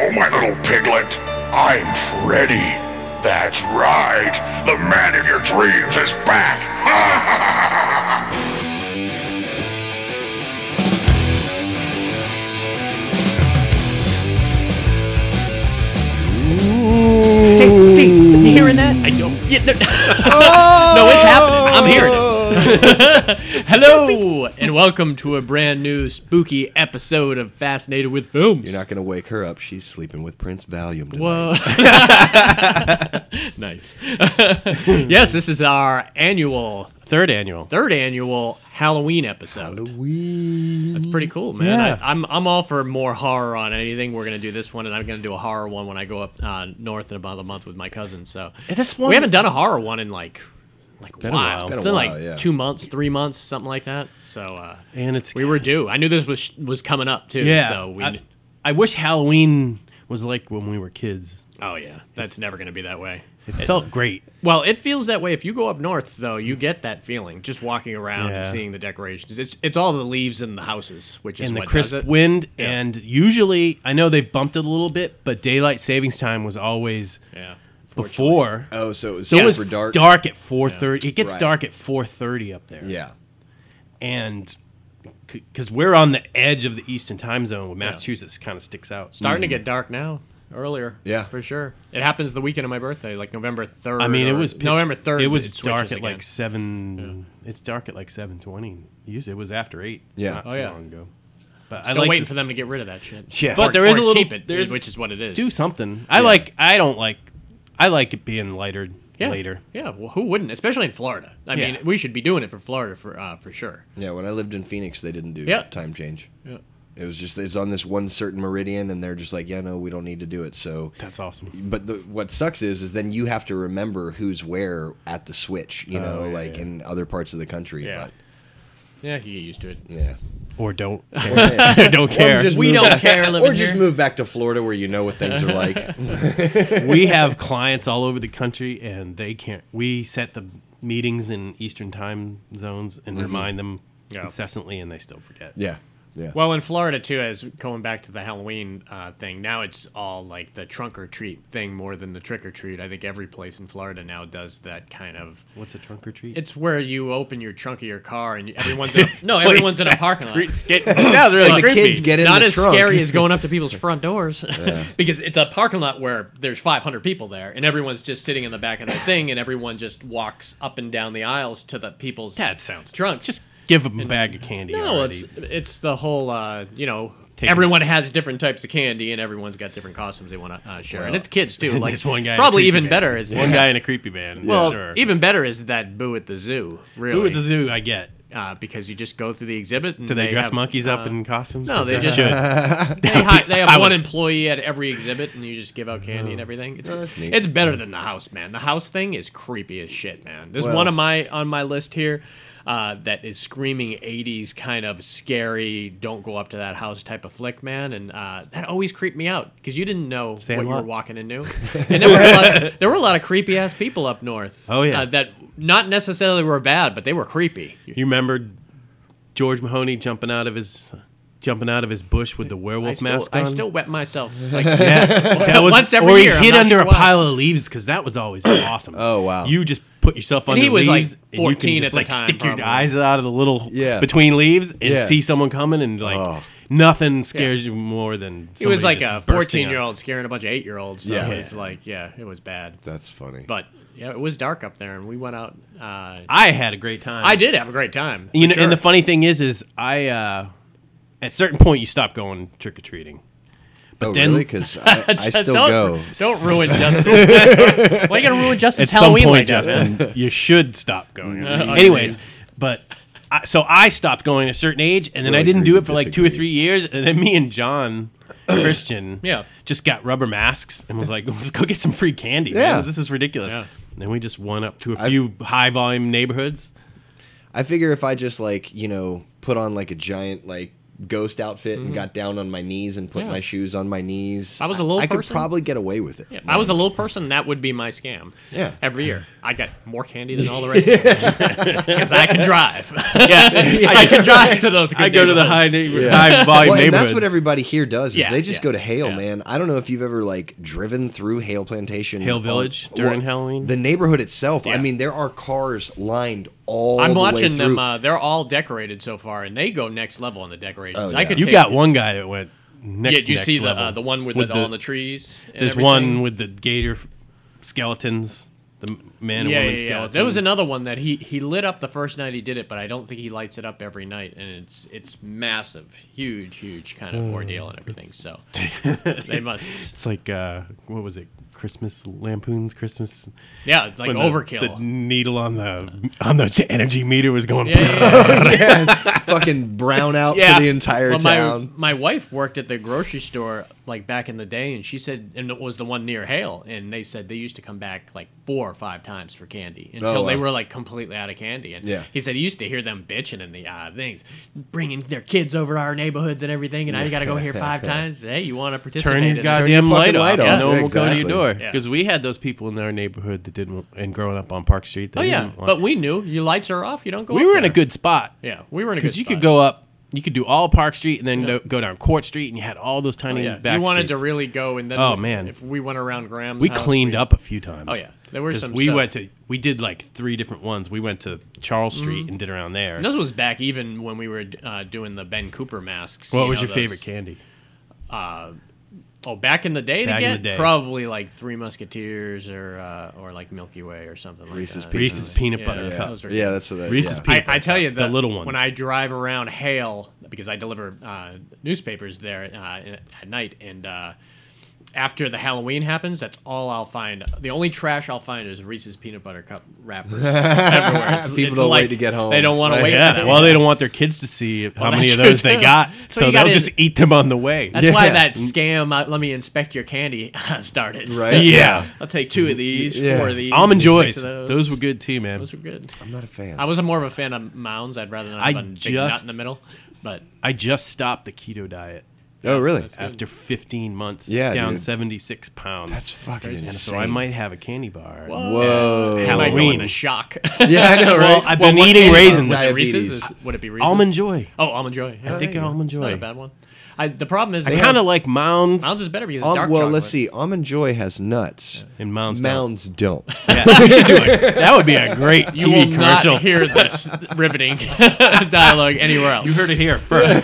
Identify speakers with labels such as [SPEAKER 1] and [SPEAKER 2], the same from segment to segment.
[SPEAKER 1] little piglet. I'm Freddy. That's right. The man of your dreams is back.
[SPEAKER 2] Think, think.
[SPEAKER 3] Mm.
[SPEAKER 2] You hearing that? I don't. Yeah, no, no, it's happening.
[SPEAKER 3] Oh.
[SPEAKER 2] I'm hearing it. Hello, and welcome to a brand new spooky episode of Fascinated with Films.
[SPEAKER 3] You're not gonna wake her up. She's sleeping with Prince Valium. Tonight.
[SPEAKER 2] Whoa. nice. yes, this is our annual,
[SPEAKER 4] Third annual.
[SPEAKER 2] third annual Halloween episode.
[SPEAKER 3] Halloween.
[SPEAKER 2] That's pretty cool, man.
[SPEAKER 4] Yeah.
[SPEAKER 2] I, I'm I'm all for more horror on anything. We're gonna do this one, and I'm gonna do a horror one when I go up uh, north in about a month with my cousin. So
[SPEAKER 4] And this one-
[SPEAKER 2] we haven't done a horror one in like like
[SPEAKER 4] been a while.
[SPEAKER 2] while.
[SPEAKER 4] It's
[SPEAKER 2] It's
[SPEAKER 4] been
[SPEAKER 2] been,
[SPEAKER 3] a while,
[SPEAKER 2] like
[SPEAKER 3] yeah.
[SPEAKER 2] two months, three months, something like that. So uh,
[SPEAKER 4] And it's
[SPEAKER 2] we were due. I knew this was was coming up too.
[SPEAKER 4] yeah.
[SPEAKER 2] So we.
[SPEAKER 4] I, I wish Halloween was like when we were kids.
[SPEAKER 2] oh yeah, that's never gonna be that way.
[SPEAKER 4] It felt great.
[SPEAKER 2] Well, it feels that way. If you go up north, though, you get that feeling just walking around and
[SPEAKER 4] Yeah.
[SPEAKER 2] seeing the decorations. It's it's all the leaves in the houses, which is
[SPEAKER 4] and the
[SPEAKER 2] what does
[SPEAKER 4] crisp
[SPEAKER 2] it.
[SPEAKER 4] wind.
[SPEAKER 2] Yeah.
[SPEAKER 4] And usually, I know they've bumped it a little bit, but daylight savings time was always
[SPEAKER 2] yeah,
[SPEAKER 4] before.
[SPEAKER 3] Oh, so it was
[SPEAKER 4] So it was
[SPEAKER 3] super dark.
[SPEAKER 4] at four thirty. It gets
[SPEAKER 3] Right.
[SPEAKER 4] dark at four thirty up there.
[SPEAKER 3] Yeah.
[SPEAKER 4] and because we're on the edge of the Eastern time zone, where Massachusetts kind of sticks out.
[SPEAKER 2] starting to get dark now earlier
[SPEAKER 3] Yeah.
[SPEAKER 2] for sure it happens the weekend of my birthday like november 3rd
[SPEAKER 4] I mean, it
[SPEAKER 2] or-
[SPEAKER 4] was pitch-
[SPEAKER 2] november 3rd
[SPEAKER 4] It
[SPEAKER 2] but
[SPEAKER 4] was
[SPEAKER 2] switches
[SPEAKER 4] dark at
[SPEAKER 2] again.
[SPEAKER 4] like seven. It's dark at like seven twenty. Usually, it was after eight.
[SPEAKER 3] Yeah.
[SPEAKER 4] not
[SPEAKER 2] Oh,
[SPEAKER 4] too
[SPEAKER 2] yeah.
[SPEAKER 4] long ago. But
[SPEAKER 2] still
[SPEAKER 4] I like
[SPEAKER 2] waiting
[SPEAKER 4] this-
[SPEAKER 2] for them to get rid of that shit
[SPEAKER 3] Yeah.
[SPEAKER 4] But
[SPEAKER 2] Or-
[SPEAKER 4] there is
[SPEAKER 2] or
[SPEAKER 4] a little-
[SPEAKER 2] keep it
[SPEAKER 4] there's-
[SPEAKER 2] which is what it is
[SPEAKER 4] do something. I like. I don't like. I like it being lighter
[SPEAKER 2] yeah.
[SPEAKER 4] later.
[SPEAKER 2] yeah well who wouldn't especially in florida i
[SPEAKER 4] Yeah.
[SPEAKER 2] mean we should be doing it for florida for uh, for sure
[SPEAKER 3] Yeah. When I lived in Phoenix, they didn't do
[SPEAKER 2] Yeah.
[SPEAKER 3] time change.
[SPEAKER 2] yeah
[SPEAKER 3] It was just it's on this one certain meridian, and they're just like, yeah, no, we don't need to do it. So.
[SPEAKER 4] That's awesome.
[SPEAKER 3] But the, what sucks is, is then you have to remember who's where at the switch, you know, like in other parts of the country.
[SPEAKER 2] Yeah. yeah you get used to it
[SPEAKER 3] But yeah.
[SPEAKER 4] Or don't.
[SPEAKER 3] Or, yeah.
[SPEAKER 4] don't care.
[SPEAKER 3] just
[SPEAKER 4] we
[SPEAKER 3] move
[SPEAKER 4] don't
[SPEAKER 3] back-
[SPEAKER 4] care.
[SPEAKER 3] or just move back to Florida where you know what things are like.
[SPEAKER 4] we have clients all over the country, and they can't. We set the meetings in Eastern time zones and remind them
[SPEAKER 2] Yeah.
[SPEAKER 4] incessantly, and they still forget.
[SPEAKER 3] yeah. Yeah.
[SPEAKER 2] Well, in Florida too, as going back to the Halloween uh, thing, now it's all like the trunk or treat thing more than the trick or treat. I think every place in Florida now does that kind of.
[SPEAKER 4] What's a trunk or treat?
[SPEAKER 2] It's where you open your trunk of your car and you, everyone's in a, no, everyone's in a parking lot.
[SPEAKER 4] sounds really
[SPEAKER 2] But
[SPEAKER 3] the kids get in
[SPEAKER 2] not
[SPEAKER 3] the
[SPEAKER 2] as
[SPEAKER 3] trunk.
[SPEAKER 2] scary as going up to people's front doors because it's a parking lot where there's 500 people there and everyone's just sitting in the back of the thing and everyone just walks up and down the aisles to the people's
[SPEAKER 4] That sounds
[SPEAKER 2] trunks.
[SPEAKER 4] Just give them a bag of candy.
[SPEAKER 2] No,
[SPEAKER 4] already.
[SPEAKER 2] it's it's the whole uh, you know
[SPEAKER 4] Take
[SPEAKER 2] everyone has different types of candy and everyone's got different costumes they want to uh, share, and it's kids too. Like
[SPEAKER 4] There's one guy. in a
[SPEAKER 2] probably
[SPEAKER 4] creepy
[SPEAKER 2] even
[SPEAKER 4] van.
[SPEAKER 2] better is
[SPEAKER 4] one guy in a creepy van.
[SPEAKER 2] Well,
[SPEAKER 4] sure.
[SPEAKER 2] even better is that boo at the zoo, really,
[SPEAKER 4] Who at the zoo? I get.
[SPEAKER 2] Uh, because you just go through the exhibit. And
[SPEAKER 4] Do they, dress
[SPEAKER 2] have,
[SPEAKER 4] monkeys
[SPEAKER 2] uh,
[SPEAKER 4] up in costumes?
[SPEAKER 2] no,
[SPEAKER 4] 'Cause
[SPEAKER 2] they just-
[SPEAKER 4] should.
[SPEAKER 2] They, hi- they have
[SPEAKER 4] I Oh.
[SPEAKER 2] one
[SPEAKER 4] would-
[SPEAKER 2] employee at every exhibit, and you just give out candy and everything. It's
[SPEAKER 3] that's neat.
[SPEAKER 2] it's better than the house, man. The house thing is creepy as shit, man. There's
[SPEAKER 3] Well-
[SPEAKER 2] one of my on my list here uh, that is screaming '80s kind of scary, don't go up to that house type of flick, man, and uh, that always creeped me out because you didn't know what you
[SPEAKER 4] Sandlot?
[SPEAKER 2] were walking into. And there were a lot of, there were a lot of creepy ass people up north.
[SPEAKER 4] Oh, yeah.
[SPEAKER 2] uh, that not necessarily were bad, but they were creepy.
[SPEAKER 4] You remember George Mahoney jumping out of his jumping out of his bush with the
[SPEAKER 2] I
[SPEAKER 4] werewolf
[SPEAKER 2] still,
[SPEAKER 4] mask on?
[SPEAKER 2] I still wet myself. Like,
[SPEAKER 4] Yeah, that was,
[SPEAKER 2] Once every
[SPEAKER 4] or
[SPEAKER 2] year, I'm
[SPEAKER 4] he hid
[SPEAKER 2] not
[SPEAKER 4] under
[SPEAKER 2] sure
[SPEAKER 4] a
[SPEAKER 2] why.
[SPEAKER 4] pile of leaves because that was always awesome.
[SPEAKER 3] Oh, wow.
[SPEAKER 4] You just put yourself
[SPEAKER 2] And
[SPEAKER 4] under
[SPEAKER 2] he was, like,
[SPEAKER 4] leaves and you
[SPEAKER 2] 14
[SPEAKER 4] can
[SPEAKER 2] at
[SPEAKER 4] just
[SPEAKER 2] the
[SPEAKER 4] like
[SPEAKER 2] time,
[SPEAKER 4] stick
[SPEAKER 2] probably.
[SPEAKER 4] your eyes out of the little
[SPEAKER 3] Yeah.
[SPEAKER 4] between leaves and
[SPEAKER 3] Yeah.
[SPEAKER 4] see someone coming and like
[SPEAKER 3] Oh.
[SPEAKER 4] nothing scares you more than
[SPEAKER 2] It was
[SPEAKER 4] somebody
[SPEAKER 2] like a
[SPEAKER 4] just bursting
[SPEAKER 2] 14
[SPEAKER 4] out.
[SPEAKER 2] year old scaring a bunch of 8 year olds. So
[SPEAKER 3] Yeah.
[SPEAKER 2] it was like, yeah, it was bad.
[SPEAKER 3] That's funny.
[SPEAKER 2] But yeah, it was dark up there and we went out. Uh,
[SPEAKER 4] I had a great time.
[SPEAKER 2] I did have a great time.
[SPEAKER 4] You
[SPEAKER 2] for
[SPEAKER 4] know, and the
[SPEAKER 2] sure.
[SPEAKER 4] funny thing is, is I uh, at certain point you stop going trick or treating.
[SPEAKER 3] oh,
[SPEAKER 4] then-
[SPEAKER 3] really? Because I, I
[SPEAKER 2] Just
[SPEAKER 3] still
[SPEAKER 2] don't,
[SPEAKER 3] go.
[SPEAKER 2] Don't ruin Justin. Why you going to ruin Justin's
[SPEAKER 4] at
[SPEAKER 2] Halloween
[SPEAKER 4] some point,
[SPEAKER 2] like that, man?
[SPEAKER 4] Justin, you should stop going.
[SPEAKER 2] Uh,
[SPEAKER 4] Anyways, but I, so I stopped going at a certain age, and then
[SPEAKER 3] We'll
[SPEAKER 4] I didn't
[SPEAKER 3] agree
[SPEAKER 4] do
[SPEAKER 3] to
[SPEAKER 4] it for like two or
[SPEAKER 3] disagree.
[SPEAKER 4] three years, and then me and John Christian,
[SPEAKER 2] Yeah.
[SPEAKER 4] just got rubber masks and was like, let's go get some free candy.
[SPEAKER 3] Yeah.
[SPEAKER 4] man. this is ridiculous.
[SPEAKER 2] Yeah.
[SPEAKER 4] And we just went up to a few high volume neighborhoods.
[SPEAKER 3] I figure if I just like you know put on like a giant like ghost outfit and got down on my knees and put
[SPEAKER 2] Mm-hmm. Yeah.
[SPEAKER 3] my shoes on my knees.
[SPEAKER 2] I was a little
[SPEAKER 3] I, could
[SPEAKER 2] person.
[SPEAKER 3] probably get away with it.
[SPEAKER 2] Yeah, if I was a little person, that would be my scam.
[SPEAKER 3] Yeah.
[SPEAKER 2] Every year, I got more candy than all the rest of them because I can drive. yeah, I can drive to those. Good
[SPEAKER 4] I go to the high,
[SPEAKER 2] neighborhoods.
[SPEAKER 4] neighbor, high volume
[SPEAKER 3] Well, and
[SPEAKER 4] neighborhoods.
[SPEAKER 3] that's what everybody here does. Is
[SPEAKER 2] Yeah,
[SPEAKER 3] they just
[SPEAKER 2] yeah,
[SPEAKER 3] go to Hale,
[SPEAKER 2] yeah.
[SPEAKER 3] man. I don't know if you've ever like driven through Hale Plantation,
[SPEAKER 4] Hale
[SPEAKER 3] on-
[SPEAKER 4] Village during Halloween?
[SPEAKER 3] The neighborhood itself. I
[SPEAKER 2] Yeah.
[SPEAKER 3] mean, there are cars lined all.
[SPEAKER 2] I'm
[SPEAKER 3] the
[SPEAKER 2] watching
[SPEAKER 3] way through.
[SPEAKER 2] them. Uh, they're all decorated so far, and they go next level on the decorations.
[SPEAKER 3] Oh,
[SPEAKER 2] I
[SPEAKER 3] yeah.
[SPEAKER 2] could.
[SPEAKER 4] you
[SPEAKER 2] take
[SPEAKER 4] got
[SPEAKER 2] it.
[SPEAKER 4] one guy that went next.
[SPEAKER 2] Yeah, did you
[SPEAKER 4] next
[SPEAKER 2] see the
[SPEAKER 4] level
[SPEAKER 2] uh, the one with, it all in the trees? and
[SPEAKER 4] There's
[SPEAKER 2] everything?
[SPEAKER 4] one with the gator f- skeletons, the man and
[SPEAKER 2] Yeah,
[SPEAKER 4] woman
[SPEAKER 2] yeah, yeah.
[SPEAKER 4] skeleton.
[SPEAKER 2] There was another one that he he lit up the first night he did it, but I don't think he lights it up every night, and it's it's massive, huge, huge kind
[SPEAKER 4] Oh,
[SPEAKER 2] of ordeal and everything. So they must.
[SPEAKER 4] It's like uh, what was it? Christmas lampoons, Christmas
[SPEAKER 2] Yeah, it's like
[SPEAKER 4] when the-
[SPEAKER 2] overkill.
[SPEAKER 4] The, needle on the on the energy meter was going.
[SPEAKER 2] yeah, yeah, yeah.
[SPEAKER 3] fucking brown out
[SPEAKER 2] Yeah.
[SPEAKER 3] for the entire
[SPEAKER 2] Well, my,
[SPEAKER 3] town.
[SPEAKER 2] My wife worked at the grocery store like back in the day, and she said, and it was the one near Hale, and they said they used to come back like four or five times for candy until
[SPEAKER 4] Oh,
[SPEAKER 3] wow.
[SPEAKER 2] they were like completely out of candy. And
[SPEAKER 3] Yeah.
[SPEAKER 2] he said he used to hear them bitching in the uh, things, bringing their kids over to our neighborhoods and everything, and I got to go here five times. Hey, you want to participate?
[SPEAKER 4] Turn
[SPEAKER 2] in this?"
[SPEAKER 4] your goddamn light,
[SPEAKER 3] fucking light
[SPEAKER 4] off.
[SPEAKER 3] off.
[SPEAKER 4] No
[SPEAKER 3] Yeah,
[SPEAKER 4] one will go to your
[SPEAKER 3] exactly.
[SPEAKER 4] door
[SPEAKER 2] Yeah.
[SPEAKER 4] because we had those people in our neighborhood that didn't. And growing up on Park Street, they
[SPEAKER 2] Oh yeah,
[SPEAKER 4] didn't want-
[SPEAKER 2] but we knew your lights are off. You don't go.
[SPEAKER 4] we
[SPEAKER 2] up
[SPEAKER 4] were in a
[SPEAKER 2] there.
[SPEAKER 4] good spot.
[SPEAKER 2] Yeah, we were in a good.
[SPEAKER 4] because you could
[SPEAKER 2] spot.
[SPEAKER 4] go up, you could do all Park Street and then go, go down Court Street, and you had all those
[SPEAKER 2] Oh,
[SPEAKER 4] tiny.
[SPEAKER 2] yeah. If
[SPEAKER 4] back
[SPEAKER 2] you wanted
[SPEAKER 4] streets.
[SPEAKER 2] to really go, and then
[SPEAKER 4] Oh, man.
[SPEAKER 2] if we went around Graham's,
[SPEAKER 4] we
[SPEAKER 2] house,
[SPEAKER 4] cleaned up a few times.
[SPEAKER 2] Oh, yeah. There were
[SPEAKER 4] 'Cause
[SPEAKER 2] some
[SPEAKER 4] We
[SPEAKER 2] stuff.
[SPEAKER 4] went to we did like three different ones. We went to Charles
[SPEAKER 2] Mm-hmm.
[SPEAKER 4] Street and did around there.
[SPEAKER 2] And this was back even when we were uh, doing the Ben Cooper masks.
[SPEAKER 4] what
[SPEAKER 2] you
[SPEAKER 4] was
[SPEAKER 2] know,
[SPEAKER 4] your favorite
[SPEAKER 2] those-
[SPEAKER 4] candy?
[SPEAKER 2] Oh, back in the day to
[SPEAKER 4] Back in
[SPEAKER 2] get
[SPEAKER 4] the day.
[SPEAKER 2] probably like Three Musketeers or uh, or like Milky Way or something like
[SPEAKER 3] Reese's
[SPEAKER 2] that.
[SPEAKER 3] Pieces.
[SPEAKER 4] Reese's peanut butter
[SPEAKER 2] Yeah.
[SPEAKER 4] cup.
[SPEAKER 2] Those were
[SPEAKER 3] yeah, that's what that.
[SPEAKER 4] Reese's
[SPEAKER 3] yeah.
[SPEAKER 4] Pieces.
[SPEAKER 2] I,
[SPEAKER 4] Peanut
[SPEAKER 2] I
[SPEAKER 4] butter
[SPEAKER 2] tell you,
[SPEAKER 4] cup, the
[SPEAKER 2] that
[SPEAKER 4] little ones.
[SPEAKER 2] When I drive around Hale, because I deliver uh, newspapers there uh, in- at night, and uh, after the Halloween happens, that's all I'll find. The only trash I'll find is Reese's peanut butter cup wrappers everywhere. It's,
[SPEAKER 3] People
[SPEAKER 2] it's
[SPEAKER 3] don't wait
[SPEAKER 2] like
[SPEAKER 3] to get home.
[SPEAKER 2] They don't want to
[SPEAKER 3] Yeah.
[SPEAKER 2] wait. For
[SPEAKER 4] Yeah,
[SPEAKER 2] that.
[SPEAKER 4] well, they don't want their kids to see how many
[SPEAKER 2] that's
[SPEAKER 4] of those
[SPEAKER 2] true,
[SPEAKER 4] they
[SPEAKER 2] too.
[SPEAKER 4] got,
[SPEAKER 2] So
[SPEAKER 4] so,
[SPEAKER 2] you
[SPEAKER 4] they'll
[SPEAKER 2] gotta-
[SPEAKER 4] just eat them on the way.
[SPEAKER 2] That's why
[SPEAKER 3] Yeah.
[SPEAKER 2] that scam. Uh, let me inspect your candy started.
[SPEAKER 3] Right?
[SPEAKER 4] yeah,
[SPEAKER 2] I'll take two of these,
[SPEAKER 3] Yeah.
[SPEAKER 2] four of these,
[SPEAKER 4] almond
[SPEAKER 2] six of
[SPEAKER 4] joys.
[SPEAKER 2] Those.
[SPEAKER 4] Those. were good too, man.
[SPEAKER 2] Those were good.
[SPEAKER 3] I'm not a fan.
[SPEAKER 2] I was a more of a fan of mounds. I'd rather not have
[SPEAKER 4] I
[SPEAKER 2] a big
[SPEAKER 4] just-
[SPEAKER 2] nut in the middle. But
[SPEAKER 4] I just stopped the keto diet
[SPEAKER 3] oh, really?
[SPEAKER 4] after 15 months.
[SPEAKER 3] Yeah,
[SPEAKER 4] down
[SPEAKER 3] dude.
[SPEAKER 4] 76 pounds.
[SPEAKER 3] That's fucking
[SPEAKER 2] Crazy.
[SPEAKER 3] insane.
[SPEAKER 4] so I might have a candy bar.
[SPEAKER 3] Whoa.
[SPEAKER 2] Am I going
[SPEAKER 4] Halloween.
[SPEAKER 2] to shock?
[SPEAKER 3] Yeah, I know, right?
[SPEAKER 4] Well, I've been
[SPEAKER 2] what
[SPEAKER 4] eating
[SPEAKER 2] is-
[SPEAKER 4] raisins.
[SPEAKER 2] Was it
[SPEAKER 3] Diabetes.
[SPEAKER 2] Reese's? Is- would it be Reese's?
[SPEAKER 4] Almond joy.
[SPEAKER 2] Oh, almond joy. Yeah.
[SPEAKER 4] I think almond
[SPEAKER 2] It's not a
[SPEAKER 4] joy.
[SPEAKER 2] bad one. I, the problem is
[SPEAKER 4] I kind of like mounds.
[SPEAKER 2] mounds is better because it's
[SPEAKER 3] Um,
[SPEAKER 2] dark
[SPEAKER 3] well,
[SPEAKER 2] chocolate.
[SPEAKER 3] let's see. Almond Joy has nuts.
[SPEAKER 4] And mounds don't.
[SPEAKER 3] Mounds don't.
[SPEAKER 4] That would be a great
[SPEAKER 2] You
[SPEAKER 4] TV
[SPEAKER 2] will
[SPEAKER 4] commercial.
[SPEAKER 2] not hear this riveting dialogue anywhere else.
[SPEAKER 4] You heard it here first.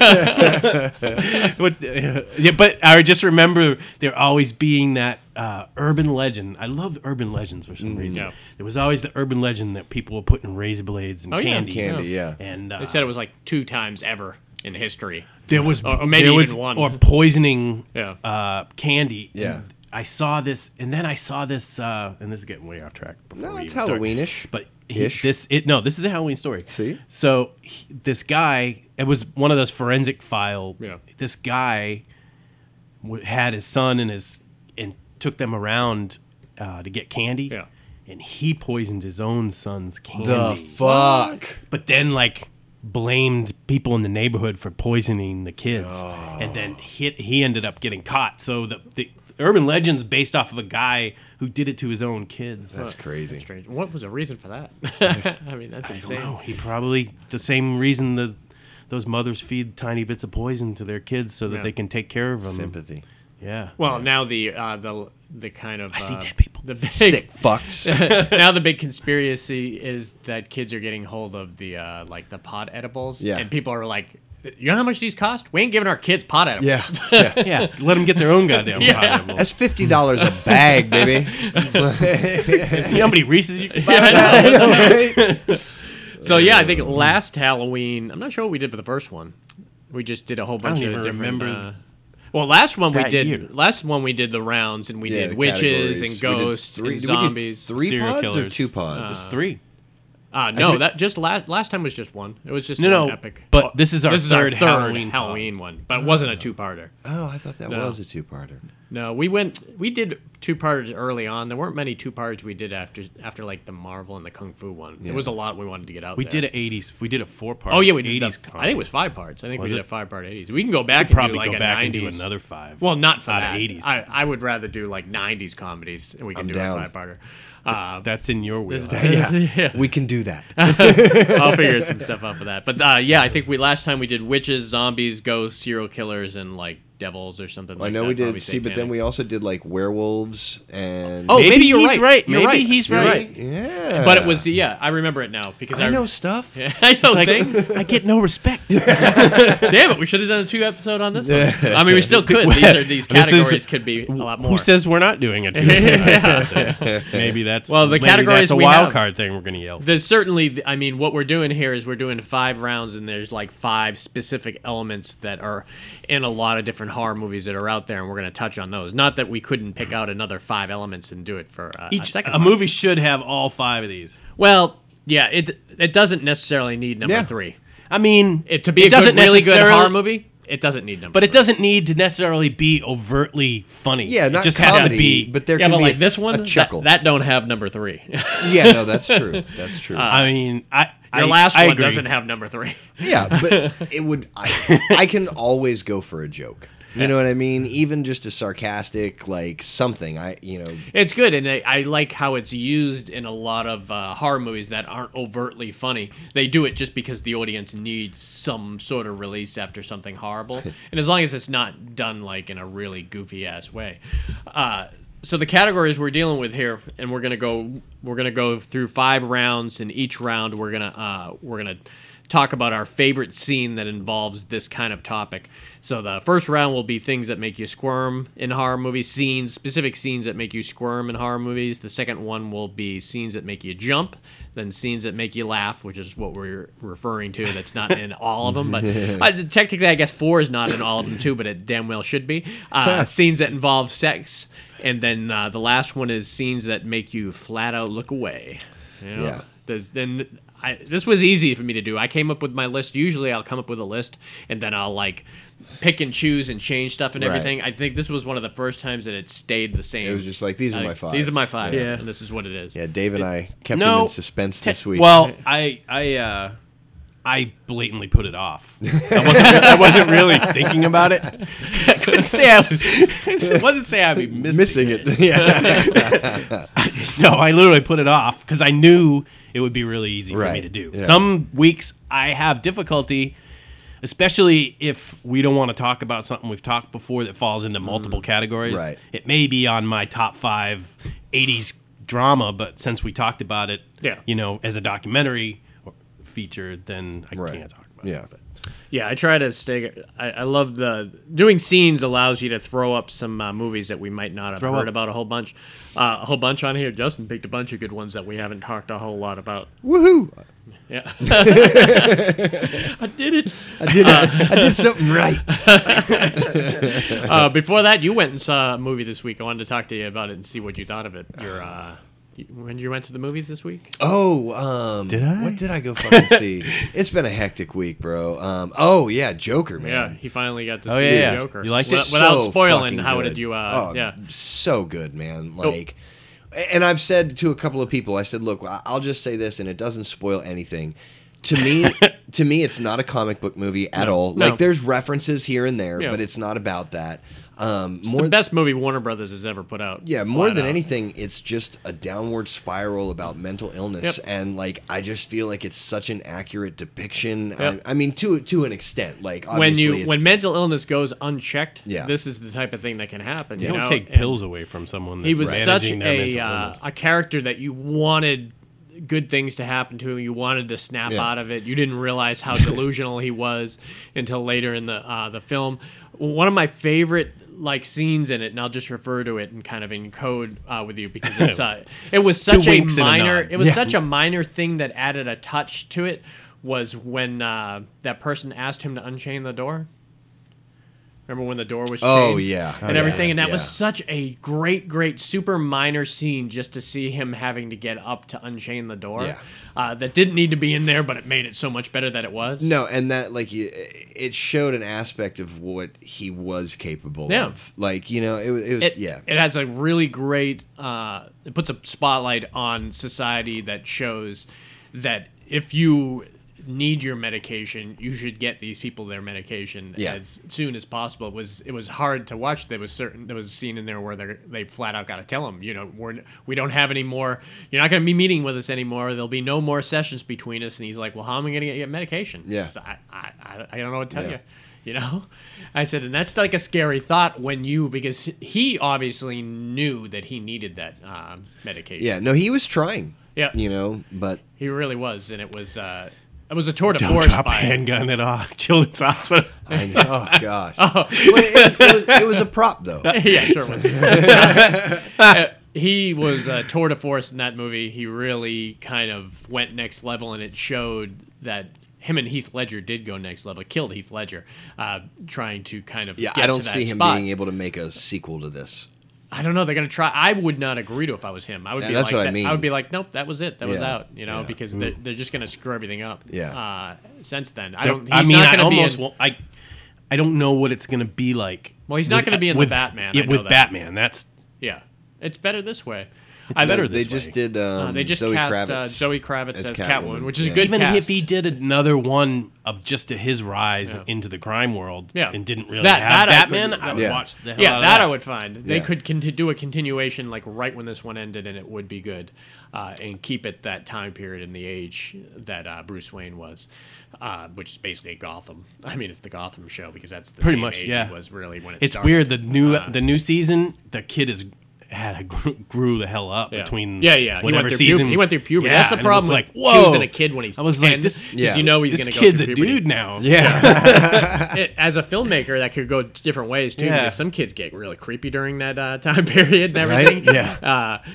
[SPEAKER 4] But, uh, yeah, but I just remember there always being that uh, urban legend. I love urban legends for some reason.
[SPEAKER 2] Mm, Yeah.
[SPEAKER 4] There was always the urban legend that people were putting razor blades and
[SPEAKER 2] Oh, yeah.
[SPEAKER 4] candy.
[SPEAKER 3] Candy, yeah.
[SPEAKER 4] And uh,
[SPEAKER 2] They said it was like two times ever in history.
[SPEAKER 4] there was
[SPEAKER 2] or- or maybe
[SPEAKER 4] there
[SPEAKER 2] even
[SPEAKER 4] was,
[SPEAKER 2] one.
[SPEAKER 4] or poisoning
[SPEAKER 2] Yeah.
[SPEAKER 4] uh, candy. And
[SPEAKER 3] Yeah.
[SPEAKER 4] I saw this, and then I saw this, uh, and this is getting way off track. Before
[SPEAKER 3] No,
[SPEAKER 4] we
[SPEAKER 3] it's
[SPEAKER 4] even start.
[SPEAKER 3] Halloweenish.
[SPEAKER 4] But he,
[SPEAKER 3] Ish.
[SPEAKER 4] this it no, this is a Halloween story.
[SPEAKER 3] See?
[SPEAKER 4] so he, this guy, it was one of those forensic file.
[SPEAKER 2] Yeah.
[SPEAKER 4] this guy w- had his son and his and took them around uh, to get candy.
[SPEAKER 2] Yeah.
[SPEAKER 4] and he poisoned his own son's candy
[SPEAKER 3] The fuck.
[SPEAKER 4] but then like blamed people in the neighborhood for poisoning the kids
[SPEAKER 3] Oh.
[SPEAKER 4] and then he, he ended up getting caught so the, the urban legends based off of a guy who did it to his own kids
[SPEAKER 3] That's crazy.
[SPEAKER 2] Strange. What was the reason for that? I mean, that's
[SPEAKER 4] I
[SPEAKER 2] insane.
[SPEAKER 4] don't know. he probably the same reason the those mothers feed tiny bits of poison to their kids so that
[SPEAKER 2] Yeah.
[SPEAKER 4] they can take care of them
[SPEAKER 3] Sympathy.
[SPEAKER 4] yeah
[SPEAKER 2] Well, now the uh, the the kind of I
[SPEAKER 4] see
[SPEAKER 2] uh,
[SPEAKER 4] dead people.
[SPEAKER 2] The big,
[SPEAKER 3] Sick fucks.
[SPEAKER 2] now the big conspiracy is that kids are getting hold of the uh, like the pot edibles,
[SPEAKER 3] Yeah.
[SPEAKER 2] and people are like, "You know how much these cost? We ain't giving our kids pot edibles."
[SPEAKER 3] yeah. yeah.
[SPEAKER 4] yeah let them get their own goddamn problem
[SPEAKER 3] That's fifty dollars a bag, baby.
[SPEAKER 4] see how many reese's you can buy?
[SPEAKER 2] Yeah, I know.
[SPEAKER 3] Right?
[SPEAKER 2] So yeah, I think last Halloween, I'm not sure what we did for the first one. We just did a whole bunch
[SPEAKER 4] even
[SPEAKER 2] of different.
[SPEAKER 4] remember
[SPEAKER 2] uh, well, last one we
[SPEAKER 4] that
[SPEAKER 2] did.
[SPEAKER 4] year.
[SPEAKER 2] Last one we did the rounds, and we
[SPEAKER 3] Yeah,
[SPEAKER 2] did
[SPEAKER 3] the
[SPEAKER 2] witches
[SPEAKER 3] categories.
[SPEAKER 2] and
[SPEAKER 3] We did
[SPEAKER 2] ghosts
[SPEAKER 3] three-
[SPEAKER 2] and
[SPEAKER 3] we did
[SPEAKER 2] zombies.
[SPEAKER 3] three
[SPEAKER 4] serial
[SPEAKER 3] pods or
[SPEAKER 4] killers.
[SPEAKER 3] two pods?
[SPEAKER 4] three
[SPEAKER 2] Uh, no, that just last last time was just one. It was just
[SPEAKER 4] No,
[SPEAKER 2] one
[SPEAKER 4] no,
[SPEAKER 2] epic.
[SPEAKER 4] but
[SPEAKER 2] Oh,
[SPEAKER 4] this is our third Halloween
[SPEAKER 2] Halloween one, but it wasn't a two parter.
[SPEAKER 3] Oh, I thought that
[SPEAKER 2] No.
[SPEAKER 3] was a two-parter.
[SPEAKER 2] No, we went we did two parters early on. There weren't many two parters we did after after like the Marvel and the Kung Fu one. It was a lot we wanted to get out.
[SPEAKER 4] We
[SPEAKER 2] there.
[SPEAKER 4] did an '80s. We did a four-part.
[SPEAKER 2] Oh yeah, we did. the-
[SPEAKER 4] '80s.
[SPEAKER 2] I think it was five parts. I think
[SPEAKER 4] Was
[SPEAKER 2] we did
[SPEAKER 4] it?
[SPEAKER 2] a five part eighties. We can go back and
[SPEAKER 4] could probably
[SPEAKER 2] do like
[SPEAKER 4] go
[SPEAKER 2] a
[SPEAKER 4] back
[SPEAKER 2] 90s.
[SPEAKER 4] and do another five.
[SPEAKER 2] Well, not for
[SPEAKER 4] Out of
[SPEAKER 2] that.
[SPEAKER 4] 80s.
[SPEAKER 2] I, I would rather do like nineties comedies, and we can
[SPEAKER 3] I'm
[SPEAKER 2] do
[SPEAKER 3] down.
[SPEAKER 2] a five parter. Uh,
[SPEAKER 4] That's in your wheelhouse.
[SPEAKER 3] Yeah.
[SPEAKER 2] yeah.
[SPEAKER 3] We can do that.
[SPEAKER 2] I'll figure some stuff out for that. But uh, yeah, I think we last time we did witches, zombies, ghosts, serial killers, and like devils or something.
[SPEAKER 3] I
[SPEAKER 2] like
[SPEAKER 3] know
[SPEAKER 2] that,
[SPEAKER 3] we
[SPEAKER 2] probably
[SPEAKER 3] did. See, but then
[SPEAKER 2] satanic.
[SPEAKER 3] we also did like werewolves and
[SPEAKER 2] Oh,
[SPEAKER 4] Maybe
[SPEAKER 2] maybe, you're
[SPEAKER 4] he's
[SPEAKER 2] right.
[SPEAKER 4] right.
[SPEAKER 2] You're
[SPEAKER 4] Maybe
[SPEAKER 2] right.
[SPEAKER 4] he's
[SPEAKER 2] You're
[SPEAKER 4] right.
[SPEAKER 3] yeah.
[SPEAKER 2] But it was yeah. I remember it now because I,
[SPEAKER 3] I know stuff.
[SPEAKER 2] I know things.
[SPEAKER 4] I get no respect.
[SPEAKER 2] Damn it! We should have done a two episode on this. One. I mean, we still could. These are these
[SPEAKER 4] This is-
[SPEAKER 2] categories could be a lot more.
[SPEAKER 4] Who says we're not doing it?
[SPEAKER 2] Yeah.
[SPEAKER 4] Maybe that's
[SPEAKER 2] Well, the
[SPEAKER 4] maybe
[SPEAKER 2] categories
[SPEAKER 4] that's a
[SPEAKER 2] we
[SPEAKER 4] wild
[SPEAKER 2] have-
[SPEAKER 4] card thing. We're gonna yell.
[SPEAKER 2] There's certainly, I mean, what we're doing here is we're doing five rounds, and there's like five specific elements that are in a lot of different horror movies that are out there, and we're going to touch on those. Not that we couldn't pick out another five elements and do it for uh, a
[SPEAKER 4] Each a,
[SPEAKER 2] second. round.
[SPEAKER 4] movie should have all five of these.
[SPEAKER 2] Well, yeah, it it doesn't necessarily need number
[SPEAKER 3] Yeah.
[SPEAKER 2] three.
[SPEAKER 4] I mean,
[SPEAKER 2] It to be a
[SPEAKER 4] doesn't
[SPEAKER 2] good, really good
[SPEAKER 4] necessarily-
[SPEAKER 2] horror movie, it doesn't need number.
[SPEAKER 4] but it
[SPEAKER 2] three.
[SPEAKER 4] doesn't need to necessarily be overtly funny.
[SPEAKER 3] yeah, not
[SPEAKER 4] it just
[SPEAKER 3] comedy,
[SPEAKER 4] has to be.
[SPEAKER 3] but there
[SPEAKER 2] Yeah,
[SPEAKER 3] can
[SPEAKER 2] but
[SPEAKER 3] be
[SPEAKER 2] like
[SPEAKER 3] a-
[SPEAKER 2] this one,
[SPEAKER 3] a
[SPEAKER 2] that,
[SPEAKER 3] chuckle.
[SPEAKER 2] that don't have number three.
[SPEAKER 3] yeah, no, that's true. That's true.
[SPEAKER 4] I mean, I
[SPEAKER 2] Your
[SPEAKER 4] I,
[SPEAKER 2] last
[SPEAKER 4] I
[SPEAKER 2] one
[SPEAKER 4] agree.
[SPEAKER 2] doesn't have number three.
[SPEAKER 3] Yeah, but it would. I, I can always go for a joke. You know what I mean? Even just a sarcastic, like something. I, you know,
[SPEAKER 2] It's good, and I, I like how it's used in a lot of uh, horror movies that aren't overtly funny. They do it just because the audience needs some sort of release after something horrible, and as long as it's not done like in a really goofy ass way. Uh, so the categories we're dealing with here, and we're gonna go we're gonna go through five rounds, and each round we're gonna uh, we're gonna talk about our favorite scene that involves this kind of topic. So the first round will be things that make you squirm in horror movies, scenes, specific scenes that make you squirm in horror movies. The second one will be scenes that make you jump, then scenes that make you laugh, which is what we're referring to. That's not in all of them, but uh, technically, I guess four is not in all of them too, but it damn well should be. Uh, scenes that involve sex, and then uh, the last one is scenes that make you flat out look away. You know?
[SPEAKER 3] Yeah.
[SPEAKER 2] There's, then I, this was easy for me to do. I came up with my list. Usually, I'll come up with a list and then I'll like pick and choose and change stuff and
[SPEAKER 3] Right.
[SPEAKER 2] everything. I think this was one of the first times that it stayed the same.
[SPEAKER 3] it was just like these are
[SPEAKER 2] Like,
[SPEAKER 3] my five.
[SPEAKER 2] These are my five.
[SPEAKER 4] Yeah.
[SPEAKER 2] and this is what it is.
[SPEAKER 3] Yeah, Dave and I kept
[SPEAKER 4] No.
[SPEAKER 3] him in suspense this week.
[SPEAKER 4] Well, I I uh, I blatantly put it off. I wasn't, I wasn't really thinking about it. I couldn't say I, I wasn't say I'd be
[SPEAKER 3] missing
[SPEAKER 4] missing,
[SPEAKER 3] it. Yeah,
[SPEAKER 4] No, I literally put it off because I knew it would be really easy for me
[SPEAKER 3] Right,
[SPEAKER 4] to do.
[SPEAKER 3] yeah.
[SPEAKER 4] Some weeks I have difficulty, especially if we don't want to talk about something we've talked before that falls into multiple categories.
[SPEAKER 3] Mm. Right.
[SPEAKER 4] It may be on my top five 80s drama, but since we talked about it,
[SPEAKER 2] Yeah.
[SPEAKER 4] you know, as a documentary or feature, then I
[SPEAKER 3] right.
[SPEAKER 4] can't talk about it.
[SPEAKER 3] yeah.
[SPEAKER 2] Yeah, I try to stay. I, I love the doing scenes allows you to throw up some uh, movies that we might not have
[SPEAKER 4] Throw
[SPEAKER 2] heard
[SPEAKER 4] up.
[SPEAKER 2] about a whole bunch, uh, a whole bunch on here. Justin picked a bunch of good ones that we haven't talked a whole lot about.
[SPEAKER 3] Woohoo!
[SPEAKER 2] Yeah, I did it.
[SPEAKER 3] I did. I did something right.
[SPEAKER 2] Uh, before that, you went and saw a movie this week. I wanted to talk to you about it and see what you thought of it. Your uh, you- when you went to the movies this week?
[SPEAKER 3] Oh, um,
[SPEAKER 4] Did I?
[SPEAKER 3] What did I go fucking see? It's been a hectic week, bro. Um, oh yeah, Joker,
[SPEAKER 2] Yeah,
[SPEAKER 3] man.
[SPEAKER 2] he finally got to
[SPEAKER 4] Oh,
[SPEAKER 2] see
[SPEAKER 4] yeah, yeah.
[SPEAKER 2] Joker.
[SPEAKER 4] You liked it?
[SPEAKER 2] Wi-
[SPEAKER 3] It's
[SPEAKER 2] Without
[SPEAKER 3] so
[SPEAKER 2] spoiling,
[SPEAKER 3] fucking
[SPEAKER 2] how
[SPEAKER 3] good.
[SPEAKER 2] did you? Uh,
[SPEAKER 3] Oh,
[SPEAKER 2] yeah,
[SPEAKER 3] so good, man. Like, and I've said to a couple of people, I said, look, I- I'll just say this, and it doesn't spoil anything. To me, to me, it's not a comic book movie at all.
[SPEAKER 2] No.
[SPEAKER 3] Like, there's references here and there,
[SPEAKER 2] Yeah.
[SPEAKER 3] but it's not about that. Um,
[SPEAKER 2] it's the best movie Warner Brothers has ever put out.
[SPEAKER 3] Yeah, more
[SPEAKER 2] flat
[SPEAKER 3] than
[SPEAKER 2] out.
[SPEAKER 3] anything, it's just a downward spiral about mental illness,
[SPEAKER 2] Yep.
[SPEAKER 3] and like I just feel like it's such an accurate depiction.
[SPEAKER 2] Yep.
[SPEAKER 3] I, I mean, to to an extent, like
[SPEAKER 2] When
[SPEAKER 3] obviously
[SPEAKER 2] you
[SPEAKER 3] it's-
[SPEAKER 2] when mental illness goes unchecked,
[SPEAKER 3] Yeah.
[SPEAKER 2] this is the type of thing that can happen.
[SPEAKER 4] You
[SPEAKER 2] you
[SPEAKER 4] don't
[SPEAKER 2] know?
[SPEAKER 4] take
[SPEAKER 2] And-
[SPEAKER 4] pills away from someone. That's
[SPEAKER 2] he was such
[SPEAKER 4] managing their
[SPEAKER 2] a
[SPEAKER 4] mental
[SPEAKER 2] uh,
[SPEAKER 4] illness.
[SPEAKER 2] a character that you wanted good things to happen to him. You wanted to snap
[SPEAKER 3] Yeah.
[SPEAKER 2] out of it. You didn't realize how delusional he was until later in the uh, the film. One of my favorite like scenes in it, and I'll just refer to it and kind of encode uh, with you because it's uh, it was such a
[SPEAKER 4] winks and a
[SPEAKER 2] minor.
[SPEAKER 4] nod.
[SPEAKER 2] it was
[SPEAKER 4] Yeah.
[SPEAKER 2] such a minor thing that added a touch to it. Was when uh, that person asked him to unchain the door. Remember when the door was changed?
[SPEAKER 3] Oh, yeah. Oh,
[SPEAKER 2] and everything,
[SPEAKER 3] yeah.
[SPEAKER 2] and that
[SPEAKER 3] Yeah.
[SPEAKER 2] was such a great, great, super minor scene just to see him having to get up to unchain the door.
[SPEAKER 3] Yeah.
[SPEAKER 2] Uh, that didn't need to be in there, but it made it so much better that it was.
[SPEAKER 3] No, and that like you- it showed an aspect of what he was capable
[SPEAKER 2] Yeah.
[SPEAKER 3] of. Like you know, it, was- it was
[SPEAKER 2] It,
[SPEAKER 3] yeah,
[SPEAKER 2] it has a really great. Uh, it puts a spotlight on society that shows that if you need your medication, you should get these people their medication
[SPEAKER 3] Yeah.
[SPEAKER 2] as soon as possible. It was it was hard to watch. There was certain there was a scene in there where they they flat out got to tell them, you know, we're n- we don't have any more. You're not going to be meeting with us anymore. There'll be no more sessions between us. And he's like, well, how am I going to get your medication?
[SPEAKER 3] Yeah.
[SPEAKER 2] So I, I, I- I don't know what to tell
[SPEAKER 3] Yeah.
[SPEAKER 2] you. You know? I said, and that's like a scary thought when you, because he obviously knew that he needed that um, medication.
[SPEAKER 3] yeah. No, he was trying.
[SPEAKER 2] Yeah.
[SPEAKER 3] you know, but
[SPEAKER 2] He really was. And it was, uh, it was a tour de
[SPEAKER 4] Don't
[SPEAKER 2] force
[SPEAKER 4] drop a
[SPEAKER 2] by
[SPEAKER 4] handgun at all. Children's Hospital.
[SPEAKER 3] I know, oh gosh, Well, it, it was, it was a prop though.
[SPEAKER 2] yeah, sure was. Uh, he was a tour de force in that movie. He really kind of went next level, and it showed that him and Heath Ledger did go next level. Killed Heath Ledger, uh, trying to kind of
[SPEAKER 3] Yeah,
[SPEAKER 2] Get
[SPEAKER 3] I don't
[SPEAKER 2] to that
[SPEAKER 3] see him
[SPEAKER 2] spot.
[SPEAKER 3] being able to make a sequel to this.
[SPEAKER 2] I don't know. They're gonna try. I would not agree to if I was him. I would
[SPEAKER 3] Yeah,
[SPEAKER 2] be
[SPEAKER 3] that's
[SPEAKER 2] like,
[SPEAKER 3] what I
[SPEAKER 2] that-
[SPEAKER 3] mean.
[SPEAKER 2] would be like, nope, that was it. That was
[SPEAKER 3] Yeah,
[SPEAKER 2] out. You know,
[SPEAKER 3] yeah.
[SPEAKER 2] because
[SPEAKER 4] Mm.
[SPEAKER 2] they're, they're just gonna screw everything up.
[SPEAKER 3] Yeah.
[SPEAKER 2] Uh, since then, I don't. He's
[SPEAKER 4] I mean,
[SPEAKER 2] not
[SPEAKER 4] I
[SPEAKER 2] gonna
[SPEAKER 4] almost
[SPEAKER 2] be. In,
[SPEAKER 4] won't, I, I don't know what it's going to be like.
[SPEAKER 2] Well, he's not gonna be in the Batman, I
[SPEAKER 4] Yeah,
[SPEAKER 2] know
[SPEAKER 4] with
[SPEAKER 2] that.
[SPEAKER 4] Batman, that's
[SPEAKER 2] yeah, it's better this way. I
[SPEAKER 4] better
[SPEAKER 3] They, they
[SPEAKER 4] this
[SPEAKER 3] just
[SPEAKER 4] way.
[SPEAKER 3] did. Um,
[SPEAKER 2] Uh, they just
[SPEAKER 3] Zoe
[SPEAKER 2] cast
[SPEAKER 3] Kravitz
[SPEAKER 2] uh, Zoe Kravitz as, Catwoman, which is
[SPEAKER 3] Yeah.
[SPEAKER 2] a good
[SPEAKER 4] even
[SPEAKER 2] cast.
[SPEAKER 4] if he did another one of just his rise into the crime world,
[SPEAKER 2] Yeah.
[SPEAKER 4] and didn't really
[SPEAKER 2] That-
[SPEAKER 4] have
[SPEAKER 2] that I
[SPEAKER 4] Batman,
[SPEAKER 2] couldn't-
[SPEAKER 4] I, would
[SPEAKER 3] Yeah.
[SPEAKER 4] watch the hell out
[SPEAKER 2] yeah,
[SPEAKER 4] of
[SPEAKER 2] that I would find. They
[SPEAKER 3] Yeah.
[SPEAKER 2] could conti- do a continuation like right when this one ended, and it would be good, uh, and keep it that time period and the age that uh, Bruce Wayne was, uh, which is basically Gotham. I mean, it's the Gotham show because that's the
[SPEAKER 4] Pretty
[SPEAKER 2] same
[SPEAKER 4] much,
[SPEAKER 2] age
[SPEAKER 4] yeah.
[SPEAKER 2] he was really when it
[SPEAKER 4] It's
[SPEAKER 2] started.
[SPEAKER 4] weird. The new
[SPEAKER 2] Uh,
[SPEAKER 4] the new season, the kid is had a, grew, grew the hell up
[SPEAKER 2] Yeah.
[SPEAKER 4] between
[SPEAKER 2] yeah, yeah. He went
[SPEAKER 4] whatever
[SPEAKER 2] through
[SPEAKER 4] season
[SPEAKER 2] puberty. He went through puberty. that's the
[SPEAKER 4] and it was
[SPEAKER 2] problem.
[SPEAKER 4] Like
[SPEAKER 2] Like
[SPEAKER 4] whoa,
[SPEAKER 2] choosing a kid when he's
[SPEAKER 4] I was
[SPEAKER 2] 10,
[SPEAKER 4] like this.
[SPEAKER 2] 'cause
[SPEAKER 3] yeah.
[SPEAKER 2] you know he's
[SPEAKER 4] This
[SPEAKER 2] gonna go
[SPEAKER 4] kid's
[SPEAKER 2] through
[SPEAKER 4] a
[SPEAKER 2] puberty.
[SPEAKER 4] dude now.
[SPEAKER 3] Yeah,
[SPEAKER 2] it, as a filmmaker, that could go different ways too.
[SPEAKER 4] Yeah.
[SPEAKER 2] Because some kids get really creepy during that uh, time period and everything. Yeah. Uh,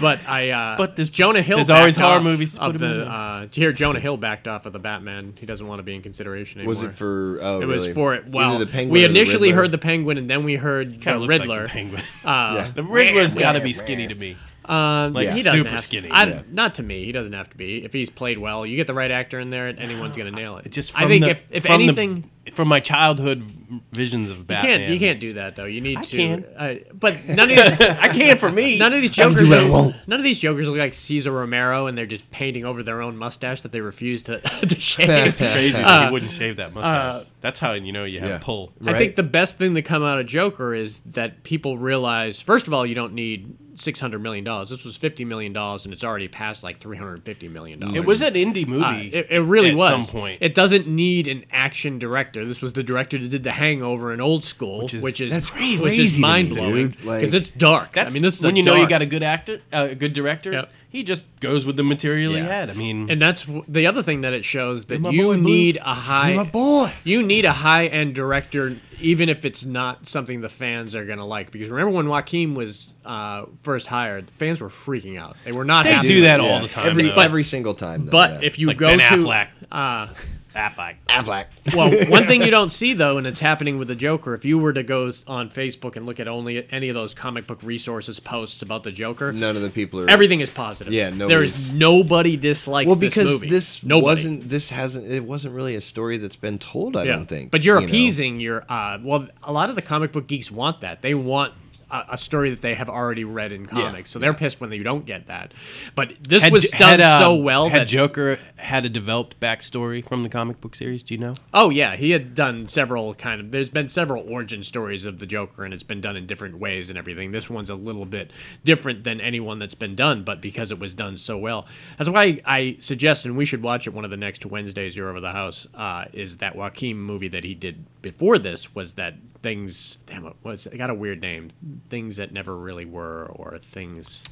[SPEAKER 2] but I. Uh,
[SPEAKER 4] But there's-
[SPEAKER 2] Jonah Hill.
[SPEAKER 4] there's always
[SPEAKER 2] backed
[SPEAKER 4] horror
[SPEAKER 2] off
[SPEAKER 4] movies to
[SPEAKER 2] Of
[SPEAKER 4] put him
[SPEAKER 2] the,
[SPEAKER 4] in.
[SPEAKER 2] uh, to hear Jonah Hill backed off of the Batman. He doesn't want to be in consideration anymore.
[SPEAKER 3] was it for? Oh,
[SPEAKER 2] It was
[SPEAKER 3] really?
[SPEAKER 2] for it.
[SPEAKER 3] Either
[SPEAKER 2] Well,
[SPEAKER 3] the Penguin
[SPEAKER 2] we
[SPEAKER 3] or the
[SPEAKER 2] initially
[SPEAKER 3] Riddler.
[SPEAKER 2] heard the Penguin, and then we heard
[SPEAKER 4] Kind
[SPEAKER 2] the
[SPEAKER 4] of
[SPEAKER 2] Riddler.
[SPEAKER 4] Like the penguin.
[SPEAKER 2] uh,
[SPEAKER 4] the Riddler's
[SPEAKER 2] man,
[SPEAKER 4] got to be skinny to me.
[SPEAKER 2] um,
[SPEAKER 4] Like
[SPEAKER 2] he doesn't
[SPEAKER 4] super
[SPEAKER 2] have to-
[SPEAKER 4] skinny.
[SPEAKER 2] I,
[SPEAKER 3] Yeah.
[SPEAKER 2] Not to me. He doesn't have to be. If he's played well, you get the right actor in there, anyone's gonna nail it.
[SPEAKER 4] Just from
[SPEAKER 2] I think
[SPEAKER 4] the,
[SPEAKER 2] if if
[SPEAKER 4] from the-
[SPEAKER 2] anything,
[SPEAKER 4] from my childhood visions of
[SPEAKER 2] You
[SPEAKER 4] Batman,
[SPEAKER 2] can't. You can't do that though. You need
[SPEAKER 4] I
[SPEAKER 2] to.
[SPEAKER 4] can.
[SPEAKER 2] Uh, but none of these.
[SPEAKER 4] I can't for me.
[SPEAKER 2] None of these
[SPEAKER 3] I can do
[SPEAKER 2] jokers.
[SPEAKER 3] what I want.
[SPEAKER 2] Are, none of these jokers look like Cesar Romero, and they're just painting over their own mustache that they refuse to, to shave.
[SPEAKER 4] It's crazy that he wouldn't shave that mustache.
[SPEAKER 2] uh,
[SPEAKER 4] That's how you know you have
[SPEAKER 3] Yeah.
[SPEAKER 4] pull.
[SPEAKER 2] I think
[SPEAKER 3] Right.
[SPEAKER 2] the best thing to come out of Joker is that people realize, first of all, you don't need six hundred million dollars. This was fifty million dollars, and it's already past like three hundred fifty million dollars.
[SPEAKER 4] It was an indie movie.
[SPEAKER 2] Uh, it, it really
[SPEAKER 4] at
[SPEAKER 2] was.
[SPEAKER 4] some point.
[SPEAKER 2] It doesn't need an action director. This was the director that did The Hangover in Old School, which is
[SPEAKER 4] is-
[SPEAKER 3] that's
[SPEAKER 2] which
[SPEAKER 3] crazy to
[SPEAKER 2] is
[SPEAKER 3] me,
[SPEAKER 2] mind blowing
[SPEAKER 3] dude. Like-
[SPEAKER 2] because it's dark. I
[SPEAKER 4] That's
[SPEAKER 2] mean, this is a
[SPEAKER 4] when you know you
[SPEAKER 2] dark-
[SPEAKER 4] got a good actor, uh, a good director.
[SPEAKER 2] Yep.
[SPEAKER 4] He just goes with the material he
[SPEAKER 3] Yeah.
[SPEAKER 4] had. I mean,
[SPEAKER 2] And that's w- the other thing that it shows that
[SPEAKER 4] my
[SPEAKER 2] you
[SPEAKER 4] boy, Blue.
[SPEAKER 2] need a high
[SPEAKER 3] my boy.
[SPEAKER 2] you need a high end director, even if it's not something the fans are gonna like. Because remember when Joaquin was uh, first hired, the fans were freaking out. They were not.
[SPEAKER 4] They
[SPEAKER 2] happy.
[SPEAKER 4] do that all the time,
[SPEAKER 3] Every
[SPEAKER 4] though.
[SPEAKER 3] every single time. Though,
[SPEAKER 2] But
[SPEAKER 3] yeah.
[SPEAKER 2] if you
[SPEAKER 4] Like
[SPEAKER 2] go
[SPEAKER 4] Ben
[SPEAKER 2] to
[SPEAKER 4] Affleck.
[SPEAKER 2] Uh,
[SPEAKER 4] Affleck.
[SPEAKER 3] Affleck.
[SPEAKER 2] well, one thing you don't see though, and it's happening with the Joker. If you were to go s- on Facebook and look at only any of those comic book resources posts about the Joker,
[SPEAKER 3] None of the people are
[SPEAKER 2] everything is positive.
[SPEAKER 3] Yeah,
[SPEAKER 2] there is nobody dislikes.
[SPEAKER 3] Well, because
[SPEAKER 2] this, movie.
[SPEAKER 3] this
[SPEAKER 2] nobody.
[SPEAKER 3] wasn't this hasn't it wasn't really a story that's been told. I don't think.
[SPEAKER 2] But you're
[SPEAKER 3] you know?
[SPEAKER 2] appeasing your. Uh, well, a lot of the comic book geeks want that. They want a, a story that they have already read in comics, so they're pissed when they don't get that. But this was
[SPEAKER 4] J-
[SPEAKER 2] done
[SPEAKER 4] had, uh,
[SPEAKER 2] so well
[SPEAKER 4] Had
[SPEAKER 2] that.
[SPEAKER 4] Joker had a developed backstory from the comic book series? Do you know?
[SPEAKER 2] oh yeah, he had done several kind of. There's been several origin stories of the Joker, and it's been done in different ways and everything. This one's a little bit different than anyone that's been done, but because it was done so well, that's why I suggest, and we should watch it one of the next Wednesdays. You're over the house. Uh, is that Joaquin movie that he did before this was that things damn it was it got a weird name things that never really were, or things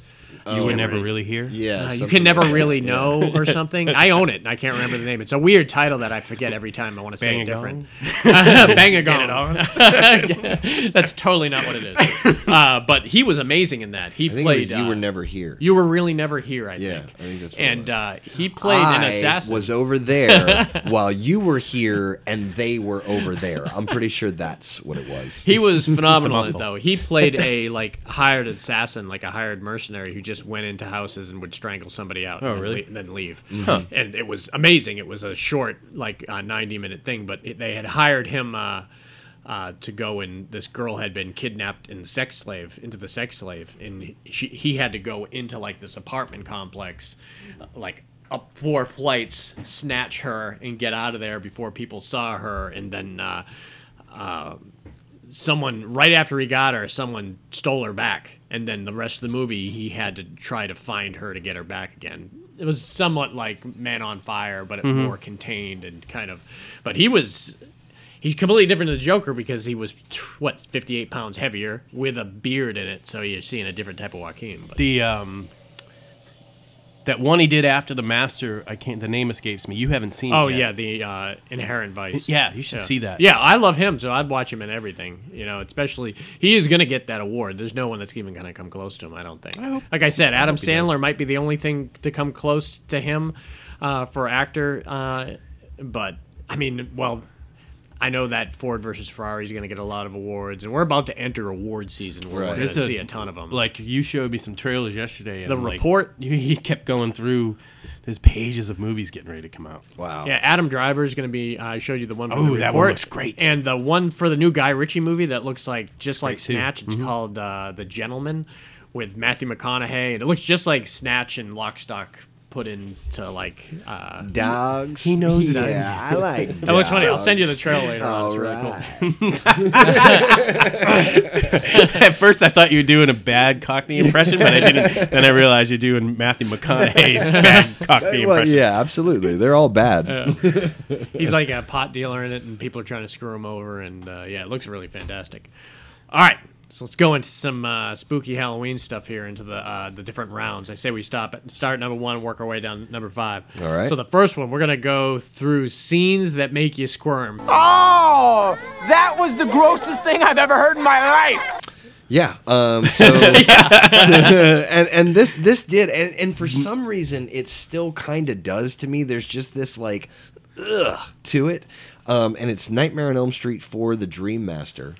[SPEAKER 4] you were never really here.
[SPEAKER 3] Oh, Yeah,
[SPEAKER 2] uh, you
[SPEAKER 3] something
[SPEAKER 2] can never
[SPEAKER 3] like that.
[SPEAKER 2] really know or something. I own it. and I can't remember the name. It's a weird title that I forget every time. I want to say
[SPEAKER 4] Bang
[SPEAKER 2] it
[SPEAKER 4] a
[SPEAKER 2] different. Bang a
[SPEAKER 4] Get
[SPEAKER 2] gong.
[SPEAKER 4] it on.
[SPEAKER 2] That's totally not what it is. Uh, but he was amazing in that. He
[SPEAKER 3] I think
[SPEAKER 2] played.
[SPEAKER 3] it was, you
[SPEAKER 2] uh,
[SPEAKER 3] were never here.
[SPEAKER 2] You were really never here. I
[SPEAKER 3] Yeah,
[SPEAKER 2] think.
[SPEAKER 3] I think that's what it
[SPEAKER 2] and
[SPEAKER 3] was.
[SPEAKER 2] uh, he played
[SPEAKER 3] I
[SPEAKER 2] an assassin.
[SPEAKER 3] was over there while you were here, and they were over there. I'm pretty sure that's what it was.
[SPEAKER 2] He was phenomenal in it,
[SPEAKER 4] mouthful.
[SPEAKER 2] though. He played a like hired assassin, like a hired mercenary who just went into houses and would strangle somebody out.
[SPEAKER 4] Oh,
[SPEAKER 2] and then
[SPEAKER 4] really? Hmm.
[SPEAKER 2] le- And then leave. And it was amazing. It was a short, like uh, ninety minute thing, but it, they had hired him uh, uh, to go and this girl had been kidnapped and sex slave into the sex slave, and she he had to go into like this apartment complex, uh, like up four flights, snatch her and get out of there before people saw her, and then. Uh, uh, someone right after he got her, someone stole her back, and then the rest of the movie he had to try to find her to get her back again. It was somewhat like Man on Fire, but it more contained and kind of. But he was he's completely different to the Joker because he was what fifty eight pounds heavier with a beard in it, so you're seeing a different type of Joaquin. But
[SPEAKER 4] the um that one he did after the master i can't the name escapes me you haven't seen it
[SPEAKER 2] oh
[SPEAKER 4] yet.
[SPEAKER 2] yeah, the uh, Inherent Vice.
[SPEAKER 4] Yeah, you should see that.
[SPEAKER 2] Yeah, I love him, so I'd watch him in everything. You know, especially he is going to get that award. There's no one that's even going to come close to him. I don't think. like I said, Adam Sandler might be the only thing to come close to him uh, for actor. Uh, but I mean, well. I know that Ford versus Ferrari is going to get a lot of awards, and we're about to enter award season where
[SPEAKER 3] Right.
[SPEAKER 2] we're going
[SPEAKER 4] It's
[SPEAKER 2] to
[SPEAKER 4] a-
[SPEAKER 2] see a ton of them.
[SPEAKER 4] like you showed me some trailers yesterday and
[SPEAKER 2] The
[SPEAKER 4] like,
[SPEAKER 2] Report.
[SPEAKER 4] you- he kept going through there's pages of movies getting ready to come out
[SPEAKER 3] Wow.
[SPEAKER 2] Yeah, Adam Driver is going to be. uh, I showed you the one. For the
[SPEAKER 4] Ooh, that one
[SPEAKER 2] report,
[SPEAKER 4] looks great.
[SPEAKER 2] And the one for the new Guy Ritchie movie that looks like just like
[SPEAKER 4] great, too. Mm-hmm.
[SPEAKER 2] Snatch. It's called uh, The Gentleman with Matthew McConaughey, and it looks just like Snatch and Lock, Stock put into like. Uh,
[SPEAKER 3] Dogs.
[SPEAKER 4] He knows his-
[SPEAKER 3] Yeah, I like.
[SPEAKER 2] that looks funny. I'll send you the trailer later. on. It's
[SPEAKER 3] All
[SPEAKER 2] really cool.
[SPEAKER 3] right.
[SPEAKER 4] at first i thought you were doing a bad cockney impression but i didn't then i realized you're doing matthew mcconaughey's bad cockney
[SPEAKER 3] Well,
[SPEAKER 4] impression
[SPEAKER 3] yeah, absolutely. They're all bad.
[SPEAKER 2] Uh, He's like a pot dealer in it, and people are trying to screw him over. And uh, yeah, it looks really fantastic. All right, so let's go into some uh, spooky Halloween stuff here, into the uh, the different rounds. I say we stop at start number one, work our way down number five.
[SPEAKER 3] All right.
[SPEAKER 2] So the first one, we're gonna go through scenes that make you squirm.
[SPEAKER 5] Oh, that was the grossest thing I've ever heard in my life.
[SPEAKER 3] Yeah. Um, so, and and this this did, and and for some reason it still kind of does to me. There's just this like, ugh, to it, um, and it's Nightmare on Elm Street for the Dream Master.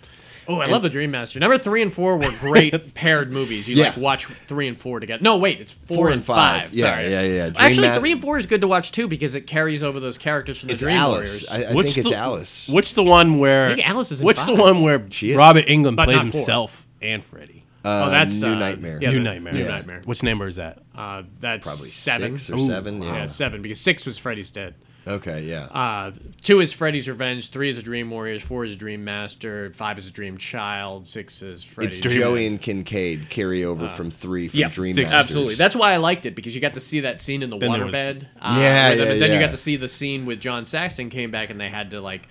[SPEAKER 2] Oh, I love the Dream Master. Number three and four were great paired movies. You like
[SPEAKER 3] Yeah.
[SPEAKER 2] watch three and four together. No, wait, it's four, and five.
[SPEAKER 3] Yeah,
[SPEAKER 2] sorry.
[SPEAKER 3] yeah, yeah. Dream
[SPEAKER 2] Actually,
[SPEAKER 3] Ma-
[SPEAKER 2] three and four is good to watch too because it carries over those characters from the
[SPEAKER 3] It's
[SPEAKER 2] Dream
[SPEAKER 3] Alice.
[SPEAKER 2] Warriors.
[SPEAKER 3] I, I
[SPEAKER 4] What's
[SPEAKER 3] think it's
[SPEAKER 4] the-
[SPEAKER 3] Alice.
[SPEAKER 4] what's the one where
[SPEAKER 2] I think Alice is in
[SPEAKER 4] what's the
[SPEAKER 2] five.
[SPEAKER 4] one where
[SPEAKER 3] She is.
[SPEAKER 4] robert england
[SPEAKER 2] But
[SPEAKER 4] plays
[SPEAKER 2] not four.
[SPEAKER 4] himself and freddy
[SPEAKER 3] Uh,
[SPEAKER 2] oh, that's
[SPEAKER 3] New
[SPEAKER 2] uh,
[SPEAKER 3] Nightmare.
[SPEAKER 2] yeah,
[SPEAKER 4] new
[SPEAKER 2] the-
[SPEAKER 4] nightmare
[SPEAKER 2] New
[SPEAKER 4] Yeah.
[SPEAKER 2] Nightmare.
[SPEAKER 4] which number is that
[SPEAKER 2] Uh, that's
[SPEAKER 3] Probably
[SPEAKER 2] seven.
[SPEAKER 3] six or
[SPEAKER 4] Ooh,
[SPEAKER 3] seven.
[SPEAKER 2] yeah,
[SPEAKER 3] Yeah.
[SPEAKER 2] seven because six was Freddy's Dead.
[SPEAKER 3] Okay. Yeah.
[SPEAKER 2] Uh, two is Freddy's Revenge. Three is a Dream Warriors. Four is a Dream Master. Five is a Dream Child. Six is Freddy's.
[SPEAKER 3] it's Joey and Kincaid carry over from three from
[SPEAKER 2] Yeah,
[SPEAKER 3] Dream
[SPEAKER 2] Ah. six,
[SPEAKER 3] Masters.
[SPEAKER 2] absolutely. That's why I liked it because you got to see that scene in the
[SPEAKER 4] Then there was-
[SPEAKER 2] waterbed. Uh,
[SPEAKER 3] Yeah,
[SPEAKER 2] with them,
[SPEAKER 3] yeah,
[SPEAKER 2] and then you
[SPEAKER 3] yeah.
[SPEAKER 2] got to see the scene with John Saxton came back and they had to like.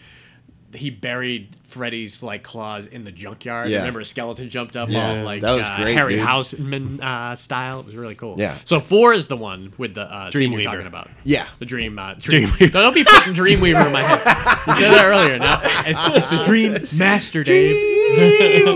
[SPEAKER 2] He buried Freddy's like claws in the junkyard.
[SPEAKER 3] Yeah.
[SPEAKER 2] Remember, a skeleton jumped up
[SPEAKER 3] Yeah,
[SPEAKER 2] all like
[SPEAKER 3] that was
[SPEAKER 2] uh,
[SPEAKER 3] great,
[SPEAKER 2] Harry
[SPEAKER 3] dude.
[SPEAKER 2] Houseman uh, style. It was really cool.
[SPEAKER 3] Yeah.
[SPEAKER 2] So four is the one with the uh, scene you're
[SPEAKER 4] Dreamweaver.
[SPEAKER 2] talking about.
[SPEAKER 3] Yeah.
[SPEAKER 2] The dream, uh, dream. No, don't be putting Dreamweaver in my head. You said that earlier. No, it's, it's a Dream Master, Dave.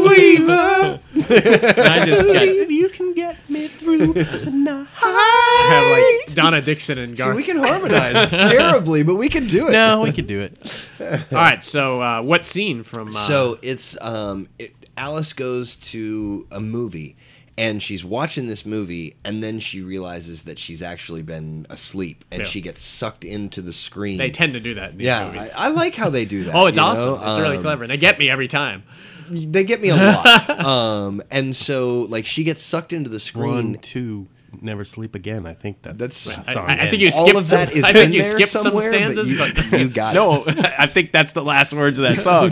[SPEAKER 2] And I just got,
[SPEAKER 4] you can get me through the night
[SPEAKER 2] have like Donna Dixon and
[SPEAKER 3] See,
[SPEAKER 2] Garth.
[SPEAKER 3] we can harmonize terribly, but we can do it.
[SPEAKER 4] no we could do it
[SPEAKER 2] All right, so uh, what scene from? Uh,
[SPEAKER 3] So it's um, it, Alice goes to a movie, and she's watching this movie, and then she realizes that she's actually been asleep, and
[SPEAKER 2] Yeah.
[SPEAKER 3] she gets sucked into the screen.
[SPEAKER 2] they tend to do that in these
[SPEAKER 3] yeah,
[SPEAKER 2] movies.
[SPEAKER 3] I, I like how they do that.
[SPEAKER 2] oh, it's
[SPEAKER 3] you
[SPEAKER 2] awesome!
[SPEAKER 3] know?
[SPEAKER 2] it's really
[SPEAKER 3] Um,
[SPEAKER 2] clever. They get me every time.
[SPEAKER 3] They get me a lot. um, and so like she gets sucked into the screen.
[SPEAKER 4] Run to Never Sleep Again. I think that's
[SPEAKER 3] That's-
[SPEAKER 4] that
[SPEAKER 2] I-
[SPEAKER 4] song
[SPEAKER 2] I, I think
[SPEAKER 4] ends.
[SPEAKER 2] you
[SPEAKER 3] All
[SPEAKER 2] skipped
[SPEAKER 3] of that
[SPEAKER 2] some,
[SPEAKER 3] is
[SPEAKER 2] I think
[SPEAKER 3] in
[SPEAKER 2] you
[SPEAKER 3] there
[SPEAKER 2] skipped some
[SPEAKER 3] somewhere, but
[SPEAKER 2] stanzas,
[SPEAKER 3] you-
[SPEAKER 2] but,
[SPEAKER 3] you got it.
[SPEAKER 4] no. I think that's the last words of that song.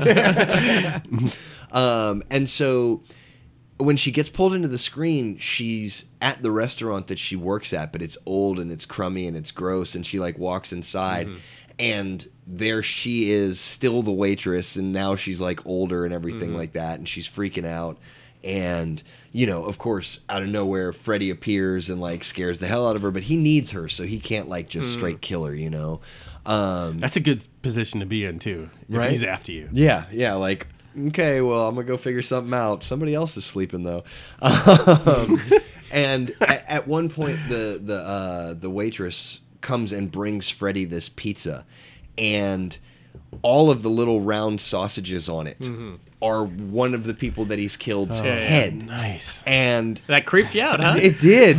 [SPEAKER 3] Um, and so when she gets pulled into the screen, she's at the restaurant that she works at, but it's old and it's crummy and it's gross. And she like walks inside, and there she is, still the waitress, and now she's like older and everything like that, and she's freaking out. And you know, of course, out of nowhere, Freddy appears and like scares the hell out of her. But he needs her, so he can't like just straight kill her. You know. Um,
[SPEAKER 4] That's a good position to be in too. If
[SPEAKER 3] Right?
[SPEAKER 4] he's after you.
[SPEAKER 3] yeah, yeah, like okay, well, I'm gonna go figure something out. Somebody else is sleeping though. Um, and at, at one point, the the uh, the waitress comes and brings Freddy this pizza, and all of the little round sausages on it
[SPEAKER 4] Mm-hmm.
[SPEAKER 3] are one of the people that he's killed's
[SPEAKER 2] yeah, yeah.
[SPEAKER 3] head,
[SPEAKER 4] Oh, Nice.
[SPEAKER 3] and.
[SPEAKER 2] That creeped you out, huh?
[SPEAKER 3] It did.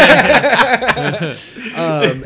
[SPEAKER 3] And then-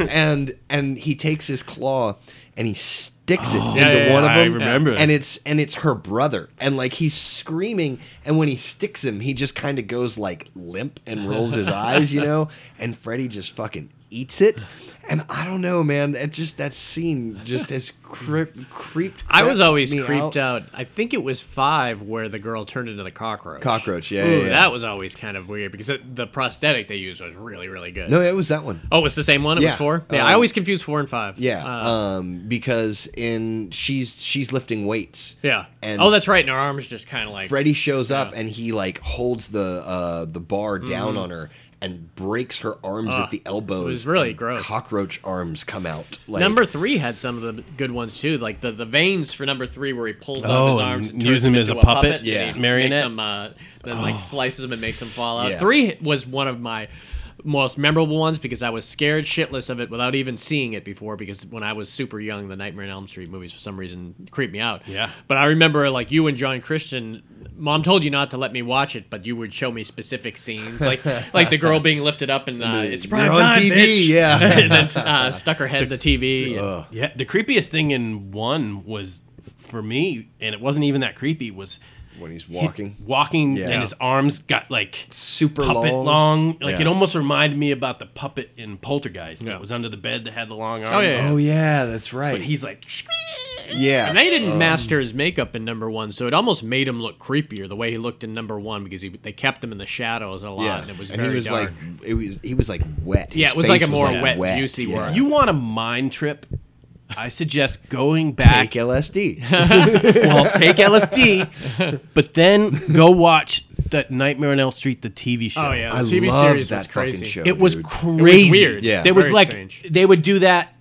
[SPEAKER 3] um, and and he takes his claw and he sticks it into
[SPEAKER 2] Oh, yeah, yeah,
[SPEAKER 3] one
[SPEAKER 4] I
[SPEAKER 3] of them.
[SPEAKER 4] remember
[SPEAKER 3] And it's and it's her brother. And like he's screaming and when he sticks him, he just kind of goes like limp and rolls his eyes, you know? And Freddy just fucking eats it. And I don't know, man. That just that scene just has creep, creeped.
[SPEAKER 2] I was
[SPEAKER 3] crept
[SPEAKER 2] always
[SPEAKER 3] me
[SPEAKER 2] creeped out. I think it was five where the girl turned into the cockroach.
[SPEAKER 3] Cockroach, yeah,
[SPEAKER 2] Ooh,
[SPEAKER 3] yeah, yeah.
[SPEAKER 2] that was always kind of weird because it, the prosthetic they used was really, really good.
[SPEAKER 3] No, it was that one.
[SPEAKER 2] Oh, it's the same one. It
[SPEAKER 3] Yeah,
[SPEAKER 2] was four. Yeah, I
[SPEAKER 3] um,
[SPEAKER 2] always confuse four and five.
[SPEAKER 3] Yeah,
[SPEAKER 2] Uh,
[SPEAKER 3] um, because in she's she's lifting weights.
[SPEAKER 2] yeah.
[SPEAKER 3] and
[SPEAKER 2] oh, that's right. And her arms just kind of like
[SPEAKER 3] Freddy shows up and he like holds the uh, the bar
[SPEAKER 2] Mm-hmm.
[SPEAKER 3] down on her and breaks her arms at the elbows.
[SPEAKER 2] really
[SPEAKER 3] and
[SPEAKER 2] gross.
[SPEAKER 3] Cockroach arms come out. Like,
[SPEAKER 2] number three had some of the good ones too, like the, the veins for number three where he pulls off his
[SPEAKER 4] Oh,
[SPEAKER 2] arms and
[SPEAKER 4] and
[SPEAKER 2] turns
[SPEAKER 4] use
[SPEAKER 2] him
[SPEAKER 4] him as
[SPEAKER 2] into
[SPEAKER 4] a
[SPEAKER 2] a
[SPEAKER 4] puppet?
[SPEAKER 2] puppet.
[SPEAKER 3] Yeah.
[SPEAKER 2] and he
[SPEAKER 4] Marionette? Oh.
[SPEAKER 2] Makes him, uh, then like slices him and makes him fall out.
[SPEAKER 3] Yeah.
[SPEAKER 2] Three was one of my most memorable ones because I was scared shitless of it without even seeing it before. Because when I was super young, the Nightmare on Elm Street movies for some reason creeped me out.
[SPEAKER 4] Yeah.
[SPEAKER 2] But I remember like you and John Christian. Mom told you not to let me watch it, but you would show me specific scenes, like like the girl being lifted up and uh, it's prime
[SPEAKER 3] You're on
[SPEAKER 2] time,
[SPEAKER 3] TV,
[SPEAKER 2] bitch.
[SPEAKER 3] yeah.
[SPEAKER 2] and then uh, stuck her head in the TV. and-
[SPEAKER 4] Yeah, the creepiest thing in one was for me, and it wasn't even that creepy. Was
[SPEAKER 3] when he's
[SPEAKER 4] he-
[SPEAKER 3] walking
[SPEAKER 4] walking,
[SPEAKER 3] Yeah.
[SPEAKER 4] and his arms got like
[SPEAKER 3] super
[SPEAKER 4] puppet long.
[SPEAKER 3] long.
[SPEAKER 4] Like
[SPEAKER 3] Yeah.
[SPEAKER 4] it almost reminded me about the puppet in Poltergeist
[SPEAKER 2] Yeah.
[SPEAKER 4] that was under the bed that had the long arms.
[SPEAKER 2] yeah, yeah.
[SPEAKER 3] Oh yeah, that's right.
[SPEAKER 4] But he's like,
[SPEAKER 3] yeah.
[SPEAKER 2] And they didn't master his makeup in number one, so it almost made him look creepier the way he looked in number one because he, they kept him in the shadows a lot,
[SPEAKER 3] yeah,
[SPEAKER 2] and it was
[SPEAKER 3] and
[SPEAKER 2] very
[SPEAKER 3] he was
[SPEAKER 2] dark.
[SPEAKER 3] like, it was he was like wet.
[SPEAKER 2] yeah,
[SPEAKER 3] His
[SPEAKER 2] it was like a
[SPEAKER 3] face
[SPEAKER 2] more
[SPEAKER 3] like,
[SPEAKER 2] wet, juicy
[SPEAKER 3] Yeah.
[SPEAKER 2] word.
[SPEAKER 4] you want a mind trip? I suggest going
[SPEAKER 3] Take
[SPEAKER 4] back.
[SPEAKER 3] LSD.
[SPEAKER 4] well, take LSD, but then go watch that Nightmare on Elm Street, the TV show.
[SPEAKER 2] Oh yeah, the
[SPEAKER 3] I
[SPEAKER 2] TV
[SPEAKER 3] love
[SPEAKER 2] series
[SPEAKER 3] that
[SPEAKER 2] was
[SPEAKER 3] fucking
[SPEAKER 2] crazy.
[SPEAKER 3] show.
[SPEAKER 4] It was
[SPEAKER 3] dude.
[SPEAKER 4] crazy.
[SPEAKER 2] weird.
[SPEAKER 3] Yeah.
[SPEAKER 4] There was
[SPEAKER 2] Very
[SPEAKER 4] like
[SPEAKER 2] strange.
[SPEAKER 4] they would do that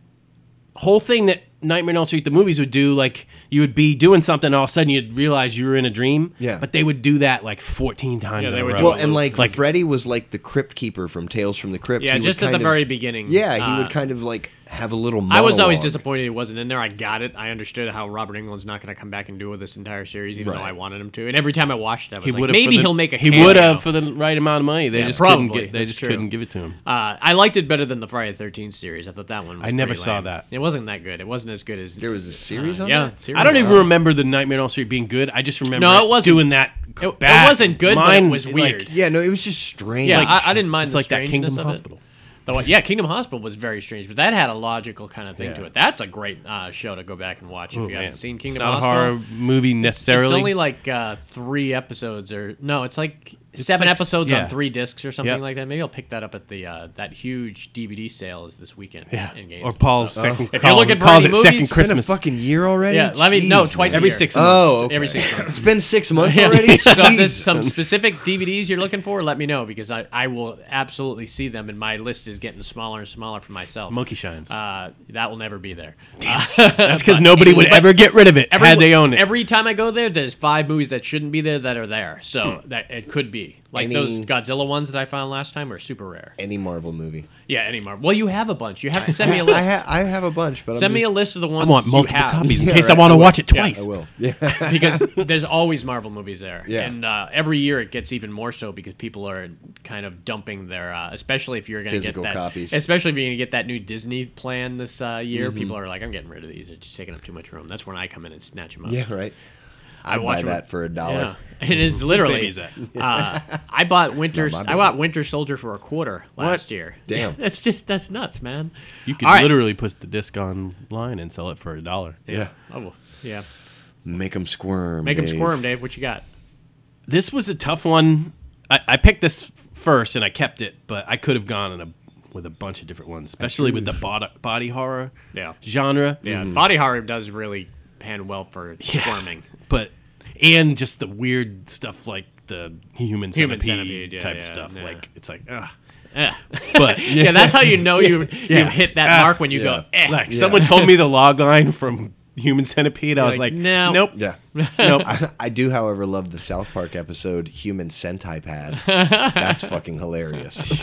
[SPEAKER 4] whole thing that Nightmare on Elm Street the movies would do. Like you would be doing something, and all of a sudden you'd realize you were in a dream.
[SPEAKER 3] Yeah.
[SPEAKER 4] But they would do that like fourteen times.
[SPEAKER 2] Yeah,
[SPEAKER 4] in
[SPEAKER 2] they
[SPEAKER 4] a
[SPEAKER 2] would
[SPEAKER 4] row.
[SPEAKER 2] do
[SPEAKER 3] Well, and like,
[SPEAKER 4] Like-
[SPEAKER 3] Freddy was like the crypt keeper from Tales from the Crypt.
[SPEAKER 2] Yeah,
[SPEAKER 3] He would
[SPEAKER 2] just at the
[SPEAKER 3] kind of-
[SPEAKER 2] very beginning,
[SPEAKER 3] Yeah, he
[SPEAKER 2] uh,
[SPEAKER 3] would kind of like have a little.
[SPEAKER 2] I was always
[SPEAKER 3] monologue.
[SPEAKER 2] disappointed he wasn't in there. I got it. I understood how Robert England's not going to come back and do this entire series, even though
[SPEAKER 3] Right.
[SPEAKER 2] I wanted him to. And every time I watched it, I was
[SPEAKER 4] he
[SPEAKER 2] like,
[SPEAKER 4] would
[SPEAKER 2] maybe he'll make a.
[SPEAKER 4] He
[SPEAKER 2] cameo.
[SPEAKER 4] would have for the right amount of money. They
[SPEAKER 2] Yeah,
[SPEAKER 4] just
[SPEAKER 2] probably.
[SPEAKER 4] couldn't get. They
[SPEAKER 2] That's
[SPEAKER 4] just
[SPEAKER 2] true.
[SPEAKER 4] couldn't give it to him.
[SPEAKER 2] Uh, I liked it better than the Friday Thirteenth series. I thought that one. was
[SPEAKER 4] I never
[SPEAKER 2] pretty
[SPEAKER 4] saw
[SPEAKER 2] lame.
[SPEAKER 4] that.
[SPEAKER 2] It wasn't that good. It wasn't as good as
[SPEAKER 3] There was a series on
[SPEAKER 2] Uh, yeah.
[SPEAKER 3] that?
[SPEAKER 2] Series.
[SPEAKER 4] I don't even remember the Nightmare on Elm Street being good. I just remember
[SPEAKER 2] No, it wasn't.
[SPEAKER 4] doing that.
[SPEAKER 2] It- it
[SPEAKER 4] bad
[SPEAKER 2] wasn't good, but it
[SPEAKER 4] mind-
[SPEAKER 2] was
[SPEAKER 4] like, oh,
[SPEAKER 2] weird.
[SPEAKER 3] Yeah, no, it was just strange.
[SPEAKER 2] Yeah,
[SPEAKER 3] Like,
[SPEAKER 2] I, I didn't mind
[SPEAKER 4] it's
[SPEAKER 2] the
[SPEAKER 4] like that Kingdom
[SPEAKER 2] strangeness of it.
[SPEAKER 4] Hospital.
[SPEAKER 2] The one- yeah, Kingdom Hospital was very strange, but that had a logical kind of thing
[SPEAKER 4] Yeah.
[SPEAKER 2] to it. That's a great uh, show to go back and watch if
[SPEAKER 4] Oh,
[SPEAKER 2] you
[SPEAKER 4] man.
[SPEAKER 2] haven't seen
[SPEAKER 4] it's
[SPEAKER 2] Kingdom
[SPEAKER 4] not
[SPEAKER 2] Hospital.
[SPEAKER 4] a horror movie necessarily.
[SPEAKER 2] It's only like uh, three episodes, or no, it's like
[SPEAKER 4] It's
[SPEAKER 2] seven
[SPEAKER 4] like-
[SPEAKER 2] episodes
[SPEAKER 4] yeah.
[SPEAKER 2] on three discs or something
[SPEAKER 4] Yep.
[SPEAKER 2] like that. Maybe I'll pick that up at the uh, that huge DVD sale is this weekend.
[SPEAKER 4] yeah.
[SPEAKER 2] in Gainesville,
[SPEAKER 4] Or Paul's
[SPEAKER 2] so-
[SPEAKER 4] second.
[SPEAKER 2] If
[SPEAKER 4] calls-
[SPEAKER 2] you're looking for
[SPEAKER 4] calls
[SPEAKER 2] any
[SPEAKER 4] it
[SPEAKER 2] movies,
[SPEAKER 4] second
[SPEAKER 3] it's been a
[SPEAKER 4] Christmas.
[SPEAKER 3] fucking year already.
[SPEAKER 2] Yeah, I mean, no,
[SPEAKER 3] Jeez,
[SPEAKER 2] twice
[SPEAKER 3] man.
[SPEAKER 2] a
[SPEAKER 4] Every
[SPEAKER 2] year.
[SPEAKER 4] six
[SPEAKER 3] Oh, okay.
[SPEAKER 2] every six months.
[SPEAKER 3] It's been six months
[SPEAKER 2] Yeah.
[SPEAKER 3] already.
[SPEAKER 2] so if there's
[SPEAKER 3] Jeez.
[SPEAKER 2] some specific DVDs you're looking for, let me know because I, I will absolutely see them, and my list is getting smaller and smaller for myself.
[SPEAKER 4] Monkey shines.
[SPEAKER 2] Uh, that will never be there.
[SPEAKER 4] That's because nobody would ever get rid of it
[SPEAKER 2] Every,
[SPEAKER 4] had they owned it.
[SPEAKER 2] Every time I go there, there's five movies that shouldn't be there that are there. So
[SPEAKER 4] Hmm.
[SPEAKER 2] that it could be like
[SPEAKER 3] Any-
[SPEAKER 2] those Godzilla ones that I found last time are super rare.
[SPEAKER 3] any Marvel movie.
[SPEAKER 2] Yeah, any more? Well, you have a bunch. You have to send me a
[SPEAKER 3] I,
[SPEAKER 2] list.
[SPEAKER 3] ha- I have a bunch, but
[SPEAKER 2] Send
[SPEAKER 3] I'm
[SPEAKER 2] me a
[SPEAKER 3] just-
[SPEAKER 2] list of the
[SPEAKER 4] I
[SPEAKER 2] ones
[SPEAKER 4] want
[SPEAKER 2] you
[SPEAKER 4] multiple
[SPEAKER 2] have.
[SPEAKER 4] copies in
[SPEAKER 3] Yeah,
[SPEAKER 4] case
[SPEAKER 3] right,
[SPEAKER 4] I want
[SPEAKER 3] I
[SPEAKER 4] to
[SPEAKER 3] will.
[SPEAKER 4] watch it twice.
[SPEAKER 3] I will. Yeah,
[SPEAKER 2] because there's always Marvel movies there,
[SPEAKER 3] Yeah.
[SPEAKER 2] and uh, every year it gets even more so because people are kind of dumping their, uh, especially if you're going to get
[SPEAKER 3] Physical
[SPEAKER 2] that,
[SPEAKER 3] copies. Mm-hmm.
[SPEAKER 2] especially if you're going to get that new Disney plan this uh, year. People are like, I'm getting rid of these; they're just taking up too much room. That's when I come in and snatch them up.
[SPEAKER 3] yeah, right.
[SPEAKER 2] I
[SPEAKER 3] I'd
[SPEAKER 2] watch
[SPEAKER 3] buy
[SPEAKER 2] them-
[SPEAKER 3] that for a
[SPEAKER 2] Yeah,
[SPEAKER 3] dollar.
[SPEAKER 2] and it's literally.
[SPEAKER 4] baby's that?
[SPEAKER 2] Uh, I bought Winter.
[SPEAKER 3] my
[SPEAKER 2] I bought Winter Soldier for a quarter last year.
[SPEAKER 3] Damn.
[SPEAKER 2] that's just that's nuts, man.
[SPEAKER 4] You could
[SPEAKER 2] All right.
[SPEAKER 4] literally put the disc online and sell it for a dollar.
[SPEAKER 3] Yeah.
[SPEAKER 2] Oh, well, yeah.
[SPEAKER 3] Make them squirm.
[SPEAKER 2] Make them
[SPEAKER 3] Dave.
[SPEAKER 2] squirm, Dave. What you got?
[SPEAKER 4] This was a tough one. I, I picked this first and I kept it, but I could have gone in a, with a bunch of different ones, especially with the body, body horror
[SPEAKER 2] Yeah.
[SPEAKER 4] genre. Mm.
[SPEAKER 3] Mm-hmm.
[SPEAKER 2] Yeah, body horror does really pan well for squirming.
[SPEAKER 4] But and just the weird stuff like the human
[SPEAKER 2] Human
[SPEAKER 4] centipede,
[SPEAKER 2] centipede, yeah,
[SPEAKER 4] type
[SPEAKER 2] yeah,
[SPEAKER 4] stuff.
[SPEAKER 2] yeah.
[SPEAKER 4] Like it's like, ugh.
[SPEAKER 2] Eh.
[SPEAKER 4] but
[SPEAKER 2] yeah, that's how you know you you've hit that
[SPEAKER 4] Ah,
[SPEAKER 2] mark when you
[SPEAKER 3] yeah.
[SPEAKER 2] go. Eh.
[SPEAKER 4] like someone told me the log line from Human Centipede. I was
[SPEAKER 2] like,
[SPEAKER 4] like,
[SPEAKER 2] no.
[SPEAKER 4] nope,
[SPEAKER 3] Yeah.
[SPEAKER 4] nope.
[SPEAKER 3] I, I do, however, love the South Park episode "Human Centipad." That's fucking hilarious.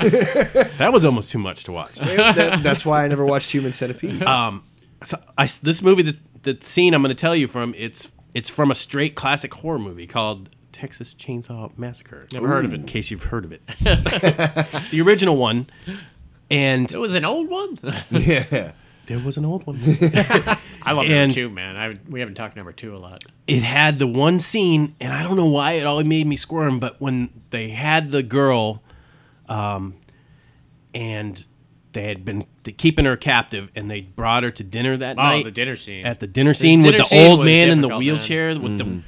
[SPEAKER 4] That was almost too much to watch.
[SPEAKER 3] That- that's why I never watched Human Centipede.
[SPEAKER 2] Uh,
[SPEAKER 4] So I, this movie, the, the scene I'm going to tell you from, it's it's from a straight classic horror movie called Texas Chainsaw Massacre.
[SPEAKER 2] Never heard of it.
[SPEAKER 4] In case you've heard of it, the original one, and
[SPEAKER 2] It was an old one.
[SPEAKER 3] yeah.
[SPEAKER 4] there was an old one.
[SPEAKER 2] I love
[SPEAKER 4] And-
[SPEAKER 2] number two, man. I we haven't talked number two a lot.
[SPEAKER 4] it had the one scene, and I don't know why it all made me squirm, but when they had the girl, um, and they had been keeping her captive, and they brought her to dinner that
[SPEAKER 2] Oh,
[SPEAKER 4] night.
[SPEAKER 2] the dinner scene.
[SPEAKER 4] at the dinner scene
[SPEAKER 2] dinner
[SPEAKER 4] with the
[SPEAKER 2] scene
[SPEAKER 4] old
[SPEAKER 2] was
[SPEAKER 4] man in the
[SPEAKER 2] difficult,
[SPEAKER 4] wheelchair with the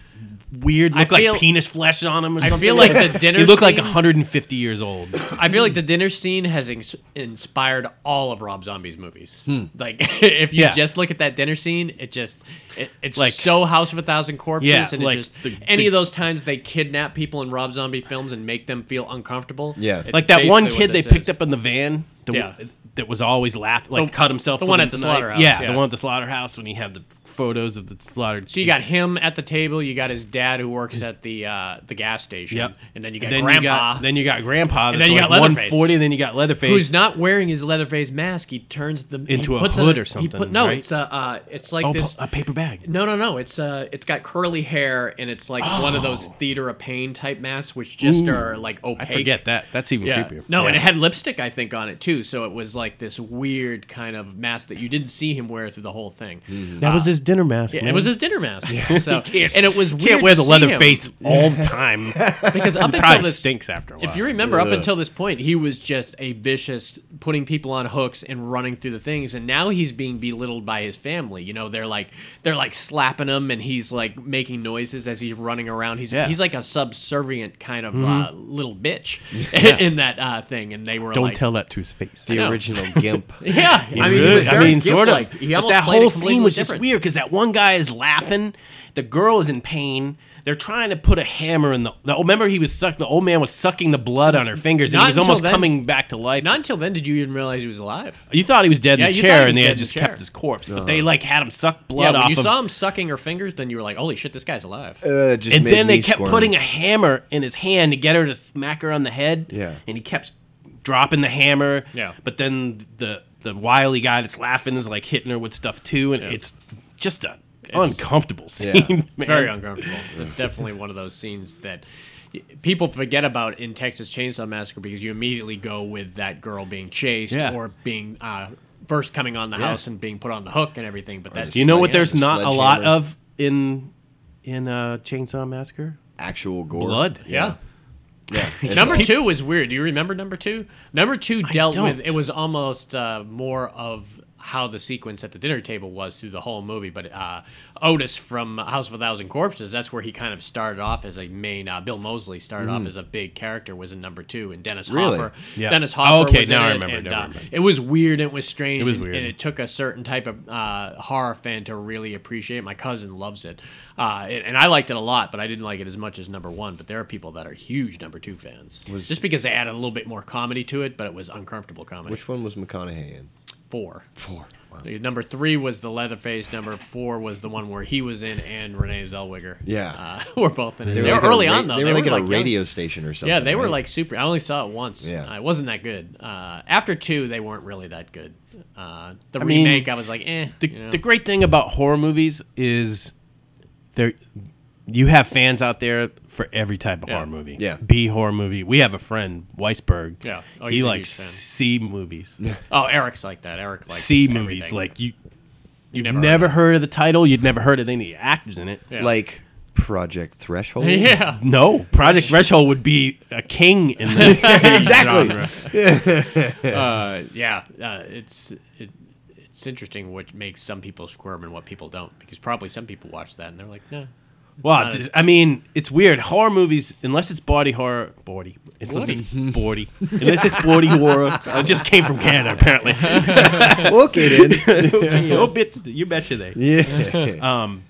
[SPEAKER 4] weird
[SPEAKER 2] I
[SPEAKER 4] look
[SPEAKER 2] feel-
[SPEAKER 4] like penis flesh on him or
[SPEAKER 2] I
[SPEAKER 4] something.
[SPEAKER 2] feel like the dinner
[SPEAKER 4] He looked like
[SPEAKER 2] scene-
[SPEAKER 4] 150 years old.
[SPEAKER 2] I feel like the dinner scene has ins- inspired all of Rob Zombie's movies. Like, if you
[SPEAKER 4] Hmm. Yeah.
[SPEAKER 2] just look at that dinner scene, it just it, it's like
[SPEAKER 4] Like-
[SPEAKER 2] so House of a Thousand Corpses,
[SPEAKER 4] Yeah,
[SPEAKER 2] and
[SPEAKER 4] like
[SPEAKER 2] it just
[SPEAKER 4] the-
[SPEAKER 2] any
[SPEAKER 4] the-
[SPEAKER 2] of those times they kidnap people in Rob Zombie films and make them feel uncomfortable.
[SPEAKER 3] Yeah.
[SPEAKER 2] it's
[SPEAKER 4] like that one
[SPEAKER 2] basically
[SPEAKER 4] kid
[SPEAKER 2] what
[SPEAKER 4] they
[SPEAKER 2] this
[SPEAKER 4] picked
[SPEAKER 2] is.
[SPEAKER 4] up in the van. The,
[SPEAKER 2] Yeah.
[SPEAKER 4] That was always laughing, like
[SPEAKER 2] The-
[SPEAKER 4] cut himself.
[SPEAKER 2] the
[SPEAKER 4] with
[SPEAKER 2] one
[SPEAKER 4] a
[SPEAKER 2] at the
[SPEAKER 4] knife.
[SPEAKER 2] slaughterhouse,
[SPEAKER 4] Yeah,
[SPEAKER 2] yeah.
[SPEAKER 4] the one at the slaughterhouse when he had the photos of the slaughtered.
[SPEAKER 2] So you got him at the table. You got his dad who works at the uh, the gas station.
[SPEAKER 4] Yep.
[SPEAKER 2] and then you got Grandpa.
[SPEAKER 4] then you got grandpa.
[SPEAKER 2] And
[SPEAKER 4] That's
[SPEAKER 2] then you
[SPEAKER 4] like
[SPEAKER 2] got Leatherface.
[SPEAKER 4] 140. Then you got Leatherface.
[SPEAKER 2] Who's not wearing his leather face mask? He turns the he
[SPEAKER 4] Into a
[SPEAKER 2] puts
[SPEAKER 4] hood or
[SPEAKER 2] he
[SPEAKER 4] something,
[SPEAKER 2] put- no,
[SPEAKER 4] right?
[SPEAKER 2] it's a uh, it's like
[SPEAKER 4] oh,
[SPEAKER 2] this
[SPEAKER 4] a paper bag.
[SPEAKER 2] No, no, no. It's uh, it's got curly hair, and it's like one of those theater of pain type masks, which just are like
[SPEAKER 4] Oh. I
[SPEAKER 2] opaque.
[SPEAKER 4] forget that. That's even
[SPEAKER 2] Yeah.
[SPEAKER 4] creepier.
[SPEAKER 2] No, and it had lipstick, I think, on it too. So it was like this weird kind of mask that you didn't see him wear through the whole thing.
[SPEAKER 4] that was his dinner mask.
[SPEAKER 2] Ah. Yeah, it
[SPEAKER 4] man.
[SPEAKER 2] was his dinner mask. So, and it was weird
[SPEAKER 4] Mm-hmm. Can't wear
[SPEAKER 2] to
[SPEAKER 4] the
[SPEAKER 2] see
[SPEAKER 4] leather
[SPEAKER 2] him,
[SPEAKER 4] face all the time.
[SPEAKER 2] because up until
[SPEAKER 4] Probably
[SPEAKER 2] this
[SPEAKER 4] stinks after a while.
[SPEAKER 2] If you remember, up until this point, he was just a vicious, putting people on hooks and running through the things, and now he's being belittled by his family. You know, they're like they're like slapping him, and he's like making noises as he's running around. He's
[SPEAKER 4] Yeah. Mm-hmm.
[SPEAKER 2] he's like a subservient kind of uh, little bitch in that uh, thing, and they were
[SPEAKER 4] Don't
[SPEAKER 2] like,
[SPEAKER 4] tell that to his face.
[SPEAKER 3] The
[SPEAKER 2] know.
[SPEAKER 3] original Gimp.
[SPEAKER 2] Yeah,
[SPEAKER 4] I mean, I mean sort of.
[SPEAKER 2] But
[SPEAKER 4] But that whole scene was just weird because that one guy is laughing, the girl is in pain. They're trying to put a hammer in the. the oh, remember, he was suck. The old man was sucking the blood on her fingers, and
[SPEAKER 2] Not
[SPEAKER 4] he was
[SPEAKER 2] until
[SPEAKER 4] almost
[SPEAKER 2] then.
[SPEAKER 4] coming back to life.
[SPEAKER 2] Not until then did you even realize he was alive.
[SPEAKER 4] you thought he was dead
[SPEAKER 2] Yeah,
[SPEAKER 4] in the
[SPEAKER 2] you thought he
[SPEAKER 4] chair,
[SPEAKER 2] was
[SPEAKER 4] and they
[SPEAKER 2] dead in
[SPEAKER 4] had
[SPEAKER 2] the
[SPEAKER 4] just
[SPEAKER 2] chair.
[SPEAKER 4] kept his corpse. But
[SPEAKER 3] Uh-huh.
[SPEAKER 4] they like had him suck blood
[SPEAKER 2] yeah, when
[SPEAKER 4] off.
[SPEAKER 2] you
[SPEAKER 4] of,
[SPEAKER 2] saw him sucking her fingers, then you were like, "Holy shit, this guy's alive!"
[SPEAKER 3] Uh, just
[SPEAKER 4] and
[SPEAKER 3] made
[SPEAKER 4] then they
[SPEAKER 3] me
[SPEAKER 4] kept
[SPEAKER 3] squirm.
[SPEAKER 4] putting a hammer in his hand to get her to smack her on the head.
[SPEAKER 3] Yeah.
[SPEAKER 4] And he kept dropping the hammer.
[SPEAKER 2] Yeah.
[SPEAKER 4] But then the the wily guy that's laughing is like hitting her with stuff too, and it's just a uncomfortable scene.
[SPEAKER 3] Yeah.
[SPEAKER 4] man.
[SPEAKER 2] It's very uncomfortable. It's definitely one of those scenes that y- people forget about in Texas Chainsaw Massacre because you immediately go with that girl being chased
[SPEAKER 4] Yeah.
[SPEAKER 2] or being uh, first coming on the house and being put on the hook and everything. But that's
[SPEAKER 4] Do you know what
[SPEAKER 2] yeah.
[SPEAKER 4] there's not a lot
[SPEAKER 3] sledgehammer.
[SPEAKER 4] of in in uh, Chainsaw Massacre?
[SPEAKER 3] actual gore.
[SPEAKER 4] Blood.
[SPEAKER 2] Yeah.
[SPEAKER 3] Yeah. It's
[SPEAKER 2] Number two was weird. Do you remember number two? Number two dealt with
[SPEAKER 4] don't.
[SPEAKER 2] it was almost uh, more of how the sequence at the dinner table was through the whole movie. But uh, Otis from House of a Thousand Corpses, that's where he kind of started off as a main. Uh, Bill Mosley started off as a big character was in number two, and Dennis
[SPEAKER 3] Really?
[SPEAKER 2] Hopper.
[SPEAKER 4] Mm. Yeah.
[SPEAKER 2] Dennis Hopper.
[SPEAKER 4] Okay,
[SPEAKER 2] was
[SPEAKER 4] now
[SPEAKER 2] in
[SPEAKER 4] I
[SPEAKER 2] it,
[SPEAKER 4] remember,
[SPEAKER 2] and,
[SPEAKER 4] now I
[SPEAKER 2] uh,
[SPEAKER 4] remember.
[SPEAKER 2] it was weird and it was strange.
[SPEAKER 4] was
[SPEAKER 2] and-
[SPEAKER 4] weird.
[SPEAKER 2] and it took a certain type of uh, horror fan to really appreciate. it. My cousin loves it, uh, and, and I liked it a lot, but I didn't like it as much as number one. But there are people that are huge number two fans, just because they added a little bit more comedy to it, but it was uncomfortable comedy.
[SPEAKER 3] Which one was McConaughey in?
[SPEAKER 2] four?
[SPEAKER 3] Four. Wow.
[SPEAKER 2] Number three was the Leatherface. Number four was the one where he was in, and Renee Zellweger.
[SPEAKER 3] Yeah.
[SPEAKER 2] uh, were both in it. They were,
[SPEAKER 3] like at a
[SPEAKER 2] early
[SPEAKER 3] ra-
[SPEAKER 2] on though.
[SPEAKER 3] They were like at a
[SPEAKER 2] young.
[SPEAKER 3] radio station or something.
[SPEAKER 2] Yeah, they were
[SPEAKER 3] right?
[SPEAKER 2] like super. I only saw it once.
[SPEAKER 3] Yeah.
[SPEAKER 2] Uh, it wasn't that good. Uh, after two, they weren't really that good. Uh, the
[SPEAKER 4] I mean,
[SPEAKER 2] remake, I was like, eh.
[SPEAKER 4] The,
[SPEAKER 2] you know.
[SPEAKER 4] the great thing about horror movies is there you have fans out there for every type of
[SPEAKER 2] Yeah.
[SPEAKER 4] horror movie.
[SPEAKER 3] Yeah.
[SPEAKER 4] B horror movie. We have a friend, Weisberg.
[SPEAKER 2] Yeah. Oh,
[SPEAKER 4] he
[SPEAKER 2] he's a
[SPEAKER 4] likes
[SPEAKER 2] huge fan.
[SPEAKER 4] C movies.
[SPEAKER 2] oh, Eric's like that. Eric likes
[SPEAKER 4] C movies.
[SPEAKER 2] everything.
[SPEAKER 4] Like you
[SPEAKER 2] you
[SPEAKER 4] never, never heard of the title, you'd never heard of any actors in it.
[SPEAKER 2] Yeah.
[SPEAKER 3] like Project Threshold.
[SPEAKER 2] yeah.
[SPEAKER 4] No, Project Threshold would be a king in this exactly.
[SPEAKER 2] Uh, yeah, uh, it's it, it's interesting what makes some people squirm and what people don't because probably some people watch that and they're like, no.
[SPEAKER 4] Well,
[SPEAKER 2] not
[SPEAKER 4] just-
[SPEAKER 2] a-
[SPEAKER 4] I mean, it's weird. Horror movies, unless it's body horror, body. Unless it's body. Unless it's body horror. It just came from Canada, apparently.
[SPEAKER 3] Look it in.
[SPEAKER 4] you bet, you betcha they.
[SPEAKER 2] Um,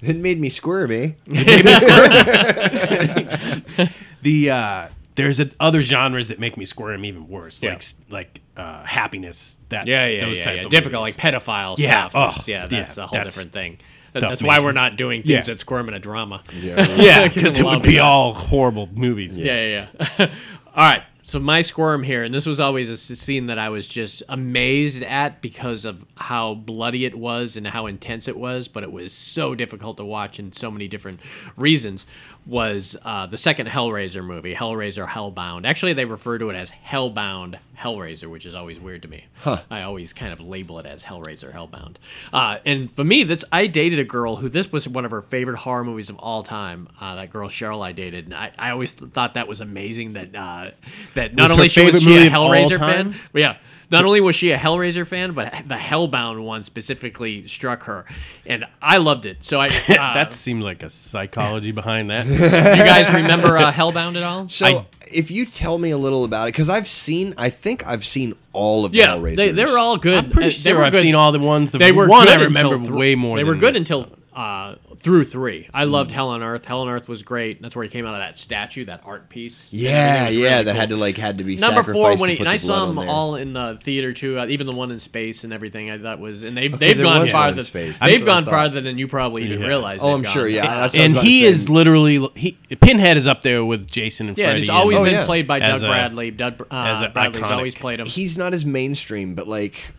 [SPEAKER 3] Yeah. It made me squirmy.
[SPEAKER 4] the uh there's a, other genres that make me squirm even worse
[SPEAKER 2] Yeah.
[SPEAKER 4] like s- like uh happiness that
[SPEAKER 2] Yeah, yeah,
[SPEAKER 4] those
[SPEAKER 2] yeah,
[SPEAKER 4] type
[SPEAKER 2] yeah.
[SPEAKER 4] of
[SPEAKER 2] difficult,
[SPEAKER 4] movies.
[SPEAKER 2] like pedophile
[SPEAKER 4] Yeah,
[SPEAKER 2] stuff. is-
[SPEAKER 4] oh,
[SPEAKER 2] yeah,
[SPEAKER 4] yeah,
[SPEAKER 2] that's a whole
[SPEAKER 4] that's
[SPEAKER 2] different thing. That-
[SPEAKER 4] tough,
[SPEAKER 2] That's why
[SPEAKER 4] man.
[SPEAKER 2] we're not doing things
[SPEAKER 4] Yeah.
[SPEAKER 2] that squirm in a drama.
[SPEAKER 4] yeah because it
[SPEAKER 2] Love
[SPEAKER 4] would be
[SPEAKER 2] that.
[SPEAKER 4] all horrible movies
[SPEAKER 2] Yeah, yeah, yeah. All right. So my squirm here, and this was always a s- scene that I was just amazed at because of how bloody it was and how intense it was, but it was so difficult to watch in so many different reasons. Was uh, the second Hellraiser movie, Hellraiser Hellbound? Actually, they refer to it as Hellbound Hellraiser, which is always weird to me. I always kind of label it as Hellraiser Hellbound. Uh, and for me, that's I dated a girl who this was one of her favorite horror movies of all time. Uh, that girl Cheryl I dated, and I, I always th- thought that was amazing. That uh, that not
[SPEAKER 4] Was her
[SPEAKER 2] only she was
[SPEAKER 4] favorite
[SPEAKER 2] she
[SPEAKER 4] movie
[SPEAKER 2] a
[SPEAKER 4] of all
[SPEAKER 2] Hellraiser
[SPEAKER 4] time?
[SPEAKER 2] fan, but yeah. Not only was she a Hellraiser fan, but the Hellbound one specifically struck her, and I loved it. So I, uh,
[SPEAKER 4] that seemed like a psychology behind that
[SPEAKER 2] you guys remember uh, Hellbound at all?
[SPEAKER 3] So
[SPEAKER 4] I-
[SPEAKER 3] if you tell me a little about it, because I've seen, I think I've seen all of
[SPEAKER 2] Yeah,
[SPEAKER 3] Hellraiser.
[SPEAKER 2] they, they were all good.
[SPEAKER 4] i'm pretty
[SPEAKER 2] Uh, they
[SPEAKER 4] sure
[SPEAKER 2] were
[SPEAKER 4] i've
[SPEAKER 2] good.
[SPEAKER 4] seen all the ones the
[SPEAKER 2] they were
[SPEAKER 4] one
[SPEAKER 2] good
[SPEAKER 4] i remember
[SPEAKER 2] until thr-
[SPEAKER 4] way more
[SPEAKER 2] They
[SPEAKER 4] than
[SPEAKER 2] were good
[SPEAKER 4] the-
[SPEAKER 2] until uh, through three.
[SPEAKER 3] Hmm.
[SPEAKER 2] I loved Hell on Earth. Hell on Earth was great. That's where he came out of that statue, that art piece. Everything
[SPEAKER 3] Yeah,
[SPEAKER 2] was
[SPEAKER 3] yeah,
[SPEAKER 2] really
[SPEAKER 3] that
[SPEAKER 2] cool.
[SPEAKER 3] had to like had to be
[SPEAKER 2] Number four,
[SPEAKER 3] sacrificed
[SPEAKER 2] when
[SPEAKER 3] to
[SPEAKER 2] he, and
[SPEAKER 3] put the
[SPEAKER 2] I saw
[SPEAKER 3] blood
[SPEAKER 2] them
[SPEAKER 3] on there.
[SPEAKER 2] all in the theater too. Uh, even the one in space and everything. I thought was, and they've they've
[SPEAKER 3] there
[SPEAKER 2] gone
[SPEAKER 3] was one in
[SPEAKER 2] farther.
[SPEAKER 3] space. That's
[SPEAKER 2] They've
[SPEAKER 3] what I
[SPEAKER 2] gone
[SPEAKER 3] thought.
[SPEAKER 2] farther than you probably even
[SPEAKER 4] Yeah.
[SPEAKER 2] realized.
[SPEAKER 3] Oh,
[SPEAKER 2] they've
[SPEAKER 3] I'm
[SPEAKER 2] gone.
[SPEAKER 3] sure. Yeah, that's what I was
[SPEAKER 4] and
[SPEAKER 3] about to
[SPEAKER 4] he
[SPEAKER 3] say.
[SPEAKER 4] is literally he pinhead is up there with jason and
[SPEAKER 2] yeah.
[SPEAKER 4] freddy
[SPEAKER 2] It's always
[SPEAKER 4] and,
[SPEAKER 2] been
[SPEAKER 3] Oh, yeah.
[SPEAKER 2] played by Doug
[SPEAKER 4] As a-
[SPEAKER 2] Bradley. Doug uh,
[SPEAKER 4] as a
[SPEAKER 2] Bradley's
[SPEAKER 4] iconic.
[SPEAKER 2] always played him.
[SPEAKER 3] He's not as mainstream, but like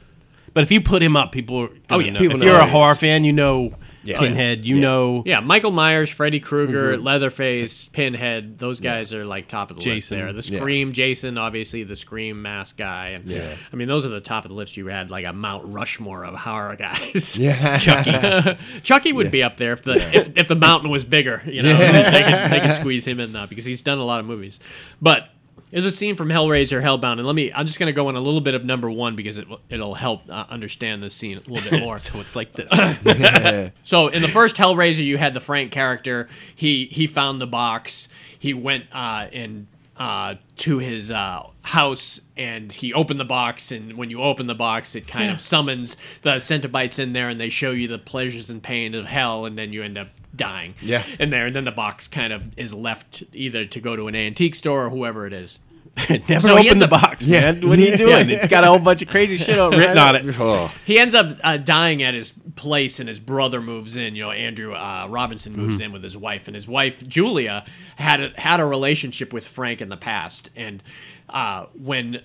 [SPEAKER 4] but if you put him up people are gonna
[SPEAKER 2] Oh, yeah.
[SPEAKER 4] know.
[SPEAKER 2] People
[SPEAKER 4] if
[SPEAKER 3] know
[SPEAKER 4] you're
[SPEAKER 3] who
[SPEAKER 4] a
[SPEAKER 3] he
[SPEAKER 4] horror
[SPEAKER 3] is.
[SPEAKER 4] fan you know
[SPEAKER 3] Yeah.
[SPEAKER 4] pinhead you know
[SPEAKER 2] yeah, Michael Myers, Freddy Krueger,
[SPEAKER 3] Mm-hmm.
[SPEAKER 2] Leatherface, Pinhead. Those guys are like top of the
[SPEAKER 4] Jason.
[SPEAKER 2] list there. The
[SPEAKER 3] Yeah.
[SPEAKER 2] Scream, Jason, obviously the Scream mask guy. And,
[SPEAKER 3] Yeah.
[SPEAKER 2] I mean, those are the top of the list. You had like a Mount Rushmore of horror guys.
[SPEAKER 3] yeah,
[SPEAKER 2] Chucky would be up there if the if, if the mountain was bigger. You know, they, could, they could squeeze him in now because he's done a lot of movies. But there's a scene from Hellraiser, Hellbound, and let me. I'm just going to go on a little bit of number one because it will- it'll help uh, understand this scene a little bit more.
[SPEAKER 4] so it's like this
[SPEAKER 2] So in the first Hellraiser, you had the Frank character. He he found the box. He went uh, and uh, to his uh, house and he opened the box. And when you open the box, it kind of summons the centibites in there, and they show you the pleasures and pain of hell, and then you end up dying.
[SPEAKER 3] Yeah.
[SPEAKER 2] In there, and then the box kind of is left either to go to an antique store or whoever it is.
[SPEAKER 4] Never
[SPEAKER 2] So he
[SPEAKER 4] open
[SPEAKER 2] ends
[SPEAKER 4] the
[SPEAKER 2] up-
[SPEAKER 4] box, man. What are you doing? It's got a whole bunch of crazy shit on- written on it.
[SPEAKER 3] Oh,
[SPEAKER 2] He ends up uh, dying at his place, and his brother moves in. You know, Andrew uh, Robinson moves in with his wife, and his wife Julia had a, had a relationship with Frank in the past. And uh, when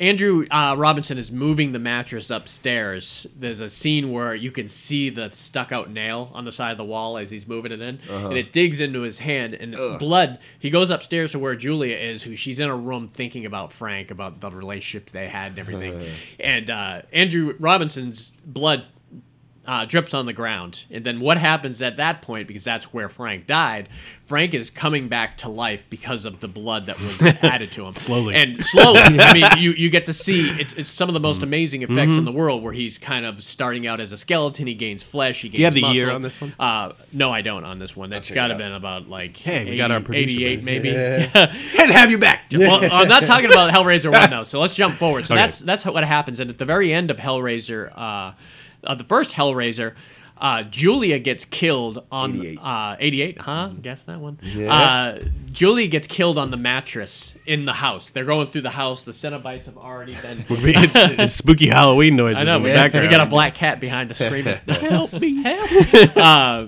[SPEAKER 2] Andrew uh, Robinson is moving the mattress upstairs, there's a scene where you can see the stuck out nail on the side of the wall as he's moving it in, and it digs into his hand, and blood. He goes upstairs to where Julia is, who she's in a room thinking about Frank, about the relationship they had and everything. and uh, Andrew Robinson's blood uh, drips on the ground. And then what happens at that point, because that's where Frank died, Frank is coming back to life because of the blood that was added to him.
[SPEAKER 4] Slowly.
[SPEAKER 2] And slowly. I mean, you, you get to see it's, it's some of the
[SPEAKER 4] Mm-hmm.
[SPEAKER 2] most amazing effects in the world where he's kind of starting out as a skeleton. He gains flesh. He gains
[SPEAKER 4] you have the
[SPEAKER 2] muscle.
[SPEAKER 4] year on this one?
[SPEAKER 2] Uh, no, I don't on this one. That's
[SPEAKER 3] check
[SPEAKER 2] got to
[SPEAKER 3] it out.
[SPEAKER 2] been about like
[SPEAKER 4] Hey, we got our producer
[SPEAKER 2] 88
[SPEAKER 4] back.
[SPEAKER 2] maybe.
[SPEAKER 4] And have you back.
[SPEAKER 2] well, I'm not talking about Hellraiser one though. So let's jump forward. So
[SPEAKER 4] Okay.
[SPEAKER 2] that's that's what happens. And at the very end of Hellraiser, uh, uh, the first Hellraiser, uh, Julia gets killed on
[SPEAKER 3] 88.
[SPEAKER 2] Uh, 88. Huh? Guess that one. Uh, Julia gets killed on the mattress in the house. They're going through the house. The Cenobites have already been.
[SPEAKER 4] spooky Halloween noises.
[SPEAKER 2] I know.
[SPEAKER 4] in
[SPEAKER 2] We
[SPEAKER 4] the
[SPEAKER 2] got, we
[SPEAKER 4] background.
[SPEAKER 2] got a black cat behind us screaming, "Help me! Help!" me." Uh,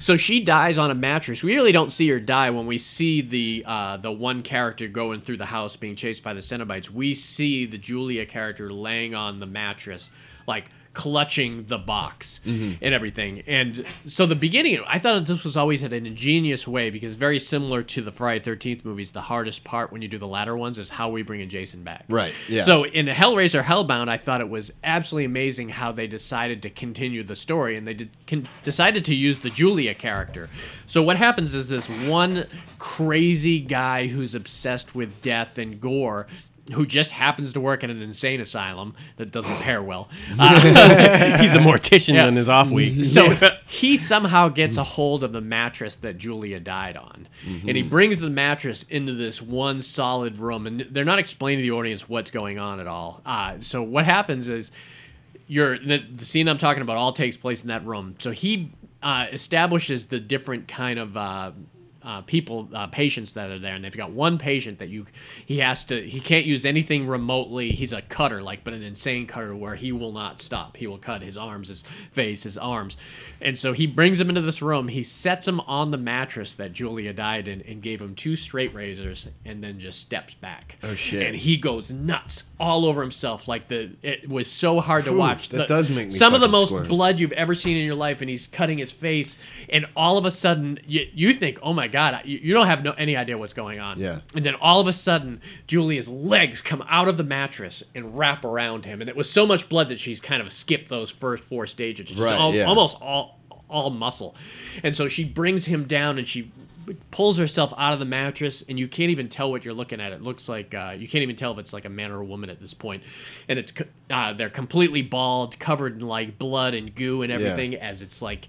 [SPEAKER 2] so she dies on a mattress. We really don't see her die when we see the uh, the one character going through the house being chased by the Cenobites. We see the Julia character laying on the mattress, like clutching the box
[SPEAKER 4] Mm-hmm.
[SPEAKER 2] and everything. And so the beginning, I thought this was always an ingenious way because very similar to the Friday Thirteenth movies. The hardest part when you do the latter ones is how we bring in Jason back.
[SPEAKER 3] Right, yeah.
[SPEAKER 2] So in Hellraiser Hellbound, I thought it was absolutely amazing how they decided to continue the story and they did, con- decided to use the Julia character. So what happens is this one crazy guy who's obsessed with death and gore. Who just happens to work in an insane asylum that doesn't pair well. Uh,
[SPEAKER 4] He's a mortician
[SPEAKER 2] Yeah.
[SPEAKER 4] on his off week.
[SPEAKER 2] so he somehow gets a hold of the mattress that Julia died on, and he brings the mattress into this one solid room, and they're not explaining to the audience what's going on at all. Uh, so what happens is, your the, the scene I'm talking about all takes place in that room. So he uh, establishes the different kind of uh, uh, people uh, patients that are there, and they've got one patient that you he has to he can't use anything remotely. He's a cutter, like but an insane cutter where he will not stop. He will cut his arms, his face, his arms, and so he brings him into this room. He sets him on the mattress that Julia died in, and gave him two straight razors, and then just steps back. Oh
[SPEAKER 3] shit.
[SPEAKER 2] And he goes nuts all over himself. Like the it was so hard to
[SPEAKER 3] Phew,
[SPEAKER 2] watch.
[SPEAKER 3] that
[SPEAKER 2] The-
[SPEAKER 3] does make me
[SPEAKER 2] some of the
[SPEAKER 3] fucking
[SPEAKER 2] most
[SPEAKER 3] squirm.
[SPEAKER 2] blood you've ever seen in your life, and he's cutting his face, and all of a sudden you, you think, "Oh my god!" You, you don't have no any idea what's going on.
[SPEAKER 3] Yeah.
[SPEAKER 2] And then all of a sudden, Julia's legs come out of the mattress and wrap around him, and it was so much blood that she's kind of skipped those first four stages. She's
[SPEAKER 3] Right,
[SPEAKER 2] al-
[SPEAKER 3] yeah.
[SPEAKER 2] Almost all all muscle, and so she brings him down and she pulls herself out of the mattress and you can't even tell what you're looking at it looks like uh, you can't even tell if it's like a man or a woman at this point and it's co- uh, they're completely bald covered in like blood and goo and everything as it's like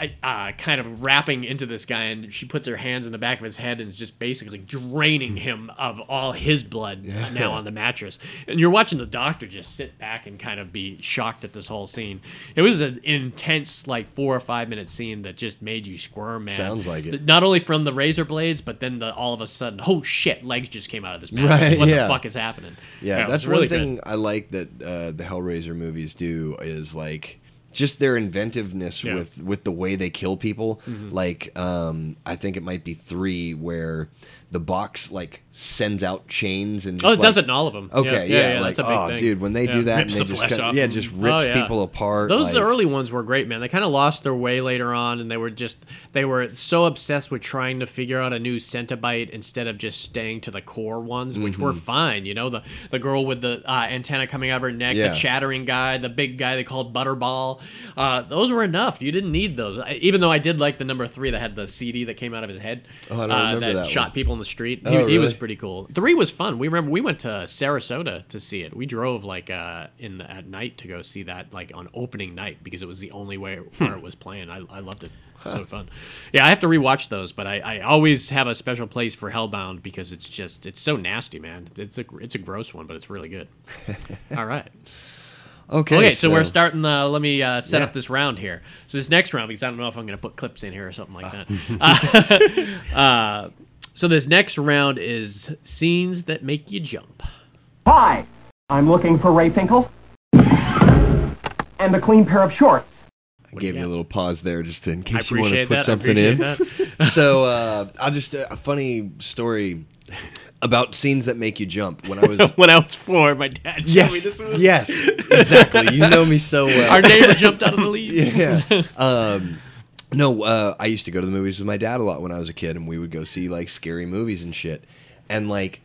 [SPEAKER 2] uh, uh, kind of wrapping into this guy and she puts her hands in the back of his head and is just basically draining him of all his blood uh, now on the mattress and you're watching the doctor just sit back and kind of be shocked at this whole scene it was an intense like four or five minute scene that just made you squirm man
[SPEAKER 3] Sounds like it.
[SPEAKER 2] The- not only from the razor blades, but then the, all of a sudden, oh shit, legs just came out of this mattress.
[SPEAKER 3] Right,
[SPEAKER 2] what
[SPEAKER 3] yeah.
[SPEAKER 2] the fuck is happening?
[SPEAKER 3] Yeah,
[SPEAKER 2] it
[SPEAKER 3] that's
[SPEAKER 2] was really
[SPEAKER 3] one thing I like that uh, the Hellraiser movies do is like just their inventiveness
[SPEAKER 2] Yeah. Mm-hmm.
[SPEAKER 3] with with the way they kill people. Like, um, I think it might be three where the box like sends out chains and
[SPEAKER 2] Good. Oh,
[SPEAKER 3] just,
[SPEAKER 2] it
[SPEAKER 3] like-
[SPEAKER 2] does it in all of them.
[SPEAKER 3] Okay, yeah, like
[SPEAKER 2] that's a big
[SPEAKER 3] oh,
[SPEAKER 2] thing.
[SPEAKER 3] dude, when they
[SPEAKER 2] Yeah.
[SPEAKER 3] do that,
[SPEAKER 4] Rips
[SPEAKER 3] and
[SPEAKER 4] the
[SPEAKER 3] they just
[SPEAKER 4] flesh
[SPEAKER 3] cut-
[SPEAKER 4] off
[SPEAKER 3] yeah,
[SPEAKER 4] and-
[SPEAKER 3] just rips
[SPEAKER 2] Oh, yeah.
[SPEAKER 3] people apart.
[SPEAKER 2] Those
[SPEAKER 3] like-
[SPEAKER 2] early ones were great, man. They kind of lost their way later on, and they were just they were so obsessed with trying to figure out a new centibite instead of just staying to the core ones, which
[SPEAKER 3] Mm-hmm.
[SPEAKER 2] were fine. You know, the the girl with the uh, antenna coming out of her neck,
[SPEAKER 3] Yeah.
[SPEAKER 2] the chattering guy, the big guy they called Butterball. Uh, those were enough. You didn't need those. I, even though I did like the number three that had the CD that came out of his head
[SPEAKER 3] Oh, I don't
[SPEAKER 2] uh,
[SPEAKER 3] remember that
[SPEAKER 2] shot
[SPEAKER 3] one.
[SPEAKER 2] people in the street. He,
[SPEAKER 3] Oh,
[SPEAKER 2] he was
[SPEAKER 3] really?
[SPEAKER 2] pretty cool. Three was fun. We remember we went to Sarasota to see it. We drove like uh, in the, at night to go see that like on opening night because it was the only way
[SPEAKER 3] Hmm.
[SPEAKER 2] where it was playing. I, I loved it. So fun. Yeah, I have to rewatch those, but I, I always have a special place for Hellbound because it's just it's so nasty, man. It's a it's a gross one, but it's really good. All right.
[SPEAKER 3] Okay,
[SPEAKER 2] Okay, so, we're starting. Uh, let me uh, set
[SPEAKER 3] Yeah.
[SPEAKER 2] up this round here. So this next round, because I don't know if I'm going to put clips in here or something like that. Uh, uh, so this next round is scenes that make you jump.
[SPEAKER 5] Hi, I'm looking for Ray Finkel and a clean pair of shorts.
[SPEAKER 3] I gave you a little pause there just in
[SPEAKER 2] I
[SPEAKER 3] case you want to
[SPEAKER 2] appreciate
[SPEAKER 3] put
[SPEAKER 2] that. I
[SPEAKER 3] something
[SPEAKER 2] appreciate
[SPEAKER 3] in.
[SPEAKER 2] that.
[SPEAKER 3] so uh, I'll just a funny story about scenes that make you jump. When I was
[SPEAKER 4] when I was four, my dad showed me
[SPEAKER 3] yes,
[SPEAKER 4] this one.
[SPEAKER 3] yes, exactly. You know me so well.
[SPEAKER 2] Our neighbor jumped out of the leaves.
[SPEAKER 3] yeah. Um, no, uh, I used to go to the movies with my dad a lot when I was a kid, and we would go see like scary movies and shit, and like.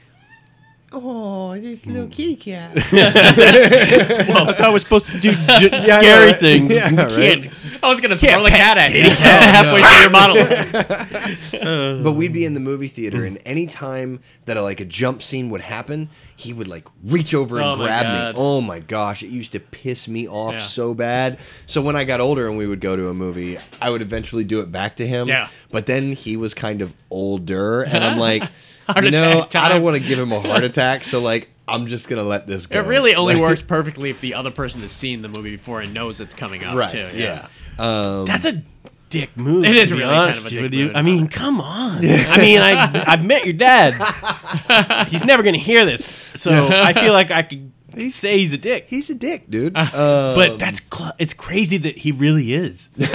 [SPEAKER 3] Oh, this little kitty cat.
[SPEAKER 4] Well, I thought we're supposed to do j-
[SPEAKER 3] Yeah, I know,
[SPEAKER 4] scary
[SPEAKER 3] right?
[SPEAKER 4] things.
[SPEAKER 3] Yeah,
[SPEAKER 4] we
[SPEAKER 3] right.
[SPEAKER 4] can't.
[SPEAKER 2] I was going to throw the cat at you
[SPEAKER 3] Oh,
[SPEAKER 2] halfway
[SPEAKER 3] no.
[SPEAKER 2] through your model.
[SPEAKER 3] But we'd be in the movie theater, and any time that like a jump scene would happen, he would like reach over and
[SPEAKER 2] Oh, my
[SPEAKER 3] grab
[SPEAKER 2] God.
[SPEAKER 3] me. Oh my gosh, it used to piss me off
[SPEAKER 2] Yeah.
[SPEAKER 3] so bad. So when I got older and we would go to a movie, I would eventually do it back to him.
[SPEAKER 2] Yeah.
[SPEAKER 3] But then he was kind of older, and I'm like,
[SPEAKER 2] Heart
[SPEAKER 3] you know,
[SPEAKER 2] attack
[SPEAKER 3] I
[SPEAKER 2] time.
[SPEAKER 3] don't want to give him a heart attack, so like, I'm just gonna let this go.
[SPEAKER 2] It really only
[SPEAKER 3] Like-
[SPEAKER 2] works perfectly if the other person has seen the movie before and knows it's coming up
[SPEAKER 3] right.
[SPEAKER 2] too.
[SPEAKER 3] yeah.
[SPEAKER 4] That's a dick move.
[SPEAKER 2] It is
[SPEAKER 4] to be
[SPEAKER 2] really kind
[SPEAKER 4] honest
[SPEAKER 2] of a dick
[SPEAKER 4] with you.
[SPEAKER 2] move.
[SPEAKER 4] I mean, come on. I mean, I I've met your dad. He's never gonna hear this, so I feel like I could say he's a dick.
[SPEAKER 3] He's a dick, dude. Uh,
[SPEAKER 2] Um,
[SPEAKER 4] But that's cl- it's crazy that he really is. like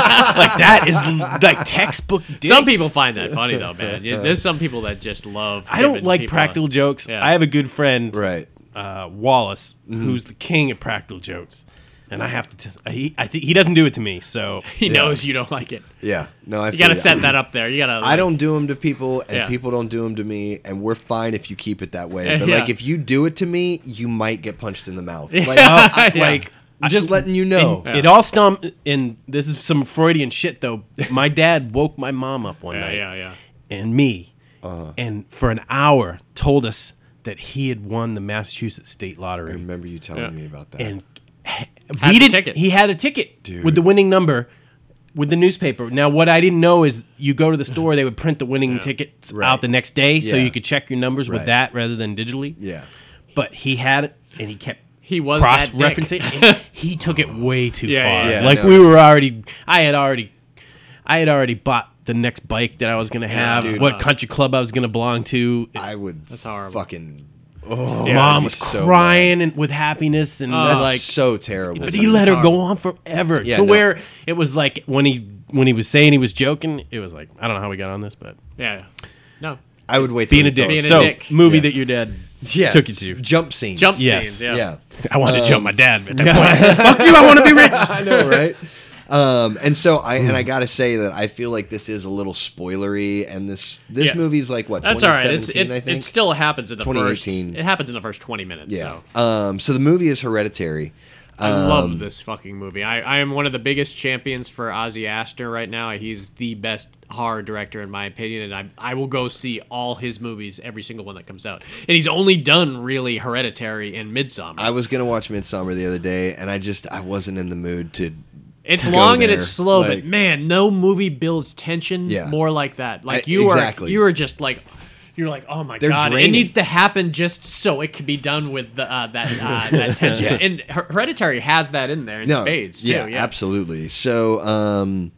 [SPEAKER 4] that is l- like textbook dick.
[SPEAKER 2] Some people find that funny though, man. Yeah, There's some people that just love.
[SPEAKER 4] I don't
[SPEAKER 2] giving
[SPEAKER 4] like
[SPEAKER 2] people
[SPEAKER 4] practical
[SPEAKER 2] a-
[SPEAKER 4] jokes.
[SPEAKER 2] Yeah.
[SPEAKER 4] I have a good friend,
[SPEAKER 3] Right. Mm-hmm.
[SPEAKER 4] uh, Wallace, who's the king of practical jokes, and I have to. T- he I th- he doesn't do it to me, so
[SPEAKER 2] He knows you don't like it.
[SPEAKER 3] Yeah. No, I
[SPEAKER 2] You gotta set that up there. You gotta.
[SPEAKER 3] I don't do them to people, and
[SPEAKER 2] Yeah.
[SPEAKER 3] people don't do them to me, and we're fine if you keep it that way.
[SPEAKER 2] Yeah,
[SPEAKER 3] But
[SPEAKER 2] yeah.
[SPEAKER 3] like, if you do it to me, you might get punched in the mouth. Like, I-
[SPEAKER 2] Yeah.
[SPEAKER 3] like just letting you know.
[SPEAKER 4] And It all stum and this is some Freudian shit though. My dad woke my mom up one
[SPEAKER 2] Yeah,
[SPEAKER 4] night,
[SPEAKER 2] yeah, yeah.
[SPEAKER 4] and me,
[SPEAKER 3] Uh-huh.
[SPEAKER 4] and for an hour told us that he had won the Massachusetts state lottery,
[SPEAKER 3] I remember you telling me about that.
[SPEAKER 4] and
[SPEAKER 2] Had
[SPEAKER 4] we
[SPEAKER 2] the
[SPEAKER 4] didn't.
[SPEAKER 2] ticket.
[SPEAKER 4] He had a ticket with
[SPEAKER 3] Dude.
[SPEAKER 4] the winning number. With the newspaper. Now, what I didn't know is you go to the store, they would print the winning tickets
[SPEAKER 3] Right.
[SPEAKER 4] out the next day, so
[SPEAKER 3] Yeah.
[SPEAKER 4] you could check your numbers with
[SPEAKER 3] Right.
[SPEAKER 4] that rather than digitally.
[SPEAKER 3] yeah,
[SPEAKER 4] But he had it, and he kept
[SPEAKER 2] He was that dick.
[SPEAKER 4] cross-referencing. and he took it way too
[SPEAKER 2] Yeah,
[SPEAKER 4] far.
[SPEAKER 2] yeah,
[SPEAKER 3] yeah.
[SPEAKER 4] like
[SPEAKER 3] Yeah.
[SPEAKER 4] we were already. I had already I had already bought the next bike that I was gonna have,
[SPEAKER 3] dude,
[SPEAKER 4] what
[SPEAKER 3] uh,
[SPEAKER 4] country club I was gonna belong to.
[SPEAKER 3] I would.
[SPEAKER 2] That's horrible.
[SPEAKER 3] Fucking. Oh,
[SPEAKER 4] Mom
[SPEAKER 3] that'd
[SPEAKER 4] was
[SPEAKER 3] be so bad.
[SPEAKER 4] crying and with happiness
[SPEAKER 2] Oh,
[SPEAKER 4] and
[SPEAKER 3] That's
[SPEAKER 4] like
[SPEAKER 3] so terrible.
[SPEAKER 4] But
[SPEAKER 3] to
[SPEAKER 4] he
[SPEAKER 3] me.
[SPEAKER 4] let her go on forever
[SPEAKER 3] Yeah,
[SPEAKER 4] to
[SPEAKER 3] no.
[SPEAKER 4] where it was like when he when he was saying he was joking, it was like I don't know how we got on this, but
[SPEAKER 2] Yeah. No.
[SPEAKER 3] I would wait. till
[SPEAKER 4] being a
[SPEAKER 3] he
[SPEAKER 4] dick.
[SPEAKER 3] fell
[SPEAKER 2] Being a
[SPEAKER 4] so
[SPEAKER 2] dick.
[SPEAKER 4] movie
[SPEAKER 3] Yeah.
[SPEAKER 4] that your dad
[SPEAKER 3] asleep. Yeah,
[SPEAKER 4] took you to.
[SPEAKER 3] jump scenes.
[SPEAKER 2] Jump
[SPEAKER 4] Yes.
[SPEAKER 2] scenes.
[SPEAKER 3] Yeah.
[SPEAKER 2] Yeah.
[SPEAKER 4] I wanted to jump my dad at that point. Fuck you! I want to be rich.
[SPEAKER 3] I know, right? Um, and so I and I
[SPEAKER 2] Hmm.
[SPEAKER 3] gotta say that I feel like this is a little spoilery, and this this
[SPEAKER 2] Yeah.
[SPEAKER 3] movie's like what
[SPEAKER 2] That's all right. It's,
[SPEAKER 3] 2017,
[SPEAKER 2] it's
[SPEAKER 3] I think
[SPEAKER 2] it still happens in the first.
[SPEAKER 3] 2018.
[SPEAKER 2] It happens in the first twenty minutes.
[SPEAKER 3] yeah.
[SPEAKER 2] So
[SPEAKER 3] Um, so the movie is Hereditary.
[SPEAKER 2] I love this fucking movie. I, I am one of the biggest champions for Ozzy Astor right now. He's the best horror director in my opinion, and I I will go see all his movies, every single one that comes out. And he's only done really Hereditary and Midsummer.
[SPEAKER 3] I was gonna watch Midsummer the other day, and I just I wasn't in the mood to.
[SPEAKER 2] It's
[SPEAKER 3] to go
[SPEAKER 2] long and
[SPEAKER 3] there.
[SPEAKER 2] it's slow,
[SPEAKER 3] Like-
[SPEAKER 2] but man, no movie builds tension
[SPEAKER 3] Yeah.
[SPEAKER 2] more like that. Like
[SPEAKER 3] I-
[SPEAKER 2] you
[SPEAKER 3] exactly.
[SPEAKER 2] are, you are just like, you're like, oh my
[SPEAKER 3] They're
[SPEAKER 2] god,
[SPEAKER 3] draining.
[SPEAKER 2] it needs to happen just so it can be done with the, uh, that uh, that tension. And Her- Hereditary has that in there in spades too. Yeah,
[SPEAKER 3] absolutely. So, um,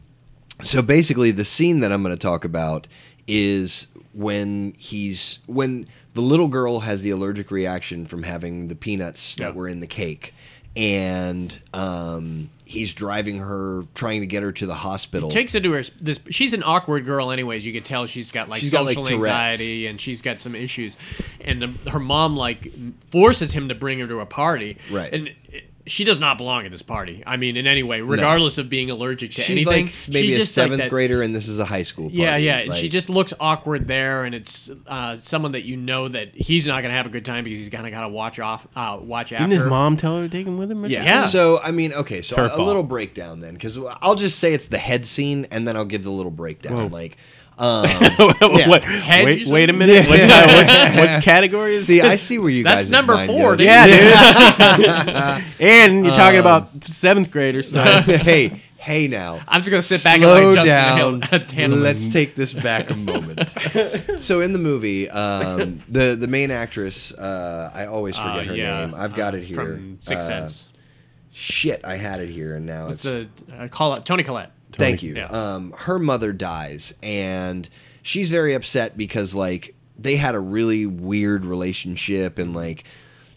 [SPEAKER 3] so basically, the scene that I'm going to talk about is when he's when the little girl has the allergic reaction from having the peanuts that
[SPEAKER 2] Yeah.
[SPEAKER 3] were in the cake, and um, he's driving her, trying to get her to the hospital.
[SPEAKER 2] Takes it to her. This she's an awkward girl, anyways. You could tell she's got like
[SPEAKER 3] She's got, like,
[SPEAKER 2] social
[SPEAKER 3] Tourette's.
[SPEAKER 2] anxiety and she's got some issues. And the, her mom like forces him to bring her to a party.
[SPEAKER 3] Right.
[SPEAKER 2] And it- she does not belong at this party. I mean, in any way, regardless of being allergic to
[SPEAKER 3] she's
[SPEAKER 2] anything.
[SPEAKER 3] like maybe
[SPEAKER 2] she's
[SPEAKER 3] a
[SPEAKER 2] just like
[SPEAKER 3] seventh
[SPEAKER 2] that-
[SPEAKER 3] grader, and this is a high school. Party.
[SPEAKER 2] Yeah, yeah. and
[SPEAKER 3] Like,
[SPEAKER 2] she just looks awkward there, and it's uh, someone that you know that he's not gonna have a good time because he's kind of gotta watch off, uh, watch after.
[SPEAKER 4] Didn't his mom tell her to take him with him? or
[SPEAKER 3] Yeah.
[SPEAKER 2] Yeah.
[SPEAKER 3] So I mean, okay. So
[SPEAKER 4] Her
[SPEAKER 3] a, a
[SPEAKER 4] fault.
[SPEAKER 3] little breakdown then, because I'll just say it's the head scene, and then I'll give the little breakdown. Like, um,
[SPEAKER 4] something?
[SPEAKER 3] Yeah.
[SPEAKER 4] what?
[SPEAKER 2] Head,
[SPEAKER 4] wait,
[SPEAKER 2] you
[SPEAKER 4] wait a
[SPEAKER 2] said?
[SPEAKER 4] minute. What, what- what category is
[SPEAKER 3] see,
[SPEAKER 4] this?
[SPEAKER 3] I see where you
[SPEAKER 2] That's
[SPEAKER 3] guys.
[SPEAKER 2] number
[SPEAKER 3] mind
[SPEAKER 2] four.
[SPEAKER 3] goes.
[SPEAKER 2] dude.
[SPEAKER 4] Yeah, dude. and you're
[SPEAKER 3] Um,
[SPEAKER 4] talking about seventh graders. So.
[SPEAKER 2] Uh-huh.
[SPEAKER 3] hey, hey, now.
[SPEAKER 2] I'm just gonna sit back
[SPEAKER 3] Slow
[SPEAKER 2] and let
[SPEAKER 3] down.
[SPEAKER 2] Justin Hill handle this.
[SPEAKER 3] Let's take this back a moment. so in the movie, um, the the main actress, uh, I always
[SPEAKER 2] Uh,
[SPEAKER 3] forget her
[SPEAKER 2] yeah,
[SPEAKER 3] name. I've got
[SPEAKER 2] uh,
[SPEAKER 3] it here.
[SPEAKER 2] from Sixth
[SPEAKER 3] Uh,
[SPEAKER 2] Sense.
[SPEAKER 3] Shit, I had it here, and now
[SPEAKER 2] What's
[SPEAKER 3] it's
[SPEAKER 2] the uh, call out? Tony Collette.
[SPEAKER 3] Thank you.
[SPEAKER 2] Yeah.
[SPEAKER 3] Um, her mother dies, and she's very upset because like they had a really weird relationship, and like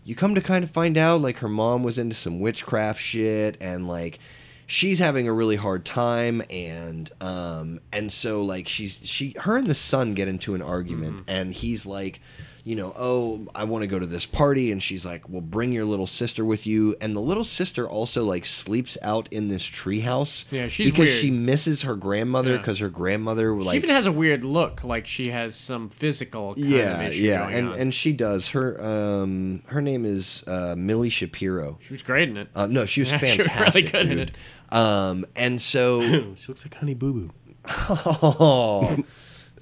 [SPEAKER 3] you come to kind of find out like her mom was into some witchcraft shit, and like she's having a really hard time, and um, and so like she's she her and the son get into an argument,
[SPEAKER 2] Mm-hmm.
[SPEAKER 3] and he's like. You know, oh, I want to go to this party, and she's like, "Well, bring your little sister with you." And the little sister also like sleeps out in this treehouse
[SPEAKER 2] Yeah, she's
[SPEAKER 3] because
[SPEAKER 2] weird.
[SPEAKER 3] she misses her grandmother
[SPEAKER 2] Yeah.
[SPEAKER 3] because her grandmother
[SPEAKER 2] she
[SPEAKER 3] like
[SPEAKER 2] even has a weird look, like she has some physical kind
[SPEAKER 3] yeah
[SPEAKER 2] of issue
[SPEAKER 3] yeah
[SPEAKER 2] going
[SPEAKER 3] and
[SPEAKER 2] on.
[SPEAKER 3] and she does her um her name is uh, Millie Shapiro.
[SPEAKER 2] she was great in it.
[SPEAKER 3] Uh, no, she was
[SPEAKER 2] Yeah, she was really
[SPEAKER 3] fantastic,
[SPEAKER 2] good in
[SPEAKER 3] dude. Um, and so
[SPEAKER 4] she looks like Honey Boo Boo.
[SPEAKER 3] oh,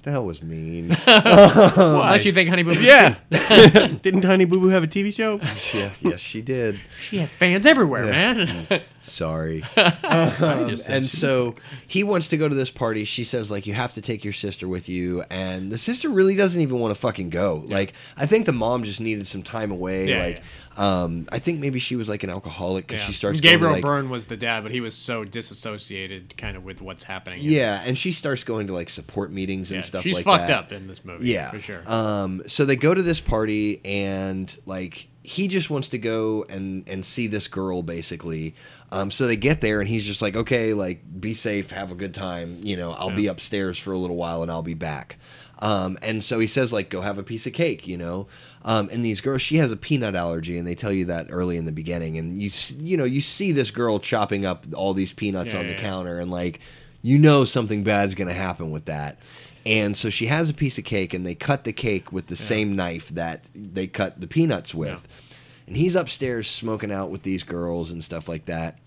[SPEAKER 3] that was mean.
[SPEAKER 2] Unless you think Honey Boo Boo.
[SPEAKER 4] Yeah. Didn't Honey Boo Boo have a TV show?
[SPEAKER 3] yes, yes, she did.
[SPEAKER 2] she has fans everywhere,
[SPEAKER 3] Mm-hmm.
[SPEAKER 2] man.
[SPEAKER 3] Sorry. Um,
[SPEAKER 4] Just said
[SPEAKER 3] and
[SPEAKER 4] she-
[SPEAKER 3] so he wants to go to this party. She says like you have to take your sister with you, and the sister really doesn't even want to fucking go. Like I think the mom just needed some time away.
[SPEAKER 2] Yeah,
[SPEAKER 3] like um, I think maybe she was like an alcoholic because
[SPEAKER 2] Yeah.
[SPEAKER 3] she starts going to,
[SPEAKER 2] Gabriel
[SPEAKER 3] like-
[SPEAKER 2] Byrne was the dad, but he was so disassociated, kind of with what's happening.
[SPEAKER 3] Yeah, and she starts going to like support meetings and
[SPEAKER 2] Yeah,
[SPEAKER 3] stuff.
[SPEAKER 2] she's
[SPEAKER 3] like
[SPEAKER 2] fucked
[SPEAKER 3] that.
[SPEAKER 2] up in this movie.
[SPEAKER 3] Yeah,
[SPEAKER 2] for sure.
[SPEAKER 3] Um, so they go to this party, and like he just wants to go and and see this girl, basically. Um, so they get there, and he's just like, "Okay, like be safe, have a good time. You know, I'll be upstairs for a little while, and I'll be back." Um, and so he says, like, go have a piece of cake, you know. Um, and these girls, she has a peanut allergy, and they tell you that early in the beginning. And you, s- you know, you see this girl chopping up all these peanuts
[SPEAKER 2] Yeah,
[SPEAKER 3] on the
[SPEAKER 2] yeah, yeah.
[SPEAKER 3] counter counter and like you know something bad's going to happen with that and so she has a piece of cake and they cut the cake with the same knife that they cut the peanuts with and he's upstairs smoking out with these girls and stuff like that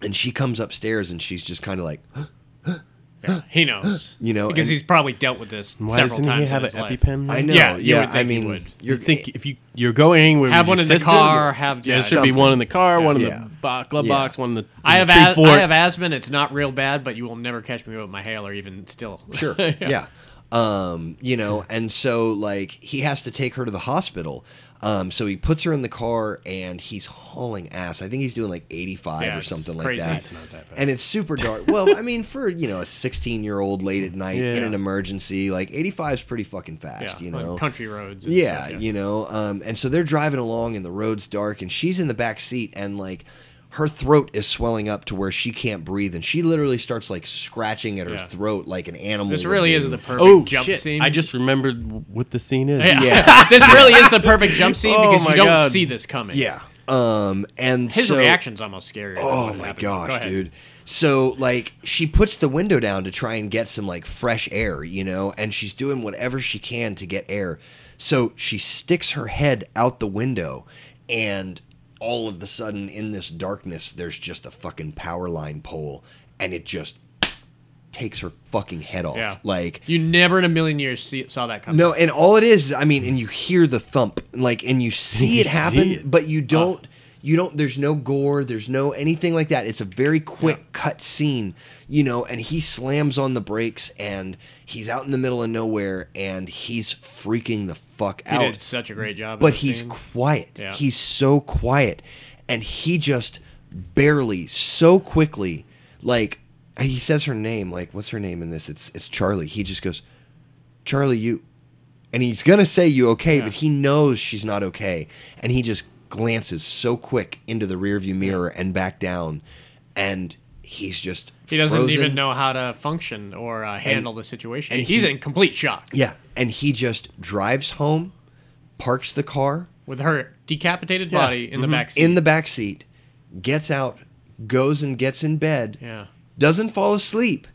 [SPEAKER 3] and she comes upstairs and she's just kind of like
[SPEAKER 2] Yeah, he knows,
[SPEAKER 3] You know,
[SPEAKER 2] because
[SPEAKER 3] and-
[SPEAKER 2] he's probably dealt with this
[SPEAKER 4] Why
[SPEAKER 2] several
[SPEAKER 4] doesn't he
[SPEAKER 2] times
[SPEAKER 4] have
[SPEAKER 2] in
[SPEAKER 4] an
[SPEAKER 2] his life.
[SPEAKER 4] EpiPen?
[SPEAKER 3] i know
[SPEAKER 2] Yeah, you
[SPEAKER 3] yeah,
[SPEAKER 2] would
[SPEAKER 3] I
[SPEAKER 2] think he
[SPEAKER 3] mean
[SPEAKER 2] would.
[SPEAKER 3] you're
[SPEAKER 4] You think if you you're going anywhere,
[SPEAKER 2] Have one
[SPEAKER 4] with your
[SPEAKER 2] in the
[SPEAKER 4] sister,
[SPEAKER 2] car. Have
[SPEAKER 4] There
[SPEAKER 2] just
[SPEAKER 4] should be one in the car, one in
[SPEAKER 3] Yeah.
[SPEAKER 4] the bo- glove
[SPEAKER 3] Yeah.
[SPEAKER 4] box, one in the. in
[SPEAKER 2] I
[SPEAKER 4] the
[SPEAKER 2] have
[SPEAKER 4] tree
[SPEAKER 2] as-
[SPEAKER 4] fort.
[SPEAKER 2] I have asthma. and It's not real bad, but you will never catch me with my hail or even still.
[SPEAKER 3] sure yeah, um, you know, and so like he has to take her to the hospital. Um, so he puts her in the car and he's hauling ass. I think he's doing like 85
[SPEAKER 2] Yeah,
[SPEAKER 3] or
[SPEAKER 2] it's
[SPEAKER 3] something
[SPEAKER 2] crazy.
[SPEAKER 3] like that.
[SPEAKER 2] It's
[SPEAKER 4] not that bad.
[SPEAKER 3] And it's super dark. well, I mean, for you know a 16 year old late at night in
[SPEAKER 4] Yeah.
[SPEAKER 3] an emergency, like 85 is pretty fucking fast. you
[SPEAKER 2] on
[SPEAKER 3] know,
[SPEAKER 2] country roads. and
[SPEAKER 3] yeah,
[SPEAKER 2] stuff,
[SPEAKER 3] you know um, and so they're driving along and the road's dark and she's in the back seat and like her throat is swelling up to where she can't breathe and she literally starts like scratching at her
[SPEAKER 2] Yeah.
[SPEAKER 3] throat like an animal
[SPEAKER 2] This
[SPEAKER 3] would
[SPEAKER 2] really
[SPEAKER 3] do.
[SPEAKER 2] is the perfect
[SPEAKER 4] Oh,
[SPEAKER 2] jump
[SPEAKER 4] shit.
[SPEAKER 2] scene.
[SPEAKER 4] I just remembered w- what the scene is.
[SPEAKER 2] yeah.
[SPEAKER 3] Yeah.
[SPEAKER 2] this really is the perfect jump scene
[SPEAKER 4] Oh
[SPEAKER 2] because
[SPEAKER 4] my
[SPEAKER 2] you don't
[SPEAKER 4] God.
[SPEAKER 2] see this coming.
[SPEAKER 3] yeah um and
[SPEAKER 2] his
[SPEAKER 3] so,
[SPEAKER 2] reaction's almost scarier. than
[SPEAKER 3] oh
[SPEAKER 2] what
[SPEAKER 3] my
[SPEAKER 2] happened. Go
[SPEAKER 3] gosh
[SPEAKER 2] ahead.
[SPEAKER 3] dude so like she puts the window down to try and get some like fresh air you know and she's doing whatever she can to get air so she sticks her head out the window and all of the sudden in this darkness there's just a fucking power line pole and it just takes her fucking head off
[SPEAKER 2] Yeah.
[SPEAKER 3] like
[SPEAKER 2] You never in a million years see, saw that coming.
[SPEAKER 3] no, and all it is, I mean, and you hear the thump, like, and you see
[SPEAKER 4] You
[SPEAKER 3] it
[SPEAKER 4] see
[SPEAKER 3] happen,
[SPEAKER 4] it.
[SPEAKER 3] but you don't, you don't. There's no gore, there's no anything like that. It's a very quick cut scene, you know. And he slams on the brakes, and he's out in the middle of nowhere, and he's freaking the fuck
[SPEAKER 2] he
[SPEAKER 3] out
[SPEAKER 2] did such a great job. in
[SPEAKER 3] but
[SPEAKER 2] this
[SPEAKER 3] he's
[SPEAKER 2] scene.
[SPEAKER 3] quiet.
[SPEAKER 2] Yeah.
[SPEAKER 3] He's so quiet, and he just barely, so quickly, like he says her name. Like, what's her name in this? It's it's Charlie. He just goes, Charlie, you, and he's gonna say you okay, but he knows she's not okay, and he just glances so quick into the rearview mirror and back down, and he's just
[SPEAKER 2] he doesn't
[SPEAKER 3] frozen.
[SPEAKER 2] even know how to function or uh, handle the situation.
[SPEAKER 3] and
[SPEAKER 2] he's
[SPEAKER 3] he-
[SPEAKER 2] in complete shock
[SPEAKER 3] Yeah, and he just drives home, parks the car.
[SPEAKER 2] with her decapitated body in the back seat.
[SPEAKER 3] Mm-hmm. in the back seat, gets out, goes and gets in bed,
[SPEAKER 2] yeah.
[SPEAKER 3] doesn't fall asleep,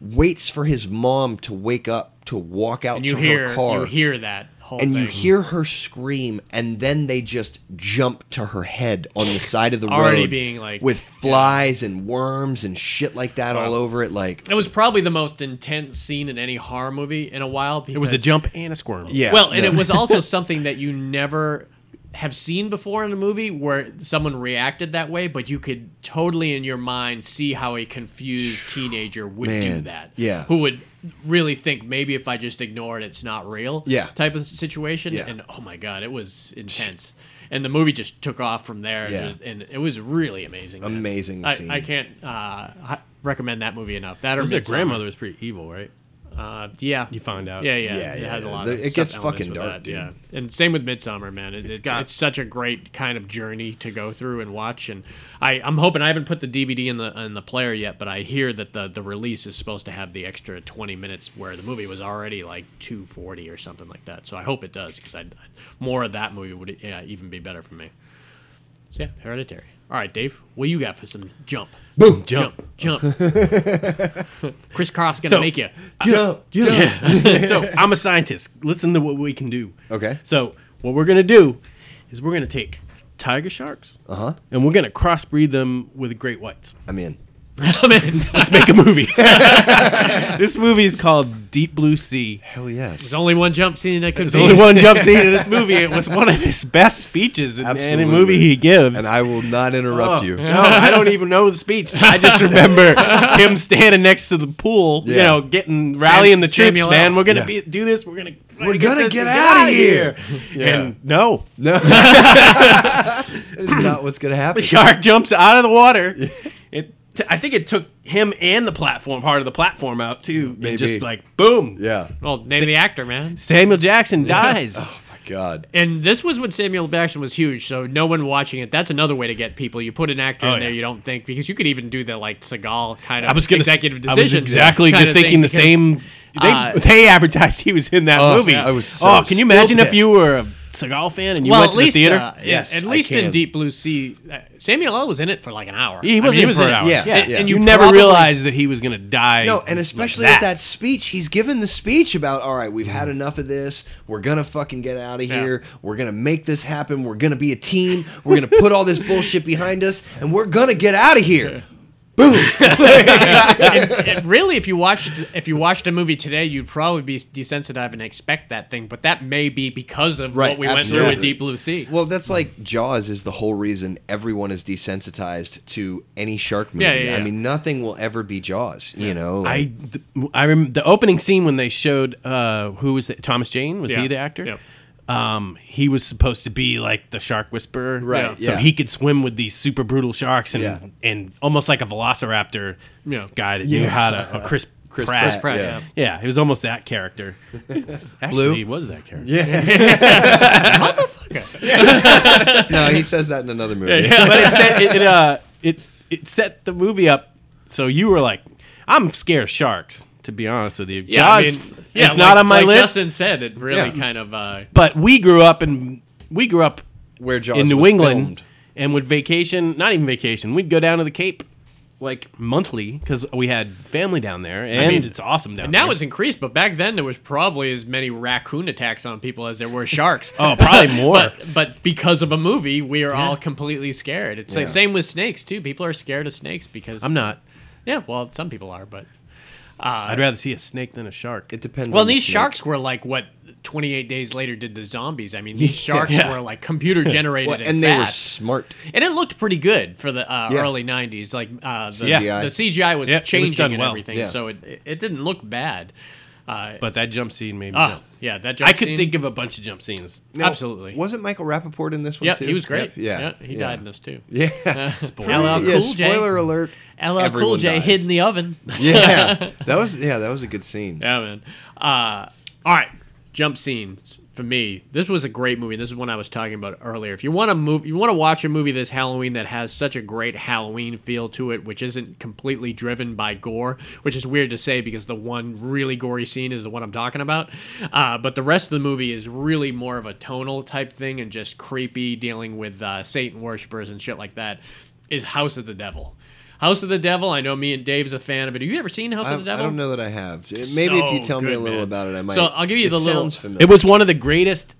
[SPEAKER 3] waits for his mom to wake up to walk out
[SPEAKER 2] And you
[SPEAKER 3] to
[SPEAKER 2] hear
[SPEAKER 3] her car.
[SPEAKER 2] you hear that whole
[SPEAKER 3] and
[SPEAKER 2] thing.
[SPEAKER 3] you hear her scream, and then they just jump to her head on the side of the
[SPEAKER 2] Already
[SPEAKER 3] road,
[SPEAKER 2] being, like-
[SPEAKER 3] with flies and worms and shit like that all over it. Like,
[SPEAKER 2] it was probably the most intense scene in any horror movie in a while.
[SPEAKER 4] It was a
[SPEAKER 2] because-
[SPEAKER 4] jump and a squirm.
[SPEAKER 3] yeah,
[SPEAKER 2] Well, and
[SPEAKER 3] no.
[SPEAKER 2] it was also something that you never have seen before in a movie where someone reacted that way, but you could totally in your mind see how a confused teenager would do
[SPEAKER 3] Man,
[SPEAKER 2] that.
[SPEAKER 3] yeah.
[SPEAKER 2] Who would really think maybe if I just ignore it, it's not real.
[SPEAKER 3] Yeah.
[SPEAKER 2] Type of situation.
[SPEAKER 3] Yeah.
[SPEAKER 2] And oh my God, it was intense. And the movie just took off from there.
[SPEAKER 3] Yeah.
[SPEAKER 2] And it was really amazing.
[SPEAKER 3] Amazing
[SPEAKER 2] I,
[SPEAKER 3] scene.
[SPEAKER 2] I can't uh, hi- recommend that movie enough. That or
[SPEAKER 4] His
[SPEAKER 2] Midsommar.
[SPEAKER 4] grandmother was pretty evil, right?
[SPEAKER 2] Uh, yeah,
[SPEAKER 4] You found out.
[SPEAKER 2] Yeah, yeah,
[SPEAKER 3] Yeah,
[SPEAKER 2] It
[SPEAKER 3] yeah,
[SPEAKER 2] has a
[SPEAKER 3] yeah.
[SPEAKER 2] lot.
[SPEAKER 3] There-
[SPEAKER 2] of
[SPEAKER 3] it
[SPEAKER 2] sub-
[SPEAKER 3] gets
[SPEAKER 2] elements
[SPEAKER 3] fucking
[SPEAKER 2] with
[SPEAKER 3] dark,
[SPEAKER 2] that,
[SPEAKER 3] dude.
[SPEAKER 2] Yeah, and same with Midsummer, man. It, it's
[SPEAKER 4] got-
[SPEAKER 2] it's such a great kind of journey to go through and watch. And I I'm hoping I haven't put the DVD in the in the player yet, but I hear that the the release is supposed to have the extra 20 minutes where the movie was already like 240 or something like that. So I hope it does because I more of that movie would yeah, even be better for me. So yeah, Hereditary. All right, Dave, what you got for some jump?
[SPEAKER 3] boom,
[SPEAKER 2] Jump, jump. Chris Cross gonna
[SPEAKER 4] So-
[SPEAKER 2] make you.
[SPEAKER 3] jump, jump.
[SPEAKER 4] Yeah. so I'm a scientist. Listen to what we can do.
[SPEAKER 3] Okay.
[SPEAKER 4] So what we're gonna do is we're gonna take tiger sharks
[SPEAKER 3] Uh-huh.
[SPEAKER 4] and we're gonna crossbreed them with great whites.
[SPEAKER 3] I'm in.
[SPEAKER 2] I'm in.
[SPEAKER 4] Let's make a movie. this movie is called Deep Blue Sea.
[SPEAKER 3] Hell yes.
[SPEAKER 2] There's only one jump scene that could
[SPEAKER 4] There's
[SPEAKER 2] be.
[SPEAKER 4] only one jump scene in this movie. It was one of his best speeches in any
[SPEAKER 3] Absolutely.
[SPEAKER 4] movie he gives.
[SPEAKER 3] And I will not interrupt
[SPEAKER 2] Oh.
[SPEAKER 3] you.
[SPEAKER 4] No, I don't even know the speech. I just remember him standing next to the pool, you
[SPEAKER 3] Yeah.
[SPEAKER 4] know, getting rallying the troops,
[SPEAKER 2] Samuel
[SPEAKER 4] man.
[SPEAKER 2] L.
[SPEAKER 4] We're gonna
[SPEAKER 3] Yeah.
[SPEAKER 4] be, do this. We're gonna
[SPEAKER 3] We're
[SPEAKER 4] get
[SPEAKER 3] gonna
[SPEAKER 4] this
[SPEAKER 3] get
[SPEAKER 4] and
[SPEAKER 3] outta
[SPEAKER 4] outta
[SPEAKER 3] here.
[SPEAKER 4] And no,
[SPEAKER 3] No. It's not what's going to happen.
[SPEAKER 4] the shark jumps out of the water. It, t- I think it took him and the platform, part of the platform, out too. Maybe.
[SPEAKER 3] Maybe.
[SPEAKER 4] just like boom,
[SPEAKER 3] Yeah. Oh,
[SPEAKER 2] Well, name the actor, man.
[SPEAKER 4] Samuel Jackson dies.
[SPEAKER 3] My God.
[SPEAKER 2] And this was when Samuel Jackson was huge, so no one watching it. That's another way to get people. You put an actor
[SPEAKER 4] Oh,
[SPEAKER 2] in there
[SPEAKER 4] yeah.
[SPEAKER 2] you don't think because you could even do the like Seagal kind of
[SPEAKER 4] I was gonna s-
[SPEAKER 2] executive
[SPEAKER 4] I was
[SPEAKER 2] decision.
[SPEAKER 4] exactly
[SPEAKER 2] kind of thing
[SPEAKER 4] thinking the
[SPEAKER 2] because-
[SPEAKER 4] same. They,
[SPEAKER 2] uh,
[SPEAKER 4] they advertised he was in that
[SPEAKER 3] Oh,
[SPEAKER 4] movie.
[SPEAKER 3] yeah, I was so
[SPEAKER 4] oh, can you
[SPEAKER 3] still
[SPEAKER 4] imagine if
[SPEAKER 3] pissed.
[SPEAKER 4] you were a Seagal fan and you
[SPEAKER 2] well,
[SPEAKER 4] went
[SPEAKER 2] at
[SPEAKER 4] to the
[SPEAKER 2] least
[SPEAKER 4] theater?
[SPEAKER 2] uh,
[SPEAKER 3] Yes,
[SPEAKER 2] at
[SPEAKER 3] I
[SPEAKER 2] least in
[SPEAKER 3] can.
[SPEAKER 2] Deep Blue Sea, uh, Samuel L. was in it for like an hour.
[SPEAKER 4] Yeah, he
[SPEAKER 2] I mean,
[SPEAKER 4] was in it for
[SPEAKER 2] in
[SPEAKER 4] an hour.
[SPEAKER 2] it-
[SPEAKER 4] Yeah,
[SPEAKER 3] yeah.
[SPEAKER 2] And, and
[SPEAKER 4] you,
[SPEAKER 2] you
[SPEAKER 4] never
[SPEAKER 2] probably-
[SPEAKER 4] realized that he was going to die.
[SPEAKER 3] No, and especially
[SPEAKER 4] like
[SPEAKER 3] at that speech, he's given the speech about, all right, we've had enough of this. We're going to fucking get out of here. We're going to make this happen. We're going to be a team. We're going to put all this bullshit behind us, and we're going to get out of here. Boom.
[SPEAKER 2] it, it really, if you watched if you watched a movie today, you'd probably be desensitized and expect that thing. But that may be because of
[SPEAKER 3] Right,
[SPEAKER 2] what we went through
[SPEAKER 3] absolutely.
[SPEAKER 2] with Deep Blue Sea.
[SPEAKER 3] Well, that's like Jaws is the whole reason everyone is desensitized to any shark movie.
[SPEAKER 2] Yeah, yeah,
[SPEAKER 3] I
[SPEAKER 2] yeah.
[SPEAKER 3] mean, nothing will ever be Jaws. You know,
[SPEAKER 4] I,
[SPEAKER 3] like-
[SPEAKER 4] th- I rem- the opening scene when they showed uh, who was it? Thomas Jane was
[SPEAKER 2] Yeah.
[SPEAKER 4] he the actor?
[SPEAKER 2] Yep.
[SPEAKER 4] Um, he was supposed to be like the shark whisperer,
[SPEAKER 3] Right,
[SPEAKER 4] So
[SPEAKER 3] yeah.
[SPEAKER 4] he could swim with these super brutal sharks and
[SPEAKER 3] Yeah.
[SPEAKER 4] and almost like a velociraptor
[SPEAKER 2] Yeah.
[SPEAKER 4] guy that knew how to a Chris Chris Pratt.
[SPEAKER 2] Chris Pratt, yeah.
[SPEAKER 4] Yeah, he was almost that character. Actually,
[SPEAKER 3] Blue?
[SPEAKER 4] he was that character.
[SPEAKER 3] no, he says that in another movie.
[SPEAKER 4] but it set it, it, uh, it it set the movie up. So you were like, I'm scared of sharks. To be honest with you,
[SPEAKER 2] Yeah, I
[SPEAKER 4] Jaws
[SPEAKER 2] mean, yeah,
[SPEAKER 4] it's not
[SPEAKER 2] like-
[SPEAKER 4] on my
[SPEAKER 2] like
[SPEAKER 4] list.
[SPEAKER 2] Justin said it really
[SPEAKER 3] Yeah.
[SPEAKER 2] kind of. Uh,
[SPEAKER 4] but we grew up in we grew up
[SPEAKER 3] Where Jaws
[SPEAKER 4] in New
[SPEAKER 3] was
[SPEAKER 4] England
[SPEAKER 3] filmed.
[SPEAKER 4] and would vacation, not even vacation. We'd go down to the Cape like monthly because we had family down there, and
[SPEAKER 2] mean,
[SPEAKER 4] it's awesome down
[SPEAKER 2] and
[SPEAKER 4] there.
[SPEAKER 2] now it's increased, but back then there was probably as many raccoon attacks on people as there were sharks.
[SPEAKER 4] oh, probably more.
[SPEAKER 2] But, but because of a movie, we are all completely scared. It's like same with snakes too. People are scared of snakes because
[SPEAKER 4] I'm not.
[SPEAKER 2] Yeah, well, some people are, but Uh,
[SPEAKER 4] I'd rather see a snake than a shark.
[SPEAKER 3] It depends.
[SPEAKER 2] well,
[SPEAKER 3] on the
[SPEAKER 2] these
[SPEAKER 3] snake.
[SPEAKER 2] sharks were like what 28 days later did the zombies. I mean, these sharks were like computer generated
[SPEAKER 3] Well,
[SPEAKER 2] and,
[SPEAKER 3] and they were
[SPEAKER 2] fast.
[SPEAKER 3] smart.
[SPEAKER 2] and it looked pretty good for the uh,
[SPEAKER 3] Yeah.
[SPEAKER 2] early 90s. Like uh, the,
[SPEAKER 4] Yeah.
[SPEAKER 2] the CGI was
[SPEAKER 4] Yeah, it was
[SPEAKER 2] changing
[SPEAKER 4] done
[SPEAKER 2] and
[SPEAKER 4] well.
[SPEAKER 2] everything,
[SPEAKER 3] Yeah.
[SPEAKER 2] so it it didn't look bad. Uh,
[SPEAKER 4] but that jump scene made me.
[SPEAKER 2] ah,
[SPEAKER 4] jump.
[SPEAKER 2] yeah, that jump
[SPEAKER 4] I could
[SPEAKER 2] scene-
[SPEAKER 4] think of a bunch of jump scenes.
[SPEAKER 3] Now,
[SPEAKER 2] Absolutely.
[SPEAKER 3] Wasn't Michael Rappaport in this one
[SPEAKER 2] Yeah,
[SPEAKER 3] too?
[SPEAKER 2] he was great.
[SPEAKER 3] Yeah,
[SPEAKER 2] he
[SPEAKER 3] yeah.
[SPEAKER 2] died in Uh, this too.
[SPEAKER 3] Yeah.
[SPEAKER 2] LL
[SPEAKER 3] yeah,
[SPEAKER 2] Cool J.
[SPEAKER 3] spoiler alert.
[SPEAKER 2] LL Cool
[SPEAKER 3] everyone
[SPEAKER 2] J
[SPEAKER 3] dies.
[SPEAKER 2] hid in the oven.
[SPEAKER 3] Yeah, that was yeah, that was a good scene.
[SPEAKER 2] Yeah, man. Uh, all right, jump scenes for me. This was a great movie. This is one I was talking about earlier. If you want to move, you want to watch a movie this Halloween that has such a great Halloween feel to it, which isn't completely driven by gore, which is weird to say because the one really gory scene is the one I'm talking about. Uh, but the rest of the movie is really more of a tonal type thing and just creepy, dealing with uh, Satan worshippers and shit like that. Is House of the Devil. House of the Devil. I know me and Dave's a fan of it. Have you ever seen House
[SPEAKER 3] I,
[SPEAKER 2] of the Devil?
[SPEAKER 3] I don't know that I have. Maybe if you
[SPEAKER 2] So
[SPEAKER 3] tell me a
[SPEAKER 2] good,
[SPEAKER 3] little
[SPEAKER 2] man.
[SPEAKER 3] about it, I might.
[SPEAKER 2] So I'll give you
[SPEAKER 3] it
[SPEAKER 2] the little-
[SPEAKER 3] Sounds familiar.
[SPEAKER 4] It was one of the greatest.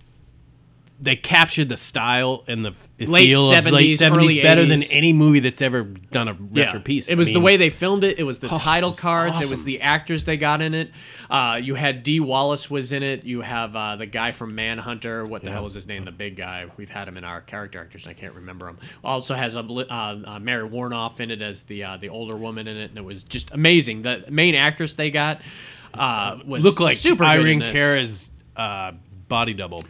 [SPEAKER 4] They captured the style and the f-
[SPEAKER 2] Late
[SPEAKER 4] feel of
[SPEAKER 2] 70s,
[SPEAKER 4] late
[SPEAKER 2] early
[SPEAKER 4] seventies better than
[SPEAKER 2] 80s.
[SPEAKER 4] any movie that's ever done a retro piece.
[SPEAKER 2] It was
[SPEAKER 4] I
[SPEAKER 2] the
[SPEAKER 4] mean, Oh,
[SPEAKER 2] way they filmed it. It was the title cards. It was
[SPEAKER 4] awesome.
[SPEAKER 2] the actors they got in it. Uh, you had D. Wallace was in it. You have uh, the guy from Manhunter. What the hell was his name? The big guy. We've had him in our character actors. And I can't remember him. Also has a, li- uh, uh, Mary Warnoff in it as the uh, the older woman in it, and it was just amazing. The main actress they got uh, was
[SPEAKER 4] look like
[SPEAKER 2] super good in
[SPEAKER 4] Irene
[SPEAKER 2] this.
[SPEAKER 4] Cara's uh, body double.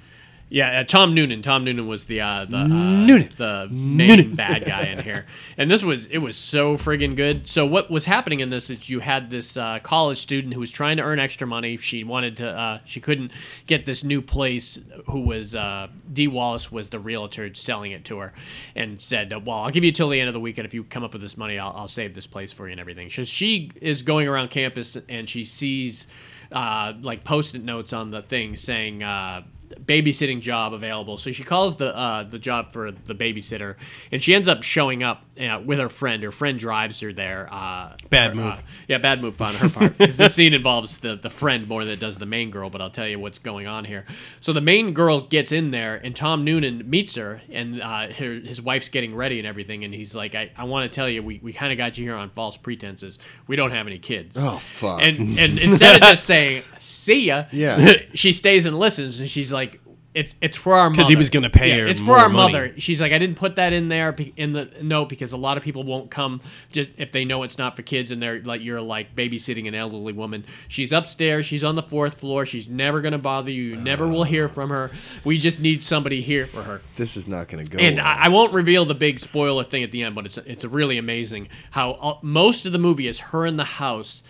[SPEAKER 2] Yeah, uh, Tom Noonan. Tom Noonan was the uh, the uh, Noonan. the main bad guy in here, and this was it was so friggin' good. So what was happening in this is you had this uh, college student who was trying to earn extra money. She wanted to, uh, she couldn't get this new place. Who was uh, D Wallace was the realtor selling it to her, and said, uh, "Well, I'll give you till the end of the weekend if you come up with this money. I'll, I'll save this place for you and everything." So she is going around campus and she sees uh, like post-it notes on the thing saying. Uh, babysitting job available. So she calls the uh, the job for the babysitter, and she ends up showing up uh, with her friend. Her friend drives her there. Uh,
[SPEAKER 4] Bad
[SPEAKER 2] her,
[SPEAKER 4] move.
[SPEAKER 2] uh, yeah, bad move on her part. 'Cause this scene involves the the friend more than it does the main girl. But I'll tell you what's going on here. So the main girl gets in there, and Tom Noonan meets her, and uh, her, his wife's getting ready and everything, and he's like, "I, I want to tell you, we, we kind of got you here on false pretenses. We don't have any kids."
[SPEAKER 3] Oh, fuck.
[SPEAKER 2] And and instead of just saying "see ya,"
[SPEAKER 3] Yeah.
[SPEAKER 2] she stays and listens, and she's like, "It's it's for our mother."
[SPEAKER 4] 'Cause he was gonna pay her
[SPEAKER 2] It's for
[SPEAKER 4] more
[SPEAKER 2] our
[SPEAKER 4] money.
[SPEAKER 2] mother. She's like, "I didn't put that in there be- in the note because a lot of people won't come just if they know it's not for kids and they're like you're like babysitting an elderly woman." She's upstairs. She's on the fourth floor. She's never gonna bother you. You never will hear from her. We just need somebody here for her.
[SPEAKER 3] this is not going to go.
[SPEAKER 2] And
[SPEAKER 3] well.
[SPEAKER 2] I, I won't reveal the big spoiler thing at the end, but it's it's really amazing how all, most of the movie is her in the house,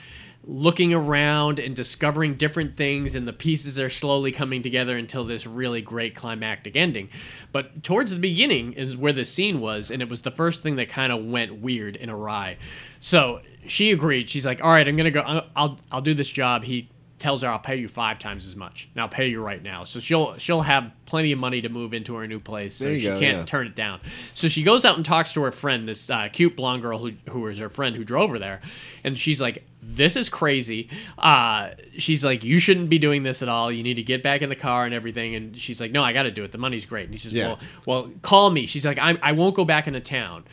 [SPEAKER 2] looking around and discovering different things, and the pieces are slowly coming together until this really great climactic ending. But towards the beginning is where the scene was, and it was the first thing that kind of went weird and awry. So she agreed. She's like, "All right, I'm gonna go. I'll I'll, I'll do this job." He tells her I'll pay you five times as much, and I'll pay you right now. So she'll she'll have plenty of money to move into her new place, so
[SPEAKER 3] There you
[SPEAKER 2] she
[SPEAKER 3] go,
[SPEAKER 2] can't
[SPEAKER 3] yeah.
[SPEAKER 2] turn it down. So she goes out and talks to her friend, this uh, cute blonde girl who who is her friend who drove her there, and she's like, this is crazy. Uh, she's like, you shouldn't be doing this at all. You need to get back in the car and everything. And she's like, no, I got to do it. The money's great. And he says,
[SPEAKER 3] Yeah.
[SPEAKER 2] well, well, call me. She's like, I'm, I won't go back into town.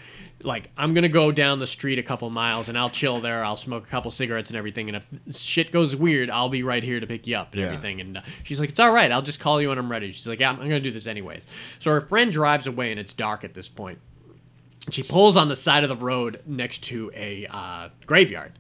[SPEAKER 2] Like, I'm going to go down the street a couple miles and I'll chill there. I'll smoke a couple cigarettes and everything. And if shit goes weird, I'll be right here to pick you up and
[SPEAKER 3] Yeah.
[SPEAKER 2] everything. And uh, she's like, it's all right. I'll just call you when I'm ready. She's like, yeah, I'm, I'm going to do this anyways. So her friend drives away and it's dark at this point. She pulls on the side of the road next to a uh, graveyard,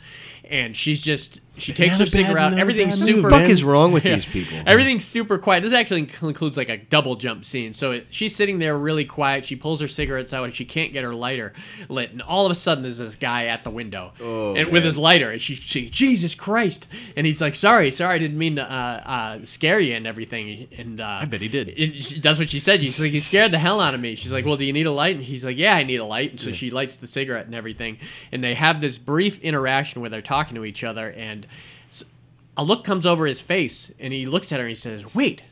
[SPEAKER 2] and she's just she takes her
[SPEAKER 4] Another bad-
[SPEAKER 2] cigarette out.
[SPEAKER 4] another
[SPEAKER 2] Everything's
[SPEAKER 4] bad
[SPEAKER 2] super.
[SPEAKER 4] movie,
[SPEAKER 3] What the fuck is wrong with these people?
[SPEAKER 2] Everything's super quiet. This actually inc- includes like a double jump scene. So it, she's sitting there really quiet. She pulls her cigarettes out and she can't get her lighter lit. And all of a sudden, there's this guy at the window and with his lighter. And she, she, Jesus Christ! And he's like, "Sorry, sorry, I didn't mean to uh, uh, scare you and everything." And uh, I
[SPEAKER 4] bet he did.
[SPEAKER 2] And she, that's what she said. She's like, "He scared the hell out of me." She's like, "Well, do you need a light?" And he's like, "Yeah, I need a light." And so she lights the cigarette and everything. And they have this brief interaction where they're talking to each other and. s- a look comes over his face and he looks at her and he says, Wait,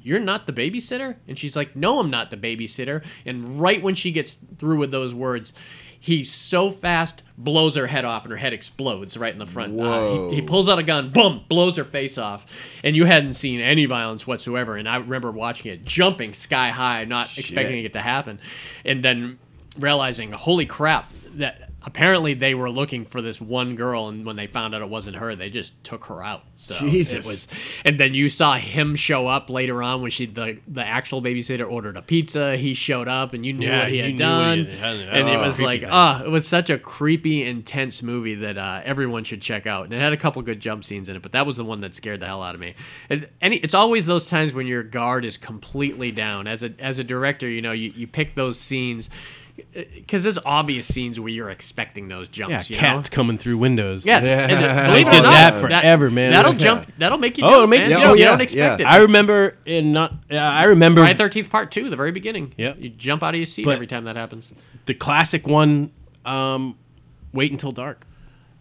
[SPEAKER 2] you're not the babysitter? And she's like, No, I'm not the babysitter. And right when she gets through with those words, he so fast blows her head off and her head explodes right in the front. Uh,
[SPEAKER 3] Whoa.
[SPEAKER 2] he, he pulls out a gun, boom, blows her face off. And you hadn't seen any violence whatsoever. And I remember watching it jumping sky high, not expecting it to happen. And then realizing, holy crap, that apparently they were looking for this one girl. And when they found out it wasn't her, they just took her out. So Oh, it
[SPEAKER 3] Jesus.
[SPEAKER 2] was and then you saw him show up later on when she the the actual babysitter ordered a pizza. He showed up, and you knew
[SPEAKER 4] Yeah,
[SPEAKER 2] what he
[SPEAKER 4] you
[SPEAKER 2] had
[SPEAKER 4] knew what
[SPEAKER 2] done.
[SPEAKER 4] he had done.
[SPEAKER 2] and it
[SPEAKER 4] Oh.
[SPEAKER 2] was
[SPEAKER 4] Creepy
[SPEAKER 2] like,
[SPEAKER 4] thing.
[SPEAKER 2] ah, it was such a creepy, intense movie that uh, everyone should check out. And it had a couple good jump scenes in it, but that was the one that scared the hell out of me. And any, it's always those times when your guard is completely down. As a as a director, you know, you, you pick those scenes. Because there's obvious scenes where you're expecting those
[SPEAKER 4] Yeah,
[SPEAKER 2] jumps. you know?
[SPEAKER 4] cats coming through windows.
[SPEAKER 2] Yeah,
[SPEAKER 3] Yeah.
[SPEAKER 2] and,
[SPEAKER 3] I
[SPEAKER 2] uh, believe it
[SPEAKER 3] did
[SPEAKER 2] or not,
[SPEAKER 4] that forever, man.
[SPEAKER 2] That'll
[SPEAKER 4] Yeah.
[SPEAKER 2] jump. That'll make you.
[SPEAKER 4] Oh,
[SPEAKER 2] Jump,
[SPEAKER 4] it'll make
[SPEAKER 2] man.
[SPEAKER 4] you
[SPEAKER 2] You
[SPEAKER 4] jump.
[SPEAKER 2] don't
[SPEAKER 3] Yeah,
[SPEAKER 2] expect
[SPEAKER 3] yeah.
[SPEAKER 2] it.
[SPEAKER 4] I remember in not. Uh, I remember
[SPEAKER 2] Friday Thirteenth Part Two, the very beginning.
[SPEAKER 4] Yep.
[SPEAKER 2] you jump out of your seat
[SPEAKER 4] But-
[SPEAKER 2] every time that happens.
[SPEAKER 4] the classic one. Um, Wait until dark.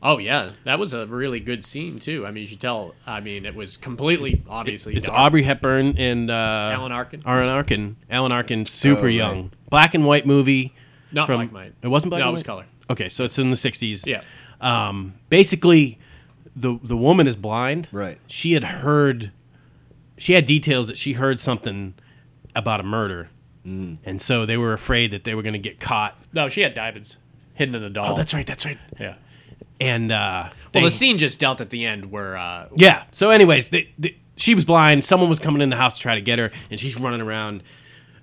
[SPEAKER 2] Oh yeah, that was a really good scene too. I mean, you should tell. I mean, it was completely obviously.
[SPEAKER 4] It's
[SPEAKER 2] dark.
[SPEAKER 4] Aubrey Hepburn and uh, Alan
[SPEAKER 2] Arkin.
[SPEAKER 4] Alan Arkin. Alan Arkin, super young, black and white movie.
[SPEAKER 2] Not black and white.
[SPEAKER 4] It wasn't black.
[SPEAKER 2] No,
[SPEAKER 4] and
[SPEAKER 2] it was
[SPEAKER 4] white?
[SPEAKER 2] color.
[SPEAKER 4] Okay, so it's in the '60s.
[SPEAKER 2] Yeah.
[SPEAKER 4] Um, basically, the the woman is blind.
[SPEAKER 3] Right.
[SPEAKER 4] She had heard. She had details that she heard something about a murder, and so they were afraid that they were going to get caught.
[SPEAKER 2] No, she had diamonds hidden in a doll.
[SPEAKER 4] Oh, that's right. That's right.
[SPEAKER 2] Yeah.
[SPEAKER 4] And uh,
[SPEAKER 2] Well,
[SPEAKER 4] they-
[SPEAKER 2] the scene just dealt at the end where. Uh,
[SPEAKER 4] yeah. So, anyways, they, they, she was blind. Someone was coming in the house to try to get her, and she's running around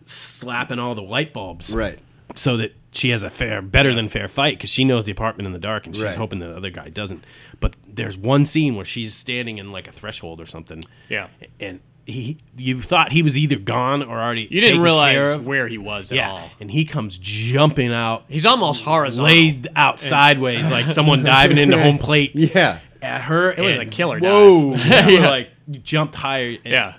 [SPEAKER 4] slapping all the light bulbs,
[SPEAKER 3] Right.
[SPEAKER 4] So that she has a fair, better than fair fight because she knows the apartment in the dark, and she's
[SPEAKER 3] Right.
[SPEAKER 4] hoping the other guy doesn't. But there's one scene where she's standing in like a threshold or something.
[SPEAKER 2] Yeah.
[SPEAKER 4] and he, you thought he was either gone or already.
[SPEAKER 2] You didn't
[SPEAKER 4] taken care
[SPEAKER 2] realize
[SPEAKER 4] of.
[SPEAKER 2] where he was at
[SPEAKER 4] yeah,
[SPEAKER 2] all.
[SPEAKER 4] and he comes jumping out.
[SPEAKER 2] He's almost horizontal.
[SPEAKER 4] Laid out sideways like someone diving into home plate
[SPEAKER 3] Yeah.
[SPEAKER 4] at her. It
[SPEAKER 2] was a killer
[SPEAKER 4] Whoa!
[SPEAKER 2] dive.
[SPEAKER 4] you were
[SPEAKER 2] Yeah.
[SPEAKER 4] like you jumped higher. and-
[SPEAKER 2] Yeah.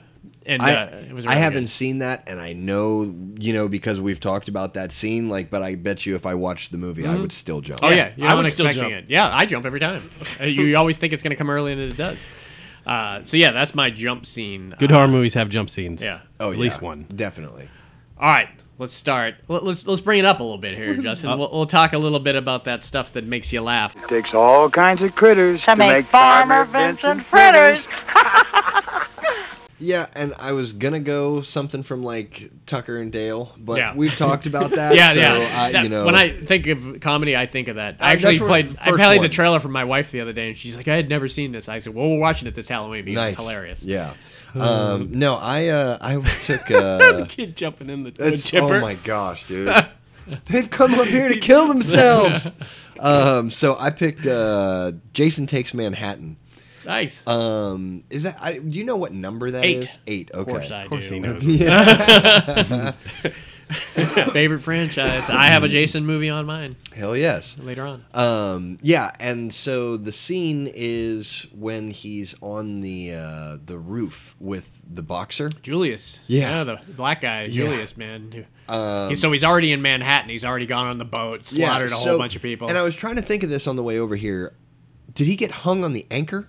[SPEAKER 2] And
[SPEAKER 3] I,
[SPEAKER 2] uh, it was.
[SPEAKER 3] I
[SPEAKER 2] really
[SPEAKER 3] haven't
[SPEAKER 2] good.
[SPEAKER 3] seen that, and I know you know because we've talked about that scene. Like, but I bet you if I watched the movie, I would still jump.
[SPEAKER 2] Oh yeah, you're
[SPEAKER 4] I
[SPEAKER 2] not
[SPEAKER 4] would still
[SPEAKER 2] expecting
[SPEAKER 4] jump.
[SPEAKER 2] it. Yeah, I jump every time. Uh, you always think it's going to come early, and it does. Uh, so yeah, that's my jump scene.
[SPEAKER 4] Good
[SPEAKER 2] Uh,
[SPEAKER 4] horror movies have jump scenes.
[SPEAKER 2] Yeah.
[SPEAKER 3] Oh,
[SPEAKER 4] At
[SPEAKER 3] yeah.
[SPEAKER 4] least one.
[SPEAKER 3] definitely.
[SPEAKER 2] all right, let's start. Let, us let's bring it up a little bit here, Justin. We'll, we'll talk a little bit about that stuff that makes you laugh.
[SPEAKER 6] takes all kinds of critters to,
[SPEAKER 7] make Farmer Vincent fritters.
[SPEAKER 3] Yeah, and I was gonna go something from like Tucker and Dale, but
[SPEAKER 2] Yeah.
[SPEAKER 3] we've talked about that.
[SPEAKER 2] yeah,
[SPEAKER 3] so
[SPEAKER 2] yeah.
[SPEAKER 3] I,
[SPEAKER 2] That-
[SPEAKER 3] you know,
[SPEAKER 2] when I think of comedy, I think of that.
[SPEAKER 3] Uh,
[SPEAKER 2] I actually
[SPEAKER 3] that's where-
[SPEAKER 2] played. I
[SPEAKER 3] first
[SPEAKER 2] played the
[SPEAKER 3] one.
[SPEAKER 2] trailer for my wife the other day, and she's like, "I had never seen this." I said, "Well, we're watching it this Halloween because it's hilarious."
[SPEAKER 3] Yeah. Um, no, I uh, I took. Uh,
[SPEAKER 4] Kid jumping in the wood
[SPEAKER 3] it's,
[SPEAKER 4] chipper.
[SPEAKER 3] oh my gosh, dude! They've come up here to kill themselves. um, so I picked uh, Jason Takes Manhattan.
[SPEAKER 2] Nice.
[SPEAKER 3] Um, is that? I, do you know what number that
[SPEAKER 2] Eight.
[SPEAKER 3] is? Eight. Okay.
[SPEAKER 2] of course, I
[SPEAKER 4] Of course he
[SPEAKER 2] do.
[SPEAKER 4] knows.
[SPEAKER 2] Favorite franchise. I have a Jason movie on mine
[SPEAKER 3] Hell yes.
[SPEAKER 2] later on.
[SPEAKER 3] Um, yeah, and so the scene is when he's on the uh, the roof with the boxer.
[SPEAKER 2] Julius.
[SPEAKER 3] Yeah.
[SPEAKER 2] the black guy,
[SPEAKER 3] Yeah. Um,
[SPEAKER 2] Julius, man. Who- he's- so he's already in Manhattan. He's already gone on the boat, slaughtered
[SPEAKER 3] yeah,
[SPEAKER 2] a
[SPEAKER 3] so-
[SPEAKER 2] whole bunch of people.
[SPEAKER 3] And I was trying to think of this on the way over here. Did he get hung on the anchor?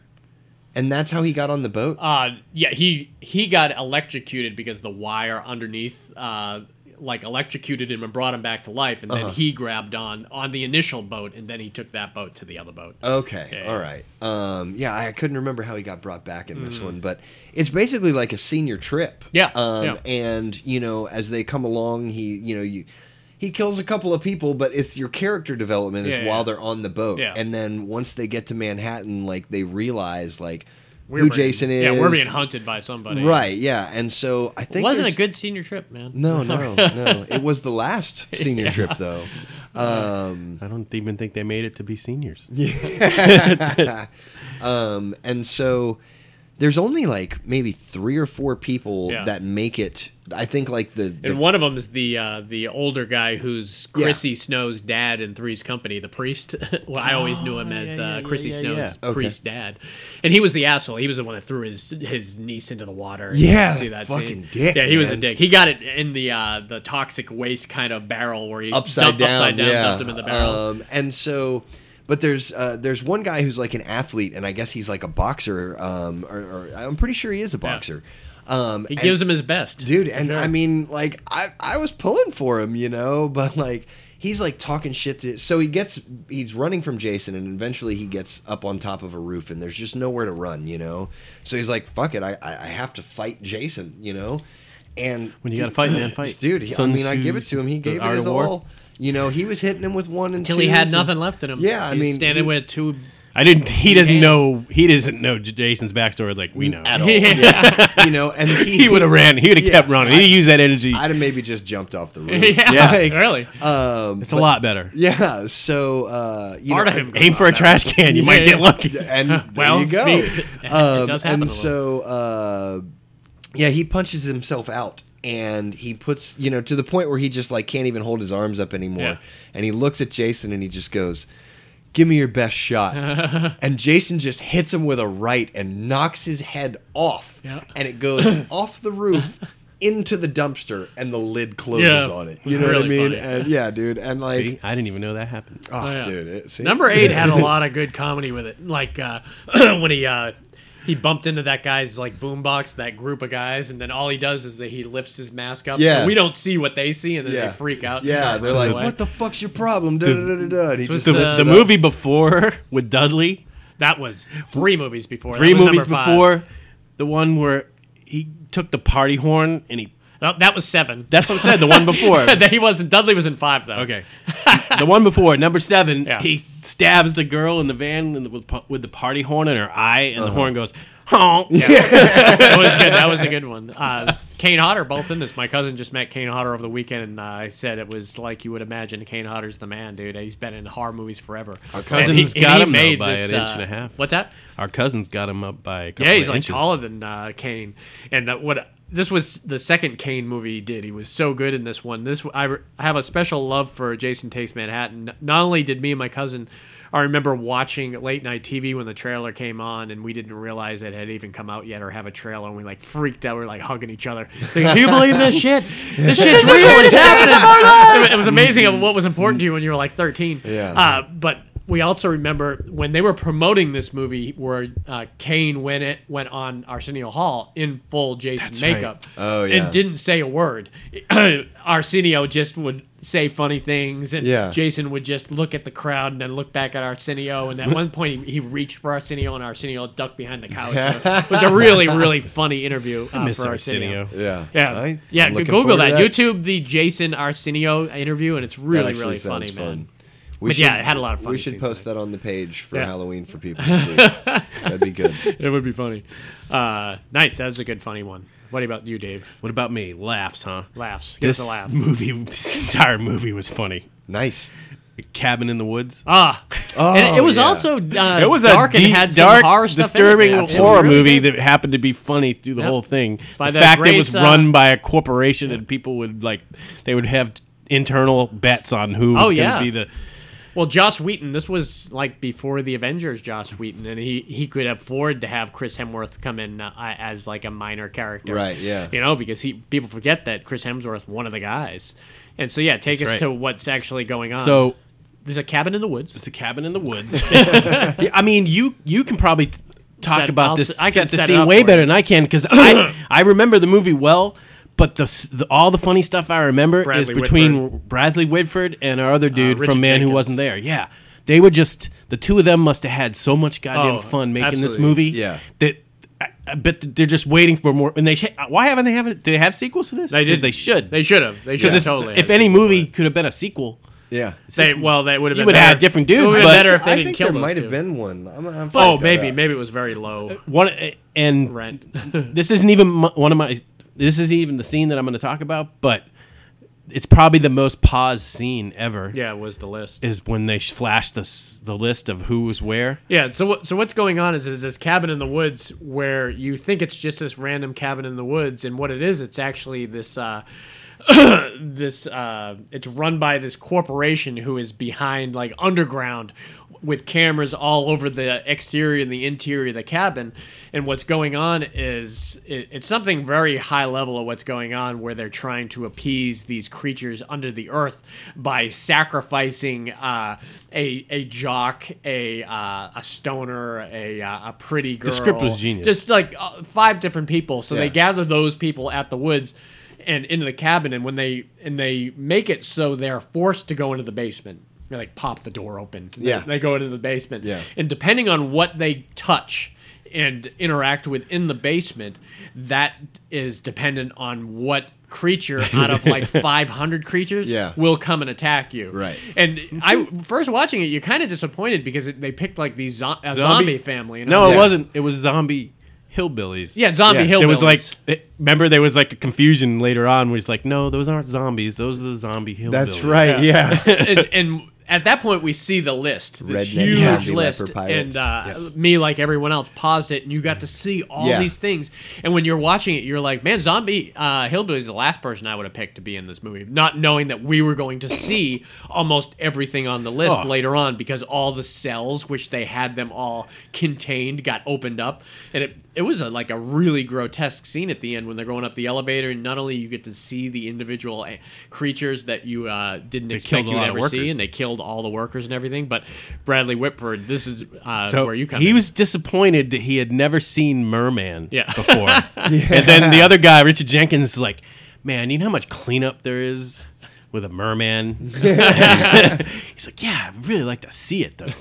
[SPEAKER 3] And that's how he got on the boat?
[SPEAKER 2] uh, yeah, he he got electrocuted because the wire underneath uh, like electrocuted him and brought him back to life, and
[SPEAKER 3] Uh-huh.
[SPEAKER 2] then he grabbed on on the initial boat, and then he took that boat to the other boat.
[SPEAKER 3] Okay.
[SPEAKER 2] Yeah. Hmm.
[SPEAKER 3] All right. Um, yeah, I couldn't remember how he got brought back in this one, but it's basically like a senior trip.
[SPEAKER 2] Yeah,
[SPEAKER 3] Um,
[SPEAKER 2] yeah.
[SPEAKER 3] And you know, as they come along, he you know you. He kills a couple of people, but it's your character development is
[SPEAKER 2] Yeah, yeah,
[SPEAKER 3] while
[SPEAKER 2] yeah.
[SPEAKER 3] they're on the boat,
[SPEAKER 2] Yeah.
[SPEAKER 3] and then once they get to Manhattan, like they realize like
[SPEAKER 2] We're
[SPEAKER 3] who
[SPEAKER 2] being-
[SPEAKER 3] Jason is.
[SPEAKER 2] Yeah, we're being hunted by somebody.
[SPEAKER 3] right? Yeah, and so I
[SPEAKER 2] It
[SPEAKER 3] think
[SPEAKER 2] wasn't a
[SPEAKER 3] there's-
[SPEAKER 2] good senior trip, man.
[SPEAKER 3] No, no, no. It was the last senior trip though. Um,
[SPEAKER 4] I don't even think they made it to be seniors.
[SPEAKER 3] Um, and so there's only like maybe three or four people
[SPEAKER 2] Yeah.
[SPEAKER 3] that make it. I think like the, the-
[SPEAKER 2] And one of them is the uh, the older guy who's
[SPEAKER 3] Yeah.
[SPEAKER 2] Chrissy Snow's dad in Three's Company, the priest. well, I always knew
[SPEAKER 3] Oh,
[SPEAKER 2] him as uh, Chrissy Snow's
[SPEAKER 3] Okay.
[SPEAKER 2] priest dad, and he was the asshole. He was the one that threw his his niece into the water.
[SPEAKER 3] Yeah,
[SPEAKER 2] You
[SPEAKER 3] fucking dick,
[SPEAKER 2] Yeah, he was a
[SPEAKER 3] man.
[SPEAKER 2] dick. He got it in the uh, the toxic waste kind of barrel where he dumped
[SPEAKER 3] upside down,
[SPEAKER 2] upside down,
[SPEAKER 3] yeah.
[SPEAKER 2] dumped him in the barrel.
[SPEAKER 3] Um, and so, but there's uh, there's one guy who's like an athlete, and I guess he's like a boxer. Um, or, or I'm pretty sure he is a boxer. Um,
[SPEAKER 2] he
[SPEAKER 3] and-
[SPEAKER 2] gives him his best,
[SPEAKER 3] dude and i mean like I, I was pulling for him you know but like he's like talking shit to so he gets he's running from jason and eventually he gets up on top of a roof and there's just nowhere to run you know so he's like fuck it i i, I have to fight jason you know and
[SPEAKER 4] When you got to fight, man, fight.
[SPEAKER 3] dude he, i
[SPEAKER 4] Sun
[SPEAKER 3] mean i give it
[SPEAKER 4] Tzu's
[SPEAKER 3] to him he gave
[SPEAKER 4] The
[SPEAKER 3] it
[SPEAKER 4] Art
[SPEAKER 3] his
[SPEAKER 4] of War.
[SPEAKER 3] all you know he was hitting him with one and
[SPEAKER 2] until he had
[SPEAKER 3] twos
[SPEAKER 2] nothing
[SPEAKER 3] and-
[SPEAKER 2] left in him.
[SPEAKER 3] yeah i
[SPEAKER 2] He's
[SPEAKER 3] mean
[SPEAKER 2] standing
[SPEAKER 3] he-
[SPEAKER 2] with two.
[SPEAKER 4] I didn't. He doesn't
[SPEAKER 2] Hands.
[SPEAKER 4] know. He doesn't know Jason's backstory like we know.
[SPEAKER 3] at all, Oh, yeah, you know and he,
[SPEAKER 4] He would have ran. He would have
[SPEAKER 3] Yeah,
[SPEAKER 4] kept running. He'd have used that energy.
[SPEAKER 3] i'd have maybe just jumped off the roof
[SPEAKER 2] yeah,
[SPEAKER 4] Yeah.
[SPEAKER 2] really.
[SPEAKER 3] um
[SPEAKER 4] it's a lot better.
[SPEAKER 3] Yeah, so uh, you
[SPEAKER 2] Part
[SPEAKER 3] know,
[SPEAKER 2] of him.
[SPEAKER 4] Aim for a trash can. You might
[SPEAKER 2] Yeah,
[SPEAKER 4] get
[SPEAKER 2] yeah.
[SPEAKER 4] lucky.
[SPEAKER 3] and there
[SPEAKER 2] Well,
[SPEAKER 3] you go.
[SPEAKER 2] speak- it
[SPEAKER 3] Um,
[SPEAKER 2] does happen
[SPEAKER 3] And
[SPEAKER 2] a lot.
[SPEAKER 3] so, uh, yeah, he punches himself out, and he puts you know to the point where he just like can't even hold his arms up anymore,
[SPEAKER 2] Yeah.
[SPEAKER 3] and he looks at Jason and he just goes. Give me your best shot. and Jason just hits him with a right and knocks his head off.
[SPEAKER 2] Yeah.
[SPEAKER 3] And it goes off the roof into the dumpster and the lid closes
[SPEAKER 2] Yeah.
[SPEAKER 3] on it. You know what I
[SPEAKER 2] Really
[SPEAKER 3] mean?
[SPEAKER 2] funny.
[SPEAKER 3] And yeah, dude. And like
[SPEAKER 4] See, I didn't even know that happened.
[SPEAKER 3] Oh,
[SPEAKER 2] yeah.
[SPEAKER 3] dude. It, see?
[SPEAKER 2] Number eight had a lot of good comedy with it, like uh, when he uh, he bumped into that guy's like boombox, that group of guys, and then all he does is that he lifts his mask up.
[SPEAKER 3] Yeah.
[SPEAKER 2] so we don't see what they see, and then they freak out. and
[SPEAKER 3] Yeah,
[SPEAKER 2] start
[SPEAKER 3] they're
[SPEAKER 2] running
[SPEAKER 3] like,
[SPEAKER 2] away.
[SPEAKER 3] "What the fuck's your problem?" Da, da, da, da, da. And he
[SPEAKER 2] This was
[SPEAKER 3] just
[SPEAKER 4] The,
[SPEAKER 2] Uh,
[SPEAKER 4] the
[SPEAKER 3] lifts up.
[SPEAKER 4] movie before with Dudley,
[SPEAKER 2] That was three movies before.
[SPEAKER 4] three
[SPEAKER 2] that was
[SPEAKER 4] movies
[SPEAKER 2] number five.
[SPEAKER 4] before, the one where he took the party horn and he.
[SPEAKER 2] No, that was seven.
[SPEAKER 4] That's what I said. The one before.
[SPEAKER 2] That he wasn't. Dudley was in five though.
[SPEAKER 4] Okay. the one before, number seven,
[SPEAKER 2] Yeah.
[SPEAKER 4] he stabs the girl in the van in the- with, pa- with the party horn in her eye, and the horn goes, honk.
[SPEAKER 2] that was good. That was a good one. Uh, Kane Hodder, both in this. My cousin just met Kane Hodder over the weekend, and uh, I said it was like you would imagine. Kane Hodder's the man, dude. He's been in horror movies forever. Our
[SPEAKER 4] cousin's got him, though, by an inch and a half.
[SPEAKER 2] uh, What's that?
[SPEAKER 4] Our cousins got him up by a couple
[SPEAKER 2] Yeah, he's
[SPEAKER 4] of
[SPEAKER 2] like
[SPEAKER 4] inches.
[SPEAKER 2] taller than uh, Kane. And that what this was the second Kane movie he did. He was so good in this one. This I re- I have a special love for Jason Takes Manhattan. Not only did me and my cousin. I remember watching late night TV when the trailer came on, and we didn't realize it had even come out yet or have a trailer. And we like freaked out. We were like hugging each other. Like, Do you believe this shit? This shit's real. It's happening. It was amazing of what was important to you when you were like 13.
[SPEAKER 3] Yeah.
[SPEAKER 2] Uh, but we also remember when they were promoting this movie where uh, Kane went it went on Arsenio Hall in full Jason makeup
[SPEAKER 3] Oh, yeah.
[SPEAKER 2] and didn't say a word. Arsenio just would say funny things and
[SPEAKER 3] Yeah.
[SPEAKER 2] Jason would just look at the crowd and then look back at Arsenio and at one point he, he reached for Arsenio and Arsenio ducked behind the couch. it was a really really funny interview uh,
[SPEAKER 4] Miss
[SPEAKER 2] for
[SPEAKER 4] Arsenio.
[SPEAKER 2] Arsenio.
[SPEAKER 3] Yeah,
[SPEAKER 2] Yeah,
[SPEAKER 3] I-
[SPEAKER 2] yeah.
[SPEAKER 3] I'm looking
[SPEAKER 2] Google
[SPEAKER 3] forward to
[SPEAKER 2] that. YouTube the Jason Arsenio interview, and it's
[SPEAKER 3] That
[SPEAKER 2] really,
[SPEAKER 3] actually
[SPEAKER 2] really funny,
[SPEAKER 3] sounds
[SPEAKER 2] man.
[SPEAKER 3] We
[SPEAKER 2] But yeah, it had a lot of funny
[SPEAKER 3] We should
[SPEAKER 2] scenes
[SPEAKER 3] post that on the page for
[SPEAKER 2] Yeah.
[SPEAKER 3] Halloween for people to see. That'd be good.
[SPEAKER 2] It would be funny. Uh, nice. That was a good funny one. What about you, Dave?
[SPEAKER 4] What about me? Laughs, huh?
[SPEAKER 2] Laughs. Give
[SPEAKER 4] This
[SPEAKER 2] us a laugh.
[SPEAKER 4] movie, this entire movie was funny.
[SPEAKER 3] Nice.
[SPEAKER 4] Cabin in the Woods.
[SPEAKER 2] Ah, and it was
[SPEAKER 3] Oh, yeah.
[SPEAKER 2] also uh,
[SPEAKER 4] it was a
[SPEAKER 2] dark and
[SPEAKER 4] deep,
[SPEAKER 2] had some
[SPEAKER 4] dark,
[SPEAKER 2] horror stuff in it.
[SPEAKER 4] disturbing
[SPEAKER 2] It was
[SPEAKER 4] horror
[SPEAKER 2] really
[SPEAKER 4] movie
[SPEAKER 2] good.
[SPEAKER 4] that happened to be funny through the
[SPEAKER 2] Yep.
[SPEAKER 4] whole thing.
[SPEAKER 2] By
[SPEAKER 4] the
[SPEAKER 2] that
[SPEAKER 4] fact that it
[SPEAKER 2] Grace,
[SPEAKER 4] was
[SPEAKER 2] uh,
[SPEAKER 4] run by a corporation and people would like they would have internal bets on who was
[SPEAKER 2] Oh,
[SPEAKER 4] going to
[SPEAKER 2] yeah.
[SPEAKER 4] be the.
[SPEAKER 2] Well, Joss Wheaton. This was like before the Avengers. Joss Wheaton, and he he could afford to have Chris Hemsworth come in uh, as like a minor character,
[SPEAKER 3] Right, yeah.
[SPEAKER 2] You know, because he people forget that Chris Hemsworth one of the guys, and so yeah, take
[SPEAKER 4] That's
[SPEAKER 2] us
[SPEAKER 4] right.
[SPEAKER 2] to what's actually going on.
[SPEAKER 4] So
[SPEAKER 2] there's a cabin in the woods.
[SPEAKER 4] it's a cabin in the woods. Yeah, I mean, you you can probably t- talk
[SPEAKER 2] Set-
[SPEAKER 4] about
[SPEAKER 2] I'll
[SPEAKER 4] this.
[SPEAKER 2] s- I can
[SPEAKER 4] set
[SPEAKER 2] set
[SPEAKER 4] the
[SPEAKER 2] it
[SPEAKER 4] scene
[SPEAKER 2] up
[SPEAKER 4] way
[SPEAKER 2] for
[SPEAKER 4] better
[SPEAKER 2] you.
[SPEAKER 4] than I can because I I remember the movie well. But the, s- the all the funny stuff I remember is
[SPEAKER 2] Bradley Uh,
[SPEAKER 4] between Bradley Whitford and our other dude
[SPEAKER 2] Richard
[SPEAKER 4] from Man
[SPEAKER 2] Jenkins.
[SPEAKER 4] Who Wasn't There. Yeah, they were just the two of them must have had so much goddamn
[SPEAKER 2] Oh,
[SPEAKER 4] fun making this
[SPEAKER 2] absolutely.
[SPEAKER 4] movie.
[SPEAKER 3] Yeah.
[SPEAKER 4] that I, I bet that they're just waiting for more. And they sh- why haven't they haven't? Do they have sequels to this?
[SPEAKER 2] They
[SPEAKER 4] 'Cause
[SPEAKER 2] did.
[SPEAKER 4] They should.
[SPEAKER 2] They should have. They should have
[SPEAKER 4] Because
[SPEAKER 2] totally.
[SPEAKER 4] if
[SPEAKER 2] had
[SPEAKER 4] any
[SPEAKER 2] sequel,
[SPEAKER 4] movie could have been a sequel,
[SPEAKER 3] Yeah.
[SPEAKER 2] but they, well, that would have
[SPEAKER 4] you
[SPEAKER 2] been
[SPEAKER 4] would have had
[SPEAKER 2] better.
[SPEAKER 4] different
[SPEAKER 2] It
[SPEAKER 4] dudes,
[SPEAKER 2] would've been
[SPEAKER 4] but-
[SPEAKER 2] better if they
[SPEAKER 3] I
[SPEAKER 2] didn't
[SPEAKER 3] think
[SPEAKER 2] kill
[SPEAKER 3] there
[SPEAKER 2] those
[SPEAKER 3] might
[SPEAKER 2] two.
[SPEAKER 3] have been Uh, one. I'm, I'm
[SPEAKER 2] Oh,
[SPEAKER 3] fucked
[SPEAKER 2] maybe,
[SPEAKER 3] up.
[SPEAKER 2] maybe it was very low
[SPEAKER 4] one and
[SPEAKER 2] rent.
[SPEAKER 4] this isn't even m- one of my this isn't even the scene that i'm going to talk about but it's probably the most paused scene ever
[SPEAKER 2] yeah, was the list.
[SPEAKER 4] is when they sh- flash the, s- the list of who was where
[SPEAKER 2] Yeah, so what so what's going on is is this cabin in the woods where you think it's just this random cabin in the woods and what it is it's actually this uh this uh it's run by this corporation who is behind like underground with cameras all over the exterior and the interior of the cabin and what's going on is it, it's something very high level of what's going on where they're trying to appease these creatures under the earth by sacrificing uh, a a jock a uh, a stoner a uh, a pretty girl
[SPEAKER 4] script was genius.
[SPEAKER 2] just like uh, five different people so they
[SPEAKER 3] Yeah.
[SPEAKER 2] gather those people at the woods and into the cabin and when they and they make it so they're forced to go into the basement they like pop the door open
[SPEAKER 3] Yeah.
[SPEAKER 2] they go into the basement
[SPEAKER 3] Yeah.
[SPEAKER 2] and depending on what they touch and interact with in the basement that is dependent on what creature out of like 500 creatures
[SPEAKER 3] Yeah.
[SPEAKER 2] will come and attack you
[SPEAKER 3] Right.
[SPEAKER 2] and
[SPEAKER 4] Mm-hmm.
[SPEAKER 2] i first watching it you're kind of disappointed because it, they picked like these zo- a zombie, family and I
[SPEAKER 4] no
[SPEAKER 2] was
[SPEAKER 4] it
[SPEAKER 2] like-
[SPEAKER 3] Yeah.
[SPEAKER 4] wasn't it was zombie hillbillies
[SPEAKER 2] yeah zombie
[SPEAKER 3] Yeah.
[SPEAKER 2] hillbillies
[SPEAKER 4] there was like it- remember there was like a confusion later on where it's like no those aren't zombies those are the zombie hillbillies
[SPEAKER 3] That's right. Yeah.
[SPEAKER 2] and, and at that point, we see the list, this
[SPEAKER 3] Redneck
[SPEAKER 2] huge
[SPEAKER 3] zombie
[SPEAKER 2] list,
[SPEAKER 3] leopard
[SPEAKER 2] and
[SPEAKER 3] pirates.
[SPEAKER 2] uh, me, like everyone else, paused it, and you got to see all
[SPEAKER 3] Yeah.
[SPEAKER 2] these things. And when you're watching it, you're like, "Man, zombie uh, hillbilly is the last person I would have picked to be in this movie," not knowing that we were going to see almost everything on the list
[SPEAKER 4] Oh.
[SPEAKER 2] later on because all the cells, which they had them all contained, got opened up, and it it was a, like a really grotesque scene at the end when they're going up the elevator, and not only you get to see the individual eh, creatures that you uh, didn't expect
[SPEAKER 4] killed a
[SPEAKER 2] you to
[SPEAKER 4] lot of
[SPEAKER 2] ever see,
[SPEAKER 4] workers.
[SPEAKER 2] and they killed all the workers and everything. But Bradley Whitford, this is uh,
[SPEAKER 4] so
[SPEAKER 2] where you come.
[SPEAKER 4] he
[SPEAKER 2] in.
[SPEAKER 4] was disappointed that he had never seen Merman
[SPEAKER 2] Yeah.
[SPEAKER 4] before. And then the other guy, Richard Jenkins, is like, man, you know how much cleanup there is with a merman? He's like, yeah, I'd really like to see it, though.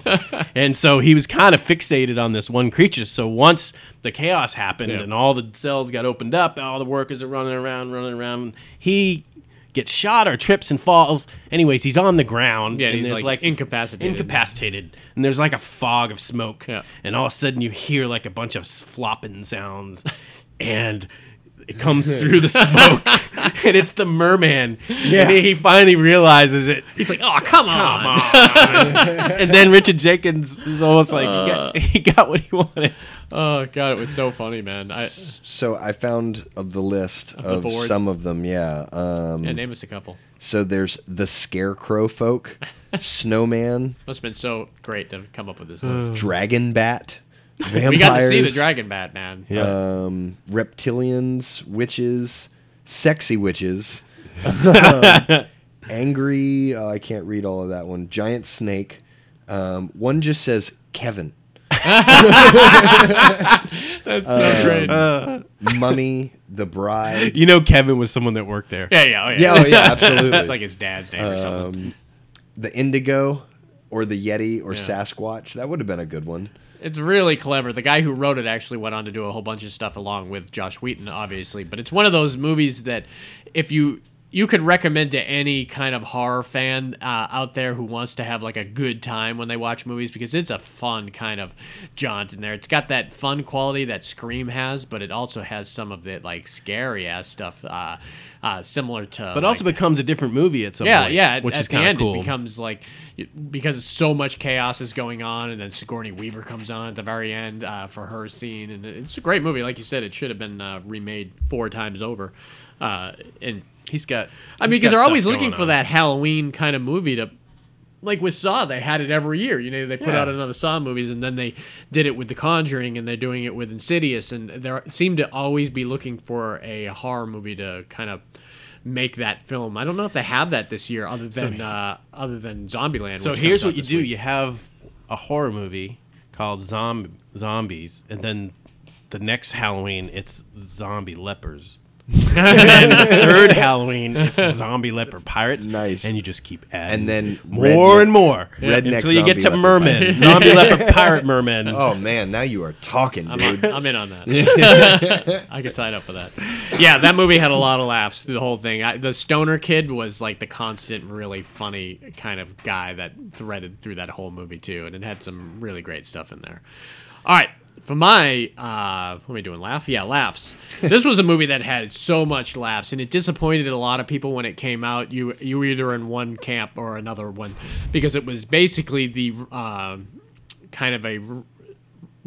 [SPEAKER 4] and so he was kind of fixated on this one creature. So once the chaos happened
[SPEAKER 2] Yeah.
[SPEAKER 4] and all the cells got opened up, all the workers are running around, running around, he gets shot or trips and falls. Anyways, he's on the ground.
[SPEAKER 2] Yeah,
[SPEAKER 4] and
[SPEAKER 2] he's,
[SPEAKER 4] there's,
[SPEAKER 2] like, incapacitated.
[SPEAKER 4] Incapacitated incapacitated, and there's like a fog of smoke,
[SPEAKER 2] Yeah.
[SPEAKER 4] and all of a sudden you hear like a bunch of s- flopping sounds, and it comes through the smoke, and it's the merman.
[SPEAKER 3] Yeah.
[SPEAKER 4] And he finally realizes it.
[SPEAKER 2] He's like, "Oh, come on!"
[SPEAKER 4] and then Richard Jenkins is almost like, he,
[SPEAKER 2] Uh.
[SPEAKER 4] got, he got what he wanted.
[SPEAKER 2] Oh god, it was so funny, man. I
[SPEAKER 3] So I found uh, the list of,
[SPEAKER 2] board.
[SPEAKER 3] some of them. Yeah. Um,
[SPEAKER 2] yeah, name us a couple.
[SPEAKER 3] so there's the scarecrow folk, snowman,
[SPEAKER 2] Must have been so great to come up with
[SPEAKER 4] Uh,
[SPEAKER 2] this list.
[SPEAKER 3] dragon bat, vampires.
[SPEAKER 2] We got to see the dragon bat, man.
[SPEAKER 4] Yeah.
[SPEAKER 3] Um, reptilians, witches, sexy witches, um, angry. Oh, I can't read all of that one. Giant snake. Um, one just says Kevin.
[SPEAKER 2] That's so great.
[SPEAKER 4] Uh,
[SPEAKER 3] Mummy, the bride.
[SPEAKER 4] you know, Kevin was someone that worked there.
[SPEAKER 2] yeah, yeah, oh, yeah.
[SPEAKER 3] Yeah, oh yeah, absolutely.
[SPEAKER 2] That's like his dad's name or something.
[SPEAKER 3] the indigo or the yeti or sasquatch that would have been a good one
[SPEAKER 2] It's really clever. The guy who wrote it actually went on to do a whole bunch of stuff along with Josh Wheaton, obviously. But it's one of those movies that if you you could recommend to any kind of horror fan uh, out there who wants to have like a good time when they watch movies because it's a fun kind of jaunt in there. It's got that fun quality that Scream has, but it also has some of the like scary ass stuff uh, uh, similar to.
[SPEAKER 4] But also
[SPEAKER 2] like,
[SPEAKER 4] becomes a different movie at some
[SPEAKER 2] yeah,
[SPEAKER 4] point.
[SPEAKER 2] yeah. At,
[SPEAKER 4] which
[SPEAKER 2] at
[SPEAKER 4] is
[SPEAKER 2] the
[SPEAKER 4] kind of
[SPEAKER 2] end,
[SPEAKER 4] cool.
[SPEAKER 2] it becomes like because so much chaos is going on, and then Sigourney Weaver comes on at the very end uh, for her scene, and it's a great movie. Like you said, it should have been uh, remade four times over. Uh, and
[SPEAKER 4] he's got.
[SPEAKER 2] I mean,
[SPEAKER 4] he's
[SPEAKER 2] because
[SPEAKER 4] got
[SPEAKER 2] they're always
[SPEAKER 4] stuff
[SPEAKER 2] looking
[SPEAKER 4] going
[SPEAKER 2] for
[SPEAKER 4] on.
[SPEAKER 2] that Halloween kind of movie to. Like with Saw, they had it every year. You know, they put
[SPEAKER 4] Yeah.
[SPEAKER 2] out another Saw movies, and then they did it with The Conjuring, and they're doing it with Insidious, and they seem to always be looking for a horror movie to kind of make that film. I don't know if they have that this year, other than uh, other than Zombieland.
[SPEAKER 4] So
[SPEAKER 2] which
[SPEAKER 4] here's
[SPEAKER 2] comes out
[SPEAKER 4] what you
[SPEAKER 2] this
[SPEAKER 4] do:
[SPEAKER 2] week.
[SPEAKER 4] you have a horror movie called Zomb Zombies, and then the next Halloween it's Zombie Lepers. and then third Halloween, it's zombie leopard pirates.
[SPEAKER 3] Nice.
[SPEAKER 4] And you just keep adding,
[SPEAKER 3] And then
[SPEAKER 4] more
[SPEAKER 3] redneck-
[SPEAKER 4] and more
[SPEAKER 3] redneck
[SPEAKER 4] until you
[SPEAKER 3] zombie
[SPEAKER 4] get to
[SPEAKER 3] leopard
[SPEAKER 4] mermen, zombie leopard pirate mermen.
[SPEAKER 3] Oh man, now you are talking,
[SPEAKER 2] I'm,
[SPEAKER 3] dude.
[SPEAKER 2] on, I'm in on that. I could sign up for that. Yeah, that movie had a lot of laughs through the whole thing. I, the stoner kid was like the constant, really funny kind of guy that threaded through that whole movie too, and it had some really great stuff in there. All right, for my uh, what am I doing? Laugh? Yeah, laughs. This was a movie that had so much laughs, and it disappointed a lot of people when it came out. You you were either in one camp or another one, because it was basically the uh, kind of a r-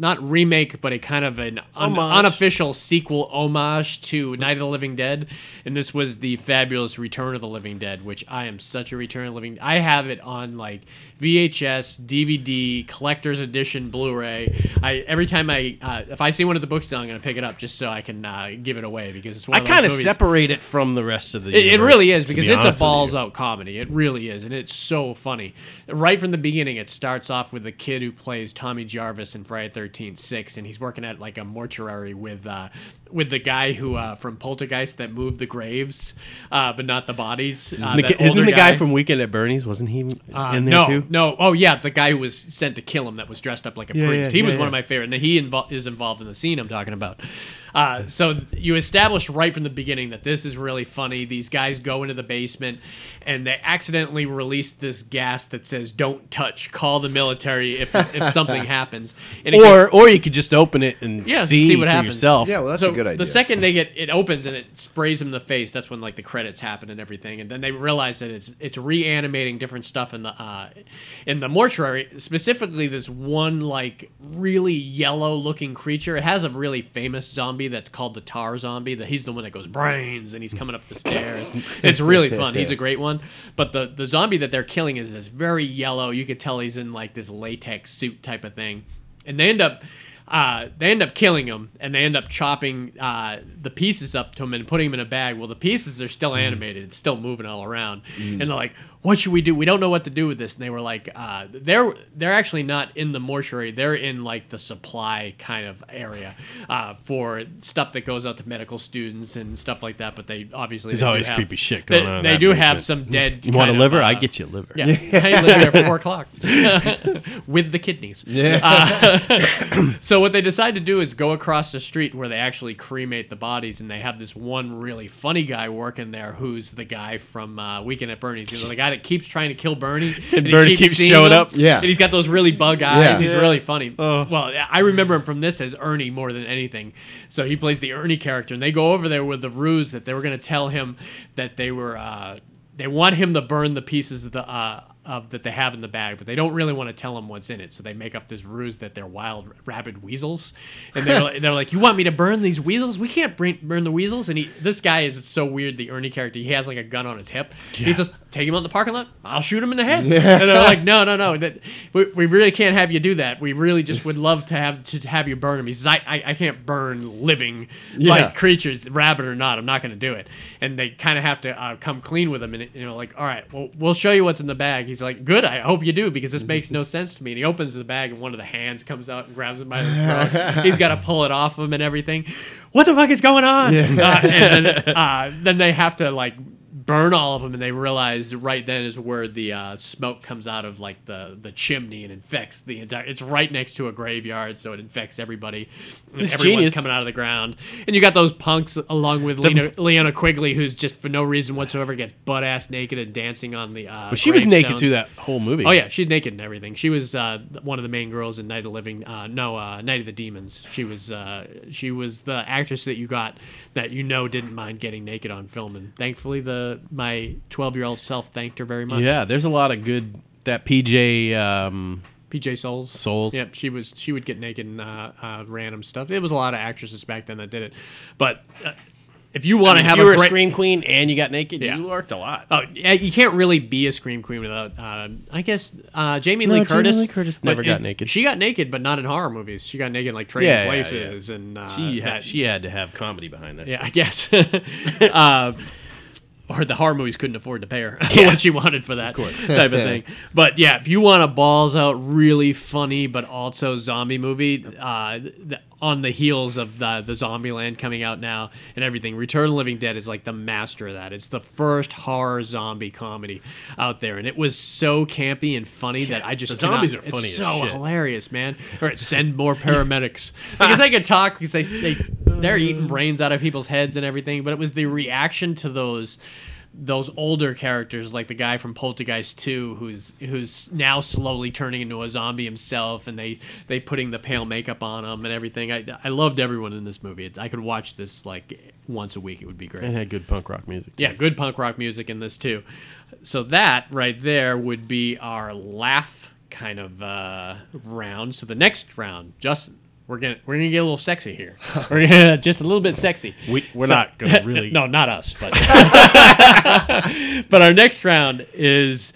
[SPEAKER 2] not remake, but a kind of an un-
[SPEAKER 4] Homage.
[SPEAKER 2] unofficial sequel homage to Night of the Living Dead, and this was the fabulous Return of the Living Dead, which I am such a Return of the Living. I have it on like VHS, DVD, collector's edition, Blu-ray. I every time I uh, if I see one of the books, I'm gonna pick it up just so I can uh, give it away because it's one.
[SPEAKER 4] I
[SPEAKER 2] of kind of movies-
[SPEAKER 4] separate it from the rest of the.
[SPEAKER 2] it, it
[SPEAKER 4] universe,
[SPEAKER 2] really is
[SPEAKER 4] to
[SPEAKER 2] because
[SPEAKER 4] be
[SPEAKER 2] it's a
[SPEAKER 4] honest with you.
[SPEAKER 2] balls out comedy. It really is, and it's so funny. Right from the beginning, it starts off with the kid who plays Tommy Jarvis in Friday Thirteenth Six, and he's working at like a mortuary with uh, with the guy who uh, from Poltergeist that moved the graves, uh, but not the bodies. Uh,
[SPEAKER 4] The,
[SPEAKER 2] that
[SPEAKER 4] ki- isn't
[SPEAKER 2] older
[SPEAKER 4] the guy, from Weekend at Bernie's? Wasn't he
[SPEAKER 2] uh,
[SPEAKER 4] in there
[SPEAKER 2] no,
[SPEAKER 4] too?
[SPEAKER 2] no. Oh yeah, the guy who was sent to kill him that was dressed up like a
[SPEAKER 4] Yeah,
[SPEAKER 2] priest.
[SPEAKER 4] yeah,
[SPEAKER 2] he was
[SPEAKER 4] yeah,
[SPEAKER 2] one
[SPEAKER 4] yeah.
[SPEAKER 2] of my favorite, and he invol is involved in the scene I'm talking about. Uh, so you establish right from the beginning that this is really funny. These guys go into the basement, and they accidentally release this gas that says "Don't touch. Call the military if if something happens." And it
[SPEAKER 4] Or
[SPEAKER 2] gets-
[SPEAKER 4] or you could just open it and
[SPEAKER 2] yeah,
[SPEAKER 4] see,
[SPEAKER 2] what
[SPEAKER 4] for
[SPEAKER 2] happens.
[SPEAKER 4] yourself.
[SPEAKER 3] Yeah, well, that's
[SPEAKER 2] so
[SPEAKER 3] a good idea.
[SPEAKER 2] The second they get it opens and it sprays them in the face, that's when like the credits happen and everything, and then they realize that it's it's reanimating different stuff in the uh, in the mortuary, specifically this one like really yellow looking creature. It has a really famous zombie that's called the Tar Zombie. That he's the one that goes brains and he's coming up the stairs. it's really fun. He's a great one, but the the zombie that they're killing is this very yellow. You could tell he's in like this latex suit type of thing, and they end up uh, they end up killing him and they end up chopping uh, the pieces up to him and putting him in a bag. Well, the pieces are still
[SPEAKER 4] Mm-hmm.
[SPEAKER 2] animated, it's still moving all around. And they're like, what should we do? We don't know what to do with this. And they were like, uh, they're they're actually not in the mortuary. They're in like the supply kind of area uh, for stuff that goes out to medical students and stuff like that. But they obviously
[SPEAKER 4] There's
[SPEAKER 2] they do
[SPEAKER 4] always
[SPEAKER 2] have-
[SPEAKER 4] creepy shit
[SPEAKER 2] they-
[SPEAKER 4] going on in
[SPEAKER 2] They
[SPEAKER 4] that
[SPEAKER 2] do have
[SPEAKER 4] basement.
[SPEAKER 2] some dead.
[SPEAKER 4] You want a
[SPEAKER 2] kind of,
[SPEAKER 4] liver? I
[SPEAKER 2] uh,
[SPEAKER 4] get you a liver.
[SPEAKER 2] yeah, I live there for four o'clock with the kidneys. Yeah. so what they decide to do is go across the street where they actually cremate the bodies, and they have this one really funny guy working there who's the guy from uh, Weekend at Bernie's. He's the guy that keeps trying to kill Bernie, and, he
[SPEAKER 4] Bernie keeps
[SPEAKER 2] seeing
[SPEAKER 4] showing
[SPEAKER 2] him,
[SPEAKER 4] up.
[SPEAKER 3] Yeah.
[SPEAKER 2] and he's got those really bug eyes.
[SPEAKER 3] Yeah.
[SPEAKER 2] He's
[SPEAKER 3] Yeah.
[SPEAKER 2] really funny. Well, I remember him from this as Ernie more than anything. So he plays the Ernie character, and they go over there with the ruse that they were going to tell him that they were. Uh, they want him to burn the pieces of the uh, of that they have in the bag, but they don't really want to tell him what's in it. So they make up this ruse that they're wild rabid weasels, and they're like, they're like, "You want me to burn these weasels? We can't burn, burn the weasels." And he, this guy is so weird. The Ernie character, he has like a gun on his hip. He says, "Take him out in the parking lot. I'll shoot him in the head." And they're like, "No, no, no. That we, we really can't have you do that. We really just would love to have to have you burn him." He says, "I I, I can't burn living
[SPEAKER 3] Yeah.
[SPEAKER 2] like creatures, rabbit or not, I'm not going to do it. And they kind of have to uh, come clean with him, and you know, like, all right, well, we'll show you what's in the bag. He's like, good, I hope you do because this makes no sense to me. And he opens the bag, and one of the hands comes out and grabs him by the throat. He's got to pull it off him and everything. What the fuck is going on? Uh, and then, uh, then they have to like burn all of them and they realize right then is where the uh, smoke comes out of like the, the chimney and infects the entire it's right next to a graveyard so it infects everybody And
[SPEAKER 4] It's
[SPEAKER 2] everyone's
[SPEAKER 4] genius.
[SPEAKER 2] coming out of the ground and you got those punks along with Lena, Leona Quigley who's just for no reason whatsoever gets butt ass naked and dancing on the uh,
[SPEAKER 4] But she was naked
[SPEAKER 2] gravestones.
[SPEAKER 4] through that whole movie.
[SPEAKER 2] Oh yeah, she's naked and everything. She was uh, one of the main girls in Night of the Living. Uh, no, uh, Night of the Demons. She was uh, she was the actress that you got that you know didn't mind getting naked on film, and thankfully the my twelve year old self thanked her very much.
[SPEAKER 4] Yeah, there's a lot of good that PJ um,
[SPEAKER 2] PJ Souls.
[SPEAKER 4] Souls.
[SPEAKER 2] Yep, she was she would get naked and uh, uh, random stuff. It was a lot of actresses back then that did it, but. Uh, if you want to have
[SPEAKER 4] you were
[SPEAKER 2] a great,
[SPEAKER 4] a scream queen and you got naked.
[SPEAKER 2] Yeah.
[SPEAKER 4] You lurked a lot.
[SPEAKER 2] Oh, yeah, you can't really be a scream queen without. Uh, I guess uh, Jamie
[SPEAKER 4] No,
[SPEAKER 2] Lee
[SPEAKER 4] Jamie
[SPEAKER 2] Curtis.
[SPEAKER 4] Lee Curtis
[SPEAKER 2] but
[SPEAKER 4] never got naked.
[SPEAKER 2] She got naked, but not in horror movies. She got naked in, like Trading
[SPEAKER 4] Yeah, yeah,
[SPEAKER 2] Places and uh,
[SPEAKER 4] she had
[SPEAKER 2] that-
[SPEAKER 4] she had to have comedy behind that.
[SPEAKER 2] yeah, I guess. uh, or the horror movies couldn't afford to pay her what she wanted for that type of thing. But yeah, if you want a balls out, really funny but also zombie movie, uh, th- on the heels of the the Zombieland coming out now and everything, Return of the Living Dead is like the master of that. It's the first horror zombie comedy out there, and it was so campy and funny that I just
[SPEAKER 4] the zombies
[SPEAKER 2] cannot-
[SPEAKER 4] are funny
[SPEAKER 2] It's
[SPEAKER 4] as
[SPEAKER 2] so
[SPEAKER 4] shit.
[SPEAKER 2] hilarious, man. All right, send more paramedics because they could talk because they, they they're eating brains out of people's heads and everything. But it was the reaction to those those older characters, like the guy from Poltergeist Two, who's who's now slowly turning into a zombie himself, and they they putting the pale makeup on him and everything. I I loved everyone in this movie. It's, I could watch this like once a week. It would be great.
[SPEAKER 4] It had good punk rock music.
[SPEAKER 2] Yeah, good punk rock music in this too. So that right there would be our laugh kind of uh, round. So the next round, Justin, we're gonna we're gonna get a little sexy here. we're gonna just a little bit sexy.
[SPEAKER 4] We, we're
[SPEAKER 2] So-
[SPEAKER 4] not going to really.
[SPEAKER 2] no, not us, but but our next round is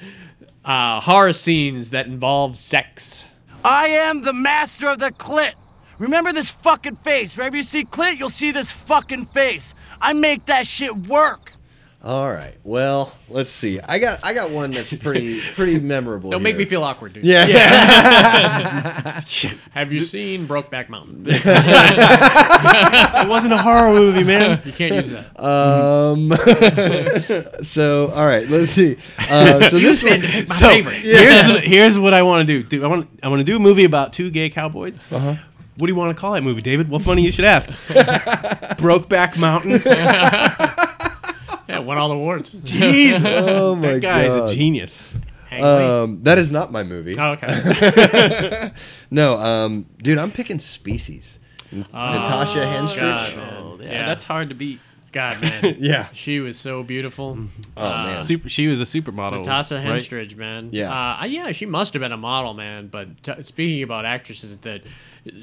[SPEAKER 2] uh, horror scenes that involve sex.
[SPEAKER 8] I am the master of the clit. Remember this fucking face. Wherever you see clit, you'll see this fucking face. I make that shit work.
[SPEAKER 3] All right. Well, let's see. I got I got one that's pretty pretty memorable.
[SPEAKER 2] Don't make me feel awkward, dude.
[SPEAKER 3] Yeah.
[SPEAKER 2] Have you seen Brokeback Mountain?
[SPEAKER 4] It wasn't a horror movie, man.
[SPEAKER 2] You can't use that.
[SPEAKER 3] Um. so all right, let's see. Uh, so this one,
[SPEAKER 2] My
[SPEAKER 4] so
[SPEAKER 2] favorite.
[SPEAKER 4] here's the- here's what I want to do. do. I want I want to do a movie about two gay cowboys. Uh-huh. What do you want to call that movie, David? Well, funny you should ask. Brokeback Mountain.
[SPEAKER 2] Yeah, won all the awards.
[SPEAKER 4] Uh, Jesus,
[SPEAKER 3] oh my
[SPEAKER 4] that guy
[SPEAKER 3] god,
[SPEAKER 4] is a genius.
[SPEAKER 2] Hang on.
[SPEAKER 3] Um, that is not my movie.
[SPEAKER 2] oh, okay.
[SPEAKER 3] No, um, dude, I'm picking Species. Natasha
[SPEAKER 2] Oh, God,
[SPEAKER 3] Henstridge.
[SPEAKER 2] man.
[SPEAKER 4] Yeah, that's hard to beat.
[SPEAKER 2] God, man.
[SPEAKER 3] Yeah.
[SPEAKER 2] She was so beautiful.
[SPEAKER 3] Oh man.
[SPEAKER 4] Super, she was a supermodel.
[SPEAKER 2] Natasha
[SPEAKER 4] right?
[SPEAKER 2] Henstridge, man.
[SPEAKER 3] Oh, Yeah.
[SPEAKER 2] Uh, yeah, she must have been a model, man. But t- speaking about actresses that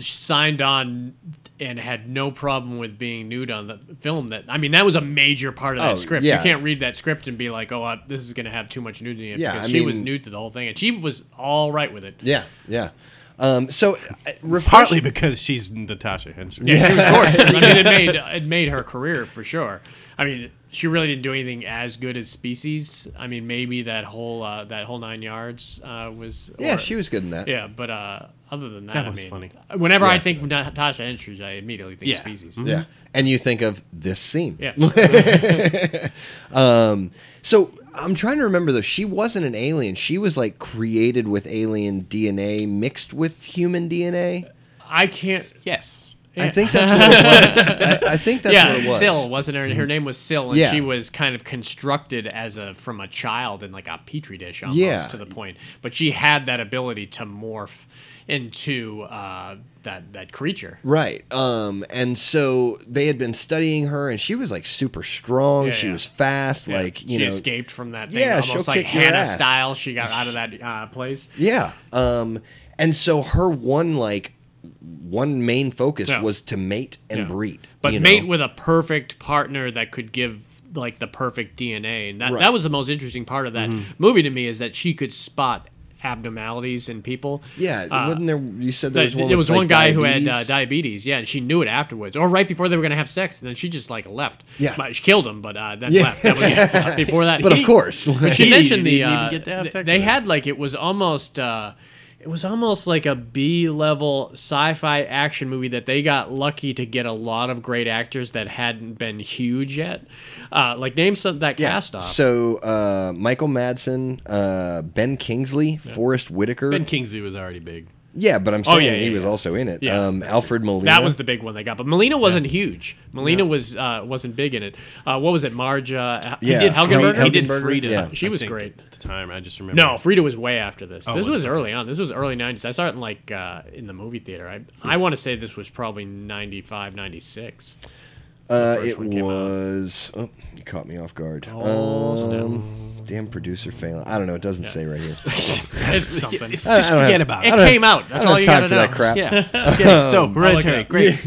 [SPEAKER 2] signed on and had no problem with being nude on the film, that I mean, that was a major part of that
[SPEAKER 3] Oh,
[SPEAKER 2] script.
[SPEAKER 3] yeah.
[SPEAKER 2] You can't read that script and be like, oh, uh, this is going to have too much nudity in it
[SPEAKER 3] Yeah,
[SPEAKER 2] because
[SPEAKER 3] I
[SPEAKER 2] she was
[SPEAKER 3] mean-
[SPEAKER 2] nude to the whole thing. And she was all right with it.
[SPEAKER 3] Yeah. Yeah. Um, so uh, refresh-
[SPEAKER 4] Partly because she's Natasha Henstridge.
[SPEAKER 2] Yeah, she was gorgeous. I mean, it made it made her career for sure. I mean, she really didn't do anything as good as Species. I mean, maybe that whole uh, that whole nine yards uh, was.
[SPEAKER 3] Yeah,
[SPEAKER 2] or-
[SPEAKER 3] she was good in that.
[SPEAKER 2] Yeah, but uh, other than that,
[SPEAKER 4] That
[SPEAKER 2] I
[SPEAKER 4] was
[SPEAKER 2] mean,
[SPEAKER 4] funny.
[SPEAKER 2] Whenever I
[SPEAKER 3] Yeah.
[SPEAKER 2] think Natasha Henstridge, I immediately think
[SPEAKER 4] Yeah.
[SPEAKER 2] Species.
[SPEAKER 3] Yeah. Mm-hmm. And you think of this scene.
[SPEAKER 2] Yeah.
[SPEAKER 3] Um, so I'm trying to remember though. She wasn't an alien. She was like created with alien DNA mixed with human DNA.
[SPEAKER 2] I can't.
[SPEAKER 4] Yes.
[SPEAKER 3] I think that's what it was. I, I think that's
[SPEAKER 2] yeah,
[SPEAKER 3] what it was. Mm-hmm.
[SPEAKER 2] Syl wasn't her. Her name was Syl, and
[SPEAKER 3] Yeah.
[SPEAKER 2] she was kind of constructed as a from a child in like a petri dish almost
[SPEAKER 3] Yeah.
[SPEAKER 2] to the point. But she had that ability to morph into uh, that that creature.
[SPEAKER 3] Right. Um, and so they had been studying her, and she was like super strong.
[SPEAKER 2] Yeah,
[SPEAKER 3] she
[SPEAKER 2] yeah.
[SPEAKER 3] was fast.
[SPEAKER 2] Yeah.
[SPEAKER 3] Like
[SPEAKER 2] she
[SPEAKER 3] you know,
[SPEAKER 2] escaped from that thing
[SPEAKER 3] Yeah,
[SPEAKER 2] almost
[SPEAKER 3] she'll
[SPEAKER 2] like
[SPEAKER 3] kick your
[SPEAKER 2] Hannah
[SPEAKER 3] ass.
[SPEAKER 2] style. She got out of that uh, place.
[SPEAKER 3] Yeah. Um, and so her one like one main focus
[SPEAKER 2] Yeah.
[SPEAKER 3] was to mate and
[SPEAKER 2] Yeah.
[SPEAKER 3] breed.
[SPEAKER 2] But
[SPEAKER 3] you know?
[SPEAKER 2] mate with a perfect partner that could give like the perfect DNA, and that
[SPEAKER 3] Right. Mm-hmm.
[SPEAKER 2] that was the most interesting part of that movie to me is that she could spot abnormalities in people.
[SPEAKER 3] yeah,
[SPEAKER 2] Uh,
[SPEAKER 3] wasn't there? You said there
[SPEAKER 2] There
[SPEAKER 3] was
[SPEAKER 2] was,
[SPEAKER 3] one.
[SPEAKER 2] there
[SPEAKER 3] with,
[SPEAKER 2] was
[SPEAKER 3] like,
[SPEAKER 2] one guy who had uh,
[SPEAKER 3] diabetes?
[SPEAKER 2] diabetes, yeah, and she knew it afterwards, or right before they were going to have sex, and then she just like left.
[SPEAKER 3] Yeah.
[SPEAKER 2] But she killed him, but uh, then
[SPEAKER 3] Yeah.
[SPEAKER 2] left. That was, yeah, before that,
[SPEAKER 3] But of
[SPEAKER 2] He-
[SPEAKER 3] course,
[SPEAKER 2] But she
[SPEAKER 4] He
[SPEAKER 2] mentioned the
[SPEAKER 4] didn't even
[SPEAKER 2] uh,
[SPEAKER 4] get to have
[SPEAKER 2] th-
[SPEAKER 4] sex
[SPEAKER 2] they
[SPEAKER 4] with her.
[SPEAKER 2] had like it was almost uh, it was almost like a B level sci-fi action movie that they got lucky to get a lot of great actors that hadn't been huge yet. Uh, like name some that
[SPEAKER 3] Yeah.
[SPEAKER 2] cast off.
[SPEAKER 3] So uh, Michael Madsen, uh, Ben Kingsley, Forrest Whitaker.
[SPEAKER 4] Ben Kingsley was already big.
[SPEAKER 3] yeah, but I'm saying
[SPEAKER 2] Oh, yeah,
[SPEAKER 3] he
[SPEAKER 2] yeah,
[SPEAKER 3] was
[SPEAKER 2] yeah.
[SPEAKER 3] also in it.
[SPEAKER 2] Yeah.
[SPEAKER 3] Um, Alfred Molina.
[SPEAKER 2] that was the big one they got, but Melina wasn't huge. Melina was uh, wasn't big in it. Uh, what was it, Marge? Uh,
[SPEAKER 3] Yeah,
[SPEAKER 2] did
[SPEAKER 3] Frank
[SPEAKER 2] Helgenberger?
[SPEAKER 4] He did
[SPEAKER 3] Helgenberger?
[SPEAKER 4] Frida.
[SPEAKER 3] Yeah.
[SPEAKER 2] She
[SPEAKER 4] I
[SPEAKER 2] was
[SPEAKER 4] think,
[SPEAKER 2] great.
[SPEAKER 4] at the time. I just remember.
[SPEAKER 2] No, Frida was way after this. this
[SPEAKER 4] Oh, was
[SPEAKER 2] was
[SPEAKER 4] it?
[SPEAKER 2] early on. This was early 90s. I saw it in like uh, in the movie theater. I I want to say this was probably 95, 96.
[SPEAKER 3] Uh,
[SPEAKER 2] first
[SPEAKER 3] it
[SPEAKER 2] one came out.
[SPEAKER 3] was. Oh, you caught me off guard.
[SPEAKER 2] Oh, snap.
[SPEAKER 3] Um, Damn producer failing. I don't know. It doesn't say right here.
[SPEAKER 2] It's something.
[SPEAKER 4] Just
[SPEAKER 2] It
[SPEAKER 3] I don't
[SPEAKER 4] forget
[SPEAKER 3] have-
[SPEAKER 4] about
[SPEAKER 3] I
[SPEAKER 4] it.
[SPEAKER 3] don't have-
[SPEAKER 2] came out. That's
[SPEAKER 3] I don't
[SPEAKER 2] all
[SPEAKER 3] have
[SPEAKER 2] you gotta
[SPEAKER 3] time for
[SPEAKER 2] know.
[SPEAKER 3] that crap.
[SPEAKER 4] Yeah. Okay. So hereditary.
[SPEAKER 2] up.
[SPEAKER 4] Great.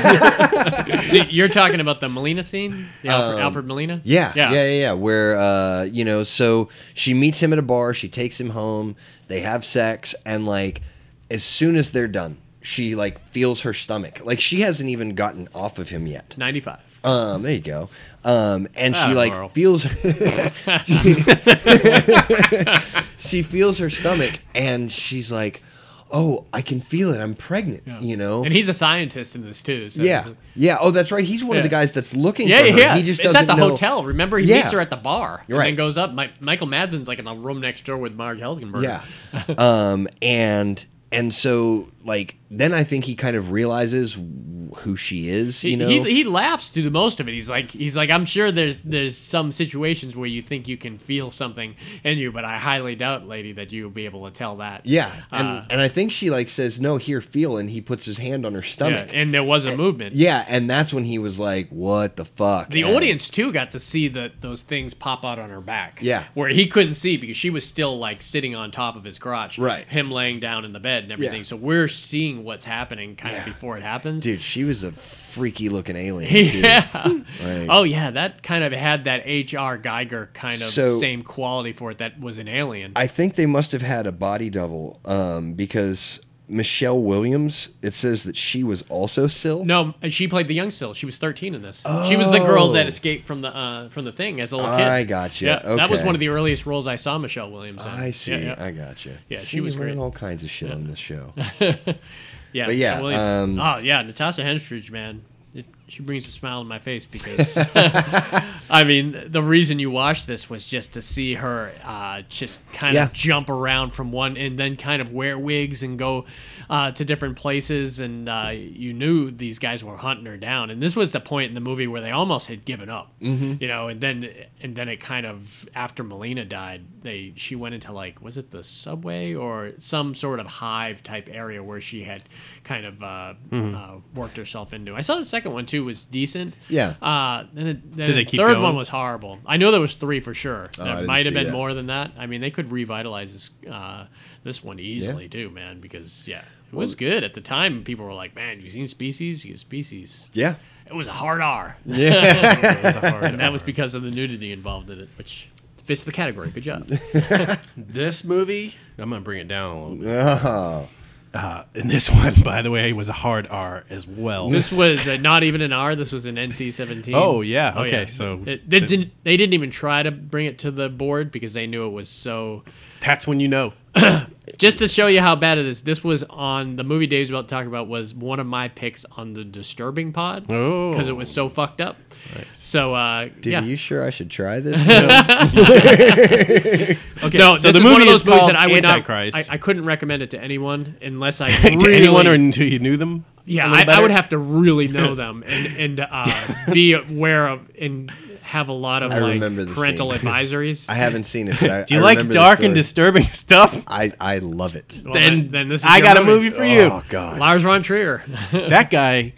[SPEAKER 2] So You're talking about the Melina scene, the Alfred, Alfred Molina.
[SPEAKER 3] Um, Yeah, yeah, yeah, yeah. Where uh, you know, so she meets him at a bar, she takes him home, they have sex, and like as soon as they're done, she like feels her stomach. Like she hasn't even gotten off of him yet.
[SPEAKER 2] 95.
[SPEAKER 3] Um, there you go. Um, and she
[SPEAKER 4] Ah,
[SPEAKER 3] like
[SPEAKER 4] Merle.
[SPEAKER 3] feels she feels her stomach and she's like, "Oh, I can feel it. I'm pregnant." You know.
[SPEAKER 2] and he's a scientist in this too. So
[SPEAKER 3] yeah. Yeah. Oh, that's right. He's one of the
[SPEAKER 2] Yeah.
[SPEAKER 3] guys that's looking
[SPEAKER 2] Yeah,
[SPEAKER 3] for her.
[SPEAKER 2] yeah.
[SPEAKER 3] He just
[SPEAKER 2] it's
[SPEAKER 3] doesn't
[SPEAKER 2] at the
[SPEAKER 3] know-
[SPEAKER 2] hotel. Remember, he
[SPEAKER 3] Yeah.
[SPEAKER 2] meets her at the bar and
[SPEAKER 3] Right.
[SPEAKER 2] then goes up. My, Michael Madsen's like in the room next door with Marge Helgenberg.
[SPEAKER 3] Yeah. um, and and so like then I think he kind of realizes who she is.
[SPEAKER 2] He,
[SPEAKER 3] You know.
[SPEAKER 2] he, he laughs through the most of it. He's like he's like I'm sure there's there's some situations where you think you can feel something in you, but I highly doubt, lady, that you'll be able to tell that.
[SPEAKER 3] yeah. And
[SPEAKER 2] Uh,
[SPEAKER 3] and I think she like says, "No, here, feel," and he puts his hand on her
[SPEAKER 2] yeah.
[SPEAKER 3] stomach. Eh, Yeah.
[SPEAKER 2] And there was a movement.
[SPEAKER 3] and that's when he was like, "What the fuck?"
[SPEAKER 2] The
[SPEAKER 3] And-
[SPEAKER 2] audience too got to see the those things pop out on her back.
[SPEAKER 3] Yeah.
[SPEAKER 2] where he couldn't see because she was still like sitting on top of his crotch.
[SPEAKER 3] Right.
[SPEAKER 2] him laying down in the bed and everything.
[SPEAKER 3] Yeah.
[SPEAKER 2] So we're seeing what's happening kind of before it happens.
[SPEAKER 3] Dude, she was a freaky looking alien. Too.
[SPEAKER 2] Yeah.
[SPEAKER 3] Like-
[SPEAKER 2] oh yeah, that kind of had that H.R. Geiger kind of
[SPEAKER 3] So-
[SPEAKER 2] same quality for it that was an alien.
[SPEAKER 3] I think they must have had a body double um, because Michelle Williams. It says that she was also Syl.
[SPEAKER 2] no, and she played the young still. She was 13 in this. She was the girl that escaped from the uh, from the thing as a little kid.
[SPEAKER 3] Oh. I gotcha.
[SPEAKER 2] Yeah, that was
[SPEAKER 3] Okay.
[SPEAKER 2] one of the earliest roles I saw Michelle Williams in.
[SPEAKER 3] I see.
[SPEAKER 2] Yeah, yeah.
[SPEAKER 3] I got you.
[SPEAKER 2] Yeah, she
[SPEAKER 3] See, you
[SPEAKER 2] was
[SPEAKER 3] learn
[SPEAKER 2] great.
[SPEAKER 3] all kinds of shit on this show.
[SPEAKER 2] Yeah,
[SPEAKER 3] But yeah,
[SPEAKER 2] Michelle Williams.
[SPEAKER 3] um,
[SPEAKER 2] oh yeah, Natasha Henstridge, man, it, she brings a smile on my face because I mean, the reason you watched this was just to see her uh, just kind
[SPEAKER 3] Yeah.
[SPEAKER 2] of jump around from one and then kind of wear wigs and go uh, to different places, and uh, you knew these guys were hunting her down. And this was the point in the movie where they almost had given up,
[SPEAKER 3] Mm-hmm.
[SPEAKER 2] you know. And then and then it kind of after Melina died, they she went into like was it the subway or some sort of hive type area where she had kind of uh,
[SPEAKER 3] Mm-hmm.
[SPEAKER 2] uh, worked herself into. I saw the second one too was decent.
[SPEAKER 3] Yeah.
[SPEAKER 2] Uh, and it, then
[SPEAKER 4] Did they
[SPEAKER 2] the
[SPEAKER 4] keep
[SPEAKER 2] third
[SPEAKER 4] going?
[SPEAKER 2] one was horrible. I know there was three for sure.
[SPEAKER 3] Oh, I
[SPEAKER 2] there
[SPEAKER 3] didn't
[SPEAKER 2] might
[SPEAKER 3] see
[SPEAKER 2] have been
[SPEAKER 3] that.
[SPEAKER 2] more than that. I mean, they could revitalize this uh, this one easily too, man. Because yeah, it was good at the time. People were like, "Man, you seen Species? You get Species."
[SPEAKER 3] yeah.
[SPEAKER 2] It was a hard R,
[SPEAKER 4] It was a hard
[SPEAKER 2] and that was because of the nudity involved in it, which fits the category. Good job.
[SPEAKER 4] This movie, I'm gonna bring it down a little bit.
[SPEAKER 3] Oh,
[SPEAKER 4] Uh, and this one, by the way, was a hard R as well.
[SPEAKER 2] This was uh, not even an R. This was an NC-17.
[SPEAKER 4] Oh, yeah, okay, so-
[SPEAKER 2] It- they didn't. They didn't even try to bring it to the board because they knew it was so.
[SPEAKER 4] That's when you know.
[SPEAKER 2] just to show you how bad it is, this was on the movie Dave's about to talk about was one of my picks on the disturbing pod
[SPEAKER 4] Oh.
[SPEAKER 2] because it was so fucked up. So uh,
[SPEAKER 3] did
[SPEAKER 2] yeah,
[SPEAKER 3] you sure I should try this?
[SPEAKER 4] Okay,
[SPEAKER 2] no,
[SPEAKER 4] so
[SPEAKER 2] this
[SPEAKER 4] the
[SPEAKER 2] is
[SPEAKER 4] movie
[SPEAKER 2] one of
[SPEAKER 4] is
[SPEAKER 2] those movies
[SPEAKER 4] called
[SPEAKER 2] that I would
[SPEAKER 4] Antichrist.
[SPEAKER 2] not. I, I couldn't recommend it to anyone unless I
[SPEAKER 4] to
[SPEAKER 2] really
[SPEAKER 4] anyone or until you knew them. a
[SPEAKER 2] yeah.
[SPEAKER 4] little
[SPEAKER 2] I, I
[SPEAKER 4] better?
[SPEAKER 2] would have to really know them and and uh, be aware of and have a lot of
[SPEAKER 3] I
[SPEAKER 2] like
[SPEAKER 3] remember the
[SPEAKER 2] parental
[SPEAKER 3] scene.
[SPEAKER 2] advisories.
[SPEAKER 3] I haven't seen it. But I,
[SPEAKER 4] Do you
[SPEAKER 3] I
[SPEAKER 4] like
[SPEAKER 3] remember the
[SPEAKER 4] dark and
[SPEAKER 3] story.
[SPEAKER 4] disturbing stuff?
[SPEAKER 3] I I love it.
[SPEAKER 2] Well,
[SPEAKER 4] Then,
[SPEAKER 2] then this is
[SPEAKER 4] I
[SPEAKER 2] your
[SPEAKER 4] got a movie for
[SPEAKER 3] Oh
[SPEAKER 4] you.
[SPEAKER 3] God.
[SPEAKER 2] Lars von Trier.
[SPEAKER 4] That guy.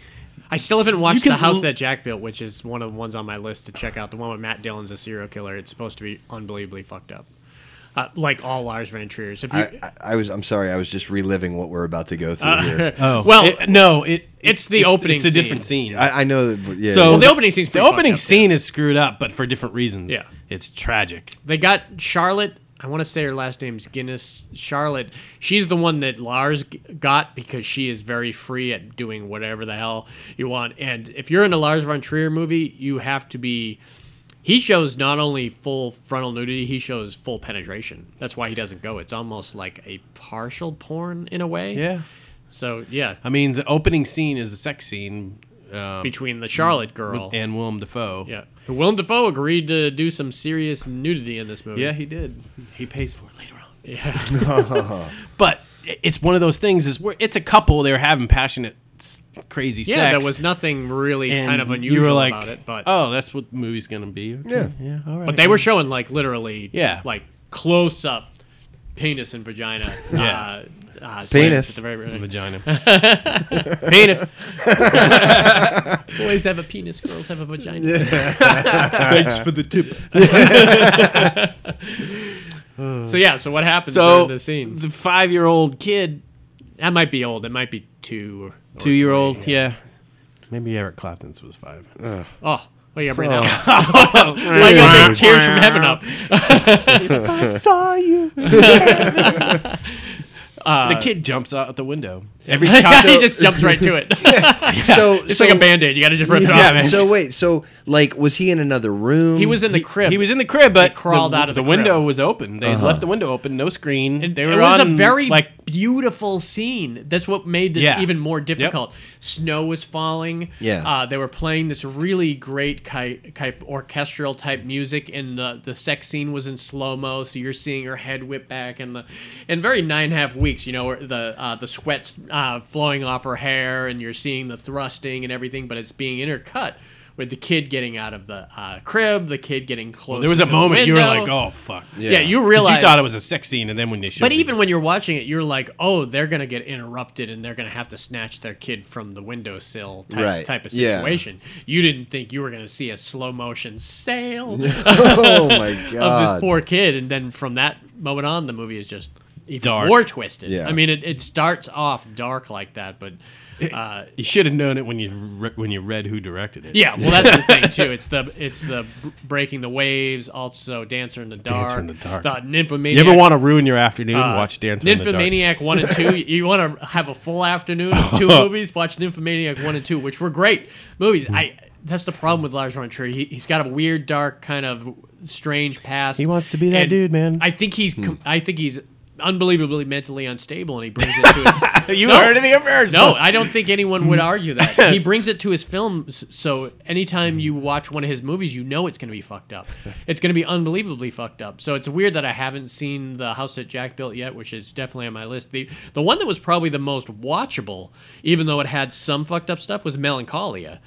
[SPEAKER 2] I still haven't watched
[SPEAKER 4] can
[SPEAKER 2] The House
[SPEAKER 4] l-
[SPEAKER 2] That Jack Built, which is one of the ones on my list to check out. The one with Matt Dillon's a serial killer. It's supposed to be unbelievably fucked up, uh, like all Lars Van Trier's. If you,
[SPEAKER 3] I, I, I was. I'm sorry. I was just reliving what we're about to go through
[SPEAKER 2] Uh,
[SPEAKER 3] here.
[SPEAKER 4] Oh
[SPEAKER 2] well,
[SPEAKER 4] it- no, it
[SPEAKER 2] it's the opening
[SPEAKER 4] It's a different scene.
[SPEAKER 3] I, I know. That, yeah.
[SPEAKER 4] so
[SPEAKER 2] Well, the opening scene's
[SPEAKER 4] the
[SPEAKER 2] pretty
[SPEAKER 4] opening
[SPEAKER 2] fucked up,
[SPEAKER 4] scene is screwed up, but for different reasons.
[SPEAKER 2] Yeah.
[SPEAKER 4] it's tragic.
[SPEAKER 2] they got Charlotte. I want to say her last name's Guinness. Charlotte. She's the one that Lars g- got because she is very free at doing whatever the hell you want. And if you're in a Lars von Trier movie, you have to be. He shows not only full frontal nudity, he shows full penetration. That's why he doesn't go. It's almost like a partial porn in a way.
[SPEAKER 4] Yeah,
[SPEAKER 2] So yeah,
[SPEAKER 4] I mean the opening scene is a sex scene, um,
[SPEAKER 2] between the Charlotte girl.
[SPEAKER 4] and Willem Dafoe.
[SPEAKER 2] yeah. Willem Dafoe agreed to do some serious nudity in this movie.
[SPEAKER 4] yeah, he did. He pays for it later on.
[SPEAKER 2] Yeah.
[SPEAKER 4] but i- it's one of those things is where it's a couple they're having passionate s- crazy sex
[SPEAKER 2] Yeah, there was nothing really
[SPEAKER 4] and
[SPEAKER 2] kind of
[SPEAKER 4] you were
[SPEAKER 2] unusual
[SPEAKER 4] like,
[SPEAKER 2] about it, but
[SPEAKER 4] oh that's what the movie's gonna be Okay,
[SPEAKER 3] Yeah.
[SPEAKER 4] yeah all right
[SPEAKER 2] but they were showing like literally,
[SPEAKER 4] Yeah.
[SPEAKER 2] like close up penis and vagina,
[SPEAKER 4] Yeah.
[SPEAKER 2] uh, uh,
[SPEAKER 3] Penis.
[SPEAKER 2] at the very beginning.
[SPEAKER 4] vagina
[SPEAKER 2] penis. Boys have a penis, girls have a vagina.
[SPEAKER 4] thanks for the tip
[SPEAKER 2] So yeah, so what happens
[SPEAKER 4] so
[SPEAKER 2] during the scene?
[SPEAKER 4] the five-year-old kid
[SPEAKER 2] that might be old. It might be two. Or
[SPEAKER 4] two-year-old yeah. maybe eric clapton's was five
[SPEAKER 2] Oh, well, yeah, bring that. up. like a big tears from heaven up.
[SPEAKER 4] i saw you
[SPEAKER 2] Uh,
[SPEAKER 4] the kid jumps out the window.
[SPEAKER 2] every he just jumps right to it.
[SPEAKER 3] So
[SPEAKER 2] it's like a band aid. You got to just rip it off.
[SPEAKER 3] So wait, so like, was he in another room?
[SPEAKER 2] he was in the crib.
[SPEAKER 4] He was in the crib, but
[SPEAKER 2] crawled
[SPEAKER 4] the,
[SPEAKER 2] out of the crib.
[SPEAKER 4] window was open. They left the window open, no screen.
[SPEAKER 2] And
[SPEAKER 4] they
[SPEAKER 2] it
[SPEAKER 4] were
[SPEAKER 2] was a
[SPEAKER 4] on,
[SPEAKER 2] very
[SPEAKER 4] like
[SPEAKER 2] beautiful scene. That's what made this
[SPEAKER 4] Yeah.
[SPEAKER 2] even more difficult. Snow was falling.
[SPEAKER 3] Yeah.
[SPEAKER 2] Uh, they were playing this really great type, type orchestral type music, and the, the sex scene was in slow mo. So you're seeing her head whip back, and the and very nine and a half weeks. You know, where the uh, the sweats uh, flowing off her hair, and you're seeing the thrusting and everything, but it's being intercut. With the kid getting out of the uh, crib, the kid getting close.
[SPEAKER 4] there was a
[SPEAKER 2] to the
[SPEAKER 4] moment you were
[SPEAKER 2] window.
[SPEAKER 4] like, oh fuck.
[SPEAKER 2] yeah,
[SPEAKER 3] yeah.
[SPEAKER 2] you
[SPEAKER 4] 'Cause
[SPEAKER 2] realized
[SPEAKER 4] you thought it was a sex scene, and then when they showed,
[SPEAKER 2] but
[SPEAKER 4] it-
[SPEAKER 2] even when you're watching it, you're like, oh, they're gonna get interrupted and they're gonna have to snatch their kid from the windowsill type,
[SPEAKER 3] Right.
[SPEAKER 2] type of
[SPEAKER 3] Yeah.
[SPEAKER 2] situation. You didn't think you were gonna see a slow motion sail
[SPEAKER 3] oh my god!
[SPEAKER 2] of this poor kid, and then from that moment on, the movie is just even
[SPEAKER 4] Dark.
[SPEAKER 2] more twisted.
[SPEAKER 3] Yeah.
[SPEAKER 2] I mean, it, it starts off dark like that, but uh,
[SPEAKER 4] you should have known it when you re- when you read who directed it.
[SPEAKER 2] yeah, well, that's the thing too. It's the it's the b- breaking the waves, also Dancer in the dark,
[SPEAKER 4] Dancer in the Dark.
[SPEAKER 2] Nymphomaniac.
[SPEAKER 4] You ever want to ruin your afternoon?
[SPEAKER 2] Uh,
[SPEAKER 4] watch Dance in the Dark.
[SPEAKER 2] Nymphomaniac one and two. You- You want to have a full afternoon of two movies? Watch Nymphomaniac one and two, which were great movies. I that's the problem with Lars von Trier. He, he's got a weird, dark kind of strange past.
[SPEAKER 4] He wants to be that dude, man.
[SPEAKER 2] I think he's
[SPEAKER 4] Hmm.
[SPEAKER 2] com- I think he's unbelievably mentally unstable, and he brings it to his.
[SPEAKER 4] You
[SPEAKER 2] No.
[SPEAKER 4] heard of the American?
[SPEAKER 2] No, I don't think anyone would argue that. He brings it to his films, so anytime you watch one of his movies, you know it's going to be fucked up. It's going to be unbelievably fucked up. So it's weird that I haven't seen the house that Jack built yet, which is definitely on my list. The the one that was probably the most watchable, even though it had some fucked up stuff, was Melancholia.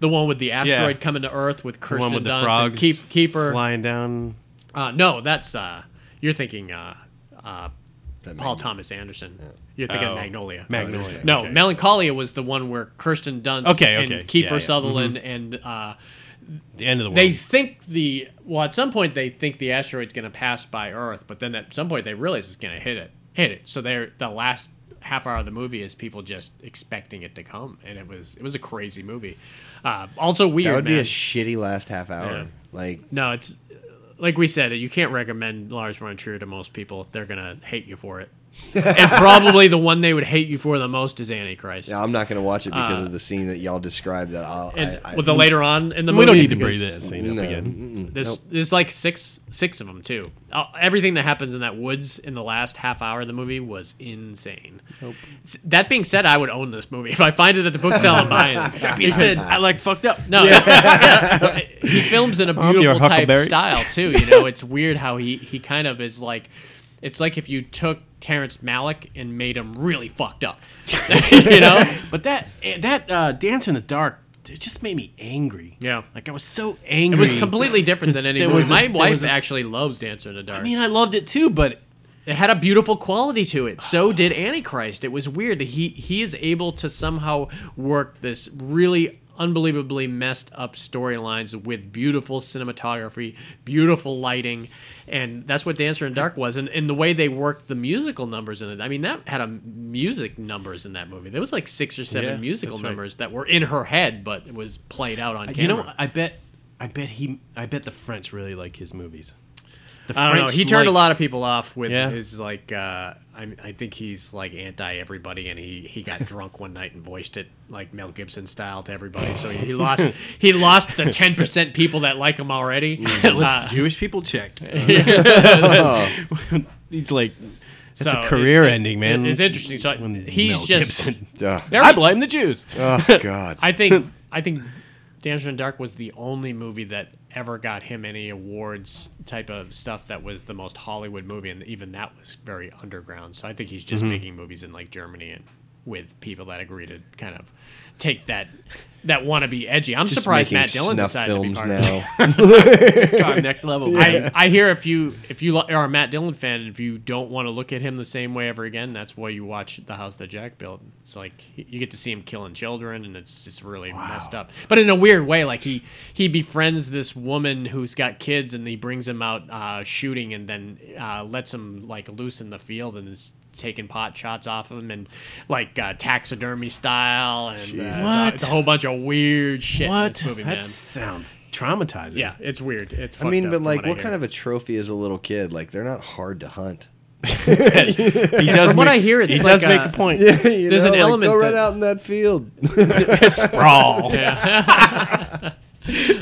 [SPEAKER 2] The one with the asteroid coming to Earth with
[SPEAKER 4] The
[SPEAKER 2] Kirsten
[SPEAKER 4] one with the
[SPEAKER 2] Dunst and
[SPEAKER 4] frogs.
[SPEAKER 2] Keep, Keeper.
[SPEAKER 4] flying down.
[SPEAKER 2] Uh, no, that's uh, you're thinking uh, uh, Paul Thomas Anderson. You're thinking
[SPEAKER 4] Oh.
[SPEAKER 2] Magnolia.
[SPEAKER 4] Magnolia,
[SPEAKER 2] No,
[SPEAKER 4] okay.
[SPEAKER 2] Melancholia was the one where Kirsten Dunst
[SPEAKER 4] Okay, okay.
[SPEAKER 2] and Kiefer
[SPEAKER 4] Yeah, Mm-hmm. yeah.
[SPEAKER 2] Sutherland and uh,
[SPEAKER 4] The end of the world.
[SPEAKER 2] they think the well at some point they think the asteroid's going to pass by Earth, but then at some point they realize it's going to hit it, hit it. So they're the last half hour of the movie is people just expecting it to come, and it was it was a crazy movie. Uh, also weird.
[SPEAKER 3] that would be
[SPEAKER 2] man.
[SPEAKER 3] a shitty last half hour.
[SPEAKER 2] Yeah.
[SPEAKER 3] Like,
[SPEAKER 2] No, it's like we said, you can't recommend Lars von Trier to most people. They're gonna hate you for it, and probably the one they would hate you for the most is Antichrist.
[SPEAKER 3] yeah, I'm not gonna watch it because of the scene that y'all described. That I'll.
[SPEAKER 2] Uh, And
[SPEAKER 3] I, uh, I,
[SPEAKER 2] with the later on in the movie,
[SPEAKER 4] we don't need to bring
[SPEAKER 2] because
[SPEAKER 4] that scene
[SPEAKER 3] no,
[SPEAKER 4] up again.
[SPEAKER 3] mm-mm.
[SPEAKER 2] There's,
[SPEAKER 3] Nope.
[SPEAKER 2] there's like six six of them too. Uh, everything that happens in that woods in the last half hour of the movie was insane. S- That being said, I would own this movie if I find it at the book sale. I'm buying it.
[SPEAKER 4] He said, "I like fucked up."
[SPEAKER 2] No, yeah. he films in a
[SPEAKER 4] I'm your
[SPEAKER 2] beautiful type
[SPEAKER 4] Huckleberry.
[SPEAKER 2] style too. You know, it's weird how he he kind of is like, it's like if you took Terrence Malick and made him really fucked up. you know,
[SPEAKER 4] But that that uh, Dance in the Dark it just made me angry.
[SPEAKER 2] Yeah.
[SPEAKER 4] like I was so
[SPEAKER 2] it
[SPEAKER 4] angry.
[SPEAKER 2] was completely different than
[SPEAKER 4] 'Cause
[SPEAKER 2] any
[SPEAKER 4] there
[SPEAKER 2] movie.
[SPEAKER 4] was a-
[SPEAKER 2] My
[SPEAKER 4] there
[SPEAKER 2] wife
[SPEAKER 4] was a-
[SPEAKER 2] actually loves Dancer in the Dark.
[SPEAKER 4] I mean, I loved it too, but
[SPEAKER 2] it had a beautiful quality to it. So did Antichrist. It was weird that he he is able to somehow work this really unbelievably messed up storylines with beautiful cinematography, beautiful lighting, and that's what Dancer in Dark was. And, and the way they worked the musical numbers in it. I mean, that had a music numbers in that movie. There was like six or seven
[SPEAKER 4] Yeah,
[SPEAKER 2] musical
[SPEAKER 4] that's right.
[SPEAKER 2] numbers that were in her head, but it was played out on camera.
[SPEAKER 4] you know, I bet, I bet he, I bet the French really like his movies. The
[SPEAKER 2] I don't know.
[SPEAKER 4] French
[SPEAKER 2] He turned a
[SPEAKER 4] like-
[SPEAKER 2] lot of people off with
[SPEAKER 4] Yeah.
[SPEAKER 2] his like. Uh, I, I think he's like anti everybody, and he, he got drunk one night and voiced it like Mel Gibson style to everybody. So he lost he lost the ten percent people that like him already.
[SPEAKER 4] Let's
[SPEAKER 2] Uh, Oh.
[SPEAKER 4] Jewish people check. He's like, it's
[SPEAKER 2] so
[SPEAKER 4] a
[SPEAKER 2] it-
[SPEAKER 4] career-ending, man.
[SPEAKER 2] It, it's interesting. So
[SPEAKER 4] When
[SPEAKER 2] he's
[SPEAKER 4] Mel
[SPEAKER 2] just.
[SPEAKER 4] Gibson-
[SPEAKER 3] Ugh.
[SPEAKER 2] very-
[SPEAKER 4] I blame the Jews.
[SPEAKER 3] oh god.
[SPEAKER 2] I think I think Dancer in the Dark was the only movie that ever got him any awards type of stuff that was the most Hollywood movie, and even that was very underground. So I think he's
[SPEAKER 3] Mm-hmm.
[SPEAKER 2] just making movies in like Germany and with people that agree to kind of take that that want to be edgy. I'm
[SPEAKER 3] Just
[SPEAKER 2] surprised
[SPEAKER 3] making
[SPEAKER 2] Matt Dillon
[SPEAKER 3] snuff
[SPEAKER 2] decided to be
[SPEAKER 3] films
[SPEAKER 2] part of it.
[SPEAKER 3] now.
[SPEAKER 4] It's gone next level. man.
[SPEAKER 2] I, I hear if you if you lo- are a Matt Dillon fan and if you don't want to look at him the same way ever again, that's why you watch the house that Jack built. It's like you get to see him killing children, and it's just really messed up. But in a weird way, like he he befriends this woman who's got kids, and he brings him out uh, shooting, and then uh, lets him like loose in the field, and is taking pot shots off him, and like uh, taxidermy style, and uh,
[SPEAKER 4] What?
[SPEAKER 2] it's a whole bunch of weird shit in
[SPEAKER 4] what?
[SPEAKER 2] this movie,
[SPEAKER 4] that
[SPEAKER 2] man.
[SPEAKER 4] sounds traumatizing.
[SPEAKER 2] Yeah, it's weird. It's
[SPEAKER 3] I mean,
[SPEAKER 2] fucked up
[SPEAKER 3] but
[SPEAKER 2] from
[SPEAKER 3] like,
[SPEAKER 2] I
[SPEAKER 3] what
[SPEAKER 2] hear.
[SPEAKER 3] kind of a trophy is a little kid? Like, they're not hard to hunt.
[SPEAKER 4] He does
[SPEAKER 2] From what
[SPEAKER 4] make-
[SPEAKER 2] I hear, it's
[SPEAKER 4] he
[SPEAKER 2] like
[SPEAKER 4] does make
[SPEAKER 2] a-
[SPEAKER 4] a point.
[SPEAKER 3] You
[SPEAKER 2] There's an
[SPEAKER 3] like,
[SPEAKER 2] element
[SPEAKER 3] Go right
[SPEAKER 2] that-
[SPEAKER 3] out in that field.
[SPEAKER 4] Sprawl.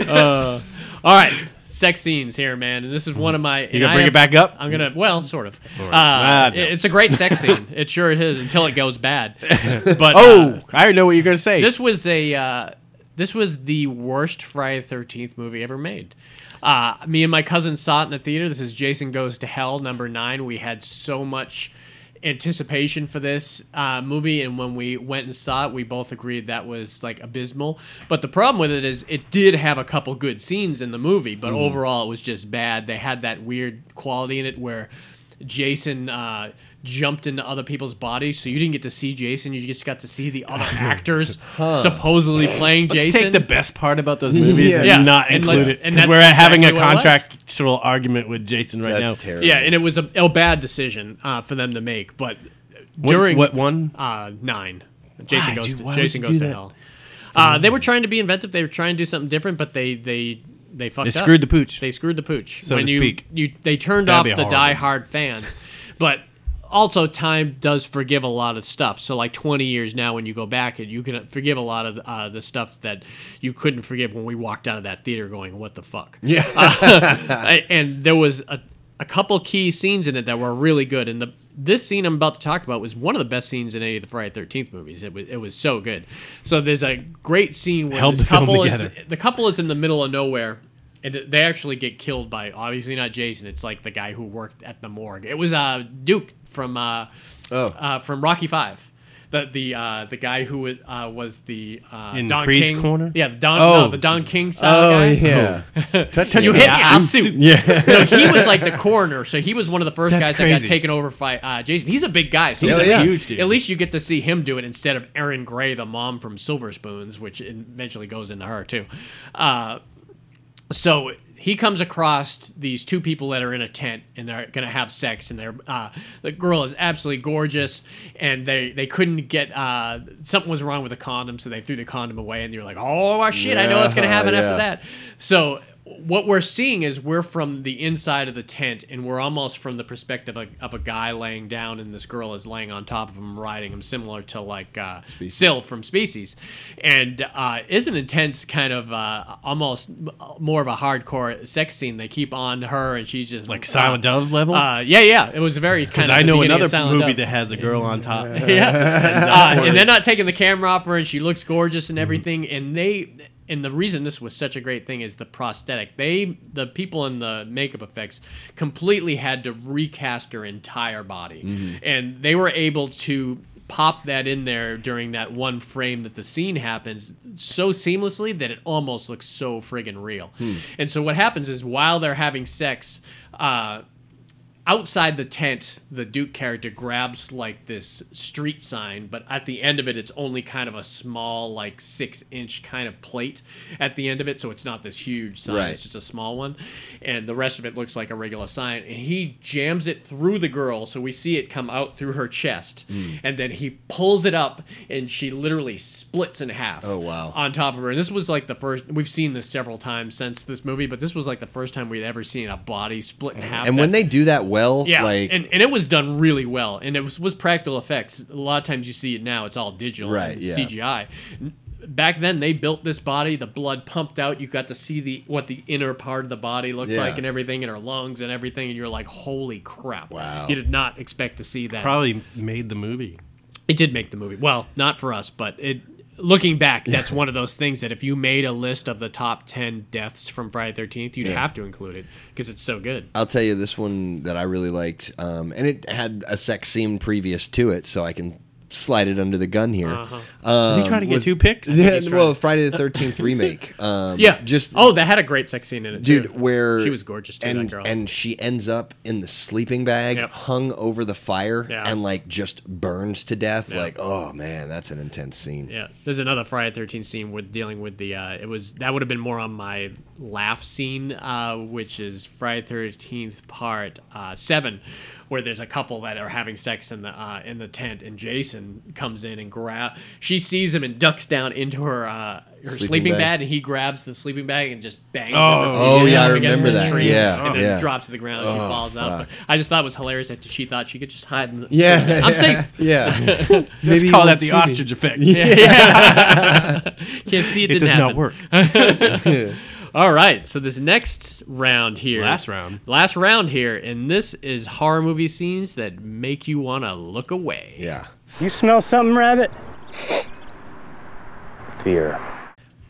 [SPEAKER 2] Uh, all right, sex scenes here, man, and this is one of my.
[SPEAKER 4] You gonna bring it back up?
[SPEAKER 2] I'm gonna, well, sort of. Uh,
[SPEAKER 4] Ah, no.
[SPEAKER 2] it- It's a great sex scene. It sure is until it goes bad. But uh,
[SPEAKER 4] Oh, I know what you're gonna say.
[SPEAKER 2] this was a uh, this was the worst Friday Thirteenth movie ever made. Uh, me and my cousin saw it in the theater. This is Jason Goes to Hell number nine. We had so much anticipation for this uh, movie, and when we went and saw it, we both agreed that was like abysmal. But the problem with it is, it did have a couple good scenes in the movie, but overall, it was just bad. They had that weird quality in it where Jason uh, jumped into other people's bodies, so you didn't get to see Jason. You just got to see the other actors supposedly playing
[SPEAKER 4] Let's
[SPEAKER 2] Jason.
[SPEAKER 4] take the best part about those movies and
[SPEAKER 2] Yeah.
[SPEAKER 4] not
[SPEAKER 2] And, like,
[SPEAKER 4] include it
[SPEAKER 2] and that's
[SPEAKER 4] because we're having
[SPEAKER 2] exactly
[SPEAKER 4] a
[SPEAKER 2] what it was.
[SPEAKER 4] contractual argument with Jason right now.
[SPEAKER 3] That's terrible.
[SPEAKER 2] yeah, and it was a, a bad decision uh, for them to make. But during
[SPEAKER 4] what one?
[SPEAKER 2] Uh, nine. Jason
[SPEAKER 4] Why,
[SPEAKER 2] goes.
[SPEAKER 4] dude?
[SPEAKER 2] to,
[SPEAKER 4] Why would
[SPEAKER 2] Jason
[SPEAKER 4] you
[SPEAKER 2] goes
[SPEAKER 4] do
[SPEAKER 2] to
[SPEAKER 4] that?
[SPEAKER 2] hell. Uh, they were trying to be inventive. They were trying to do something different, but they they they fucked.
[SPEAKER 4] They screwed
[SPEAKER 2] up.
[SPEAKER 4] the pooch.
[SPEAKER 2] They screwed the pooch.
[SPEAKER 4] So
[SPEAKER 2] when
[SPEAKER 4] to
[SPEAKER 2] you,
[SPEAKER 4] speak.
[SPEAKER 2] you they turned
[SPEAKER 4] That'd
[SPEAKER 2] off
[SPEAKER 4] be
[SPEAKER 2] the
[SPEAKER 4] horrible.
[SPEAKER 2] diehard fans, but also time does forgive a lot of stuff. So like twenty years now, when you go back, and you can forgive a lot of uh, the stuff that you couldn't forgive when we walked out of that theater going, "What the fuck?" Yeah. and there was a a couple key scenes in it that were really good. And the this scene I'm about to talk about was one of the best scenes in any of the Friday Thirteenth movies. It was it was so good. So there's a great scene where
[SPEAKER 4] Held
[SPEAKER 2] this
[SPEAKER 4] the film
[SPEAKER 2] couple is
[SPEAKER 4] together.
[SPEAKER 2] the couple is in the middle of nowhere. And th- they actually get killed by obviously not Jason. It's like the guy who worked at the morgue. It was uh, Duke from uh,
[SPEAKER 4] Oh.
[SPEAKER 2] uh, from Rocky Five, the the uh, the guy who uh, was the uh,
[SPEAKER 4] In
[SPEAKER 2] Don
[SPEAKER 4] Creed's
[SPEAKER 2] King.
[SPEAKER 4] corner?
[SPEAKER 2] Yeah, Don
[SPEAKER 4] Oh.
[SPEAKER 2] no, the Don King style
[SPEAKER 3] Oh
[SPEAKER 2] guy.
[SPEAKER 3] yeah. Touch
[SPEAKER 2] You hit
[SPEAKER 3] me.
[SPEAKER 2] me,
[SPEAKER 4] Yeah,
[SPEAKER 2] I'll
[SPEAKER 4] I'm
[SPEAKER 2] sue.
[SPEAKER 3] Yeah.
[SPEAKER 2] So he was like the coroner. So he was one of the first
[SPEAKER 4] That's
[SPEAKER 2] guys that got
[SPEAKER 4] crazy.
[SPEAKER 2] taken over by uh, Jason. He's a big guy. So
[SPEAKER 4] He's
[SPEAKER 2] at
[SPEAKER 4] a
[SPEAKER 2] least-
[SPEAKER 4] huge dude.
[SPEAKER 2] At least you get to see him do it instead of Erin Gray, the mom from Silver Spoons, which eventually goes into her too. Uh, so he comes across these two people that are in a tent and they're going to have sex and they're uh, the girl is absolutely gorgeous and they they couldn't get uh, something was wrong with the condom so they threw the condom away and you're like oh shit i know what's going to happen after
[SPEAKER 3] Yeah.
[SPEAKER 2] that so what we're seeing is we're from the inside of the tent and we're almost from the perspective of, of a guy laying down and this girl is laying on top of him riding him similar to like uh, Syl from Species and uh, is an intense kind of uh, almost m- more of a hardcore sex scene they keep on her and she's just
[SPEAKER 4] like Silent Dove level.
[SPEAKER 2] uh, yeah yeah it was very kind
[SPEAKER 4] Because
[SPEAKER 2] of
[SPEAKER 4] I
[SPEAKER 2] the
[SPEAKER 4] know
[SPEAKER 2] beginning of
[SPEAKER 4] another
[SPEAKER 2] Silent
[SPEAKER 4] movie
[SPEAKER 2] Dove
[SPEAKER 4] that has a girl on top.
[SPEAKER 2] yeah. Uh, and they're not taking the camera off her, and she looks gorgeous and everything. And they, and the reason this was such a great thing is the prosthetic. They, the people in the makeup effects, completely had to recast her entire body, and they were able to pop that in there during that one frame that the scene happens so seamlessly that it almost looks so friggin' real. And so what happens is while they're having sex, uh, outside the tent, the Duke character grabs like this street sign, but at the end of it, it's only kind of a small, like six inch kind of plate at the end of it. So it's not this huge sign,
[SPEAKER 3] Right.
[SPEAKER 2] it's just a small one. And the rest of it looks like a regular sign. And he jams it through the girl. So we see it come out through her chest.
[SPEAKER 3] Hmm.
[SPEAKER 2] And then he pulls it up, and she literally splits in half.
[SPEAKER 3] Oh, wow.
[SPEAKER 2] On top of her. And this was like the first, we've seen this several times since this movie, but this was like the first time we'd ever seen a body split in half.
[SPEAKER 3] Uh-huh. And
[SPEAKER 2] that
[SPEAKER 3] when they do that well,
[SPEAKER 2] yeah,
[SPEAKER 3] like
[SPEAKER 2] and, and it was done really well, and it was, was practical effects. A lot of times you see it now; it's all digital,
[SPEAKER 3] Right,
[SPEAKER 2] and
[SPEAKER 3] yeah.
[SPEAKER 2] CGI. N- Back then, they built this body. The blood pumped out. You got to see the what the inner part of the body looked
[SPEAKER 3] Yeah.
[SPEAKER 2] like, and everything, and her lungs, and everything. And you're like, "Holy crap!"
[SPEAKER 3] Wow.
[SPEAKER 2] You did not expect to see that.
[SPEAKER 4] Probably made the movie.
[SPEAKER 2] It did make the movie. Well, not for us, but it. Looking back, that's one of those things that if you made a list of the top ten deaths from Friday Thirteenth, you'd have to include it because it's so good.
[SPEAKER 3] I'll tell you this one that I really liked, um, and it had a sex scene previous to it, so I can slide it under the gun here.
[SPEAKER 2] Uh-huh.
[SPEAKER 3] Um,
[SPEAKER 4] Is he trying to get two picks?
[SPEAKER 3] Yeah, well, Friday the Thirteenth remake. Um,
[SPEAKER 2] Yeah.
[SPEAKER 3] just
[SPEAKER 2] oh, that had a great sex scene in it,
[SPEAKER 3] dude,
[SPEAKER 2] Too.
[SPEAKER 3] where
[SPEAKER 2] she was gorgeous too.
[SPEAKER 3] and
[SPEAKER 2] that girl.
[SPEAKER 3] and she ends up in the sleeping bag,
[SPEAKER 2] Yep.
[SPEAKER 3] hung over the fire,
[SPEAKER 2] Yeah.
[SPEAKER 3] and like just burns to death.
[SPEAKER 2] Yeah.
[SPEAKER 3] Like, oh man, that's an intense scene.
[SPEAKER 2] yeah, there's another Friday Thirteen scene with dealing with the. Uh, it was that would have been more on my laugh scene, uh, which is Friday Thirteenth Part uh, Seven, where there's a couple that are having sex in the uh, in the tent, and Jason comes in and grab. She sees him and ducks down into her uh, her
[SPEAKER 3] Sleeping
[SPEAKER 2] sleeping,
[SPEAKER 3] bag.
[SPEAKER 2] bag. and he grabs the sleeping bag and just bangs.
[SPEAKER 4] Oh,
[SPEAKER 2] him repeatedly
[SPEAKER 3] oh, yeah, I
[SPEAKER 2] up against
[SPEAKER 3] remember
[SPEAKER 2] the
[SPEAKER 3] that.
[SPEAKER 2] tree,
[SPEAKER 3] Yeah,
[SPEAKER 2] and then
[SPEAKER 3] yeah.
[SPEAKER 2] drops to the ground. and She
[SPEAKER 3] Oh,
[SPEAKER 2] falls out.
[SPEAKER 3] fuck.
[SPEAKER 2] But I just thought it was hilarious that she thought she could just hide. In the,
[SPEAKER 3] Yeah,
[SPEAKER 2] I'm safe.
[SPEAKER 3] Yeah,
[SPEAKER 4] Let's
[SPEAKER 3] he
[SPEAKER 4] call
[SPEAKER 3] won't
[SPEAKER 4] that the
[SPEAKER 3] see me.
[SPEAKER 4] ostrich effect.
[SPEAKER 2] Can't see it.
[SPEAKER 4] It
[SPEAKER 2] Didn't
[SPEAKER 4] does not
[SPEAKER 2] happen.
[SPEAKER 4] work.
[SPEAKER 2] All right, so this next round here,
[SPEAKER 4] Last round.
[SPEAKER 2] last round here, and this is horror movie scenes that make you want to look away.
[SPEAKER 3] yeah.
[SPEAKER 5] You smell something, Rabbit?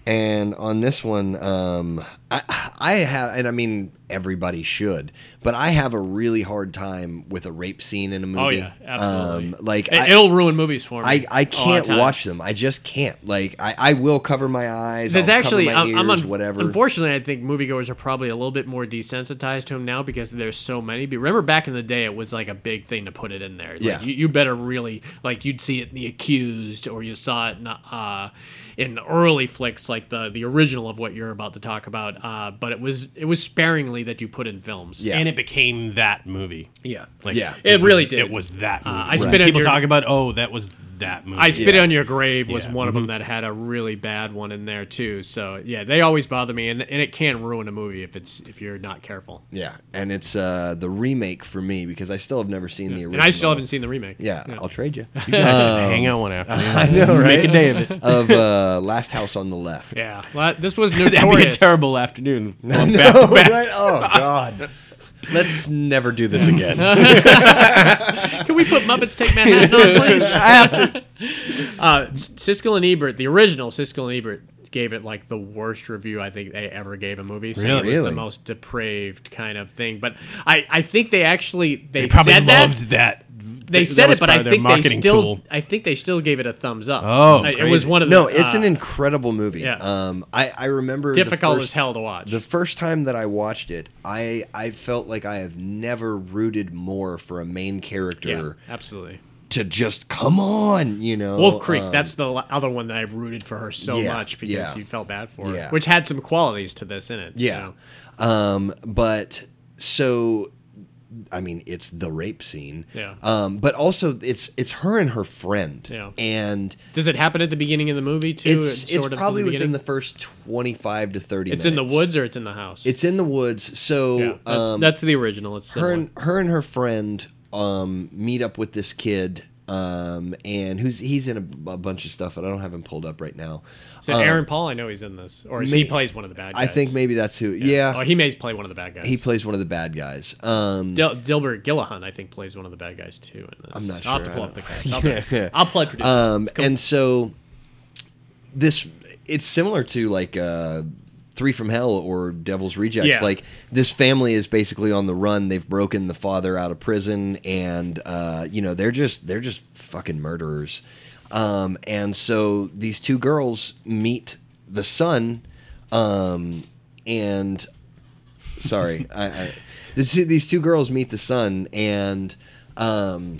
[SPEAKER 3] And on this one, um, I, I have, and I mean everybody should, but I have a really hard time with a rape scene in a movie.
[SPEAKER 2] Oh yeah, absolutely.
[SPEAKER 3] Um, like
[SPEAKER 2] it,
[SPEAKER 3] I-
[SPEAKER 2] will ruin movies for me.
[SPEAKER 3] I, I
[SPEAKER 2] a lot of
[SPEAKER 3] can't
[SPEAKER 2] times.
[SPEAKER 3] watch them. I just can't. Like I, I will cover my eyes.
[SPEAKER 2] There's
[SPEAKER 3] I'll
[SPEAKER 2] actually,
[SPEAKER 3] cover my
[SPEAKER 2] I'm,
[SPEAKER 3] ears,
[SPEAKER 2] I'm un-
[SPEAKER 3] whatever.
[SPEAKER 2] unfortunately, I think moviegoers are probably a little bit more desensitized to them now because there's so many. But remember back in the day, it was like a big thing to put it in there. Like,
[SPEAKER 3] Yeah.
[SPEAKER 2] you, you better really like you'd see it in The Accused, or you saw it in, uh, in the early flicks like the the original of what you're about to talk about. Uh, but it was it was sparingly that you put in films.
[SPEAKER 3] Yeah.
[SPEAKER 4] And it became that movie.
[SPEAKER 2] yeah.
[SPEAKER 4] Like,
[SPEAKER 3] Yeah.
[SPEAKER 2] It
[SPEAKER 4] was-
[SPEAKER 2] really did. Uh,
[SPEAKER 4] It was that movie.
[SPEAKER 2] I spit on
[SPEAKER 4] People
[SPEAKER 2] your-
[SPEAKER 4] talk about, oh, that was that movie.
[SPEAKER 2] I Spit on Your Grave was
[SPEAKER 4] Yeah. Mm-hmm.
[SPEAKER 2] one of them that had a really bad one in there too. So yeah, they always bother me, and, and it can ruin a movie if it's if you're not careful.
[SPEAKER 3] yeah, and it's uh, the remake for me because I still have never seen the original.
[SPEAKER 2] And I still haven't seen the remake.
[SPEAKER 3] Yeah, I'll trade you.
[SPEAKER 4] You guys should hang out one afternoon. I
[SPEAKER 3] know, right?
[SPEAKER 4] Make a day of it.
[SPEAKER 3] of uh, Last House on the Left.
[SPEAKER 2] yeah. Well, this was
[SPEAKER 4] That'd be a
[SPEAKER 2] notorious.
[SPEAKER 4] terrible afternoon. Going back
[SPEAKER 3] No,
[SPEAKER 4] to back.
[SPEAKER 3] right? Oh God. Let's never do this again.
[SPEAKER 2] Can we put Muppets Take Manhattan on, please? I have to. Uh, S- Siskel and Ebert, the original Siskel and Ebert, gave it like the worst review I think they ever gave a movie. So it was
[SPEAKER 3] Really?
[SPEAKER 2] the most depraved kind of thing. But I, I think they actually they,
[SPEAKER 4] They probably
[SPEAKER 2] said that.
[SPEAKER 4] loved that.
[SPEAKER 2] they
[SPEAKER 4] That
[SPEAKER 2] said
[SPEAKER 4] was
[SPEAKER 2] it, but
[SPEAKER 4] part
[SPEAKER 2] I
[SPEAKER 4] of their
[SPEAKER 2] think they
[SPEAKER 4] marketing
[SPEAKER 2] still.
[SPEAKER 4] tool.
[SPEAKER 2] I think they still gave it a thumbs up.
[SPEAKER 4] Oh,
[SPEAKER 2] I- it was
[SPEAKER 4] crazy.
[SPEAKER 2] one of the.
[SPEAKER 3] No, it's
[SPEAKER 2] uh,
[SPEAKER 3] an incredible movie.
[SPEAKER 2] yeah.
[SPEAKER 3] Um, I, I remember the
[SPEAKER 2] difficult
[SPEAKER 3] first-
[SPEAKER 2] as hell to watch.
[SPEAKER 3] The first time that I watched it, I I felt like I have never rooted more for a main
[SPEAKER 2] yeah,
[SPEAKER 3] character
[SPEAKER 2] absolutely.
[SPEAKER 3] to just come on, you know.
[SPEAKER 2] Wolf Creek.
[SPEAKER 3] um,
[SPEAKER 2] that's the l- other one that I've rooted for her so
[SPEAKER 3] yeah,
[SPEAKER 2] much because
[SPEAKER 3] yeah.
[SPEAKER 2] you felt bad for her,
[SPEAKER 3] Yeah.
[SPEAKER 2] which had some qualities to this in it. you
[SPEAKER 3] yeah.
[SPEAKER 2] know?
[SPEAKER 3] Um, but so I mean, it's the rape scene.
[SPEAKER 2] Yeah.
[SPEAKER 3] Um, but also it's it's her and her friend.
[SPEAKER 2] Yeah.
[SPEAKER 3] And
[SPEAKER 2] Does it happen at the beginning of the movie too?
[SPEAKER 3] it's it's,
[SPEAKER 2] sort of
[SPEAKER 3] probably
[SPEAKER 2] in the
[SPEAKER 3] within
[SPEAKER 2] beginning?
[SPEAKER 3] the first twenty five to thirty.
[SPEAKER 2] It's in
[SPEAKER 3] minutes.
[SPEAKER 2] the woods or it's in the house.
[SPEAKER 3] It's in the woods. So
[SPEAKER 2] yeah, that's,
[SPEAKER 3] um,
[SPEAKER 2] that's the original. It's
[SPEAKER 3] her
[SPEAKER 2] similar.
[SPEAKER 3] and, her and her friend um, meet up with this kid um, and who's he's in a, a bunch of stuff but i don't have him pulled up right now
[SPEAKER 2] so Aaron Paul, I know he's in this, or is
[SPEAKER 3] uh, may-
[SPEAKER 2] he plays one of the bad
[SPEAKER 3] i
[SPEAKER 2] guys.
[SPEAKER 3] think maybe that's who yeah,
[SPEAKER 2] Oh, he may play one of the bad guys.
[SPEAKER 3] he plays one of the bad guys um,
[SPEAKER 2] Dil- Dilbert Gillihan, I think, plays one of the bad guys too. In this.
[SPEAKER 3] I'm not
[SPEAKER 2] I'll have to
[SPEAKER 3] sure,
[SPEAKER 2] pull
[SPEAKER 3] I
[SPEAKER 2] up the cast. I'll, yeah. I'll plug producer.
[SPEAKER 3] um,
[SPEAKER 2] It's cool.
[SPEAKER 3] and so this it's similar to like uh, three from hell or devil's rejects
[SPEAKER 2] Yeah.
[SPEAKER 3] like this family is basically on the run they've broken the father out of prison and uh, you know they're just they're just fucking murderers um, and so these two girls meet the son um, and sorry I, I the two, these two girls meet the son and um,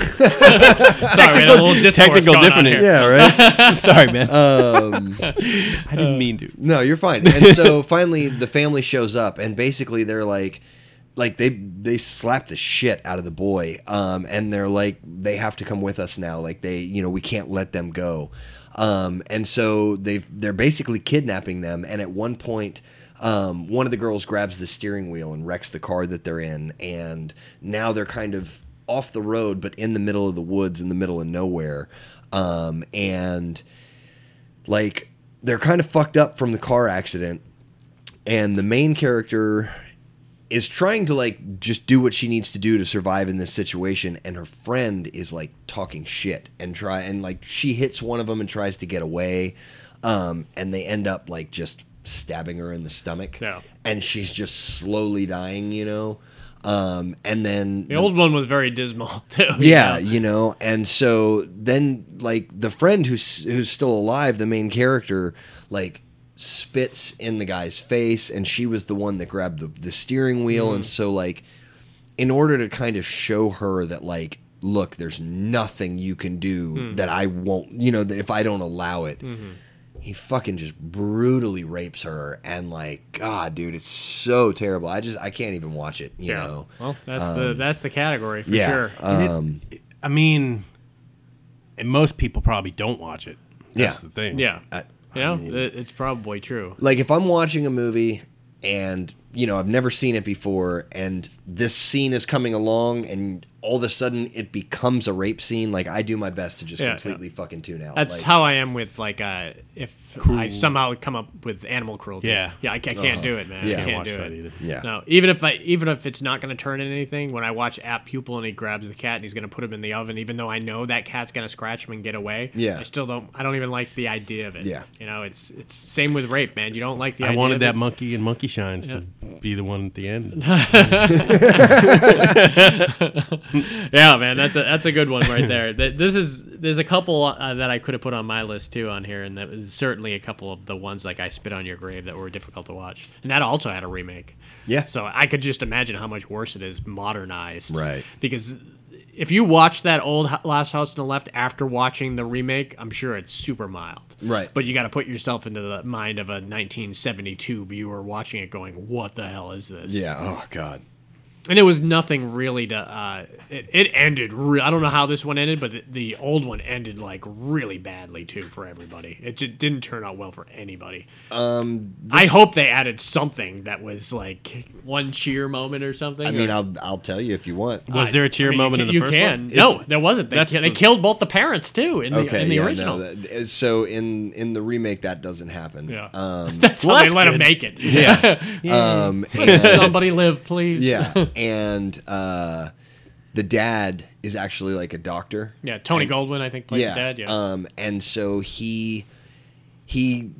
[SPEAKER 2] Sorry, we had a little discourse
[SPEAKER 4] technical
[SPEAKER 2] going on
[SPEAKER 4] difference.
[SPEAKER 2] here.
[SPEAKER 3] yeah right
[SPEAKER 4] Sorry, man.
[SPEAKER 3] Um,
[SPEAKER 4] I didn't mean to.
[SPEAKER 3] No, you're fine. And so finally, the family shows up, and basically they're like, like they they slap the shit out of the boy, um, and they're like, they have to come with us now. Like they, you know, we can't let them go. Um, and so they they're basically kidnapping them, and at one point. Um, one of the girls grabs the steering wheel and wrecks the car that they're in, and now they're kind of off the road, but in the middle of the woods, in the middle of nowhere. Um, and like they're kind of fucked up from the car accident and the main character is trying to like just do what she needs to do to survive in this situation and her friend is like talking shit and try and like she hits one of them and tries to get away um and they end up like just stabbing her in the stomach
[SPEAKER 2] Yeah.
[SPEAKER 3] and she's just slowly dying you know um and then
[SPEAKER 2] The old one was very dismal too. you
[SPEAKER 3] yeah,
[SPEAKER 2] know?
[SPEAKER 3] you know, and so then like the friend who's who's still alive, the main character, like spits in the guy's face, and she was the one that grabbed the, the steering wheel, and
[SPEAKER 2] Mm-hmm.
[SPEAKER 3] so like in order to kind of show her that
[SPEAKER 2] Mm.
[SPEAKER 3] like
[SPEAKER 2] Mm-hmm.
[SPEAKER 3] look there's nothing you can do that i won't you know that if i don't allow it he fucking just brutally rapes her and like god dude it's so terrible i just i can't even watch it you know um,
[SPEAKER 2] Well, that's the that's the category for
[SPEAKER 3] yeah
[SPEAKER 2] sure.
[SPEAKER 3] um
[SPEAKER 4] I mean, and most people probably don't watch it. That's
[SPEAKER 3] Yeah.
[SPEAKER 4] the thing.
[SPEAKER 2] yeah.
[SPEAKER 3] I-
[SPEAKER 2] yeah, it- it's probably true.
[SPEAKER 3] like if i'm watching a movie and you know i've never seen it before and this scene is coming along and all of a sudden it becomes a rape scene like i do my best to just
[SPEAKER 2] Yeah, yeah.
[SPEAKER 3] completely fucking tune out
[SPEAKER 2] That's
[SPEAKER 3] like,
[SPEAKER 2] how I am with like uh, if I somehow come up with animal cruelty.
[SPEAKER 4] Yeah.
[SPEAKER 2] yeah, I, ca- I can't do it, man.
[SPEAKER 3] Uh, Yeah.
[SPEAKER 2] I can't
[SPEAKER 3] Can't
[SPEAKER 4] watch
[SPEAKER 2] do
[SPEAKER 4] that
[SPEAKER 2] it.
[SPEAKER 4] either.
[SPEAKER 3] Yeah.
[SPEAKER 2] no. Even if I, even if it's not going to turn in anything, when I watch App Pupil and he grabs the cat and he's going to put him in the oven, even though I know that cat's going to scratch him and get away.
[SPEAKER 3] Yeah.
[SPEAKER 2] I still don't. I don't even like the idea of it.
[SPEAKER 3] Yeah.
[SPEAKER 2] you know, it's it's same with rape, man. You don't like the.
[SPEAKER 4] I
[SPEAKER 2] idea
[SPEAKER 4] wanted
[SPEAKER 2] of
[SPEAKER 4] that
[SPEAKER 2] it.
[SPEAKER 4] monkey and monkey shines to be the one at the end.
[SPEAKER 2] Yeah, man, that's a that's a good one right there. Th- This is there's a couple uh, that I could have put on my list too on here, and that is certainly a couple of the ones like I spit on your grave that were difficult to watch, and that also had a remake.
[SPEAKER 3] Yeah.
[SPEAKER 2] so I could just imagine how much worse it is modernized.
[SPEAKER 3] Right.
[SPEAKER 2] because if you watch that old Ho- Last House on the Left after watching the remake, I'm sure it's super mild.
[SPEAKER 3] Right.
[SPEAKER 2] but you got to put yourself into the mind of a 1972 viewer watching it, going, "What the hell is this?"
[SPEAKER 3] yeah oh god
[SPEAKER 2] and it was nothing really to uh it, it ended re- i don't know how this one ended but the, the old one ended like really badly too for everybody it just didn't turn out well for anybody um i hope they added something that was like one cheer moment or something
[SPEAKER 3] i
[SPEAKER 2] or-
[SPEAKER 3] mean i'll i'll tell you if you want
[SPEAKER 2] I-
[SPEAKER 4] Was there a cheer
[SPEAKER 2] I mean, you
[SPEAKER 4] moment
[SPEAKER 2] can-
[SPEAKER 4] in the
[SPEAKER 2] you
[SPEAKER 4] first
[SPEAKER 2] can
[SPEAKER 4] one?
[SPEAKER 2] no
[SPEAKER 3] It's-
[SPEAKER 2] there wasn't they,
[SPEAKER 4] That's
[SPEAKER 2] ki- they
[SPEAKER 4] the-
[SPEAKER 2] killed both the parents too in the,
[SPEAKER 3] okay
[SPEAKER 2] in the
[SPEAKER 3] yeah, no,
[SPEAKER 2] original
[SPEAKER 3] that- so in in the remake that doesn't happen
[SPEAKER 2] yeah
[SPEAKER 3] um
[SPEAKER 2] that's
[SPEAKER 4] well,
[SPEAKER 2] how
[SPEAKER 4] that's
[SPEAKER 2] they let
[SPEAKER 4] good.
[SPEAKER 2] him make it yeah
[SPEAKER 3] um and-
[SPEAKER 2] somebody live please
[SPEAKER 3] yeah and uh the dad is actually like a doctor
[SPEAKER 2] yeah tony goldwyn i think plays the dad yeah
[SPEAKER 3] Um, and so he he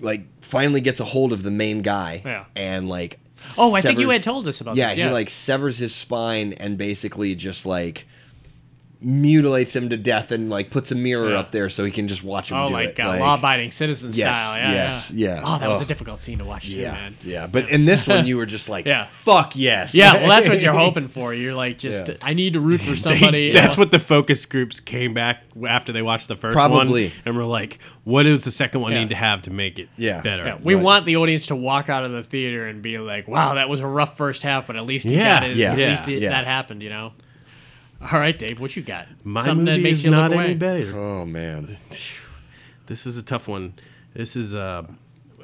[SPEAKER 3] like finally gets a hold of the main guy.
[SPEAKER 2] Yeah.
[SPEAKER 3] And like
[SPEAKER 2] Oh, I think you had told us about
[SPEAKER 3] yeah,
[SPEAKER 2] this,
[SPEAKER 3] he
[SPEAKER 2] yeah.
[SPEAKER 3] like severs his spine and basically just like mutilates him to death and like puts a mirror
[SPEAKER 2] Yeah.
[SPEAKER 3] up there so he can just watch him
[SPEAKER 2] Oh,
[SPEAKER 3] do
[SPEAKER 2] like,
[SPEAKER 3] it.
[SPEAKER 2] uh, law-abiding citizen
[SPEAKER 3] Yes,
[SPEAKER 2] style. Yeah,
[SPEAKER 3] yes, yeah.
[SPEAKER 2] Oh, that was a
[SPEAKER 3] Oh.
[SPEAKER 2] difficult scene to watch too,
[SPEAKER 3] yeah,
[SPEAKER 2] man.
[SPEAKER 3] yeah. But in this one, you were just like,
[SPEAKER 2] Yeah.
[SPEAKER 3] "Fuck yes."
[SPEAKER 2] Yeah, well, that's what you're hoping for. You're like, just
[SPEAKER 3] Yeah.
[SPEAKER 2] I need to root for somebody.
[SPEAKER 4] That's what the focus groups came back after they watched the first
[SPEAKER 3] Probably.
[SPEAKER 4] one, and we're like, "What does the second one
[SPEAKER 2] Yeah.
[SPEAKER 4] need to have to make it
[SPEAKER 3] Yeah.
[SPEAKER 4] better?"
[SPEAKER 2] Yeah, we
[SPEAKER 3] Right.
[SPEAKER 2] want the audience to walk out of the theater and be like, "Wow, that was a rough first half, but at least he
[SPEAKER 4] Yeah,
[SPEAKER 2] got it.
[SPEAKER 3] yeah,
[SPEAKER 2] at least he-
[SPEAKER 3] yeah.
[SPEAKER 2] that happened." You know. All right, Dave, what you got?
[SPEAKER 4] My
[SPEAKER 2] Something
[SPEAKER 4] movie
[SPEAKER 2] that makes
[SPEAKER 4] is
[SPEAKER 2] you
[SPEAKER 4] not
[SPEAKER 2] look
[SPEAKER 4] any
[SPEAKER 2] away.
[SPEAKER 4] better.
[SPEAKER 3] Oh man.
[SPEAKER 4] This is a tough one. This is, uh,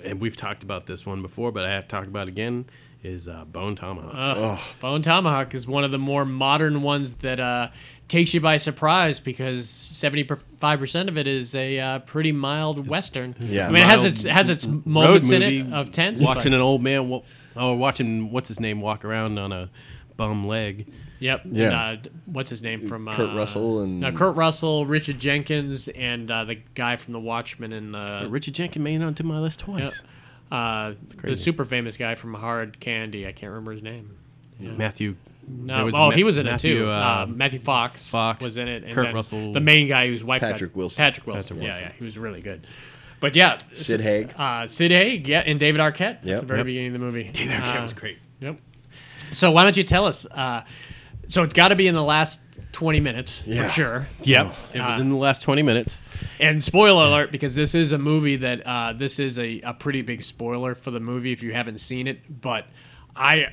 [SPEAKER 4] and we've talked about this one before, but I have to talk about it again. Is uh, Bone Tomahawk.
[SPEAKER 2] Ah, Bone Tomahawk is one of the more modern ones that uh, takes you by surprise because seventy five percent of it is a uh, pretty mild western.
[SPEAKER 3] Yeah.
[SPEAKER 2] I mean, it has
[SPEAKER 4] Mild
[SPEAKER 2] its has its
[SPEAKER 4] road
[SPEAKER 2] moments in it
[SPEAKER 4] movie,
[SPEAKER 2] of tense.
[SPEAKER 4] Watching
[SPEAKER 2] but-
[SPEAKER 4] an old man, wa- or watching what's his name walk around on a bum leg.
[SPEAKER 2] Yep.
[SPEAKER 3] Yeah.
[SPEAKER 2] And, uh, d- what's his name from uh,
[SPEAKER 3] Kurt Russell and-
[SPEAKER 2] no, Kurt Russell, Richard Jenkins, and uh, the guy from The Watchmen and the
[SPEAKER 4] Richard Jenkins made it onto my list
[SPEAKER 2] Yep.
[SPEAKER 4] twice.
[SPEAKER 2] uh, the super famous guy from Hard Candy. I can't remember his name.
[SPEAKER 4] Matthew. there
[SPEAKER 2] No, oh,
[SPEAKER 4] Ma-
[SPEAKER 2] he was in
[SPEAKER 4] Matthew,
[SPEAKER 2] it too. Uh,
[SPEAKER 4] uh,
[SPEAKER 2] Matthew Fox,
[SPEAKER 4] Fox,
[SPEAKER 2] was in it. and
[SPEAKER 4] Kurt
[SPEAKER 2] then
[SPEAKER 4] Russell,
[SPEAKER 2] the main guy whose wife got-
[SPEAKER 3] Patrick Wilson.
[SPEAKER 2] Patrick Wilson.
[SPEAKER 4] Patrick
[SPEAKER 2] Yeah,
[SPEAKER 4] Wilson.
[SPEAKER 2] yeah, he was really good. But yeah,
[SPEAKER 3] Sid Haig.
[SPEAKER 2] uh, Sid Haig, yeah, and David Arquette at
[SPEAKER 3] Yep.
[SPEAKER 2] the very
[SPEAKER 3] Yep.
[SPEAKER 2] beginning of the movie. David
[SPEAKER 4] Arquette was great.
[SPEAKER 2] Yep. So why don't you tell us? Uh, so it's got to be in the last twenty minutes
[SPEAKER 3] Yeah.
[SPEAKER 2] for sure.
[SPEAKER 4] Yep,
[SPEAKER 2] Oh.
[SPEAKER 4] it
[SPEAKER 2] Ah.
[SPEAKER 4] was in the last twenty minutes.
[SPEAKER 2] And spoiler alert, because this is a movie that uh, this is a, a pretty big spoiler for the movie if you haven't seen it. But I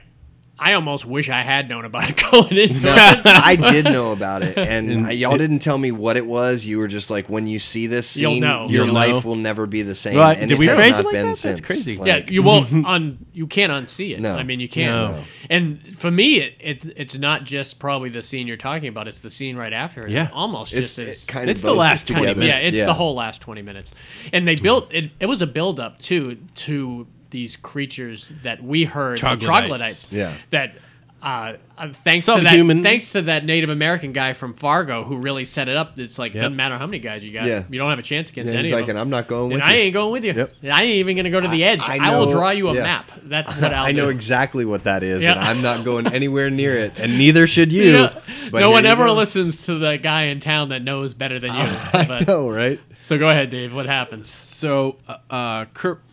[SPEAKER 2] I almost wish I had known about it going in.
[SPEAKER 3] I did know about it, and, I- y'all didn't tell me what it was. You were just like, when you see this
[SPEAKER 2] You'll
[SPEAKER 3] scene,
[SPEAKER 2] know.
[SPEAKER 3] your
[SPEAKER 4] You'll
[SPEAKER 3] life
[SPEAKER 4] know.
[SPEAKER 3] will never be the same.
[SPEAKER 4] Right.
[SPEAKER 3] And
[SPEAKER 4] Did
[SPEAKER 3] it
[SPEAKER 4] we
[SPEAKER 3] has
[SPEAKER 4] phrase
[SPEAKER 3] not
[SPEAKER 4] it like
[SPEAKER 3] been
[SPEAKER 4] that? That's
[SPEAKER 3] since.
[SPEAKER 4] crazy.
[SPEAKER 3] Like,
[SPEAKER 2] yeah, you won't un you can't unsee it.
[SPEAKER 3] No.
[SPEAKER 2] I mean you can't.
[SPEAKER 4] No.
[SPEAKER 2] And for me, it, it it's not just probably the scene you're talking about. It's the scene right after it.
[SPEAKER 4] Yeah.
[SPEAKER 2] almost
[SPEAKER 3] It's-
[SPEAKER 2] just
[SPEAKER 3] it
[SPEAKER 2] as
[SPEAKER 3] kind of
[SPEAKER 4] it's the
[SPEAKER 3] both is
[SPEAKER 4] last 20
[SPEAKER 3] together.
[SPEAKER 4] minutes.
[SPEAKER 2] Yeah, it's the whole last 20 minutes. And they built it it was a build up too to these creatures that we heard the
[SPEAKER 4] Troglodytes.
[SPEAKER 2] troglodytes
[SPEAKER 3] Yeah.
[SPEAKER 2] that uh, uh, thanks to that
[SPEAKER 4] Subhuman.
[SPEAKER 2] thanks to that Native American guy from Fargo who really set it up. It's like
[SPEAKER 4] Yep.
[SPEAKER 2] doesn't matter how many guys you got.
[SPEAKER 3] Yeah.
[SPEAKER 2] You don't have a chance against
[SPEAKER 3] Yeah,
[SPEAKER 2] any
[SPEAKER 3] he's
[SPEAKER 2] of
[SPEAKER 3] like,
[SPEAKER 2] them.
[SPEAKER 3] and I'm not going with
[SPEAKER 2] And I
[SPEAKER 3] you.
[SPEAKER 2] ain't going with you.
[SPEAKER 3] Yep.
[SPEAKER 2] And I ain't even going to go to the edge.
[SPEAKER 3] I
[SPEAKER 2] I, will
[SPEAKER 3] know-
[SPEAKER 2] draw you a
[SPEAKER 3] yeah.
[SPEAKER 2] map. That's what I'll
[SPEAKER 3] I know
[SPEAKER 2] do.
[SPEAKER 3] exactly what that is, and
[SPEAKER 2] Yeah.
[SPEAKER 3] I'm not going anywhere near it, and neither should you.
[SPEAKER 2] Yeah.
[SPEAKER 3] but
[SPEAKER 2] no
[SPEAKER 3] here
[SPEAKER 2] one
[SPEAKER 3] you
[SPEAKER 2] ever
[SPEAKER 3] go.
[SPEAKER 2] listens to the guy in town that knows better than you.
[SPEAKER 3] I
[SPEAKER 2] but,
[SPEAKER 3] know, right?
[SPEAKER 2] so go ahead, Dave. What happens?
[SPEAKER 4] So, uh, uh, Kurt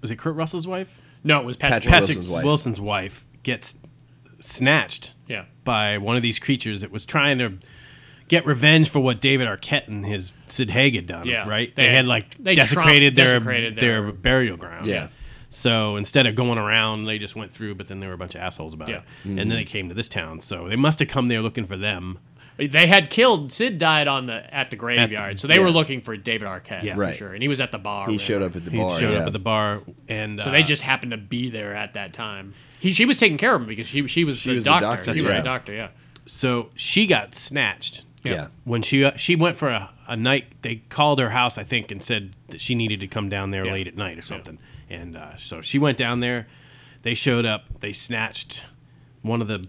[SPEAKER 4] was it Kurt Russell's wife?
[SPEAKER 2] No, it was Patrick. Wilson.
[SPEAKER 3] Patrick
[SPEAKER 4] Patrick
[SPEAKER 3] Wilson's wife.
[SPEAKER 4] Wilson's wife gets snatched
[SPEAKER 2] Yeah.
[SPEAKER 4] by one of these creatures that was trying to get revenge for what David Arquette and his Sid Haig had done.
[SPEAKER 2] Yeah.
[SPEAKER 4] right.
[SPEAKER 2] They-
[SPEAKER 4] They, had like
[SPEAKER 2] they
[SPEAKER 4] desecrated,
[SPEAKER 2] trump-
[SPEAKER 4] their,
[SPEAKER 2] desecrated
[SPEAKER 4] their
[SPEAKER 2] their-
[SPEAKER 4] burial ground.
[SPEAKER 3] Yeah.
[SPEAKER 4] So instead of going around, they just went through. But then there were a bunch of assholes about
[SPEAKER 2] Yeah.
[SPEAKER 4] it,
[SPEAKER 3] Mm-hmm.
[SPEAKER 4] and then they came to this town. So they must have come there looking for them.
[SPEAKER 2] They had killed Sid died on the at the graveyard, so they were looking for David Arquette
[SPEAKER 4] Yeah.
[SPEAKER 2] for
[SPEAKER 3] Right.
[SPEAKER 2] sure, and he was at the bar.
[SPEAKER 3] He
[SPEAKER 2] or
[SPEAKER 3] showed
[SPEAKER 2] whatever.
[SPEAKER 3] up at the
[SPEAKER 4] He
[SPEAKER 3] bar.
[SPEAKER 4] showed
[SPEAKER 3] yeah.
[SPEAKER 4] up at the bar, and
[SPEAKER 2] So
[SPEAKER 4] uh,
[SPEAKER 2] they just happened to be there at that time. He, she was taking care of him because she she was, the,
[SPEAKER 3] was the
[SPEAKER 2] doctor.
[SPEAKER 3] doctor,
[SPEAKER 2] She
[SPEAKER 3] that's
[SPEAKER 2] was
[SPEAKER 3] right.
[SPEAKER 2] the doctor. Yeah.
[SPEAKER 4] so she got snatched.
[SPEAKER 3] Yeah.
[SPEAKER 4] When she uh, she went for a, a night, they called her house, I think, and said that she needed to come down there
[SPEAKER 2] Yeah.
[SPEAKER 4] late at night or something. And uh, so she went down there. They showed up. They snatched one of the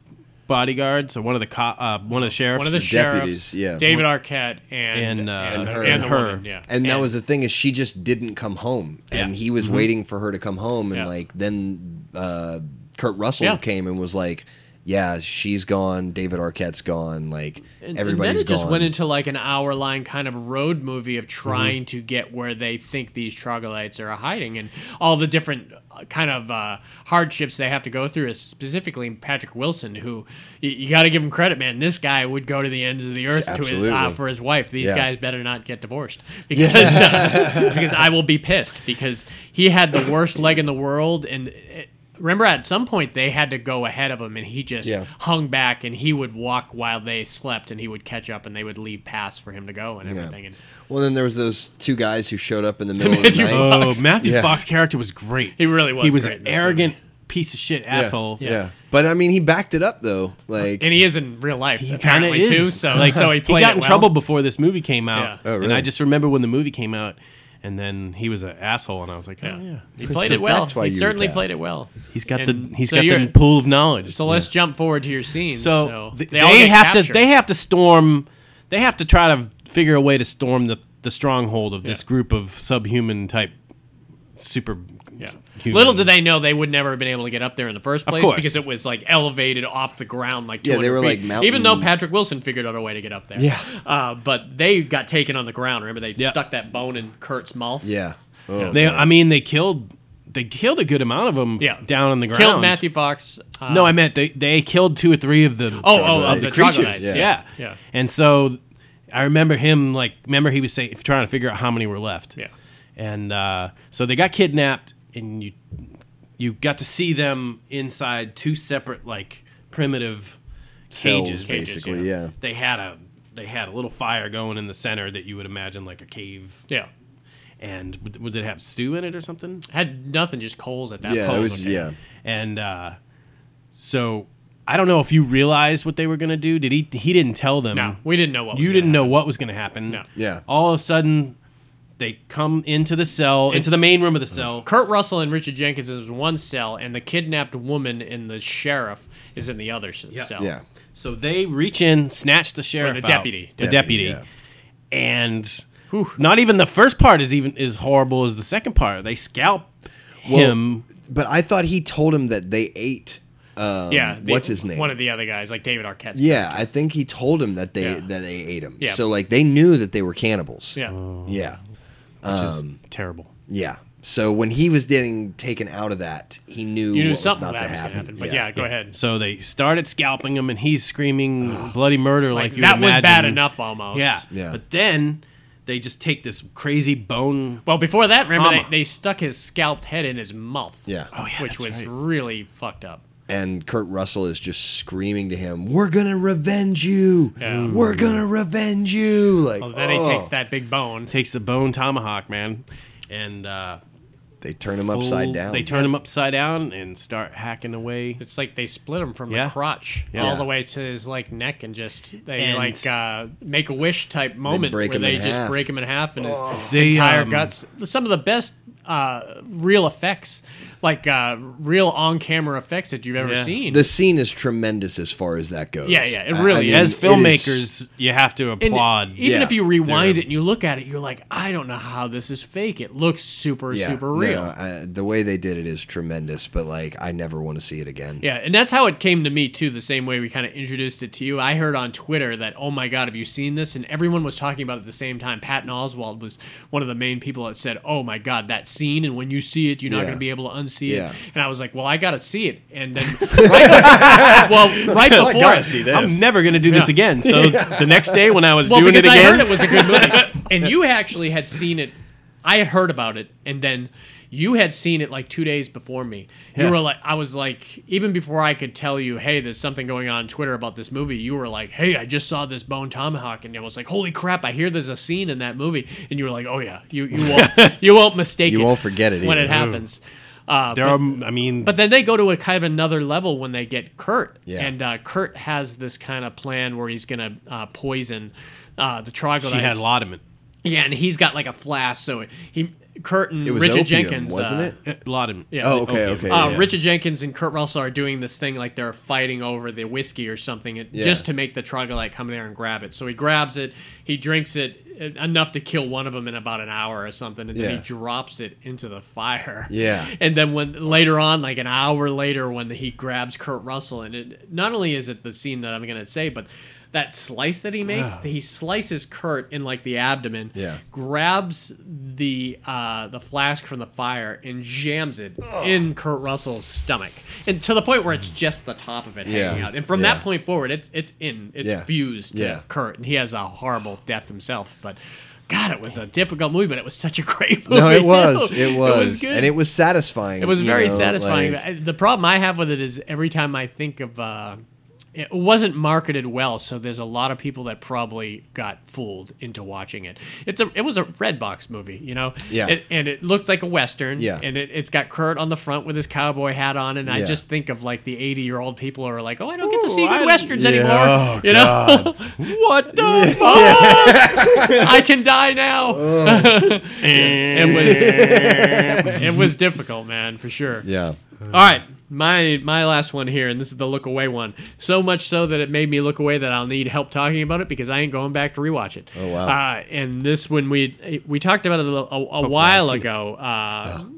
[SPEAKER 4] bodyguards or one of the co- uh, one of the sheriffs.
[SPEAKER 2] One of the sheriffs,
[SPEAKER 3] deputies, yeah.
[SPEAKER 2] David Arquette, and
[SPEAKER 4] And, uh,
[SPEAKER 2] and,
[SPEAKER 4] her.
[SPEAKER 2] and the
[SPEAKER 4] Her.
[SPEAKER 2] woman, yeah.
[SPEAKER 3] And, that was the thing is she just didn't come home, and
[SPEAKER 2] Yeah.
[SPEAKER 3] he was waiting for her to come home, and
[SPEAKER 2] Yeah.
[SPEAKER 3] like then uh, Kurt Russell
[SPEAKER 2] Yeah.
[SPEAKER 3] came and was like, "Yeah, she's gone. David Arquette's gone. Like
[SPEAKER 2] And- and
[SPEAKER 3] everybody's
[SPEAKER 2] then it
[SPEAKER 3] gone." Mm-hmm.
[SPEAKER 2] just went into like an hour long kind of road movie of trying to get where they think these troglodytes are hiding and all the different uh, kind of uh, hardships they have to go through specifically patrick wilson who you, you got to give him credit man this guy would go to the ends of the earth
[SPEAKER 3] Absolutely.
[SPEAKER 2] to uh, for his wife these
[SPEAKER 3] Yeah.
[SPEAKER 2] guys better not get divorced because uh, because i will be pissed because he had the worst leg in the world and it, Remember, at some point they had to go ahead of him, and he just
[SPEAKER 3] Yeah.
[SPEAKER 2] hung back and he would walk while they slept and he would catch up and they would leave pass for him to go and everything. And
[SPEAKER 3] well, then there was those two guys who showed up in the middle of the
[SPEAKER 2] Matthew
[SPEAKER 3] night.
[SPEAKER 2] Vaughn.
[SPEAKER 4] Oh, Matthew
[SPEAKER 3] Yeah.
[SPEAKER 4] Fox character was great.
[SPEAKER 2] He really was
[SPEAKER 4] He was
[SPEAKER 2] great in
[SPEAKER 4] an
[SPEAKER 2] this movie.
[SPEAKER 4] arrogant piece of shit
[SPEAKER 3] Yeah.
[SPEAKER 4] asshole.
[SPEAKER 3] Yeah. but I mean, he backed it up though. Like,
[SPEAKER 2] and he is in real life
[SPEAKER 4] He kind of
[SPEAKER 2] apparently
[SPEAKER 4] is.
[SPEAKER 2] too. So like so he
[SPEAKER 4] he
[SPEAKER 2] played
[SPEAKER 4] got
[SPEAKER 2] it
[SPEAKER 4] in
[SPEAKER 2] well.
[SPEAKER 4] trouble before this movie came out,
[SPEAKER 2] Yeah.
[SPEAKER 3] Oh,
[SPEAKER 4] and
[SPEAKER 3] really?
[SPEAKER 4] I just remember when the movie came out, and then he was an asshole, and I was like, oh
[SPEAKER 2] Yeah.
[SPEAKER 4] yeah,
[SPEAKER 2] He played it well.
[SPEAKER 3] that's why
[SPEAKER 2] he
[SPEAKER 3] you were
[SPEAKER 2] certainly
[SPEAKER 3] cast.
[SPEAKER 2] played it well.
[SPEAKER 4] he's got
[SPEAKER 2] And
[SPEAKER 4] the he's
[SPEAKER 2] so
[SPEAKER 4] got
[SPEAKER 2] you're-
[SPEAKER 4] the pool of knowledge.
[SPEAKER 2] So let's jump forward to your scenes. So,
[SPEAKER 4] So th- they,
[SPEAKER 2] they, all get
[SPEAKER 4] have to
[SPEAKER 2] captured.
[SPEAKER 4] they have to storm. They have to try to figure a way to storm the the stronghold of this
[SPEAKER 2] Yeah.
[SPEAKER 4] group of subhuman type super.
[SPEAKER 2] Yeah.
[SPEAKER 4] human-
[SPEAKER 2] Little did they know they would never have been able to get up there in the first place
[SPEAKER 4] course.
[SPEAKER 2] because it was like elevated off the ground like
[SPEAKER 3] Yeah,
[SPEAKER 2] 200
[SPEAKER 3] they were,
[SPEAKER 2] feet.
[SPEAKER 3] like, mountain-
[SPEAKER 2] Even though Patrick Wilson figured out a way to get up there.
[SPEAKER 3] Yeah.
[SPEAKER 2] Uh, but they got taken on the ground. Remember they
[SPEAKER 4] Yeah.
[SPEAKER 2] stuck that bone in Kurt's mouth.
[SPEAKER 3] yeah. Oh,
[SPEAKER 4] They, I mean, they killed they killed a good amount of them.
[SPEAKER 2] Yeah.
[SPEAKER 4] down on the ground.
[SPEAKER 2] Killed Matthew Fox. Uh,
[SPEAKER 4] No, I meant they they killed two or three of the
[SPEAKER 2] Oh, oh,
[SPEAKER 4] of
[SPEAKER 2] of
[SPEAKER 4] the,
[SPEAKER 2] the
[SPEAKER 4] creatures.
[SPEAKER 2] troglodytes, yeah.
[SPEAKER 4] Yeah. yeah,
[SPEAKER 2] Yeah.
[SPEAKER 4] And so I remember him like remember he was saying trying to figure out how many were left.
[SPEAKER 2] Yeah.
[SPEAKER 4] And uh, so they got kidnapped, and you you got to see them inside two separate like primitive
[SPEAKER 3] Cells,
[SPEAKER 4] cages.
[SPEAKER 3] basically,
[SPEAKER 4] Cages,
[SPEAKER 3] yeah.
[SPEAKER 4] They had a they had a little fire going in the center that you would imagine like a cave.
[SPEAKER 2] Yeah.
[SPEAKER 4] And would, would it have stew in it or something?
[SPEAKER 2] Had nothing, just coals at that
[SPEAKER 3] yeah,
[SPEAKER 2] point.
[SPEAKER 3] it was,
[SPEAKER 2] Okay.
[SPEAKER 3] yeah.
[SPEAKER 4] And uh, so I don't know if you realized what they were gonna do. Did he? He didn't tell them.
[SPEAKER 2] No, we didn't know what was
[SPEAKER 4] you
[SPEAKER 2] gonna
[SPEAKER 4] didn't know
[SPEAKER 2] happen.
[SPEAKER 4] what was gonna happen.
[SPEAKER 2] No.
[SPEAKER 3] Yeah.
[SPEAKER 4] All of a sudden, they come into the cell, into the main room of the cell.
[SPEAKER 2] Kurt Russell and Richard Jenkins is one cell, and the kidnapped woman and the sheriff is in the other s- cell.
[SPEAKER 3] Yeah.
[SPEAKER 4] So they reach in, snatch the sheriff,
[SPEAKER 2] the
[SPEAKER 4] out,
[SPEAKER 2] deputy.
[SPEAKER 4] the deputy,
[SPEAKER 3] Deputy,
[SPEAKER 4] and
[SPEAKER 2] Whew.
[SPEAKER 4] not even the first part is even as horrible as the second part. They scalp him.
[SPEAKER 3] But I thought he told him that they ate. Um,
[SPEAKER 2] Yeah, the-
[SPEAKER 3] what's his name?
[SPEAKER 2] One of the other guys, like David Arquette's
[SPEAKER 3] yeah, I think he told him that they
[SPEAKER 2] Yeah.
[SPEAKER 3] that they ate him.
[SPEAKER 2] Yeah.
[SPEAKER 3] So like they knew that they were cannibals.
[SPEAKER 2] Yeah.
[SPEAKER 4] Oh.
[SPEAKER 3] Yeah.
[SPEAKER 4] which is terrible.
[SPEAKER 3] Yeah. So when he was getting taken out of that, he knew,
[SPEAKER 2] You
[SPEAKER 3] what
[SPEAKER 2] knew
[SPEAKER 3] was
[SPEAKER 2] something
[SPEAKER 3] not
[SPEAKER 2] bad
[SPEAKER 3] to
[SPEAKER 2] was going
[SPEAKER 3] happen.
[SPEAKER 2] to happen. But yeah, go ahead.
[SPEAKER 4] So they started scalping him, and he's screaming bloody murder like, you
[SPEAKER 2] that
[SPEAKER 4] would
[SPEAKER 2] was bad
[SPEAKER 4] imagine.
[SPEAKER 2] enough almost.
[SPEAKER 4] Yeah.
[SPEAKER 3] Yeah.
[SPEAKER 4] But then they just take this crazy bone.
[SPEAKER 2] Well, before that, remember
[SPEAKER 4] Trauma.
[SPEAKER 2] they, they stuck his scalped head in his mouth.
[SPEAKER 3] Yeah. Oh,
[SPEAKER 4] yeah,
[SPEAKER 2] which
[SPEAKER 4] that's
[SPEAKER 2] was
[SPEAKER 4] right.
[SPEAKER 2] really fucked up.
[SPEAKER 3] And Kurt Russell is just screaming to him, "We're gonna revenge you! We're gonna revenge you!" Like
[SPEAKER 2] Well, then
[SPEAKER 3] oh.
[SPEAKER 2] he takes that big bone.
[SPEAKER 4] Takes the bone tomahawk, man, and uh,
[SPEAKER 3] They turn him
[SPEAKER 4] full-
[SPEAKER 3] upside down.
[SPEAKER 4] They turn him upside down and start hacking away.
[SPEAKER 2] It's like they split him from
[SPEAKER 4] Yeah.
[SPEAKER 2] the crotch
[SPEAKER 4] Yeah.
[SPEAKER 2] all the way to his like neck and just they
[SPEAKER 4] And-
[SPEAKER 2] like uh, make a wish type moment
[SPEAKER 3] break
[SPEAKER 2] where
[SPEAKER 3] him
[SPEAKER 2] they
[SPEAKER 3] in
[SPEAKER 2] just
[SPEAKER 3] half. Oh.
[SPEAKER 2] break him in half and his
[SPEAKER 4] They,
[SPEAKER 2] entire
[SPEAKER 4] um,
[SPEAKER 2] guts. Some of the best uh, real effects, like uh, real on camera effects that you've ever
[SPEAKER 4] Yeah.
[SPEAKER 2] seen.
[SPEAKER 3] the scene is tremendous as far as that goes.
[SPEAKER 2] Yeah, yeah, it really is.
[SPEAKER 4] As
[SPEAKER 3] it
[SPEAKER 4] filmmakers, you have to
[SPEAKER 2] And e-
[SPEAKER 4] applaud.
[SPEAKER 2] Even
[SPEAKER 3] Yeah.
[SPEAKER 2] if you rewind
[SPEAKER 4] They're-
[SPEAKER 2] it and you look at it, you're like, I don't know how this is fake. It looks super,
[SPEAKER 3] yeah,
[SPEAKER 2] super real.
[SPEAKER 3] no, I- the way they did it is tremendous, but like I never want to see it again.
[SPEAKER 2] Yeah, and that's how it came to me too. The same way we kind of introduced it to you, I heard on Twitter that, "Oh my God, have you seen this?" And everyone was talking about it at the same time. Patton Oswald was one of the main people that said, "Oh my God, that scene!" And when you see it, you're not
[SPEAKER 3] Yeah.
[SPEAKER 2] going to be able to see
[SPEAKER 3] Yeah.
[SPEAKER 2] it, and I was like, well, I gotta see it, and then right, well, right
[SPEAKER 3] I
[SPEAKER 2] before
[SPEAKER 3] gotta
[SPEAKER 2] it,
[SPEAKER 3] see this.
[SPEAKER 4] I'm never gonna do this
[SPEAKER 2] Yeah.
[SPEAKER 4] again. So the next day when I was
[SPEAKER 2] well,
[SPEAKER 4] doing it
[SPEAKER 2] because
[SPEAKER 4] again,
[SPEAKER 2] I heard it was a good movie, and you actually had seen it. I had heard about it, and then you had seen it like two days before me. You
[SPEAKER 4] Yeah.
[SPEAKER 2] were like, I was like, even before I could tell you, hey, there's something going on on Twitter about this movie. You were like, hey, I just saw this Bone Tomahawk, and I was like, holy crap, I hear there's a scene in that movie, and you were like, oh yeah, you you won't you won't mistake
[SPEAKER 3] You
[SPEAKER 2] it
[SPEAKER 3] won't forget it
[SPEAKER 2] when
[SPEAKER 3] either.
[SPEAKER 2] it happens. Uh,
[SPEAKER 4] there
[SPEAKER 2] but-
[SPEAKER 4] are. I mean,
[SPEAKER 2] but then they go to a kind of another level when they get Kurt.
[SPEAKER 3] Yeah.
[SPEAKER 2] And uh, Kurt has this kind of plan where he's going to uh, poison uh, the
[SPEAKER 4] she
[SPEAKER 2] troglodytes.
[SPEAKER 4] had laudanum.
[SPEAKER 2] Yeah, and he's got like a flask. So he, Kurt and
[SPEAKER 3] It was
[SPEAKER 2] Richard
[SPEAKER 3] opium,
[SPEAKER 2] Jenkins.
[SPEAKER 3] wasn't
[SPEAKER 2] uh,
[SPEAKER 3] it?
[SPEAKER 4] Uh, Laudanum.
[SPEAKER 2] Yeah.
[SPEAKER 3] Oh, okay,
[SPEAKER 4] opium.
[SPEAKER 3] okay.
[SPEAKER 2] uh,
[SPEAKER 3] yeah.
[SPEAKER 2] Richard Jenkins and Kurt Russell are doing this thing like they're fighting over the whiskey or something it-
[SPEAKER 3] Yeah.
[SPEAKER 2] just to make the troglodyte come there and grab it. So he grabs it, he drinks it eh, enough to kill one of them in about an hour or something, and then
[SPEAKER 3] Yeah.
[SPEAKER 2] he drops it into the fire.
[SPEAKER 3] Yeah.
[SPEAKER 2] And then when later on, like an hour later, when he grabs Kurt Russell, and it, not only is it the scene that I'm gonna say, but that slice that he makes, he slices Kurt in like the abdomen,
[SPEAKER 3] Ah. Yeah.
[SPEAKER 2] grabs the uh, the flask from the fire and jams it in Kurt Russell's stomach, and to the point where it's just the top of it hanging
[SPEAKER 3] Yeah.
[SPEAKER 2] out. And from
[SPEAKER 3] Yeah.
[SPEAKER 2] that point forward, it's it's in, it's
[SPEAKER 3] Yeah.
[SPEAKER 2] fused to
[SPEAKER 3] Yeah.
[SPEAKER 2] Kurt, and he has a horrible death himself. But God, it was a difficult movie, but it was such a great movie.
[SPEAKER 3] No, it
[SPEAKER 2] too.
[SPEAKER 3] was. It was.
[SPEAKER 2] good.
[SPEAKER 3] And it was satisfying.
[SPEAKER 2] It was
[SPEAKER 3] you
[SPEAKER 2] very
[SPEAKER 3] know,
[SPEAKER 2] satisfying.
[SPEAKER 3] like-
[SPEAKER 2] I- the problem I have with it is every time I think of uh, it wasn't marketed well, so there's a lot of people that probably got fooled into watching it. It's a it was a red box movie, you know.
[SPEAKER 3] Yeah.
[SPEAKER 2] It, and it looked like a western.
[SPEAKER 3] Yeah.
[SPEAKER 2] And it, it's got Kurt on the front with his cowboy hat on, and I
[SPEAKER 3] Yeah.
[SPEAKER 2] just think of like the 80 year old people who are like, oh, I don't get to
[SPEAKER 4] Ooh,
[SPEAKER 2] see good
[SPEAKER 4] I-
[SPEAKER 2] westerns
[SPEAKER 3] Yeah,
[SPEAKER 2] anymore.
[SPEAKER 3] oh,
[SPEAKER 2] you know,
[SPEAKER 4] What the? fuck?
[SPEAKER 2] I can die now.
[SPEAKER 3] Oh,
[SPEAKER 2] it was it was difficult, man, for sure.
[SPEAKER 3] Yeah.
[SPEAKER 2] All right, my my last one here, and this is the look away one. So much so that it made me look away that I'll need help talking about it because I ain't going back to rewatch it.
[SPEAKER 3] Oh, wow.
[SPEAKER 2] Uh, and this one we we talked about it a, little- a, a while ago, uh,
[SPEAKER 3] Oh.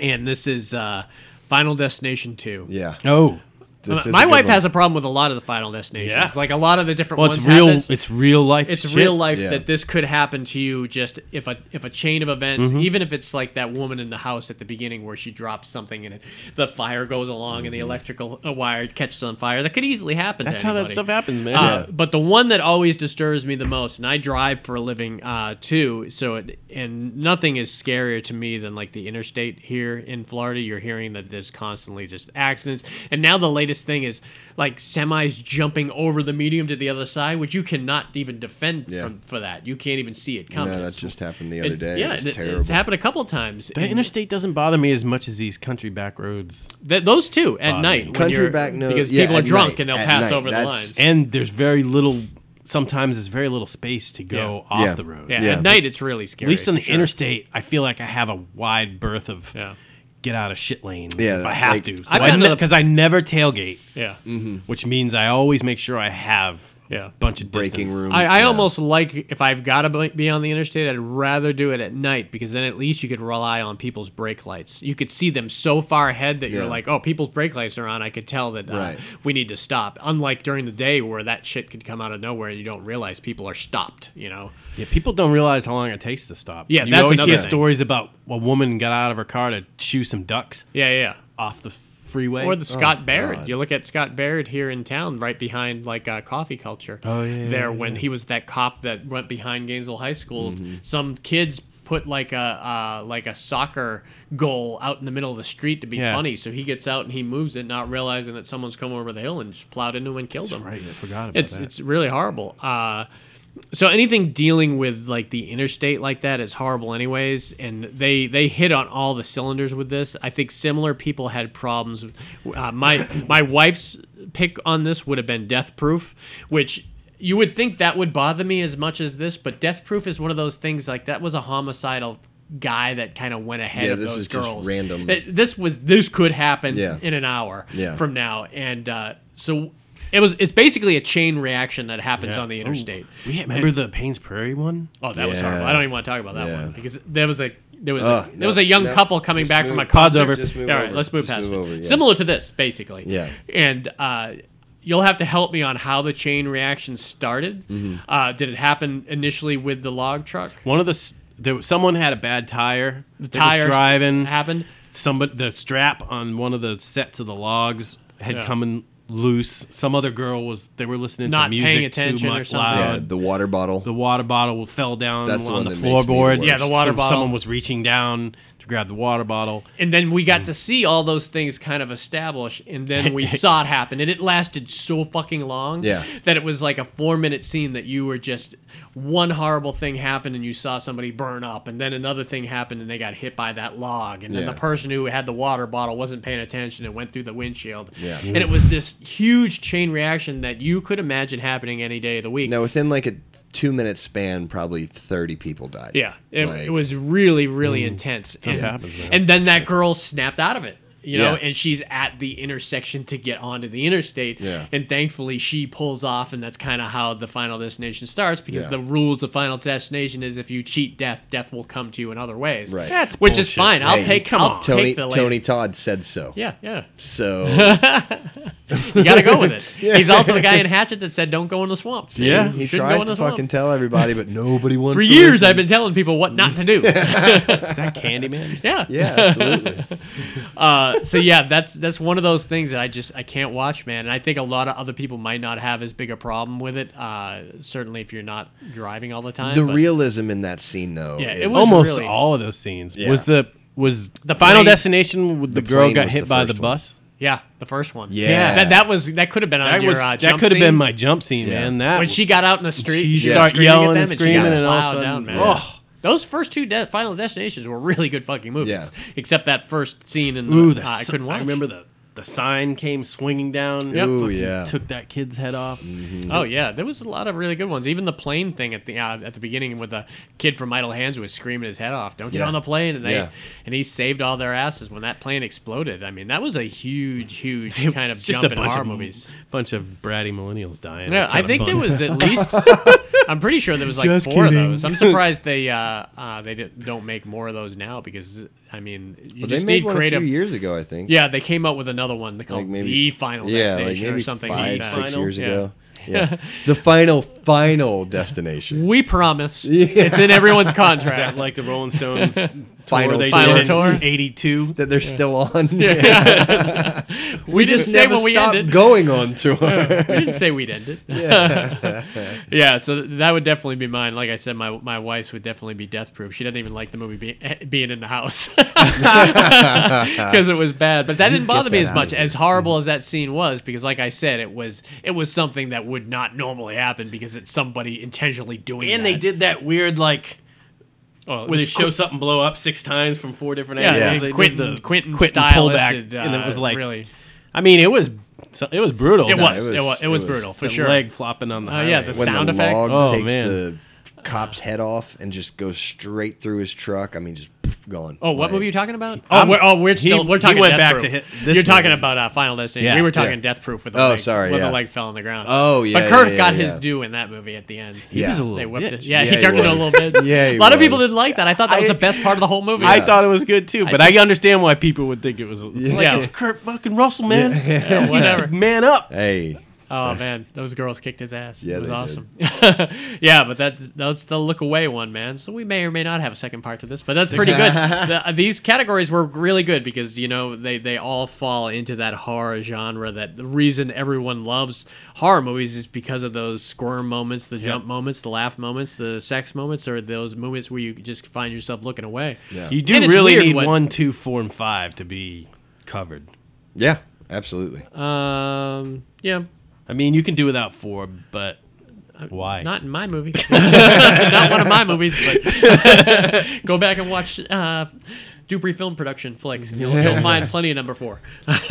[SPEAKER 2] and this is uh, Final Destination Two.
[SPEAKER 3] Yeah.
[SPEAKER 4] Oh,
[SPEAKER 3] This is
[SPEAKER 2] My
[SPEAKER 3] a good
[SPEAKER 2] wife
[SPEAKER 3] one.
[SPEAKER 2] has a problem with a lot of the Final Destinations.
[SPEAKER 4] Yeah.
[SPEAKER 2] Like a lot of the different
[SPEAKER 4] well,
[SPEAKER 2] ones.
[SPEAKER 4] it's
[SPEAKER 2] have
[SPEAKER 4] real.
[SPEAKER 2] this
[SPEAKER 4] It's real life.
[SPEAKER 2] it's
[SPEAKER 4] shit.
[SPEAKER 2] real life
[SPEAKER 3] Yeah.
[SPEAKER 2] that this could happen to you just if a if a chain of events
[SPEAKER 4] Mm-hmm.
[SPEAKER 2] even if it's like that woman in the house at the beginning where she drops something and it, the fire goes along and the electrical uh, wire catches on fire that could easily happen
[SPEAKER 4] Mm-hmm. That's
[SPEAKER 2] to
[SPEAKER 4] how that
[SPEAKER 2] anybody.
[SPEAKER 4] stuff happens, man.
[SPEAKER 2] Uh, But the one that always disturbs me the most, and I drive for a living uh, too, so it, and nothing is scarier to me than like the interstate here in Florida. You're hearing that there's constantly just accidents, and now the latest thing is like semis jumping over the medium to the other side, which you cannot even defend
[SPEAKER 3] Yeah.
[SPEAKER 2] from, for that. You can't even see it coming.
[SPEAKER 3] No, that
[SPEAKER 2] It's-
[SPEAKER 3] just happened the
[SPEAKER 2] it-
[SPEAKER 3] other day.
[SPEAKER 2] Yeah,
[SPEAKER 3] it's
[SPEAKER 2] it-
[SPEAKER 3] terrible.
[SPEAKER 2] it's happened a couple times.
[SPEAKER 4] The
[SPEAKER 2] And
[SPEAKER 4] interstate doesn't bother me as much as these country back roads.
[SPEAKER 2] th- those two at
[SPEAKER 4] Bother
[SPEAKER 2] night,
[SPEAKER 4] me.
[SPEAKER 2] when
[SPEAKER 3] Country
[SPEAKER 2] you're-
[SPEAKER 3] back no-
[SPEAKER 2] because
[SPEAKER 3] yeah,
[SPEAKER 2] people are
[SPEAKER 3] at
[SPEAKER 2] drunk
[SPEAKER 3] night.
[SPEAKER 2] and they'll
[SPEAKER 3] At
[SPEAKER 2] pass
[SPEAKER 3] night,
[SPEAKER 2] over the
[SPEAKER 3] that's-
[SPEAKER 2] lines.
[SPEAKER 4] And there's very little. Sometimes there's very little space to go
[SPEAKER 2] Yeah.
[SPEAKER 4] off
[SPEAKER 3] Yeah.
[SPEAKER 4] the road.
[SPEAKER 2] yeah,
[SPEAKER 3] yeah.
[SPEAKER 2] at night it's really scary.
[SPEAKER 4] At least on
[SPEAKER 2] for
[SPEAKER 4] the
[SPEAKER 2] sure.
[SPEAKER 4] interstate, I feel like I have a wide berth of
[SPEAKER 2] Yeah.
[SPEAKER 4] get out of shit lane
[SPEAKER 3] Yeah,
[SPEAKER 4] if I have
[SPEAKER 3] like-
[SPEAKER 4] to.
[SPEAKER 2] I've gotten to the-
[SPEAKER 4] Because I never tailgate,
[SPEAKER 2] Yeah.
[SPEAKER 3] Mm-hmm.
[SPEAKER 4] which means I always make sure I have
[SPEAKER 2] Yeah.
[SPEAKER 4] a bunch of
[SPEAKER 3] breaking
[SPEAKER 4] distance.
[SPEAKER 3] room.
[SPEAKER 2] I, I
[SPEAKER 3] yeah.
[SPEAKER 2] almost like if I've got to be on the interstate, I'd rather do it at night because then at least you could rely on people's brake lights. You could see them so far ahead that you're
[SPEAKER 3] Yeah.
[SPEAKER 2] like, oh, people's brake lights are on. I could tell that uh,
[SPEAKER 3] Right.
[SPEAKER 2] we need to stop. Unlike during the day where that shit could come out of nowhere and you don't realize people are stopped, you know?
[SPEAKER 4] Yeah, people don't realize how long it takes to stop.
[SPEAKER 2] Yeah,
[SPEAKER 4] you
[SPEAKER 2] that's
[SPEAKER 4] always
[SPEAKER 2] another
[SPEAKER 4] hear
[SPEAKER 2] thing.
[SPEAKER 4] stories about a woman got out of her car to shoe some ducks
[SPEAKER 2] Yeah, yeah.
[SPEAKER 4] off the freeway.
[SPEAKER 2] Or the Scott Barrett. You look at Scott Barrett here in town, right behind like uh, Coffee Culture. Oh yeah. Mm-hmm. There when he was that cop that went behind Gainesville High School, some kids put like a uh, like a soccer goal out in the middle of the street to be
[SPEAKER 4] Yeah.
[SPEAKER 2] funny. So he gets out and he moves it, not realizing that someone's come over the hill and just plowed into him and killed him.
[SPEAKER 4] right, I forgot about
[SPEAKER 2] It's
[SPEAKER 4] that.
[SPEAKER 2] it's really horrible. Uh, so anything dealing with like the interstate like that is horrible anyways and they they hit on all the cylinders with this i think similar people had problems with- uh, my my wife's pick on this would have been death proof which you would think that would bother me as much as this but death proof is one of those things like that was a homicidal guy that kind of went ahead
[SPEAKER 3] Yeah,
[SPEAKER 2] of
[SPEAKER 3] this
[SPEAKER 2] those
[SPEAKER 3] is just
[SPEAKER 2] girls
[SPEAKER 3] random.
[SPEAKER 2] It- this was this could happen
[SPEAKER 3] Yeah.
[SPEAKER 2] in an hour
[SPEAKER 3] Yeah.
[SPEAKER 2] from now and uh, so it was it's basically a chain reaction that happens
[SPEAKER 4] Yeah.
[SPEAKER 2] on the
[SPEAKER 4] Oh,
[SPEAKER 2] interstate
[SPEAKER 4] we had- remember the Paynes Prairie one?
[SPEAKER 2] Oh, that was
[SPEAKER 3] Yeah.
[SPEAKER 2] horrible. I don't even want to talk about that
[SPEAKER 3] Yeah.
[SPEAKER 2] one because there was a there was
[SPEAKER 3] Ugh,
[SPEAKER 2] a, there
[SPEAKER 3] no,
[SPEAKER 2] was a young
[SPEAKER 3] no.
[SPEAKER 2] couple coming
[SPEAKER 3] Just
[SPEAKER 2] back
[SPEAKER 3] move-
[SPEAKER 2] from a
[SPEAKER 4] Pod's
[SPEAKER 2] concert.
[SPEAKER 4] over.
[SPEAKER 3] Just move
[SPEAKER 2] All right,
[SPEAKER 3] over.
[SPEAKER 2] let's move
[SPEAKER 3] Just
[SPEAKER 2] past
[SPEAKER 3] move
[SPEAKER 2] it.
[SPEAKER 3] over, yeah.
[SPEAKER 2] Similar to this, basically.
[SPEAKER 3] Yeah.
[SPEAKER 2] And uh, you'll have to help me on how the chain reaction started. Uh, did it happen initially with the log truck?
[SPEAKER 4] One of the s- there was, someone had a bad tire. The
[SPEAKER 2] Tires
[SPEAKER 4] driving.
[SPEAKER 2] happened.
[SPEAKER 4] somebody the strap on one of the sets of the logs had
[SPEAKER 2] Yeah.
[SPEAKER 4] come in loose. Some other girl was they were listening
[SPEAKER 2] Not
[SPEAKER 4] to music
[SPEAKER 2] paying attention
[SPEAKER 4] too
[SPEAKER 2] or
[SPEAKER 4] much
[SPEAKER 2] something.
[SPEAKER 4] loud.
[SPEAKER 3] yeah, the water bottle.
[SPEAKER 4] The water bottle fell down
[SPEAKER 3] That's the
[SPEAKER 4] on
[SPEAKER 3] one
[SPEAKER 4] the
[SPEAKER 3] that makes me the
[SPEAKER 4] floorboard.
[SPEAKER 3] worst.
[SPEAKER 2] Yeah, the water
[SPEAKER 4] Some-
[SPEAKER 2] bottle.
[SPEAKER 4] Someone was reaching down to grab the water bottle.
[SPEAKER 2] And then we
[SPEAKER 3] Mm.
[SPEAKER 2] got to see all those things kind of established, and then we saw it happen, and it lasted so fucking long
[SPEAKER 3] Yeah.
[SPEAKER 2] that it was like a four-minute scene that you were just one horrible thing happened, and you saw somebody burn up, and then another thing happened, and they got hit by that log, and then
[SPEAKER 3] Yeah.
[SPEAKER 2] the person who had the water bottle wasn't paying attention and went through the windshield,
[SPEAKER 3] Yeah.
[SPEAKER 2] and it was this huge chain reaction that you could imagine happening any day of the week.
[SPEAKER 3] No, within like a two minute span, probably thirty people died.
[SPEAKER 2] Yeah, it,
[SPEAKER 3] Like- hmm.
[SPEAKER 2] it was really, really intense. And, and then that girl snapped out of it, you know,
[SPEAKER 3] Yeah.
[SPEAKER 2] and she's at the intersection to get onto the interstate.
[SPEAKER 3] Yeah.
[SPEAKER 2] And thankfully, she pulls off, and that's kind of how the Final Destination starts because
[SPEAKER 3] Yeah.
[SPEAKER 2] the rules of Final Destination is if you cheat death, death will come to you in other ways.
[SPEAKER 3] Right.
[SPEAKER 2] That's which is fine. I'll
[SPEAKER 3] Hey,
[SPEAKER 2] take.
[SPEAKER 3] come
[SPEAKER 2] I'll
[SPEAKER 3] on. Tony
[SPEAKER 2] take the lady.
[SPEAKER 3] Tony Todd said so.
[SPEAKER 2] Yeah, yeah.
[SPEAKER 3] So
[SPEAKER 2] You gotta go with it. He's also the guy in Hatchet that said, "Don't go in the swamp." See,
[SPEAKER 4] Yeah.
[SPEAKER 2] you
[SPEAKER 3] he
[SPEAKER 2] shouldn't go
[SPEAKER 3] tries
[SPEAKER 2] in
[SPEAKER 3] to
[SPEAKER 2] the swamp.
[SPEAKER 3] fucking tell everybody, but nobody wants.
[SPEAKER 2] For
[SPEAKER 3] to
[SPEAKER 2] years,
[SPEAKER 3] listen.
[SPEAKER 2] I've been telling people what not to do.
[SPEAKER 4] Is that Candyman?
[SPEAKER 2] yeah,
[SPEAKER 3] Yeah, absolutely.
[SPEAKER 2] Uh, so yeah, that's that's one of those things that I just I can't watch, man. And I think a lot of other people might not have as big a problem with it. Uh, certainly if you're not driving all the time.
[SPEAKER 3] the
[SPEAKER 2] but
[SPEAKER 3] realism in that scene, though,
[SPEAKER 2] Yeah,
[SPEAKER 3] is,
[SPEAKER 2] it was-
[SPEAKER 4] Almost
[SPEAKER 2] really-
[SPEAKER 4] all of those scenes
[SPEAKER 3] Yeah.
[SPEAKER 4] was the was the
[SPEAKER 2] plane-
[SPEAKER 4] final destination. With the, girl
[SPEAKER 3] plane
[SPEAKER 4] got
[SPEAKER 3] was
[SPEAKER 4] hit
[SPEAKER 3] the
[SPEAKER 4] by the
[SPEAKER 3] first one.
[SPEAKER 4] bus.
[SPEAKER 2] yeah, the first one.
[SPEAKER 3] Yeah. Yeah.
[SPEAKER 2] that, that was that could have been on
[SPEAKER 4] That
[SPEAKER 2] your
[SPEAKER 4] was
[SPEAKER 2] uh,
[SPEAKER 4] that
[SPEAKER 2] jump
[SPEAKER 4] could have
[SPEAKER 2] scene.
[SPEAKER 4] been my jump scene,
[SPEAKER 3] Yeah.
[SPEAKER 4] man. That
[SPEAKER 2] when she got out in the street.
[SPEAKER 4] she
[SPEAKER 2] was
[SPEAKER 4] start
[SPEAKER 2] screaming at
[SPEAKER 4] yelling
[SPEAKER 2] them
[SPEAKER 4] and
[SPEAKER 2] she
[SPEAKER 4] screaming,
[SPEAKER 2] got
[SPEAKER 4] and all of a
[SPEAKER 2] loud
[SPEAKER 4] sudden-
[SPEAKER 2] down, man.
[SPEAKER 4] Yeah.
[SPEAKER 2] Oh, those first two de- final destinations were really good fucking movies.
[SPEAKER 3] Yeah.
[SPEAKER 2] Except that first scene in
[SPEAKER 4] Ooh,
[SPEAKER 2] the,
[SPEAKER 4] the,
[SPEAKER 2] uh, I
[SPEAKER 4] si-
[SPEAKER 2] couldn't watch.
[SPEAKER 4] Oh, I remember the the sign came swinging down.
[SPEAKER 3] Ooh,
[SPEAKER 4] fucking
[SPEAKER 3] yeah.
[SPEAKER 4] Took that kid's head off.
[SPEAKER 2] Oh yeah, there was a lot of really good ones. Even the plane thing at the uh, at the beginning with the kid from Idle Hands who was screaming his head off, "Don't get
[SPEAKER 3] Yeah.
[SPEAKER 2] on the plane!" and they
[SPEAKER 3] Yeah.
[SPEAKER 2] and he saved all their asses when that plane exploded. I mean, that was a huge, huge kind of
[SPEAKER 4] It's
[SPEAKER 2] jump in horror movies.
[SPEAKER 4] bunch of bratty millennials dying.
[SPEAKER 2] Yeah,
[SPEAKER 4] It's
[SPEAKER 2] I
[SPEAKER 4] kinda
[SPEAKER 2] think
[SPEAKER 4] fun.
[SPEAKER 2] there was at least. I'm pretty sure there was like
[SPEAKER 4] Just
[SPEAKER 2] four of
[SPEAKER 4] kidding.
[SPEAKER 2] those. I'm surprised they uh, uh, they didn't, don't make more of those now because I mean you
[SPEAKER 3] Well, they
[SPEAKER 2] just
[SPEAKER 3] made
[SPEAKER 2] need
[SPEAKER 3] one
[SPEAKER 2] creative.
[SPEAKER 3] a few years ago, I think.
[SPEAKER 2] Yeah, they came up with another one called
[SPEAKER 3] maybe-
[SPEAKER 2] the Final
[SPEAKER 3] yeah, like
[SPEAKER 2] Destination
[SPEAKER 3] maybe
[SPEAKER 2] or something
[SPEAKER 3] five,
[SPEAKER 2] like that.
[SPEAKER 3] six
[SPEAKER 4] Final,
[SPEAKER 3] years
[SPEAKER 2] yeah.
[SPEAKER 3] ago. Yeah, the final, final destination.
[SPEAKER 2] We promise. It's in everyone's
[SPEAKER 4] Is that
[SPEAKER 2] contract.
[SPEAKER 4] like the Rolling Stones
[SPEAKER 3] Final
[SPEAKER 4] tour they
[SPEAKER 2] Final
[SPEAKER 4] did
[SPEAKER 2] tour?
[SPEAKER 4] in '82.
[SPEAKER 3] that they're still on.
[SPEAKER 2] we, just, say
[SPEAKER 3] never
[SPEAKER 2] when we
[SPEAKER 3] stopped
[SPEAKER 2] ended.
[SPEAKER 3] going on tour.
[SPEAKER 2] we didn't say we'd end it. Yeah. so th- that would definitely be mine. Like I said, my my wife's would definitely be death proof. She doesn't even like the movie be, eh, being in the house because it was bad. But that didn't bother me
[SPEAKER 3] that
[SPEAKER 2] as
[SPEAKER 3] out of
[SPEAKER 2] much
[SPEAKER 3] here.
[SPEAKER 2] as horrible as that scene was, because like I said, it was it was something that would not normally happen because it's somebody intentionally doing.
[SPEAKER 4] And they
[SPEAKER 2] that.
[SPEAKER 4] did that weird like
[SPEAKER 2] Well, it
[SPEAKER 4] where they
[SPEAKER 2] was
[SPEAKER 4] show something blow up six times from four different
[SPEAKER 2] Yeah,
[SPEAKER 4] angles.
[SPEAKER 2] yeah.
[SPEAKER 4] They did
[SPEAKER 2] Quentin-
[SPEAKER 4] the
[SPEAKER 2] Quentin
[SPEAKER 4] pullback,
[SPEAKER 2] stylisted,
[SPEAKER 4] and it
[SPEAKER 2] uh,
[SPEAKER 4] was like
[SPEAKER 2] really-
[SPEAKER 4] I mean, it was Oh, it was brutal.
[SPEAKER 2] It
[SPEAKER 3] No,
[SPEAKER 2] was,
[SPEAKER 3] it
[SPEAKER 2] it
[SPEAKER 3] was-
[SPEAKER 2] was it
[SPEAKER 3] it
[SPEAKER 2] was
[SPEAKER 3] was-
[SPEAKER 2] brutal for
[SPEAKER 4] the
[SPEAKER 2] sure.
[SPEAKER 4] leg flopping on the
[SPEAKER 2] Oh, yeah, the
[SPEAKER 4] highway.
[SPEAKER 3] when
[SPEAKER 2] sound
[SPEAKER 3] the
[SPEAKER 2] effects.
[SPEAKER 3] log
[SPEAKER 4] Oh,
[SPEAKER 3] takes
[SPEAKER 4] man.
[SPEAKER 3] the cop's head off and just goes straight through his truck. I mean, just poof, gone.
[SPEAKER 2] Oh, what
[SPEAKER 3] Like,
[SPEAKER 2] movie are you talking about? Oh,
[SPEAKER 4] I'm-
[SPEAKER 2] we're, oh, we're
[SPEAKER 4] he-
[SPEAKER 2] still we're
[SPEAKER 4] he
[SPEAKER 2] talking.
[SPEAKER 4] went
[SPEAKER 2] Death
[SPEAKER 4] back
[SPEAKER 2] Proof.
[SPEAKER 4] to hit this
[SPEAKER 2] You're talking
[SPEAKER 4] movie.
[SPEAKER 2] about uh, Final Destination.
[SPEAKER 4] Yeah.
[SPEAKER 2] we were talking
[SPEAKER 3] Yeah.
[SPEAKER 2] Death Proof with the
[SPEAKER 3] Oh,
[SPEAKER 2] leg,
[SPEAKER 3] sorry,
[SPEAKER 2] when
[SPEAKER 3] yeah.
[SPEAKER 2] the leg fell on the ground.
[SPEAKER 3] Oh, yeah,
[SPEAKER 2] But
[SPEAKER 3] yeah,
[SPEAKER 2] Kirk
[SPEAKER 3] yeah,
[SPEAKER 2] got
[SPEAKER 3] yeah.
[SPEAKER 2] his due in that movie at the end.
[SPEAKER 4] He was
[SPEAKER 3] Yeah.
[SPEAKER 4] a little
[SPEAKER 2] They whipped
[SPEAKER 4] bitch.
[SPEAKER 2] it. Yeah,
[SPEAKER 3] Yeah,
[SPEAKER 2] he
[SPEAKER 3] he
[SPEAKER 2] turned it a
[SPEAKER 3] was.
[SPEAKER 2] little bit.
[SPEAKER 3] Yeah,
[SPEAKER 2] a
[SPEAKER 3] he
[SPEAKER 2] lot of people
[SPEAKER 3] was.
[SPEAKER 2] didn't like that. I thought that was
[SPEAKER 4] I-
[SPEAKER 2] the best part of the whole movie.
[SPEAKER 4] I thought it was good too, but I,
[SPEAKER 2] think-
[SPEAKER 4] understand why people would think it was. It's like,
[SPEAKER 2] Yeah.
[SPEAKER 4] it's Kurt fucking Russell, man.
[SPEAKER 2] Yeah, whatever.
[SPEAKER 4] Man up.
[SPEAKER 3] Hey,
[SPEAKER 2] Oh man, those girls kicked his ass.
[SPEAKER 3] Yeah,
[SPEAKER 2] it was
[SPEAKER 3] they did.
[SPEAKER 2] awesome. yeah, but that's that's the look away one, man. So we may or may not have a second part to this, but that's pretty good. The- these categories were really good because you know they they all fall into that horror genre. That the reason everyone loves horror movies is because of those squirm moments, the jump moments, the laugh moments, the sex moments, or those moments where you just find yourself looking away.
[SPEAKER 3] Yeah.
[SPEAKER 4] You do
[SPEAKER 2] And it's
[SPEAKER 4] really
[SPEAKER 2] weird
[SPEAKER 4] need
[SPEAKER 2] what-
[SPEAKER 4] one, two, four, and five to be covered.
[SPEAKER 3] yeah, absolutely.
[SPEAKER 2] Uh, Um. Yeah.
[SPEAKER 4] I mean, you can do without four, but why?
[SPEAKER 2] Not in my movie. Not one of my movies, but go back and watch uh, Dupree Film Production flicks, and you'll, you'll find plenty of number four.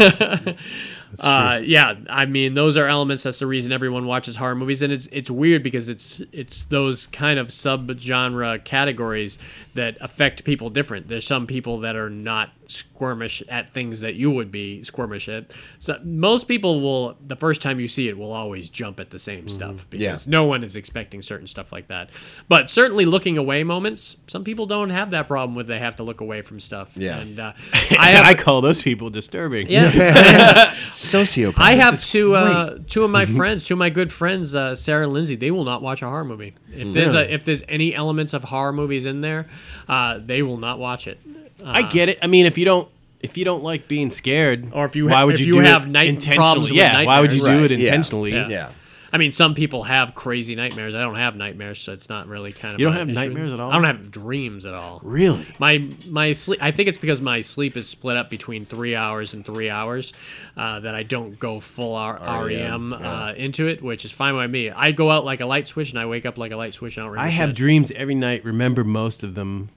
[SPEAKER 2] uh, yeah, I mean, those are elements. That's the reason everyone watches horror movies, and it's it's weird because it's it's those kind of subgenre categories that affect people different. There's some people that are not squirmish at things that you would be squirmish at. So most people will the first time you see it will always jump at the same stuff because
[SPEAKER 3] Mm-hmm. Yeah.
[SPEAKER 2] no one is expecting certain stuff like that. But certainly looking away moments, some people don't have that problem with they have to look away from stuff.
[SPEAKER 3] Yeah.
[SPEAKER 2] and uh,
[SPEAKER 4] I,
[SPEAKER 2] I have.
[SPEAKER 4] call those people disturbing.
[SPEAKER 2] yeah,
[SPEAKER 3] Sociopath.
[SPEAKER 2] I have two uh, two of my
[SPEAKER 4] Mm-hmm.
[SPEAKER 2] friends, two of my good friends, uh, Sarah and Lindsay. They will not watch a horror movie. If there's a, if there's any elements of horror movies in there, uh, they will not watch it.
[SPEAKER 4] I get it. I mean, if you don't if you don't like being scared,
[SPEAKER 2] Or if you
[SPEAKER 4] why
[SPEAKER 2] ha-
[SPEAKER 4] would
[SPEAKER 2] if
[SPEAKER 4] you,
[SPEAKER 2] you
[SPEAKER 4] do
[SPEAKER 2] have
[SPEAKER 4] it
[SPEAKER 2] night
[SPEAKER 4] intentionally?
[SPEAKER 2] problems with
[SPEAKER 4] yeah, why would you
[SPEAKER 2] nightmares.
[SPEAKER 4] do it
[SPEAKER 3] Right, yeah,
[SPEAKER 4] intentionally?
[SPEAKER 2] yeah.
[SPEAKER 3] Yeah.
[SPEAKER 2] I mean, some people have crazy nightmares. I don't have nightmares, so it's not really kind of.
[SPEAKER 4] You don't
[SPEAKER 2] an
[SPEAKER 4] have
[SPEAKER 2] issue.
[SPEAKER 4] nightmares at all?
[SPEAKER 2] I don't have dreams at all.
[SPEAKER 4] Really?
[SPEAKER 2] My my sleep. I think it's because my sleep is split up between three hours and three hours, uh, that I don't go full R-
[SPEAKER 4] E
[SPEAKER 2] REM uh, into it, which is fine by me. I go out like a light switch and I wake up like a light switch. And I don't remember.
[SPEAKER 4] I have
[SPEAKER 2] shit.
[SPEAKER 4] dreams every night. Remember most of them.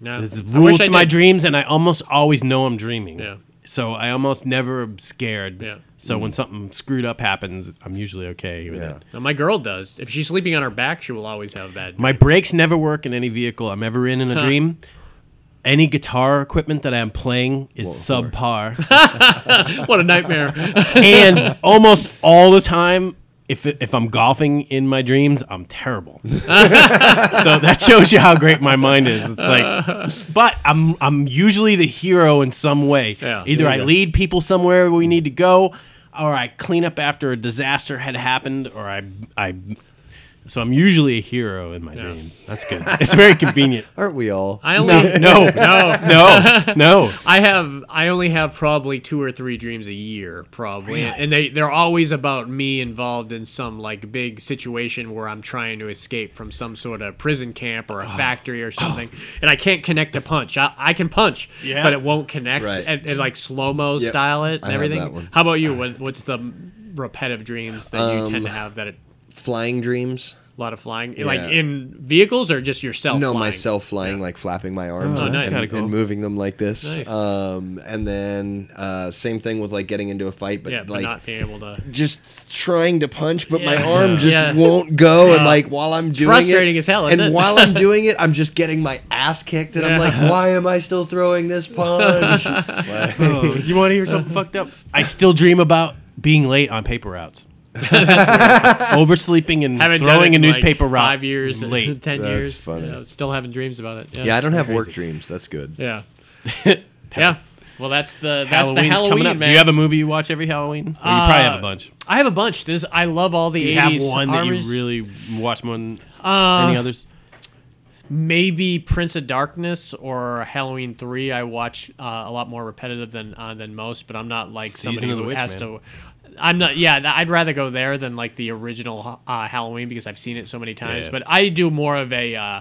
[SPEAKER 2] no.
[SPEAKER 4] There's
[SPEAKER 2] I wish
[SPEAKER 4] rules
[SPEAKER 2] I
[SPEAKER 4] to my
[SPEAKER 2] did.
[SPEAKER 4] dreams, and I almost always know I'm dreaming.
[SPEAKER 2] Yeah.
[SPEAKER 4] So I almost never am scared.
[SPEAKER 2] Yeah.
[SPEAKER 4] So when something screwed up happens, I'm usually okay with it.
[SPEAKER 2] No, my girl does. If she's sleeping on her back, she will always have bad.
[SPEAKER 4] My brakes never work in any vehicle I'm ever in in a
[SPEAKER 2] Huh.
[SPEAKER 4] dream. Any guitar equipment that I'm playing is subpar,
[SPEAKER 2] what a nightmare.
[SPEAKER 4] and almost all the time, if if I'm golfing in my dreams, I'm terrible. so that shows you how great my mind is. It's like, but I'm I'm usually the hero in some way.
[SPEAKER 2] Yeah.
[SPEAKER 4] Either I lead people somewhere we need to go, or I clean up after a disaster had happened, or I I. So I'm usually a hero in my dream. That's good. It's very convenient.
[SPEAKER 3] Aren't we all?
[SPEAKER 2] I only
[SPEAKER 4] No,
[SPEAKER 2] no
[SPEAKER 4] no, no.
[SPEAKER 2] I have I only have probably two or three dreams a year probably and they they're always about me involved in some like big situation where I'm trying to escape from some sort of prison camp or a factory or something and I can't connect to punch I, I can punch
[SPEAKER 4] Yeah.
[SPEAKER 2] but it won't connect
[SPEAKER 3] Right.
[SPEAKER 2] and, and, like slow mo
[SPEAKER 3] Yep.
[SPEAKER 2] style it and
[SPEAKER 3] I have
[SPEAKER 2] everything
[SPEAKER 3] that one.
[SPEAKER 2] how about you what, what's the repetitive dreams that you
[SPEAKER 3] Um,
[SPEAKER 2] tend to have that it,
[SPEAKER 3] Flying dreams.
[SPEAKER 2] a lot of flying like
[SPEAKER 3] Yeah.
[SPEAKER 2] in vehicles or just yourself
[SPEAKER 3] No,
[SPEAKER 2] flying?
[SPEAKER 3] myself flying, like flapping my arms
[SPEAKER 2] Oh,
[SPEAKER 3] and,
[SPEAKER 2] nice.
[SPEAKER 3] and-
[SPEAKER 2] Kinda cool.
[SPEAKER 3] and moving them like this.
[SPEAKER 2] Nice.
[SPEAKER 3] Um, and then uh, same thing with like getting into a fight, but
[SPEAKER 2] yeah but
[SPEAKER 3] like
[SPEAKER 2] not being able to
[SPEAKER 3] just trying to punch, but my
[SPEAKER 2] Yeah.
[SPEAKER 3] arm just
[SPEAKER 2] Yeah.
[SPEAKER 3] won't go. And like while I'm doing
[SPEAKER 2] frustrating
[SPEAKER 3] it,
[SPEAKER 2] as hell, isn't
[SPEAKER 3] and
[SPEAKER 2] it?
[SPEAKER 3] while I'm doing it, I'm just getting my ass kicked, and
[SPEAKER 2] Yeah.
[SPEAKER 3] I'm like, why am I still throwing this punch? Like-
[SPEAKER 4] Oh, You want to hear something fucked up? I still dream about being late on paper routes. Oversleeping and
[SPEAKER 2] haven't done
[SPEAKER 4] throwing
[SPEAKER 2] it
[SPEAKER 4] a
[SPEAKER 2] in,
[SPEAKER 4] newspaper
[SPEAKER 2] like
[SPEAKER 4] route
[SPEAKER 2] five years
[SPEAKER 4] late.
[SPEAKER 2] ten
[SPEAKER 3] That's
[SPEAKER 2] years
[SPEAKER 3] funny.
[SPEAKER 2] you know, still having dreams about it yeah,
[SPEAKER 3] yeah, I
[SPEAKER 2] it's
[SPEAKER 3] don't have
[SPEAKER 2] crazy.
[SPEAKER 3] work dreams. That's good.
[SPEAKER 2] yeah yeah well that's the that's
[SPEAKER 4] Halloween's
[SPEAKER 2] the Halloween
[SPEAKER 4] coming up.
[SPEAKER 2] man
[SPEAKER 4] Do you have a movie you watch every Halloween? Or you probably have
[SPEAKER 2] Uh,
[SPEAKER 4] a bunch.
[SPEAKER 2] I have a bunch this I love all the
[SPEAKER 4] Do
[SPEAKER 2] 80s
[SPEAKER 4] you have one that
[SPEAKER 2] armors. Um,
[SPEAKER 4] you really watch more than any others?
[SPEAKER 2] maybe Prince of Darkness or Halloween Three. I watch uh, a lot more repetitive than uh, than most, but I'm not like
[SPEAKER 4] Season
[SPEAKER 2] somebody
[SPEAKER 4] of the
[SPEAKER 2] who
[SPEAKER 4] Witch,
[SPEAKER 2] has to.
[SPEAKER 4] man.
[SPEAKER 2] I'm not. Yeah, th- I'd rather go there than like the original uh, Halloween because I've seen it so many times.
[SPEAKER 4] Yeah.
[SPEAKER 2] But I do more of a. Uh,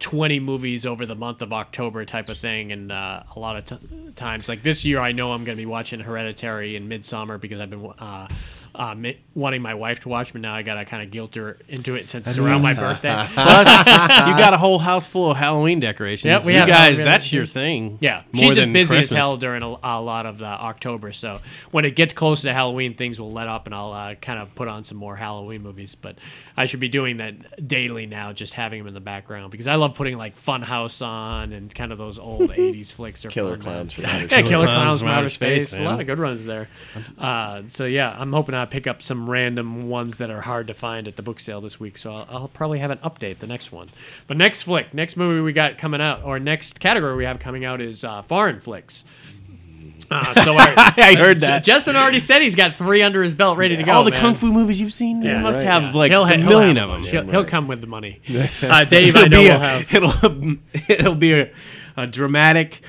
[SPEAKER 2] 20 movies over the month of October type of thing and uh, a lot of t- times like this year I know I'm going to be watching Hereditary and Midsummer because I've been uh, uh, mi- wanting my wife to watch but now I got to kind of guilt her into it since it's around my birthday
[SPEAKER 4] Plus, you got a whole house full of Halloween decorations.
[SPEAKER 2] Yep, we
[SPEAKER 4] you
[SPEAKER 2] have
[SPEAKER 4] guys,
[SPEAKER 2] Halloween
[SPEAKER 4] that's your
[SPEAKER 2] decorations.
[SPEAKER 4] thing.
[SPEAKER 2] Yeah,
[SPEAKER 4] more
[SPEAKER 2] she's just
[SPEAKER 4] than
[SPEAKER 2] busy as
[SPEAKER 4] Christmas.
[SPEAKER 2] hell during a, a lot of the October. So when it gets closer to Halloween, things will let up, and I'll uh, kind of put on some more Halloween movies. But I should be doing that daily now, just having them in the background because I love putting like Funhouse on and kind of those old '80s flicks or
[SPEAKER 3] Killer clowns from outer
[SPEAKER 2] Yeah,
[SPEAKER 3] space.
[SPEAKER 2] Killer Clowns
[SPEAKER 4] Clowns from
[SPEAKER 2] from
[SPEAKER 4] Outer
[SPEAKER 2] Outer Space.
[SPEAKER 4] Space,
[SPEAKER 2] A
[SPEAKER 4] man.
[SPEAKER 2] lot of good runs there. Uh, so yeah, I'm hoping I pick up some random ones that are hard to find at the book sale this week. So I'll, I'll probably have an update the next one. But next flick, next movie we got coming out, or next category we have coming out is uh, foreign flicks. Uh, so our,
[SPEAKER 4] I heard that.
[SPEAKER 2] Justin already said he's got three under his belt ready to go.
[SPEAKER 4] All the
[SPEAKER 2] man.
[SPEAKER 4] kung fu movies you've seen, you
[SPEAKER 2] Yeah,
[SPEAKER 4] must
[SPEAKER 2] right,
[SPEAKER 4] have
[SPEAKER 2] yeah.
[SPEAKER 4] like
[SPEAKER 2] He'll ha-
[SPEAKER 4] a
[SPEAKER 2] he'll
[SPEAKER 4] million
[SPEAKER 2] have a
[SPEAKER 4] of
[SPEAKER 2] bunch.
[SPEAKER 4] them.
[SPEAKER 2] He'll, he'll come with the money. Uh, Dave, I
[SPEAKER 4] it'll
[SPEAKER 2] know
[SPEAKER 4] be
[SPEAKER 2] will
[SPEAKER 4] a,
[SPEAKER 2] have.
[SPEAKER 4] it'll it'll be a, a dramatic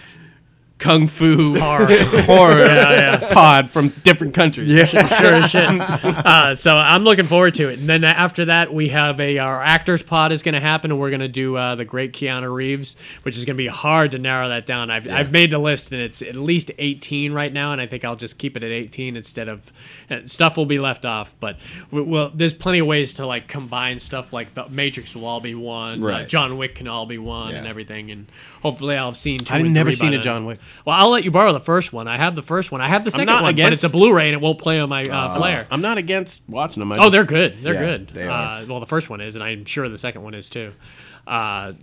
[SPEAKER 4] kung fu
[SPEAKER 2] Horror.
[SPEAKER 4] horror
[SPEAKER 2] Yeah,
[SPEAKER 4] pod from different countries.
[SPEAKER 2] sure as shit. Uh, so I'm looking forward to it. And then after that, we have a our actors pod is going to happen, and we're going to do uh, the great Keanu Reeves, which is going to be hard to narrow that down. I've I've made the list, and it's at least 18 right now, and I think I'll just keep it at 18 instead of uh, stuff will be left off. But we, well, there's plenty of ways to like combine stuff. Like the Matrix will all be one, uh,
[SPEAKER 3] Right.
[SPEAKER 2] John Wick can all be one, and
[SPEAKER 3] Yeah.
[SPEAKER 2] everything. And hopefully, I'll have seen. Two
[SPEAKER 4] I've
[SPEAKER 2] and
[SPEAKER 4] never
[SPEAKER 2] three by
[SPEAKER 4] seen a
[SPEAKER 2] then.
[SPEAKER 4] John Wick.
[SPEAKER 2] Well, I'll let you borrow the first one. I have the first one. I have the second
[SPEAKER 4] not
[SPEAKER 2] one, but it's a
[SPEAKER 4] against-
[SPEAKER 2] Blu-ray and it won't play on my uh, player.
[SPEAKER 4] I'm not against watching them. I
[SPEAKER 2] Oh,
[SPEAKER 4] just-
[SPEAKER 2] they're good. They're
[SPEAKER 3] Yeah,
[SPEAKER 2] good.
[SPEAKER 3] they are.
[SPEAKER 2] Uh, well, the first one is, and I'm sure the second one is too. Uh,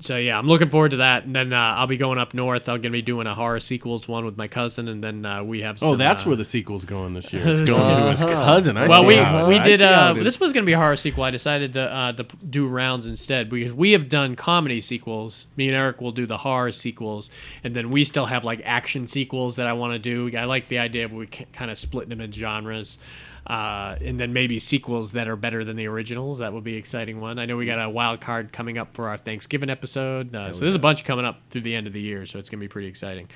[SPEAKER 2] so yeah, I'm looking forward to that. And then uh, I'll be going up north. I'm gonna be doing a horror sequels one with my cousin, and then uh, we have. Some,
[SPEAKER 4] Oh, that's
[SPEAKER 2] uh,
[SPEAKER 4] where the sequel's going this year. It's going to his cousin. I
[SPEAKER 2] Well,
[SPEAKER 4] see
[SPEAKER 2] we
[SPEAKER 4] how-
[SPEAKER 2] we
[SPEAKER 4] I
[SPEAKER 2] did.
[SPEAKER 4] see how
[SPEAKER 2] Uh,
[SPEAKER 4] it is.
[SPEAKER 2] this was going to be a horror sequel. I decided to uh, to p- do rounds instead because we have done comedy sequels. Me and Eric will do the horror sequels, and then we still have like action sequels that I want to do. I like the idea of we kind of splitting them in genres. Uh, and then maybe sequels that are better than the originals. That would be an exciting one. I know we got a wild card coming up for our Thanksgiving episode. Uh, so there's a bunch coming up through the end of the year, so it's gonna be pretty exciting.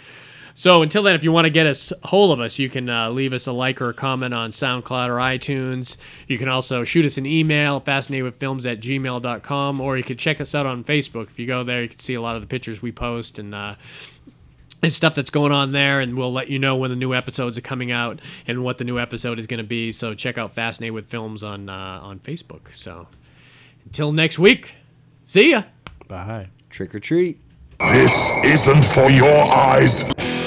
[SPEAKER 2] So until then, if you want to get us hold of us, you can uh, leave us a like or a comment on SoundCloud or iTunes. You can also shoot us an email, fascinatedwithfilms at gmail.com, or you can check us out on Facebook. If you go there, you can see a lot of the pictures we post and uh, and stuff that's going on there, and we'll let you know when the new episodes are coming out and what the new episode is going to be. So check out Fascinated with Films on uh, on Facebook. So until next week, see ya.
[SPEAKER 4] Bye.
[SPEAKER 3] Trick or treat.
[SPEAKER 1] This isn't for your eyes.